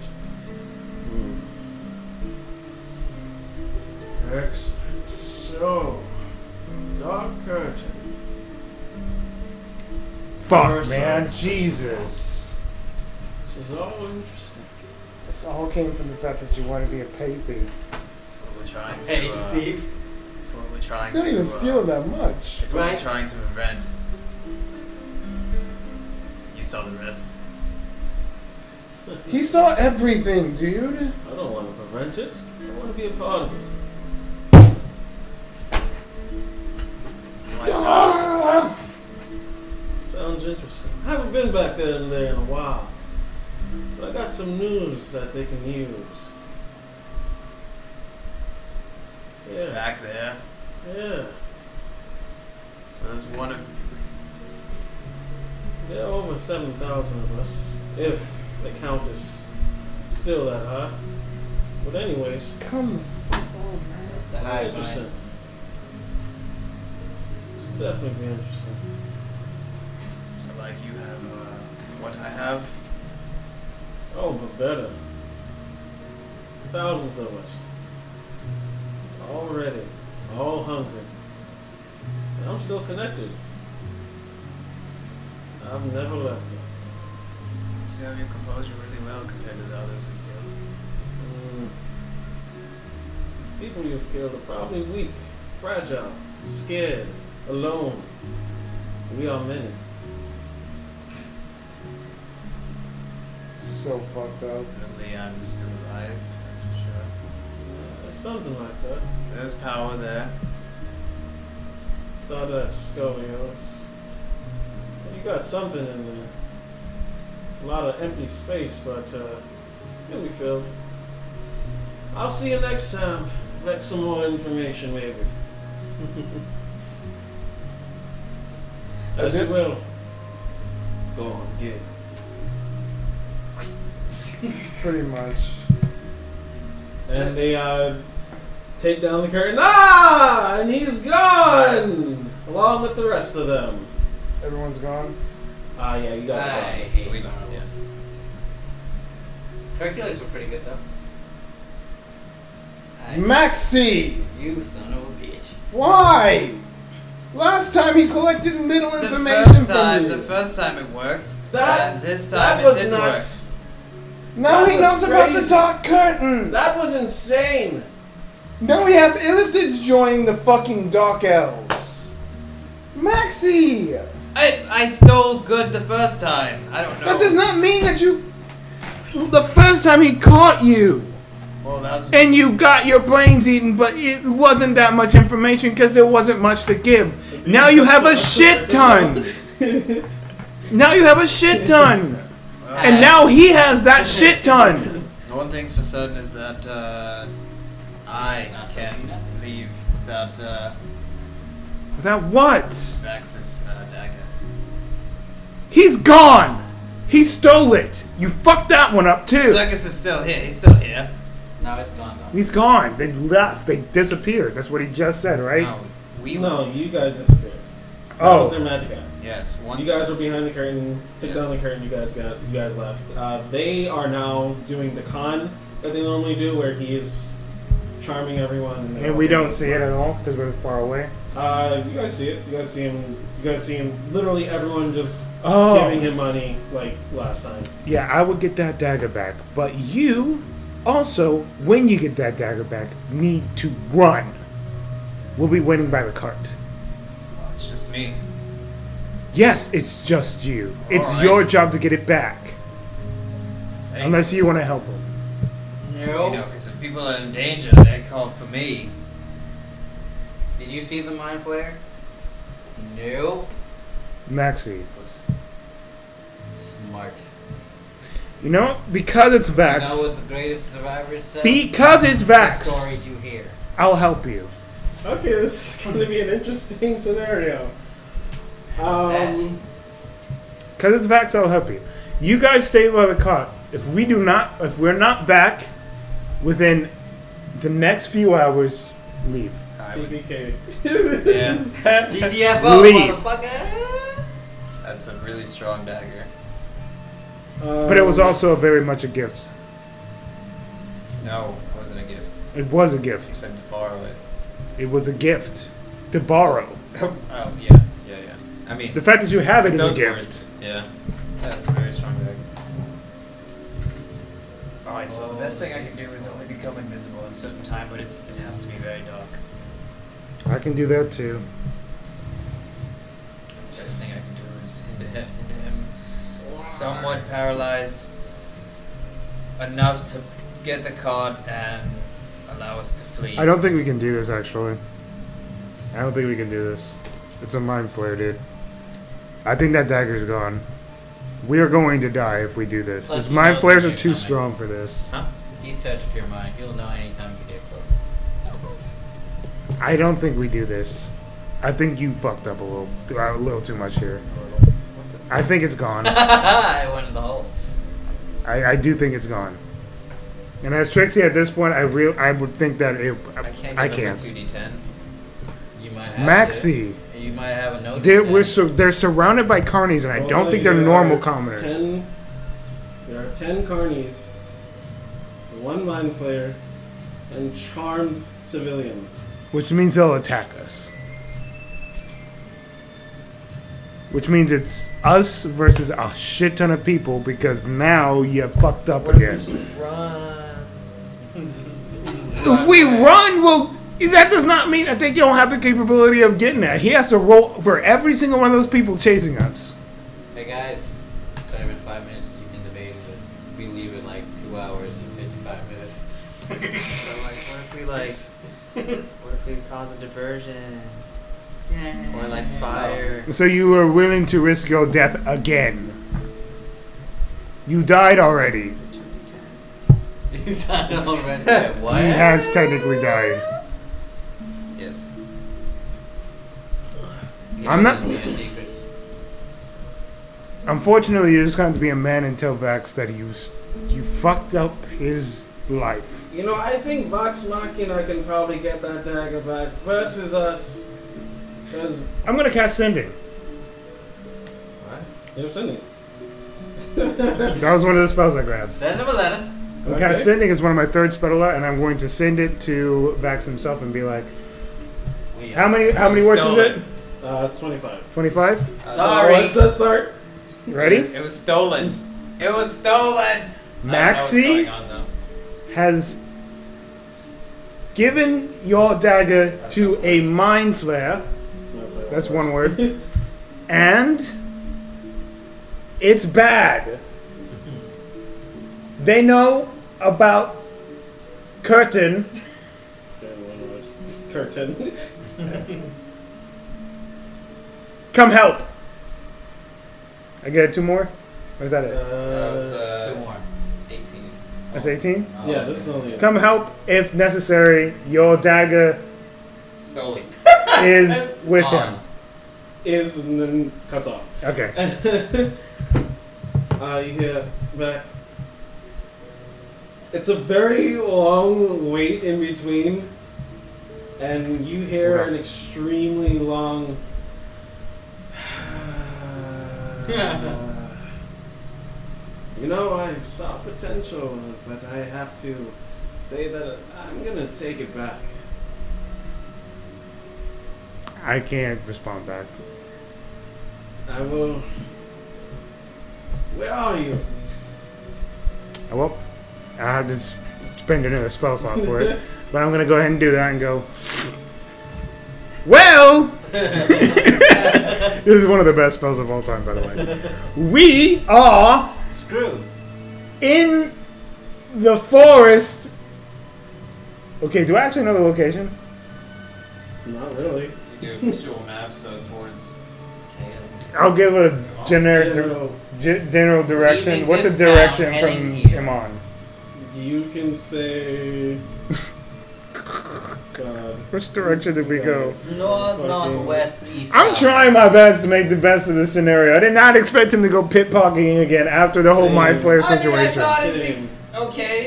[SPEAKER 1] Mm. Excellent. So, Dark Curtain.
[SPEAKER 3] Fuck,
[SPEAKER 1] First
[SPEAKER 3] man.
[SPEAKER 1] time.
[SPEAKER 3] Jesus.
[SPEAKER 1] This is all interesting.
[SPEAKER 3] This all came from the fact that you want to be a pay thief.
[SPEAKER 5] It's what we're trying
[SPEAKER 2] Hey,
[SPEAKER 5] to. Uh,
[SPEAKER 2] thief.
[SPEAKER 5] it's what we're trying
[SPEAKER 7] It's not
[SPEAKER 5] to.
[SPEAKER 7] even
[SPEAKER 5] uh,
[SPEAKER 7] stealing that much.
[SPEAKER 5] It's what
[SPEAKER 2] Right.
[SPEAKER 5] we're trying to prevent. You saw the rest.
[SPEAKER 7] He saw everything, dude.
[SPEAKER 1] I don't want to prevent it. I want to be a part of it.
[SPEAKER 5] Myself.
[SPEAKER 7] Ah!
[SPEAKER 1] Sounds interesting. I haven't been back there and there in a while. But I got some news that they can use. Yeah,
[SPEAKER 5] Back there.
[SPEAKER 1] yeah.
[SPEAKER 5] There's one of.
[SPEAKER 1] There are over 7,000 of us. If they count us still that high. But anyways,
[SPEAKER 7] Come the fuck on,
[SPEAKER 2] That's
[SPEAKER 7] man.
[SPEAKER 2] the high
[SPEAKER 1] interesting.
[SPEAKER 2] line.
[SPEAKER 1] It's definitely be interesting.
[SPEAKER 5] Like you have uh, what I have.
[SPEAKER 1] Oh, but better. Thousands of us. Already. All hungry. And I'm still connected. I've never left it.
[SPEAKER 5] You still have your composure really well compared to the others we've killed.
[SPEAKER 1] Mm. People you've killed are probably weak, fragile, scared, alone. We are many.
[SPEAKER 3] So fucked up.
[SPEAKER 5] Luckily, I'm still alive. That's for sure.
[SPEAKER 1] Uh, that's Something like that.
[SPEAKER 5] There's power there.
[SPEAKER 1] Saw that scoliosis. You got something in there. A lot of empty space, but uh, it's gonna be filled. I'll see you next time. Get some more information, maybe. As you
[SPEAKER 3] Okay.
[SPEAKER 1] will. Go on, get. it.
[SPEAKER 3] Pretty much.
[SPEAKER 1] And they uh, take down the curtain. Ah! And he's gone! Along with the rest of them.
[SPEAKER 3] Everyone's gone.
[SPEAKER 1] Ah, yeah, you
[SPEAKER 2] I
[SPEAKER 1] got it.
[SPEAKER 2] hate Marvel.
[SPEAKER 11] Hercules were pretty good though.
[SPEAKER 1] Mm.
[SPEAKER 3] Maxi!
[SPEAKER 11] You son of a bitch.
[SPEAKER 3] Why? Last time he collected little
[SPEAKER 5] The
[SPEAKER 3] information
[SPEAKER 5] first time,
[SPEAKER 3] from
[SPEAKER 5] the
[SPEAKER 3] you.
[SPEAKER 5] first time it worked.
[SPEAKER 1] That-
[SPEAKER 5] and this time
[SPEAKER 1] That was
[SPEAKER 5] it didn't
[SPEAKER 1] not.
[SPEAKER 5] work.
[SPEAKER 1] s-
[SPEAKER 3] now
[SPEAKER 1] that
[SPEAKER 3] he
[SPEAKER 1] was
[SPEAKER 3] knows about the
[SPEAKER 1] crazy.
[SPEAKER 3] dark curtain.
[SPEAKER 1] That was insane!
[SPEAKER 3] Now we have Illithids joining the fucking dark elves. Maxi!
[SPEAKER 5] I, I stole good the first time. I don't know.
[SPEAKER 3] That does not mean that you. The first time he caught you,
[SPEAKER 5] Well, that was.
[SPEAKER 3] and you got your brains eaten, but it wasn't that much information because there wasn't much to give. Now you have a shit ton. Now you have a shit ton. And now he has that shit ton.
[SPEAKER 5] One thing's for certain is that uh, I can leave without uh,
[SPEAKER 3] That what?
[SPEAKER 5] Max's uh, dagger.
[SPEAKER 3] He's gone. He stole it. You fucked that one up too.
[SPEAKER 5] Circus is still here. He's still here.
[SPEAKER 2] Now it's gone though.
[SPEAKER 3] He's gone. They left. They disappeared. That's what he just said, right?
[SPEAKER 5] No, we
[SPEAKER 1] No, you guys disappeared. That was their
[SPEAKER 3] Oh,
[SPEAKER 1] magic act.
[SPEAKER 5] Yes. Once.
[SPEAKER 1] You guys were behind the curtain, took
[SPEAKER 5] Yes.
[SPEAKER 1] down the curtain. You guys got, you guys left. Uh, they are now doing the con that they normally do, where he is charming everyone. And, they're
[SPEAKER 3] and we
[SPEAKER 1] all-
[SPEAKER 3] don't see it at all because we're far away.
[SPEAKER 1] Uh, you guys see it. You guys see him. You guys see him. Literally, everyone just
[SPEAKER 3] Oh.
[SPEAKER 1] giving him money like last time.
[SPEAKER 3] Yeah, I would get that dagger back. But you also, when you get that dagger back, need to run. We'll be waiting by the cart.
[SPEAKER 5] Oh, it's just me.
[SPEAKER 3] Yes, it's just you. It's
[SPEAKER 5] Alright.
[SPEAKER 3] your job to get it back.
[SPEAKER 5] Thanks.
[SPEAKER 3] Unless you want to help him.
[SPEAKER 1] Oh.
[SPEAKER 5] You know, because if people are in danger, they call for me.
[SPEAKER 2] Did you see the mind flare? Nope.
[SPEAKER 3] Maxi.
[SPEAKER 2] Smart.
[SPEAKER 3] You know, because it's
[SPEAKER 2] You
[SPEAKER 3] Vax,
[SPEAKER 2] know what the greatest survivors said?
[SPEAKER 3] because it's
[SPEAKER 2] the
[SPEAKER 3] Vax,
[SPEAKER 2] stories you hear.
[SPEAKER 3] I'll help you.
[SPEAKER 1] Okay, this is going to be an interesting scenario. Um,
[SPEAKER 3] Because it's Vax, I'll help you. You guys stay by the cart. If we do not, if we're not back within the next few hours, leave.
[SPEAKER 5] I would,
[SPEAKER 1] TPK.
[SPEAKER 5] yeah,
[SPEAKER 2] GTFO,
[SPEAKER 3] Leave.
[SPEAKER 2] motherfucker!
[SPEAKER 5] that's a really strong dagger.
[SPEAKER 3] But it was
[SPEAKER 1] Um,
[SPEAKER 3] also very much a gift.
[SPEAKER 5] No, it wasn't a gift.
[SPEAKER 3] It was a gift.
[SPEAKER 5] Except to borrow it.
[SPEAKER 3] It was a gift to borrow.
[SPEAKER 5] oh, yeah, yeah, yeah. I mean,
[SPEAKER 3] The fact that you have it is
[SPEAKER 5] those
[SPEAKER 3] a gift.
[SPEAKER 5] words. Yeah. That's a very strong dagger. Alright, so the best thing I can do is only become invisible at a certain time, but it's, it has to be very dark.
[SPEAKER 3] I can do that too.
[SPEAKER 5] The best thing I can do is into him, into him somewhat paralyzed enough to get the card and allow us to flee.
[SPEAKER 3] I don't think we can do this actually. I don't think we can do this. It's a mind flare, dude. I think that dagger's gone. We are going to die if we do this.
[SPEAKER 2] Plus,
[SPEAKER 3] These
[SPEAKER 2] you
[SPEAKER 3] mind
[SPEAKER 2] know
[SPEAKER 3] flares
[SPEAKER 2] they're
[SPEAKER 3] are too
[SPEAKER 2] coming.
[SPEAKER 3] strong for this.
[SPEAKER 2] He's touched your mind. You'll know anytime you get close.
[SPEAKER 3] I don't think we do this. I think you fucked up a little, a little too much here. I think it's gone.
[SPEAKER 2] I went in the hole.
[SPEAKER 3] I, I do think it's gone. And as Trixie, at this point, I real I would think that it.
[SPEAKER 5] I can't. Give
[SPEAKER 3] I
[SPEAKER 5] him a
[SPEAKER 3] can't.
[SPEAKER 5] 2d10.
[SPEAKER 2] You might have
[SPEAKER 3] Maxi,
[SPEAKER 2] to- You might have a note.
[SPEAKER 3] they're,
[SPEAKER 2] to
[SPEAKER 3] we're
[SPEAKER 2] send.
[SPEAKER 3] sur- they're surrounded by carnies, and I
[SPEAKER 1] I'll
[SPEAKER 3] don't
[SPEAKER 1] tell
[SPEAKER 3] think
[SPEAKER 1] you,
[SPEAKER 3] they're
[SPEAKER 1] there
[SPEAKER 3] normal
[SPEAKER 1] are
[SPEAKER 3] commoners.
[SPEAKER 1] Ten, there are ten carnies, one mind flayer, and charmed civilians.
[SPEAKER 3] Which means they'll attack us. Which means it's us versus a shit ton of people because now you fucked up again.
[SPEAKER 2] Run.
[SPEAKER 3] If we run, well, that does not mean I think you don't have the capability of getting that. He has to roll over every single one of those people chasing us.
[SPEAKER 2] Hey guys, it's not even five minutes that you can debate this. We leave in like two hours and fifty-five minutes.
[SPEAKER 5] So like, what if we like, what if we cause a diversion? Or like fire?
[SPEAKER 3] So you were willing to risk your death again. You died already.
[SPEAKER 2] you died already. Wait,
[SPEAKER 3] He
[SPEAKER 2] what?
[SPEAKER 3] has technically died.
[SPEAKER 2] Yes.
[SPEAKER 3] I'm not-
[SPEAKER 2] Give us your secrets.
[SPEAKER 3] Unfortunately, you're just going to be a man and tell Vax that you s- you fucked up his life.
[SPEAKER 1] You know, I think Vox Machina can probably get that dagger back versus us. Because,
[SPEAKER 3] I'm gonna cast sending.
[SPEAKER 1] you know, sending.
[SPEAKER 3] That was one of the spells I grabbed.
[SPEAKER 2] Send him a letter.
[SPEAKER 3] I'm cast sending is one of my third spell alert, and I'm going to send it to Vax himself and be like,
[SPEAKER 2] We
[SPEAKER 3] how many how many words is it?
[SPEAKER 1] Uh, it's 25.
[SPEAKER 3] Twenty five.
[SPEAKER 1] Sorry.
[SPEAKER 5] Uh,
[SPEAKER 1] What's that start?
[SPEAKER 3] Ready?
[SPEAKER 11] It was stolen. It was stolen.
[SPEAKER 3] Maxi has given your dagger to a mind flare. That's one word. and it's bad. They know about curtain.
[SPEAKER 1] Okay, one word. Curtain.
[SPEAKER 3] Come help. I get two more. Or is that it?
[SPEAKER 11] That was
[SPEAKER 1] Uh,
[SPEAKER 11] uh,
[SPEAKER 2] Two more.
[SPEAKER 11] 18.
[SPEAKER 3] That's eighteen.
[SPEAKER 2] Oh,
[SPEAKER 1] yeah, this is only.
[SPEAKER 3] Come help if necessary. Your dagger
[SPEAKER 11] Stolen.
[SPEAKER 3] is with
[SPEAKER 2] um,
[SPEAKER 3] him.
[SPEAKER 1] Is and then cuts off.
[SPEAKER 3] Okay.
[SPEAKER 1] uh, you hear back. It's a very long wait in between, and you hear
[SPEAKER 3] Okay.
[SPEAKER 1] an extremely long. you know, I saw potential, but I have to say that I'm gonna take it back.
[SPEAKER 3] I can't respond back.
[SPEAKER 1] I will. Where are you?
[SPEAKER 3] Oh, well, I have to s- spend another spell slot for it. But I'm gonna go ahead and do that and go. Well, this is one of the best spells of all time, by the way. We are
[SPEAKER 2] Screw.
[SPEAKER 3] in the forest. Okay, do I actually know the location?
[SPEAKER 1] Not really.
[SPEAKER 11] You do a visual map, so towards.
[SPEAKER 3] I'll give a generic di-
[SPEAKER 1] General,
[SPEAKER 3] ge- general direction.
[SPEAKER 2] Leaving
[SPEAKER 3] What's the
[SPEAKER 2] this town,
[SPEAKER 3] direction
[SPEAKER 2] heading
[SPEAKER 3] from
[SPEAKER 2] here.
[SPEAKER 3] Iman?
[SPEAKER 1] you can say. God.
[SPEAKER 3] Which direction did we go?
[SPEAKER 1] Guys,
[SPEAKER 2] North,
[SPEAKER 1] fucking-
[SPEAKER 2] northwest, east.
[SPEAKER 3] I'm
[SPEAKER 2] south.
[SPEAKER 3] trying my best to make the best of this scenario. I did not expect him to go pitpocketing again after the whole
[SPEAKER 1] Same.
[SPEAKER 3] mind flare
[SPEAKER 11] I mean, I
[SPEAKER 3] situation.
[SPEAKER 11] thought-
[SPEAKER 1] Same.
[SPEAKER 11] Okay.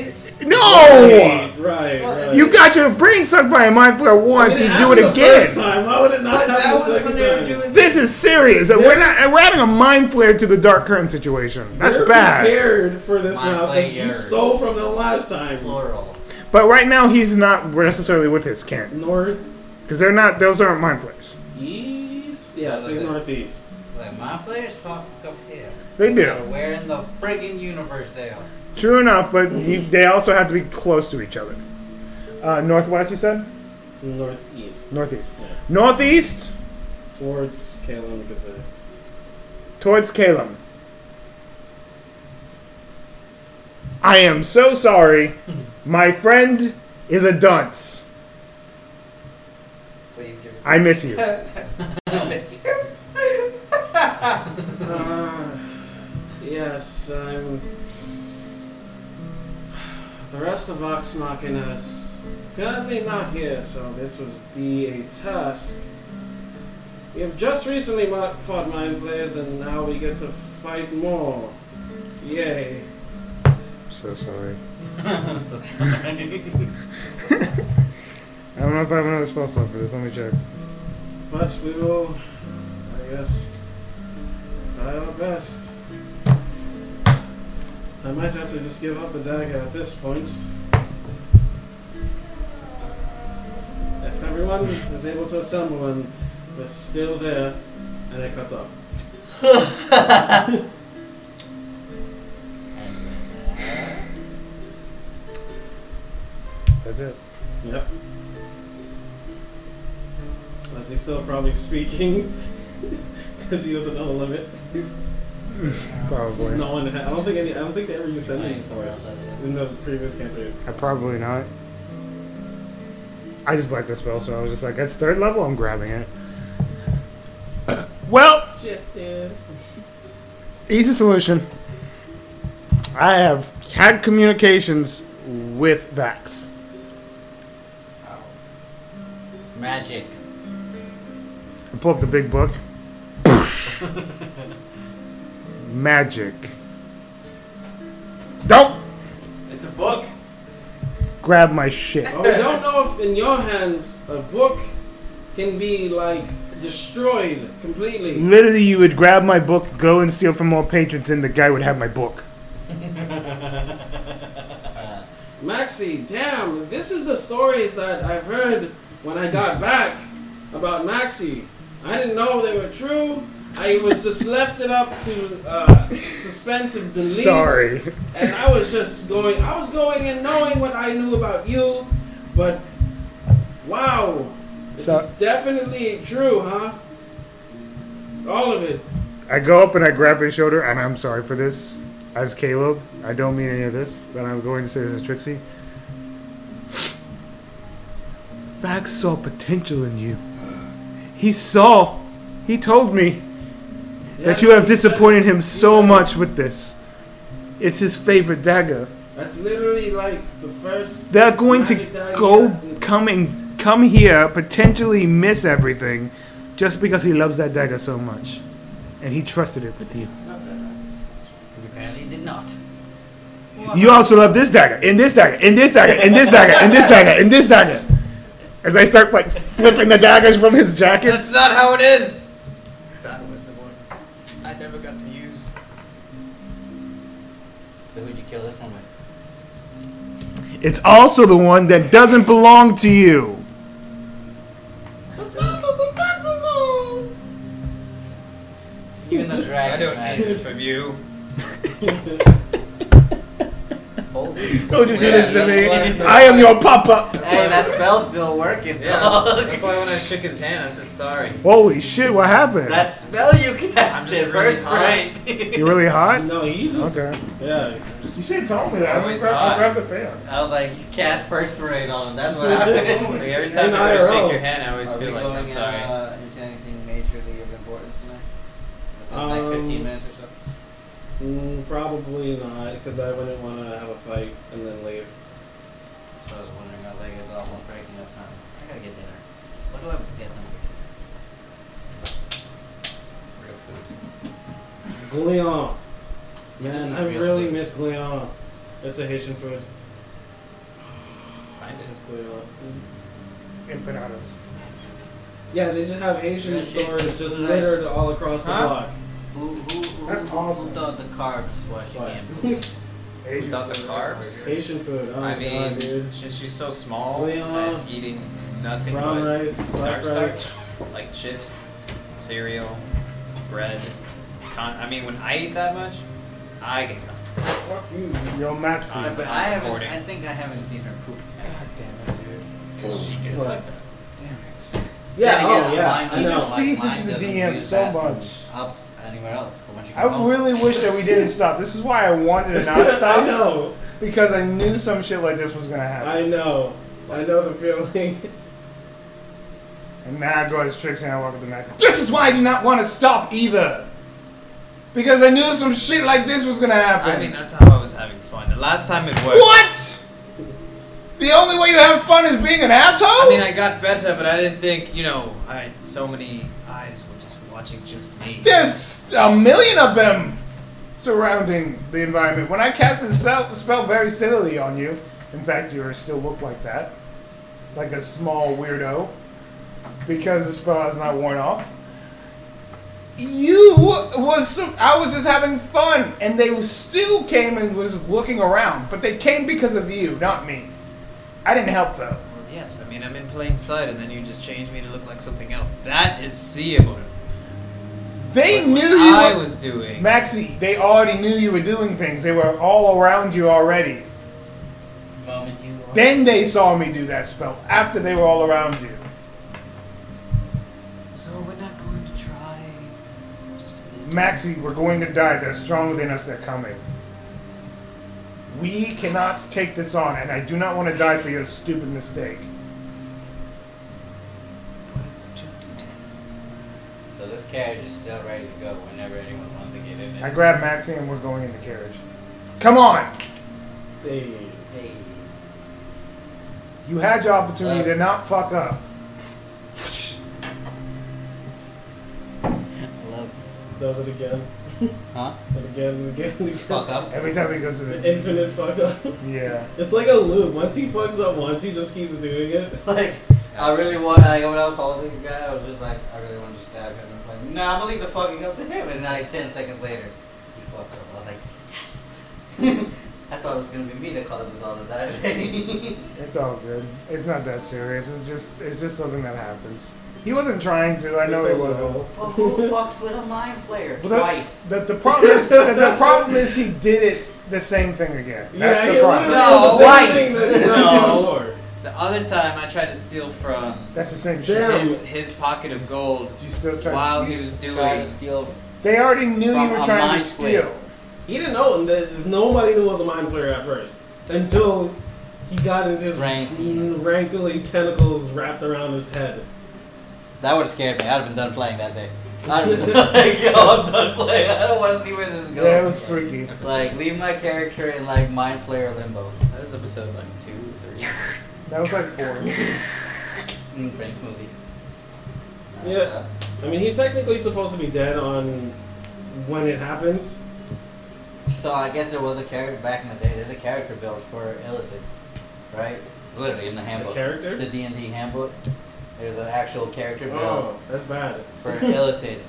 [SPEAKER 11] s-
[SPEAKER 3] No!
[SPEAKER 1] Right, right.
[SPEAKER 3] You got your brain sucked by a mind flare once,
[SPEAKER 1] It
[SPEAKER 3] you do
[SPEAKER 1] happened
[SPEAKER 3] it
[SPEAKER 1] the First
[SPEAKER 3] again.
[SPEAKER 1] time. Why would it not
[SPEAKER 11] But
[SPEAKER 1] happen
[SPEAKER 11] that
[SPEAKER 1] the
[SPEAKER 11] was
[SPEAKER 1] second
[SPEAKER 11] when they were
[SPEAKER 1] time?
[SPEAKER 11] doing.
[SPEAKER 3] This is serious. We're not. We're adding a mind flare to the dark current situation. That's
[SPEAKER 1] We're
[SPEAKER 3] bad.
[SPEAKER 1] Prepared for this
[SPEAKER 2] My
[SPEAKER 1] now because you
[SPEAKER 2] players.
[SPEAKER 1] stole from the last time.
[SPEAKER 2] Plural.
[SPEAKER 3] But right now, he's not necessarily with his camp
[SPEAKER 1] North,
[SPEAKER 3] because they're not. Those aren't mind flares.
[SPEAKER 1] east. Yeah, say
[SPEAKER 2] Okay.
[SPEAKER 1] northeast.
[SPEAKER 2] Like, my players talk up here.
[SPEAKER 3] They
[SPEAKER 2] Like,
[SPEAKER 3] do.
[SPEAKER 2] Where in the friggin' universe they are.
[SPEAKER 3] True enough, but you, they also have to be close to each other. Uh, northwest, you said?
[SPEAKER 1] Northeast.
[SPEAKER 3] Northeast.
[SPEAKER 1] Yeah.
[SPEAKER 3] Northeast
[SPEAKER 1] Towards Caleb, you could say.
[SPEAKER 3] towards Calum. I am so sorry. My friend is a dunce.
[SPEAKER 11] Please give it.
[SPEAKER 3] I miss you.
[SPEAKER 11] I miss you.
[SPEAKER 1] Uh, yes, I'm. The rest of Vox Machina is currently not here, so this would be a task. We have just recently mo- fought Mind Flayers, and now we get to fight more. Yay.
[SPEAKER 3] I'm so sorry.
[SPEAKER 2] So sorry.
[SPEAKER 3] I don't know if I have another spell slot for this. Let me check.
[SPEAKER 1] But we will, I guess, try our best. I might have to just give up the dagger at this point. If everyone is able to assemble and they're still there, and it cuts off.
[SPEAKER 3] That's it.
[SPEAKER 1] Yep. Unless he's still probably speaking, because he doesn't know the limit.
[SPEAKER 3] Probably.
[SPEAKER 1] No one. Had, I don't think any. I don't think they ever used
[SPEAKER 2] I
[SPEAKER 1] sending
[SPEAKER 2] think
[SPEAKER 1] for
[SPEAKER 2] somewhere
[SPEAKER 1] it
[SPEAKER 2] else out of this.
[SPEAKER 1] in the previous campaign.
[SPEAKER 3] I probably not. I just like the spell, so I was just like, that's third level, I'm grabbing it. well,
[SPEAKER 1] Just did.
[SPEAKER 3] easy solution. I have had communications with Vax.
[SPEAKER 2] Magic.
[SPEAKER 3] I pull up the big book. Magic. Don't
[SPEAKER 5] It's a book.
[SPEAKER 3] grab my shit.
[SPEAKER 1] Well, we don't know if in your hands a book can be like destroyed completely.
[SPEAKER 3] Literally, you would grab my book, go and steal from more patrons, and the guy would have my book.
[SPEAKER 1] Maxie, damn, this is the stories that I've heard when I got back about Maxie. I didn't know they were true. I was just left it up to uh, suspense of belief.
[SPEAKER 3] Sorry.
[SPEAKER 1] and I was just going. I was going and knowing what I knew about you, but wow, this
[SPEAKER 3] So-
[SPEAKER 1] is definitely true, huh? All of it.
[SPEAKER 3] I go up and I grab his shoulder, and I'm sorry for this. As Caleb, I don't mean any of this, but I'm going to say this as Trixie. Vax saw potential in you. He saw, he told me that you have disappointed him so much with this. It's his favorite dagger.
[SPEAKER 1] That's literally like the first.
[SPEAKER 3] They're going to
[SPEAKER 1] magic dagger
[SPEAKER 3] go
[SPEAKER 1] that-
[SPEAKER 3] come and come here, potentially miss everything, just because he loves that dagger so much, and he trusted it with you.
[SPEAKER 5] Not that nice.
[SPEAKER 2] Apparently did not.
[SPEAKER 3] You also love this dagger, and this dagger, and this dagger, and this dagger, and this dagger, and this dagger. As I start like flipping the daggers from his jacket,
[SPEAKER 5] That's not how it is. That was the one I never got to use.
[SPEAKER 2] So who'd you kill this one with?
[SPEAKER 3] it's also the one that doesn't belong to you.
[SPEAKER 2] Even the
[SPEAKER 5] I
[SPEAKER 2] dragon.
[SPEAKER 5] don't need
[SPEAKER 2] magic.
[SPEAKER 5] it from you.
[SPEAKER 2] Holy
[SPEAKER 3] Don't you do this to
[SPEAKER 5] Yeah, that's
[SPEAKER 3] me?
[SPEAKER 5] why-
[SPEAKER 3] I am your papa.
[SPEAKER 2] Hey, that spell's still working,
[SPEAKER 5] Yeah,
[SPEAKER 2] dog.
[SPEAKER 5] that's why when I shook his hand, I said sorry.
[SPEAKER 3] Holy shit! What happened?
[SPEAKER 2] That spell you cast
[SPEAKER 5] I'm just
[SPEAKER 2] it
[SPEAKER 5] really
[SPEAKER 2] first
[SPEAKER 5] hot.
[SPEAKER 2] right.
[SPEAKER 3] You really hot?
[SPEAKER 1] No, he uses.
[SPEAKER 3] Okay.
[SPEAKER 1] Yeah.
[SPEAKER 3] You should have told me
[SPEAKER 5] that. I would've grabbed- I grabbed
[SPEAKER 3] the fan.
[SPEAKER 2] I was like, you cast perspirate on him. That's what
[SPEAKER 5] Like,
[SPEAKER 2] happened.
[SPEAKER 5] every time
[SPEAKER 1] In
[SPEAKER 5] I go to
[SPEAKER 1] IRL.
[SPEAKER 5] shake your hand, I always
[SPEAKER 2] Are we
[SPEAKER 5] feel like
[SPEAKER 2] going,
[SPEAKER 5] I'm sorry.
[SPEAKER 2] Uh, into anything majorly of importance tonight?
[SPEAKER 1] Um,
[SPEAKER 5] Like 15 minutes or so.
[SPEAKER 1] Mm, probably not, because I wouldn't want to have a fight and then leave.
[SPEAKER 2] So I was wondering, I was like, it's almost breaking up time. I gotta get dinner. What do I get them? Real food.
[SPEAKER 1] Glion. Man, I
[SPEAKER 2] Real
[SPEAKER 1] really
[SPEAKER 2] thing.
[SPEAKER 1] miss Glion. It's a Haitian food.
[SPEAKER 5] Find it.
[SPEAKER 1] It's Glion.
[SPEAKER 3] Empanadas.
[SPEAKER 1] Yeah, they just have Haitian
[SPEAKER 2] Yeah, shit.
[SPEAKER 1] stores just
[SPEAKER 2] Right.
[SPEAKER 1] littered all across the
[SPEAKER 5] Huh?
[SPEAKER 1] block.
[SPEAKER 2] Who, who, who,
[SPEAKER 3] That's
[SPEAKER 2] who
[SPEAKER 3] awesome.
[SPEAKER 2] thought the carbs is washing
[SPEAKER 1] What?
[SPEAKER 2] him?
[SPEAKER 5] Without the carbs.
[SPEAKER 1] Haitian food. Oh,
[SPEAKER 5] I
[SPEAKER 1] my
[SPEAKER 5] mean,
[SPEAKER 1] God, dude.
[SPEAKER 5] since she's so small
[SPEAKER 1] We are-
[SPEAKER 5] and eating nothing
[SPEAKER 1] Brown
[SPEAKER 5] but
[SPEAKER 1] rice, black
[SPEAKER 5] starch,
[SPEAKER 1] rice.
[SPEAKER 5] starch, like chips, cereal, bread. Con- I mean, when I eat that much, I get constipated.
[SPEAKER 1] Fuck you.
[SPEAKER 3] Yo, Maxie.
[SPEAKER 2] Uh,
[SPEAKER 5] I'm
[SPEAKER 2] but I haven't.
[SPEAKER 5] supporting.
[SPEAKER 2] I think I haven't seen her poop.
[SPEAKER 3] God damn it, dude.
[SPEAKER 5] Because she gets
[SPEAKER 1] What?
[SPEAKER 5] like that.
[SPEAKER 1] Yeah,
[SPEAKER 2] Then again,
[SPEAKER 1] oh, yeah.
[SPEAKER 2] mine
[SPEAKER 1] I
[SPEAKER 3] He
[SPEAKER 2] doesn't-
[SPEAKER 1] know.
[SPEAKER 3] just feeds
[SPEAKER 2] mine
[SPEAKER 3] into the
[SPEAKER 2] doesn't
[SPEAKER 3] DM
[SPEAKER 2] use
[SPEAKER 3] so
[SPEAKER 2] bathrooms Up anywhere else, but when she
[SPEAKER 3] I
[SPEAKER 2] goes home-
[SPEAKER 3] really wish that we didn't stop. This is why I wanted to not
[SPEAKER 1] I
[SPEAKER 3] stop
[SPEAKER 1] know.
[SPEAKER 3] because I knew some shit like this was gonna happen.
[SPEAKER 1] I know. I know the feeling.
[SPEAKER 3] and now I go as tricks and I walk up the knife. This is why I do not want to stop either. Because I knew some shit like this was gonna happen.
[SPEAKER 5] I mean, uh, that's how I was having fun. The last time it worked.
[SPEAKER 3] what? The only way you have fun is being an asshole.
[SPEAKER 5] I mean, I got better, but I didn't think, you know, I so many eyes were just watching just me.
[SPEAKER 3] There's a million of them surrounding the environment. When I cast a spell, spell very sillily on you, in fact, you still look like that, like a small weirdo, because the spell has not worn off. You was so- I was just having fun, and they still came and was looking around, but they came because of you, not me. I didn't help though.
[SPEAKER 5] Well, yes, I mean, I'm in plain sight, and then you just change me to look like something else. That is seeable.
[SPEAKER 3] They
[SPEAKER 5] But
[SPEAKER 3] knew
[SPEAKER 5] what
[SPEAKER 3] you.
[SPEAKER 5] I
[SPEAKER 3] were-
[SPEAKER 5] was doing.
[SPEAKER 3] Maxie, they already knew you were doing things. They were all around you already.
[SPEAKER 2] Moment you are-
[SPEAKER 3] Then they saw me do that spell after they were all around you.
[SPEAKER 5] So we're not going to try just a bit.
[SPEAKER 3] Maxi, we're going to die. They're stronger than us. They're coming. We cannot take this on, and I do not want to die for your stupid mistake.
[SPEAKER 5] But it's a two-two-ten.
[SPEAKER 2] So this carriage is still ready to go whenever anyone wants to get in it.
[SPEAKER 3] I grab Maxi, and we're going in the carriage. Come on!
[SPEAKER 1] They
[SPEAKER 2] Hey.
[SPEAKER 3] You had your opportunity to
[SPEAKER 2] Uh,
[SPEAKER 3] not fuck up.
[SPEAKER 2] Love.
[SPEAKER 1] does it again
[SPEAKER 2] Huh?
[SPEAKER 1] and again and again. And again.
[SPEAKER 2] Fuck up.
[SPEAKER 3] Every time he goes to
[SPEAKER 1] The
[SPEAKER 3] the.
[SPEAKER 1] Infinite fuck up.
[SPEAKER 3] Yeah.
[SPEAKER 1] It's like a loop. Once he fucks up once, he just keeps doing it.
[SPEAKER 2] Like, I really want, like, when I was holding the guy, I was just like, I really want to just stab him. I was like, nah, I'm gonna leave the fucking up to him. And like 10 seconds later, he fucked up. I was like, yes! I thought it was gonna be me that causes all of that.
[SPEAKER 3] It's all good. It's not that serious. It's just it's just something that happens. He wasn't trying to. I know
[SPEAKER 1] It's
[SPEAKER 3] he
[SPEAKER 1] a
[SPEAKER 3] wasn't.
[SPEAKER 1] loop.
[SPEAKER 2] but who fucks with a mind flare
[SPEAKER 3] Well, that-
[SPEAKER 2] twice?
[SPEAKER 3] The, the problem is the, the problem is he did it the same thing again. That's
[SPEAKER 1] yeah,
[SPEAKER 3] the
[SPEAKER 1] he literally did the
[SPEAKER 3] problem.
[SPEAKER 11] No,
[SPEAKER 1] same
[SPEAKER 11] right.
[SPEAKER 1] thing that he did
[SPEAKER 11] No.
[SPEAKER 1] before.
[SPEAKER 11] The other time I tried to steal from
[SPEAKER 3] That's the same shit.
[SPEAKER 1] Damn.
[SPEAKER 11] his, his pocket of gold
[SPEAKER 3] You still try.
[SPEAKER 11] while he was doing.
[SPEAKER 2] steal.
[SPEAKER 3] they already knew you
[SPEAKER 11] From
[SPEAKER 3] were
[SPEAKER 11] a
[SPEAKER 3] trying
[SPEAKER 11] mind
[SPEAKER 3] to steal.
[SPEAKER 1] He didn't know, and that nobody knew it was a mind flare at first until he got into his
[SPEAKER 2] Rankly.
[SPEAKER 1] rankly tentacles wrapped around his head.
[SPEAKER 2] That would have scared me. I'd have been done playing that day. I'd have been like, yo, I'm done playing. I don't want to see where this is going.
[SPEAKER 3] Yeah, it was freaky.
[SPEAKER 2] Like, leave my character in like mind flare limbo.
[SPEAKER 11] That was episode like two, three.
[SPEAKER 3] That was like four.
[SPEAKER 2] Mm, brain smoothies. uh,
[SPEAKER 1] Yeah. I mean, he's technically supposed to be dead on when it happens.
[SPEAKER 2] So I guess there was a character back in the day. There's a character built for Illithids, right? Literally in the
[SPEAKER 1] The
[SPEAKER 2] handbook,
[SPEAKER 1] character.
[SPEAKER 2] the D and D handbook. There's an actual character built
[SPEAKER 1] Oh, that's bad.
[SPEAKER 2] for Illithid,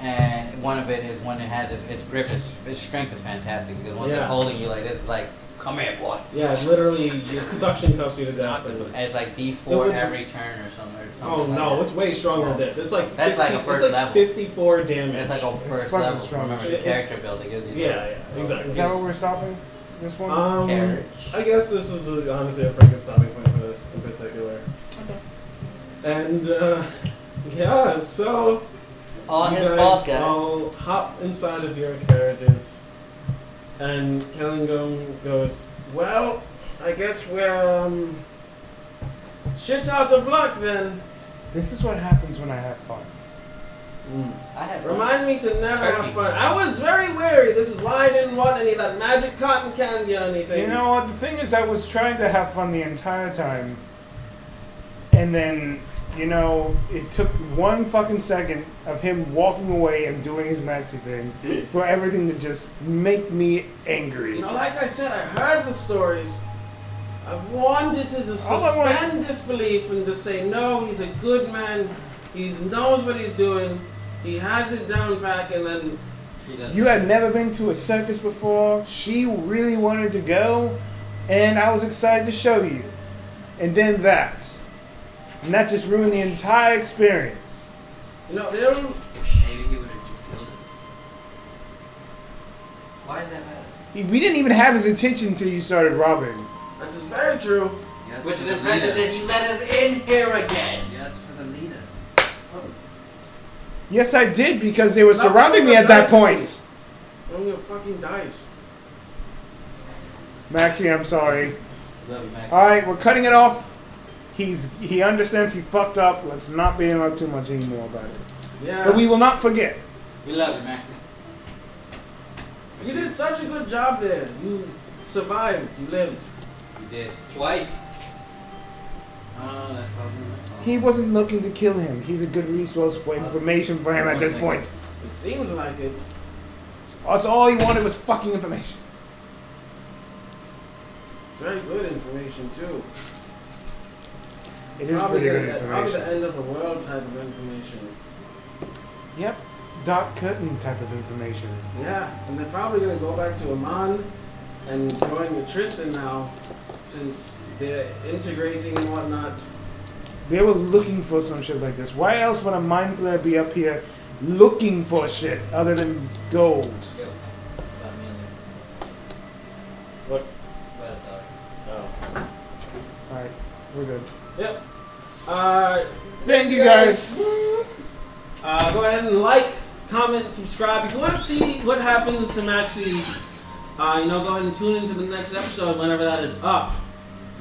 [SPEAKER 2] and one of it is when it has its, its grip, its, its strength is fantastic because once
[SPEAKER 1] Yeah.
[SPEAKER 2] it's holding you like this, it's like come here, boy.
[SPEAKER 1] Yeah, it literally, it suction cuffs you to death. and-
[SPEAKER 2] And it's like D
[SPEAKER 1] No,
[SPEAKER 2] four
[SPEAKER 1] but-
[SPEAKER 2] every turn or something. Or something
[SPEAKER 1] Oh
[SPEAKER 2] like
[SPEAKER 1] no,
[SPEAKER 2] that.
[SPEAKER 1] it's way stronger than this. It's like
[SPEAKER 2] That's
[SPEAKER 1] 50,
[SPEAKER 2] like a first
[SPEAKER 1] it's like
[SPEAKER 2] level.
[SPEAKER 1] Fifty-four damage.
[SPEAKER 2] It's like a first
[SPEAKER 3] fucking
[SPEAKER 2] level.
[SPEAKER 3] strong.
[SPEAKER 2] Remember the
[SPEAKER 1] It's-
[SPEAKER 2] character build it gives you.
[SPEAKER 1] yeah, yeah, exactly.
[SPEAKER 3] Is that what we're stopping? This one.
[SPEAKER 1] um,
[SPEAKER 2] Carriage.
[SPEAKER 1] I guess this is a, honestly a pretty good stopping point for this in particular. Okay. And uh, yeah, so
[SPEAKER 2] All
[SPEAKER 1] you
[SPEAKER 2] his
[SPEAKER 1] guys
[SPEAKER 2] fault, guys.
[SPEAKER 1] all hop inside of your carriages, and Kellingum goes, "Well, I guess we're um, shit out of luck then."
[SPEAKER 3] this is what happens when I have fun. Hmm.
[SPEAKER 2] I had fun.
[SPEAKER 1] Remind me to never
[SPEAKER 2] Turkey.
[SPEAKER 1] have fun. I was very wary. This is why I didn't want any of that magic cotton candy or anything.
[SPEAKER 3] You know what? The thing is, I was trying to have fun the entire time, and then you know, it took one fucking second of him walking away and doing his maxi thing for everything to just make me angry.
[SPEAKER 1] You know, like I said, I heard the stories. I wanted to just
[SPEAKER 3] All I want-
[SPEAKER 1] suspend disbelief and just say, no, he's a good man. He knows what he's doing. He has it down back, and then
[SPEAKER 11] He doesn't.
[SPEAKER 3] You had never been to a circus before. She really wanted to go, and I was excited to show you. And then that, and that just ruined the entire experience.
[SPEAKER 1] you know they don't.
[SPEAKER 5] Maybe he would have just killed us.
[SPEAKER 2] Why does that matter?
[SPEAKER 3] We didn't even have his attention until you started robbing.
[SPEAKER 1] That's very true.
[SPEAKER 5] Yes,
[SPEAKER 2] Which
[SPEAKER 5] for
[SPEAKER 2] is
[SPEAKER 5] the
[SPEAKER 2] impressive that
[SPEAKER 5] leader.
[SPEAKER 2] he let us in here again.
[SPEAKER 5] Yes, for the leader.
[SPEAKER 3] Yes, I did because they were
[SPEAKER 1] Not
[SPEAKER 3] surrounding me at that
[SPEAKER 1] because I
[SPEAKER 3] point.
[SPEAKER 1] Only a fucking dice.
[SPEAKER 3] Maxie, I'm sorry.
[SPEAKER 2] Love you, Max.
[SPEAKER 3] All right, we're cutting it off. He's he understands he fucked up. Let's not be up too much anymore about it.
[SPEAKER 1] Yeah.
[SPEAKER 3] But we will not forget.
[SPEAKER 2] We love you, Max.
[SPEAKER 1] you did such a good job there. You survived. You lived.
[SPEAKER 2] You did twice. Oh, that's probably my fault.
[SPEAKER 3] He wasn't looking to kill him. He's a good resource for information for him at this point.
[SPEAKER 1] It seems like it.
[SPEAKER 3] That's all he wanted was fucking information.
[SPEAKER 1] It's very good information too.
[SPEAKER 3] It is
[SPEAKER 1] probably
[SPEAKER 3] pretty good
[SPEAKER 1] gonna- Probably the
[SPEAKER 3] information.
[SPEAKER 1] end of the world type of information.
[SPEAKER 3] Yep, Doc Curtin type of information.
[SPEAKER 1] Yeah, and they're probably gonna go back to Amman and join with Tristan now, since they're integrating and whatnot.
[SPEAKER 3] They were looking for some shit like this. Why else would a mind flare be up here looking for shit other than gold?
[SPEAKER 2] Yo, about me and you.
[SPEAKER 1] What?
[SPEAKER 2] About a dog.
[SPEAKER 1] Oh.
[SPEAKER 3] All right, we're good.
[SPEAKER 1] Yep. Uh,
[SPEAKER 3] Thank you guys.
[SPEAKER 1] uh, go ahead and like, comment, subscribe. If you want to see what happens to Maxie, uh, you know, go ahead and tune into the next episode whenever that is up.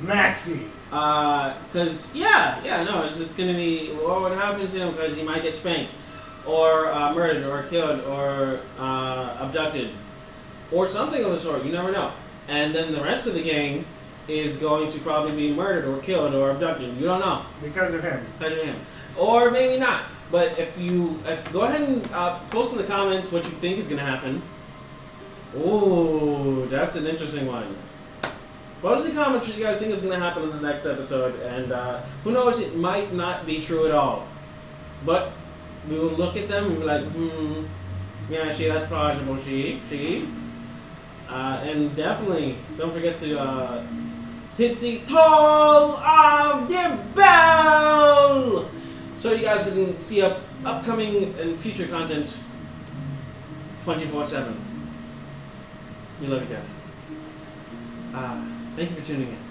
[SPEAKER 3] Maxi.
[SPEAKER 1] Because, Uh, yeah, yeah, no, it's just going to be what would happen to him because he might get spanked or uh, murdered or killed or uh, abducted or something of the sort. You never know. And then the rest of the gang is going to probably be murdered or killed or abducted. You don't know
[SPEAKER 3] Because of him.
[SPEAKER 1] touching him, or maybe not. But if you, if go ahead and uh, post in the comments what you think is gonna happen. Ooh, that's an interesting one. Post in the comments what you guys think is gonna happen in the next episode, and uh, who knows, it might not be true at all. But we will look at them and be like, hmm, yeah, she, that's plausible. She, she. Uh, and definitely, don't forget to uh, hit the toll of the bell so you guys can see up upcoming and future content 24-7 we love you guys uh, thank you for tuning in